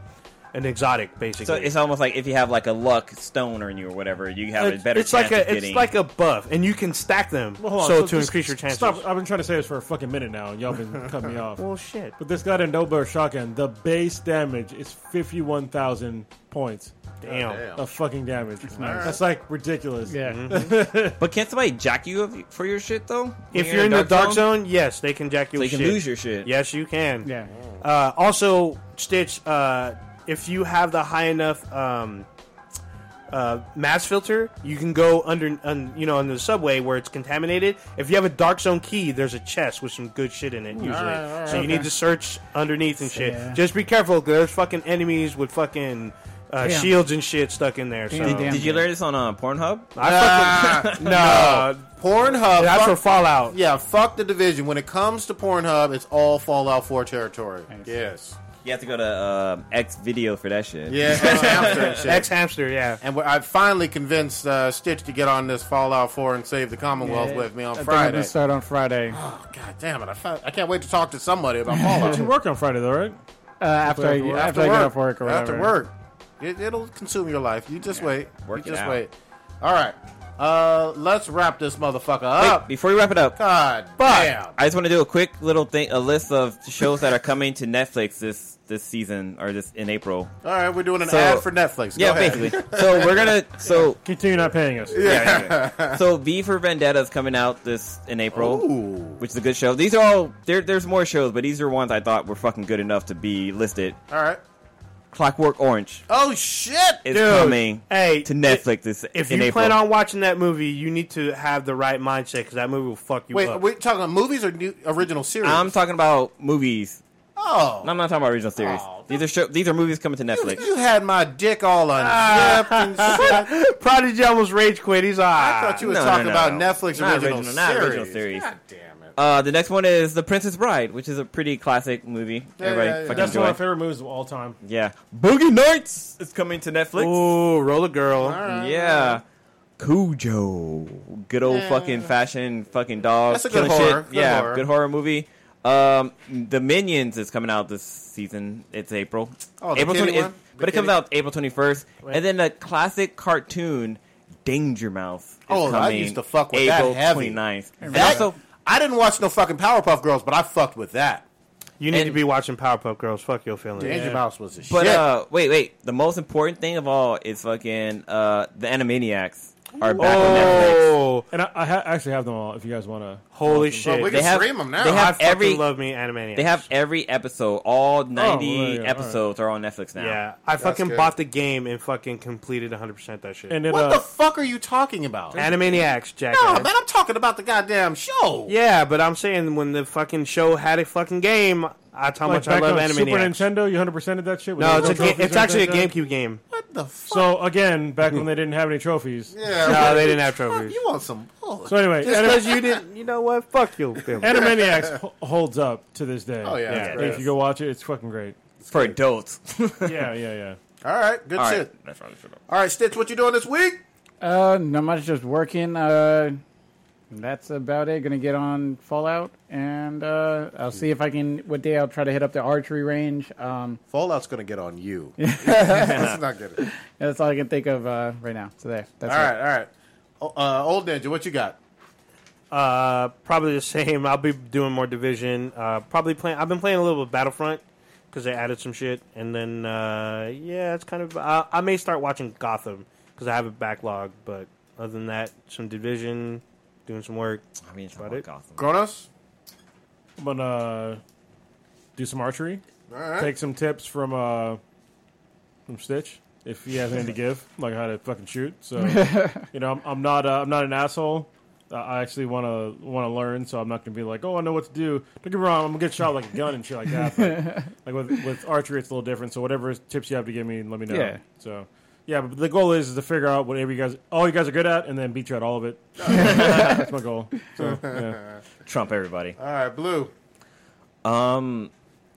Speaker 9: an exotic, basically.
Speaker 7: So it's almost like if you have like a luck stone on you or whatever, you have a better
Speaker 9: it's
Speaker 7: chance
Speaker 9: like a
Speaker 7: of getting.
Speaker 9: it's like a buff, and you can stack them.
Speaker 8: Well, hold on.
Speaker 9: so, to
Speaker 8: just
Speaker 9: increase your chances,
Speaker 8: Stop. I've been trying to say this for a fucking minute now, and y'all been cutting me off.
Speaker 9: Well, shit.
Speaker 8: But this guy in Dober shotgun, the base damage is fifty-one thousand points.
Speaker 9: Damn.
Speaker 8: Of fucking damage. That's,
Speaker 9: nice.
Speaker 8: like ridiculous. Yeah.
Speaker 7: but can't somebody jack you of- for your shit though? When
Speaker 9: If you're in the dark zone, yes, they can jack you.
Speaker 7: So
Speaker 9: with
Speaker 7: you can
Speaker 9: shit.
Speaker 7: lose your shit.
Speaker 9: Yes, you can.
Speaker 4: Yeah.
Speaker 9: Uh, also, Stitch, uh, if you have the high enough um, uh, mass filter, you can go under, un, you know, under the subway where it's contaminated. If you have a dark zone key, there's a chest with some good shit in it usually.
Speaker 6: Alright, alright,
Speaker 9: so you
Speaker 6: okay.
Speaker 9: need to search underneath and shit.
Speaker 6: Yeah.
Speaker 9: Just be careful. 'cause There's fucking enemies with fucking. Uh,
Speaker 7: Damn.
Speaker 9: shields and shit stuck in there. So.
Speaker 7: Did, did you learn this on uh, Pornhub?
Speaker 9: I fucking, no.
Speaker 6: Pornhub.
Speaker 9: That's
Speaker 6: fuck-
Speaker 9: for Fallout.
Speaker 6: Yeah, fuck the division. When it comes to Pornhub, it's all Fallout 4 territory. Yes.
Speaker 7: You have to go to uh, X video for that shit.
Speaker 6: Yeah, ex hamster and shit.
Speaker 9: Ex hamster, yeah.
Speaker 6: And we- I finally convinced uh, Stitch to get on this Fallout 4 and save the Commonwealth
Speaker 4: Yeah.
Speaker 6: with me on
Speaker 4: I think I'm
Speaker 6: Friday.
Speaker 4: gonna start on Friday.
Speaker 6: God damn it! I, fi- I can't wait to talk to somebody about Fallout.
Speaker 8: You work on Friday though, right?
Speaker 4: Uh, after I, after, I get off work or whatever.
Speaker 6: After work. It, it'll consume your life. You just wait.
Speaker 7: Work
Speaker 6: you
Speaker 7: it
Speaker 6: just
Speaker 7: out.
Speaker 6: wait. All right. Uh, let's wrap this motherfucker up.
Speaker 7: Before we wrap it up,
Speaker 6: God damn.
Speaker 7: I just want to do a quick little thing, a list of shows that are coming to Netflix this this season or this in April.
Speaker 6: All right, we're doing an ad for Netflix. Go
Speaker 7: yeah,
Speaker 6: ahead.
Speaker 7: basically. So we're gonna so
Speaker 8: Continue not paying us.
Speaker 7: yeah, yeah. So V for Vendetta is coming out this in April, which is a good show. These are all there. There's more shows, but these are ones I thought were fucking good enough to be listed.
Speaker 6: All right.
Speaker 7: Clockwork Orange
Speaker 6: Oh shit!
Speaker 7: is
Speaker 9: Dude,
Speaker 7: coming
Speaker 9: hey,
Speaker 7: to Netflix this
Speaker 9: If
Speaker 7: in
Speaker 9: you
Speaker 7: April.
Speaker 9: plan on watching that movie, you need to have the right mindset because that movie will fuck you
Speaker 6: Wait, are
Speaker 9: up.
Speaker 6: we talking about movies or new original series?
Speaker 7: I'm talking about movies.
Speaker 6: oh,
Speaker 7: No, I'm not talking about original series. these are show, these are movies coming to Netflix. Ah,
Speaker 6: you had my dick all on. and shit.
Speaker 9: Prodigy almost rage quit. He's ah.
Speaker 6: I thought you were
Speaker 7: no,
Speaker 6: talking
Speaker 7: no, no,
Speaker 6: about
Speaker 7: no.
Speaker 6: Netflix
Speaker 7: Not
Speaker 6: original,
Speaker 7: original-
Speaker 6: series.
Speaker 7: not original series.
Speaker 6: God damn it!
Speaker 7: Uh, the next one is The Princess Bride, which is a pretty classic movie.
Speaker 6: Yeah,
Speaker 7: Everybody
Speaker 6: yeah, yeah.
Speaker 7: fucking
Speaker 8: That's one of my
Speaker 7: enjoy.
Speaker 8: favorite movies of all time.
Speaker 7: Yeah, Boogie Nights is coming to Netflix.
Speaker 9: Ooh, roller girl.
Speaker 7: Yeah. Cujo. Good old
Speaker 6: Yeah.
Speaker 7: fucking fashion fucking dog.
Speaker 6: That's a good
Speaker 7: killing
Speaker 6: horror.
Speaker 7: Shit.
Speaker 6: Good
Speaker 7: yeah,
Speaker 6: horror.
Speaker 7: good horror movie. Um, The Minions is coming out this season. It's April.
Speaker 6: Oh, the
Speaker 7: April
Speaker 6: kitty
Speaker 7: it-
Speaker 6: one? The
Speaker 7: but it comes
Speaker 6: kitty?
Speaker 7: out April 21st. And then the classic cartoon Danger Mouse is
Speaker 6: Oh, I
Speaker 7: coming
Speaker 6: used to fuck with
Speaker 7: April
Speaker 6: that heavy.
Speaker 7: 29th. And
Speaker 6: That,
Speaker 7: also,
Speaker 6: I didn't watch no fucking Powerpuff Girls, but I fucked with that.
Speaker 9: You need
Speaker 7: And-
Speaker 9: to be watching Powerpuff Girls. Fuck your feelings.
Speaker 6: Danger Mouse was a
Speaker 7: but
Speaker 6: shit.
Speaker 7: uh, wait, wait. The most important thing of all is fucking uh, The uh, Animaniacs. are back on
Speaker 9: Oh.
Speaker 7: Netflix.
Speaker 8: And I, I ha- actually have them all. If you guys want to,
Speaker 9: Holy shit!
Speaker 7: They have- They have
Speaker 9: I
Speaker 7: every
Speaker 9: fucking love me Animaniacs.
Speaker 7: They have every episode. All ninety
Speaker 9: Oh, yeah, all right.
Speaker 7: episodes are on Netflix now.
Speaker 9: yeah, I fucking bought the game and fucking completed 100 percent that shit.
Speaker 7: And it,
Speaker 6: what
Speaker 7: uh,
Speaker 6: the fuck are you talking about?
Speaker 9: Animaniacs, Jack.
Speaker 6: No, man, I'm talking about the goddamn show.
Speaker 9: Yeah, but I'm saying when the fucking show had a fucking game, I how much I
Speaker 8: back
Speaker 9: love
Speaker 8: on Super
Speaker 9: Animaniacs.
Speaker 8: Nintendo, you 100 percent that shit. with
Speaker 9: No,
Speaker 8: no
Speaker 9: it's a
Speaker 8: trophies
Speaker 9: ga- it's
Speaker 8: or
Speaker 9: actually a
Speaker 8: anything like that?
Speaker 9: GameCube game.
Speaker 6: What the fuck?
Speaker 8: So again, back when they didn't have any trophies.
Speaker 7: uh,
Speaker 6: Yeah,
Speaker 9: no, they didn't have trophies.
Speaker 6: You want some bullshit.
Speaker 8: So anyway,
Speaker 9: just
Speaker 8: anim-
Speaker 9: because you didn't, you know what? Fuck you. Phil.
Speaker 8: Animaniacs ho- holds up to this day.
Speaker 6: Oh, yeah, it's
Speaker 8: And
Speaker 6: great.
Speaker 8: if you go watch it, it's fucking great.
Speaker 7: For adults.
Speaker 8: yeah, yeah, yeah.
Speaker 6: All right, good
Speaker 4: All right,
Speaker 6: shit. All right, Stitch, what you doing this week?
Speaker 4: Uh, not much, just working. Uh, that's about it. Gonna get on Fallout, and uh, I'll see if I can. What day I'll try to hit up the archery range. Um,
Speaker 6: Fallout's gonna get on you. Let's not get it.
Speaker 4: that's all I can think of uh, right now. So there. That's
Speaker 6: all
Speaker 4: it.
Speaker 6: right, all right. O- Uh, old Ninja, what you got?
Speaker 9: Uh, probably the same. I'll be doing more division. Uh, probably playing. I've been playing a little bit of Battlefront because they added some shit, and then uh, yeah, it's kind of. I I may start watching Gotham because I have a backlog. But other than that, some division, doing some work.
Speaker 7: I mean, it's
Speaker 9: about it.
Speaker 7: Gotham.
Speaker 6: Kronos.
Speaker 8: I'm gonna do some archery.
Speaker 6: All right.
Speaker 8: Take some tips from uh, from Stitch if he has anything to give, like how to fucking shoot. So you know, I'm, I'm not uh, I'm not an asshole. Uh, I actually want to want to learn, so I'm not gonna be like, oh, I know what to do. Don't get me wrong, I'm gonna get shot like a gun and shit like that. But, like with with archery, it's a little different. So whatever tips you have to give me, let me know.
Speaker 4: Yeah.
Speaker 8: So. Yeah, but the goal is, is to figure out whatever you guys, all you guys are good at, and then beat you at all of it. That's my goal. So, yeah.
Speaker 7: Trump everybody.
Speaker 6: All right, Blue.
Speaker 7: Um,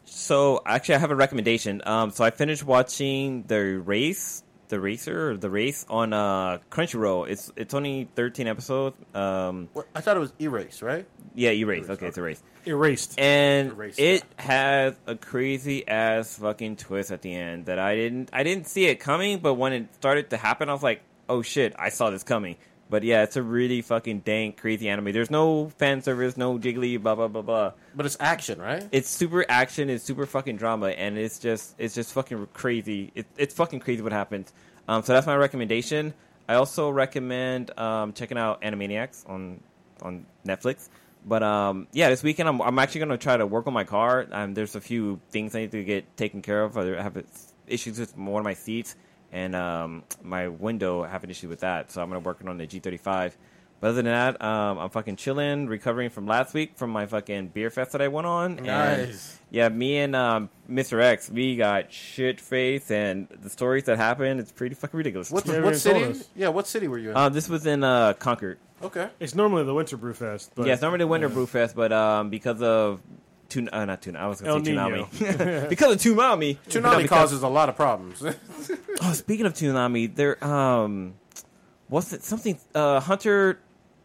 Speaker 7: so actually, I have a recommendation. Um, so I finished watching the race, the racer, or the race on uh Crunchyroll. It's it's only thirteen episodes. Um,
Speaker 6: What- I thought it was Erase, right?
Speaker 7: yeah, erase. Okay, it's erased.
Speaker 8: Erased.
Speaker 7: And
Speaker 6: Erased,
Speaker 7: it has a crazy ass fucking twist at the end that I didn't I didn't see it coming, but when it started to happen, I was like, oh shit, I saw this coming. But yeah, it's a really fucking dank, crazy anime. There's no fan service, no jiggly, blah blah blah blah.
Speaker 6: But it's action, right?
Speaker 7: It's super action. It's super fucking drama, and it's just it's just fucking crazy. It, it's fucking crazy what happens. Um, so that's my recommendation. I also recommend um, checking out Animaniacs on on Netflix. But um, yeah, this weekend I'm I'm actually gonna try to work on my car. Um, there's a few things I need to get taken care of. I have issues with one of my seats and um, my window. I have an issue with that, so I'm gonna work on the G35. But other than that, um, I'm fucking chilling, recovering from last week from my fucking beer fest that I went on. And,
Speaker 6: Nice.
Speaker 7: yeah, me and um, Mr. X, we got shit faced, and the stories that happened, it's pretty fucking ridiculous.
Speaker 6: What,
Speaker 8: Yeah,
Speaker 6: what
Speaker 8: you told
Speaker 6: city?
Speaker 8: us.
Speaker 6: Yeah, what city were you in?
Speaker 7: Uh, this was in uh, Concord.
Speaker 6: okay.
Speaker 8: It's normally the Winter Brew Fest, but
Speaker 7: yeah, it's normally Winter Brew Fest, but um, because of tun- uh, not tuna, I was
Speaker 8: El
Speaker 7: gonna say
Speaker 8: Niño.
Speaker 7: tsunami. because of tsunami, No,
Speaker 6: Tsunami
Speaker 7: because-
Speaker 6: causes a lot of problems.
Speaker 7: Oh, speaking of tsunami, there um, what's it? Something uh, Hunter,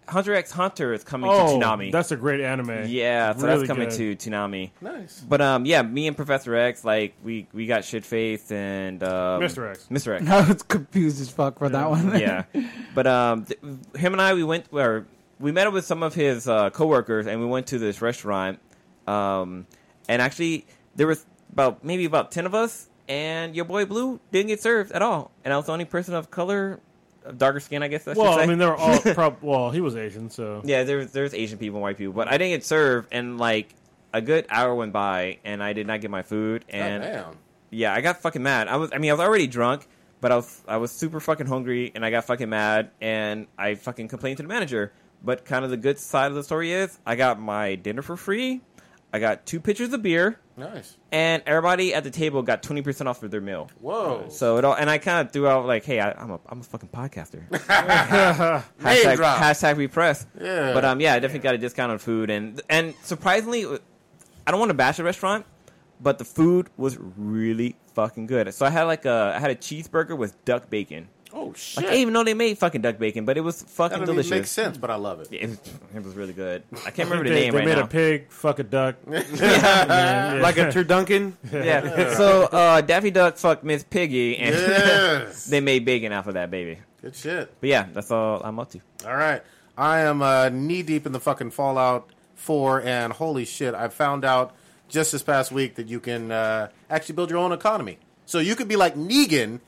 Speaker 7: Hunter X Hunter is coming
Speaker 8: oh,
Speaker 7: to tsunami.
Speaker 8: that's a great anime.
Speaker 7: Yeah,
Speaker 8: It's
Speaker 7: so
Speaker 8: really
Speaker 7: that's coming
Speaker 8: good.
Speaker 7: to Tsunami.
Speaker 6: Nice.
Speaker 7: But um, yeah, me and Professor X, like we we got shit faced and um,
Speaker 8: Mr. X.
Speaker 7: Mr. X.
Speaker 4: I was confused as fuck for that one.
Speaker 7: yeah, but um, th- him and I we went or we met up with some of his uh, coworkers and we went to this restaurant. Um, and actually there was about maybe about ten of us, and your boy Blue didn't get served at all, and I was the only person of color, of darker skin, I guess. I should
Speaker 8: Well,
Speaker 7: say.
Speaker 8: I mean, they're all prob- well. He was Asian, so
Speaker 7: Yeah, there's there's Asian people, and white people, but I didn't get served, and like a good hour went by, and I did not get my food, and
Speaker 6: Goddamn.
Speaker 7: yeah, I got fucking mad. I was, I mean, I was already drunk, but I was I was super fucking hungry, and I got fucking mad, and I fucking complained to the manager. But kind of the good side of the story is I got my dinner for free, I got two pitchers of beer,
Speaker 6: nice.
Speaker 7: and everybody at the table got twenty percent off of their meal.
Speaker 8: Oh.
Speaker 6: Whoa.
Speaker 7: So it all, and I kind of threw out like, "Hey, I, I'm a I'm a fucking podcaster."
Speaker 6: Name
Speaker 7: hashtag,
Speaker 6: drop.
Speaker 7: hashtag repress.
Speaker 6: Yeah.
Speaker 7: But um, yeah, I definitely got a discount on food, and and surprisingly, I don't want to bash the restaurant, but the food was really fucking good. So I had like a I had a cheeseburger with duck bacon.
Speaker 6: oh shit.
Speaker 7: Like I didn't even know they made fucking duck bacon, but it was
Speaker 6: that
Speaker 7: fucking
Speaker 6: doesn't even make
Speaker 7: delicious.
Speaker 6: sense, but I love it.
Speaker 7: It was, it was really good. I can't
Speaker 8: they,
Speaker 7: remember the
Speaker 8: they
Speaker 7: name right
Speaker 8: made
Speaker 7: now.
Speaker 8: a pig, fuck a duck.
Speaker 9: Like a turduncan.
Speaker 7: yeah. So uh, Daffy Duck fucked Miss Piggy, and
Speaker 6: Yes.
Speaker 7: they made bacon out of that baby.
Speaker 6: Good shit.
Speaker 7: But yeah, that's all I'm up to.
Speaker 6: All right. I am uh, knee deep in the fucking Fallout 4, and holy shit, I found out just this past week that you can uh, actually build your own economy. So you could be like Negan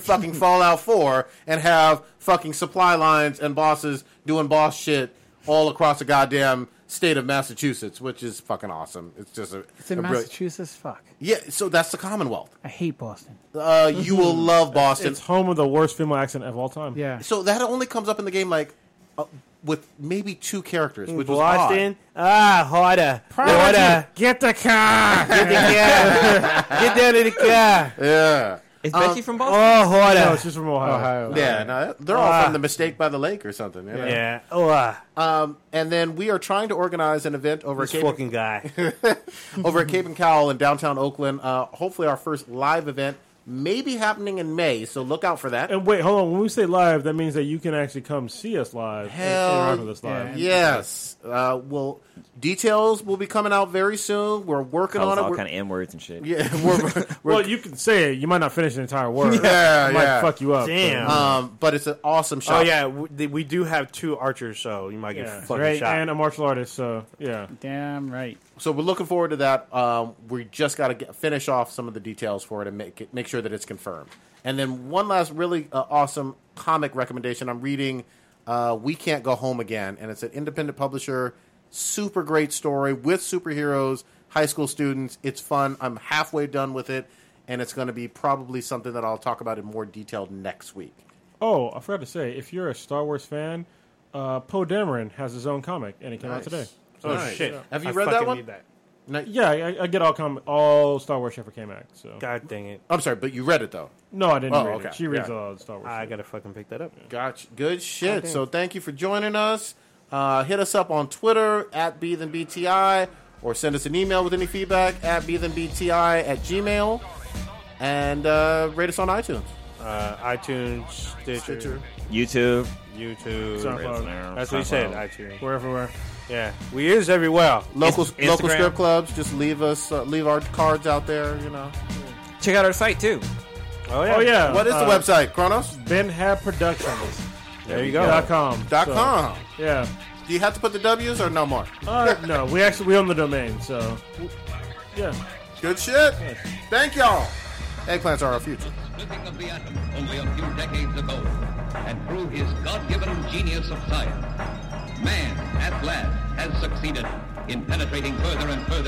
Speaker 6: fucking Fallout 4 and have fucking supply lines and bosses doing boss shit all across the goddamn state of Massachusetts, which is fucking awesome. It's just a
Speaker 4: It's in
Speaker 6: a brilliant-
Speaker 4: Massachusetts. Fuck.
Speaker 6: Yeah, so that's the Commonwealth.
Speaker 4: I hate Boston.
Speaker 6: Uh, you will love Boston.
Speaker 8: It's home of the worst female accent of all time.
Speaker 4: Yeah.
Speaker 6: So that only comes up in the game like uh, with maybe two characters, which was odd.
Speaker 9: Boston. Ah, harder. Harder.
Speaker 4: Get the car.
Speaker 9: Get the car. Get down to the car.
Speaker 6: Yeah.
Speaker 7: Is
Speaker 6: Um,
Speaker 7: Becky from Boston?
Speaker 9: Oh, harder.
Speaker 8: No, it's just from Ohio.
Speaker 4: Ohio.
Speaker 6: Yeah, no, they're all
Speaker 9: Ah.
Speaker 6: from the mistake by the lake or something. you know?
Speaker 9: yeah. Oh, ah.
Speaker 6: Um, and then we are trying to organize an event over
Speaker 9: this
Speaker 6: at Cape,
Speaker 9: fucking guy.
Speaker 6: over at Cape and Cowell in downtown Oakland. Uh, hopefully, our first live event may be happening in May, so look out for that.
Speaker 8: And wait, hold on. When we say live, that means that you can actually come see us live. and
Speaker 6: Hell
Speaker 8: interact with us live.
Speaker 6: Yes. Uh, well, details will be coming out very soon. We're working
Speaker 7: Calls
Speaker 6: on it.
Speaker 7: all
Speaker 6: We're-
Speaker 7: kind of n words and shit.
Speaker 6: yeah, we're, we're,
Speaker 8: Well, you can say it. You might not finish the entire word.
Speaker 6: Yeah,
Speaker 8: It might
Speaker 6: yeah.
Speaker 8: fuck you up.
Speaker 9: Damn.
Speaker 8: but-
Speaker 6: um, but it's an awesome
Speaker 9: oh
Speaker 6: shot.
Speaker 9: yeah, we, we do have two archers, so you might get
Speaker 8: yeah.
Speaker 9: fucking
Speaker 8: Right,
Speaker 9: shot.
Speaker 8: and a martial artist. So yeah,
Speaker 4: Damn right.
Speaker 6: So we're looking forward to that. Um, we just got to get, finish off some of the details for it and make it, make sure that it's confirmed. And then one last really uh, awesome comic recommendation. I'm reading uh, "We Can't Go Home Again," and it's an independent publisher. Super great story with superheroes, high school students. It's fun. I'm halfway done with it, and it's going to be probably something that I'll talk about in more detail next week.
Speaker 8: Oh, I forgot to say, if you're a Star Wars fan, uh, Poe Dameron has his own comic, and it came out
Speaker 6: Nice.
Speaker 8: today.
Speaker 9: oh shit!
Speaker 6: Have you
Speaker 9: I
Speaker 6: read that
Speaker 9: fucking
Speaker 6: one?
Speaker 9: Need that.
Speaker 6: Now,
Speaker 8: Yeah, I, I get all com- all Star Wars shit for came out. So
Speaker 9: God dang it!
Speaker 6: I'm sorry, but you read it though.
Speaker 8: no, I didn't
Speaker 6: Oh,
Speaker 8: read
Speaker 6: okay.
Speaker 8: it. She reads
Speaker 6: Yeah.
Speaker 8: all the Star Wars.
Speaker 9: I
Speaker 8: shit.
Speaker 9: gotta fucking pick that up.
Speaker 6: Gotcha. Good shit. So thank you for joining us. Uh, hit us up on Twitter at BTI or send us an email with any feedback at BTI at Gmail and uh, rate us on iTunes.
Speaker 9: Uh, iTunes, Stitcher,
Speaker 6: Stitcher.
Speaker 7: YouTube.
Speaker 9: YouTube.
Speaker 8: SoundCloud.
Speaker 9: That's what he said. iTunes.
Speaker 8: We're everywhere.
Speaker 9: Yeah, we is everywhere.
Speaker 6: Local
Speaker 7: Instagram.
Speaker 6: local strip clubs, just leave us uh, leave our cards out there. You know
Speaker 7: Check out our site too.
Speaker 9: Oh yeah.
Speaker 8: Oh yeah.
Speaker 6: what is the
Speaker 8: uh,
Speaker 6: website? Chronos.com.
Speaker 8: Benhab Productions
Speaker 9: There you go.
Speaker 8: dot com
Speaker 6: dot
Speaker 8: So,
Speaker 6: com.
Speaker 8: yeah.
Speaker 6: Do you have to put the W's or no more?
Speaker 8: Uh, no, we actually we own the domain, so yeah.
Speaker 6: Good shit. Thank y'all. Eggplants are our future.
Speaker 5: Splitting of the atom only a few decades ago, and through his God-given genius of science, man at last has succeeded in penetrating further and further.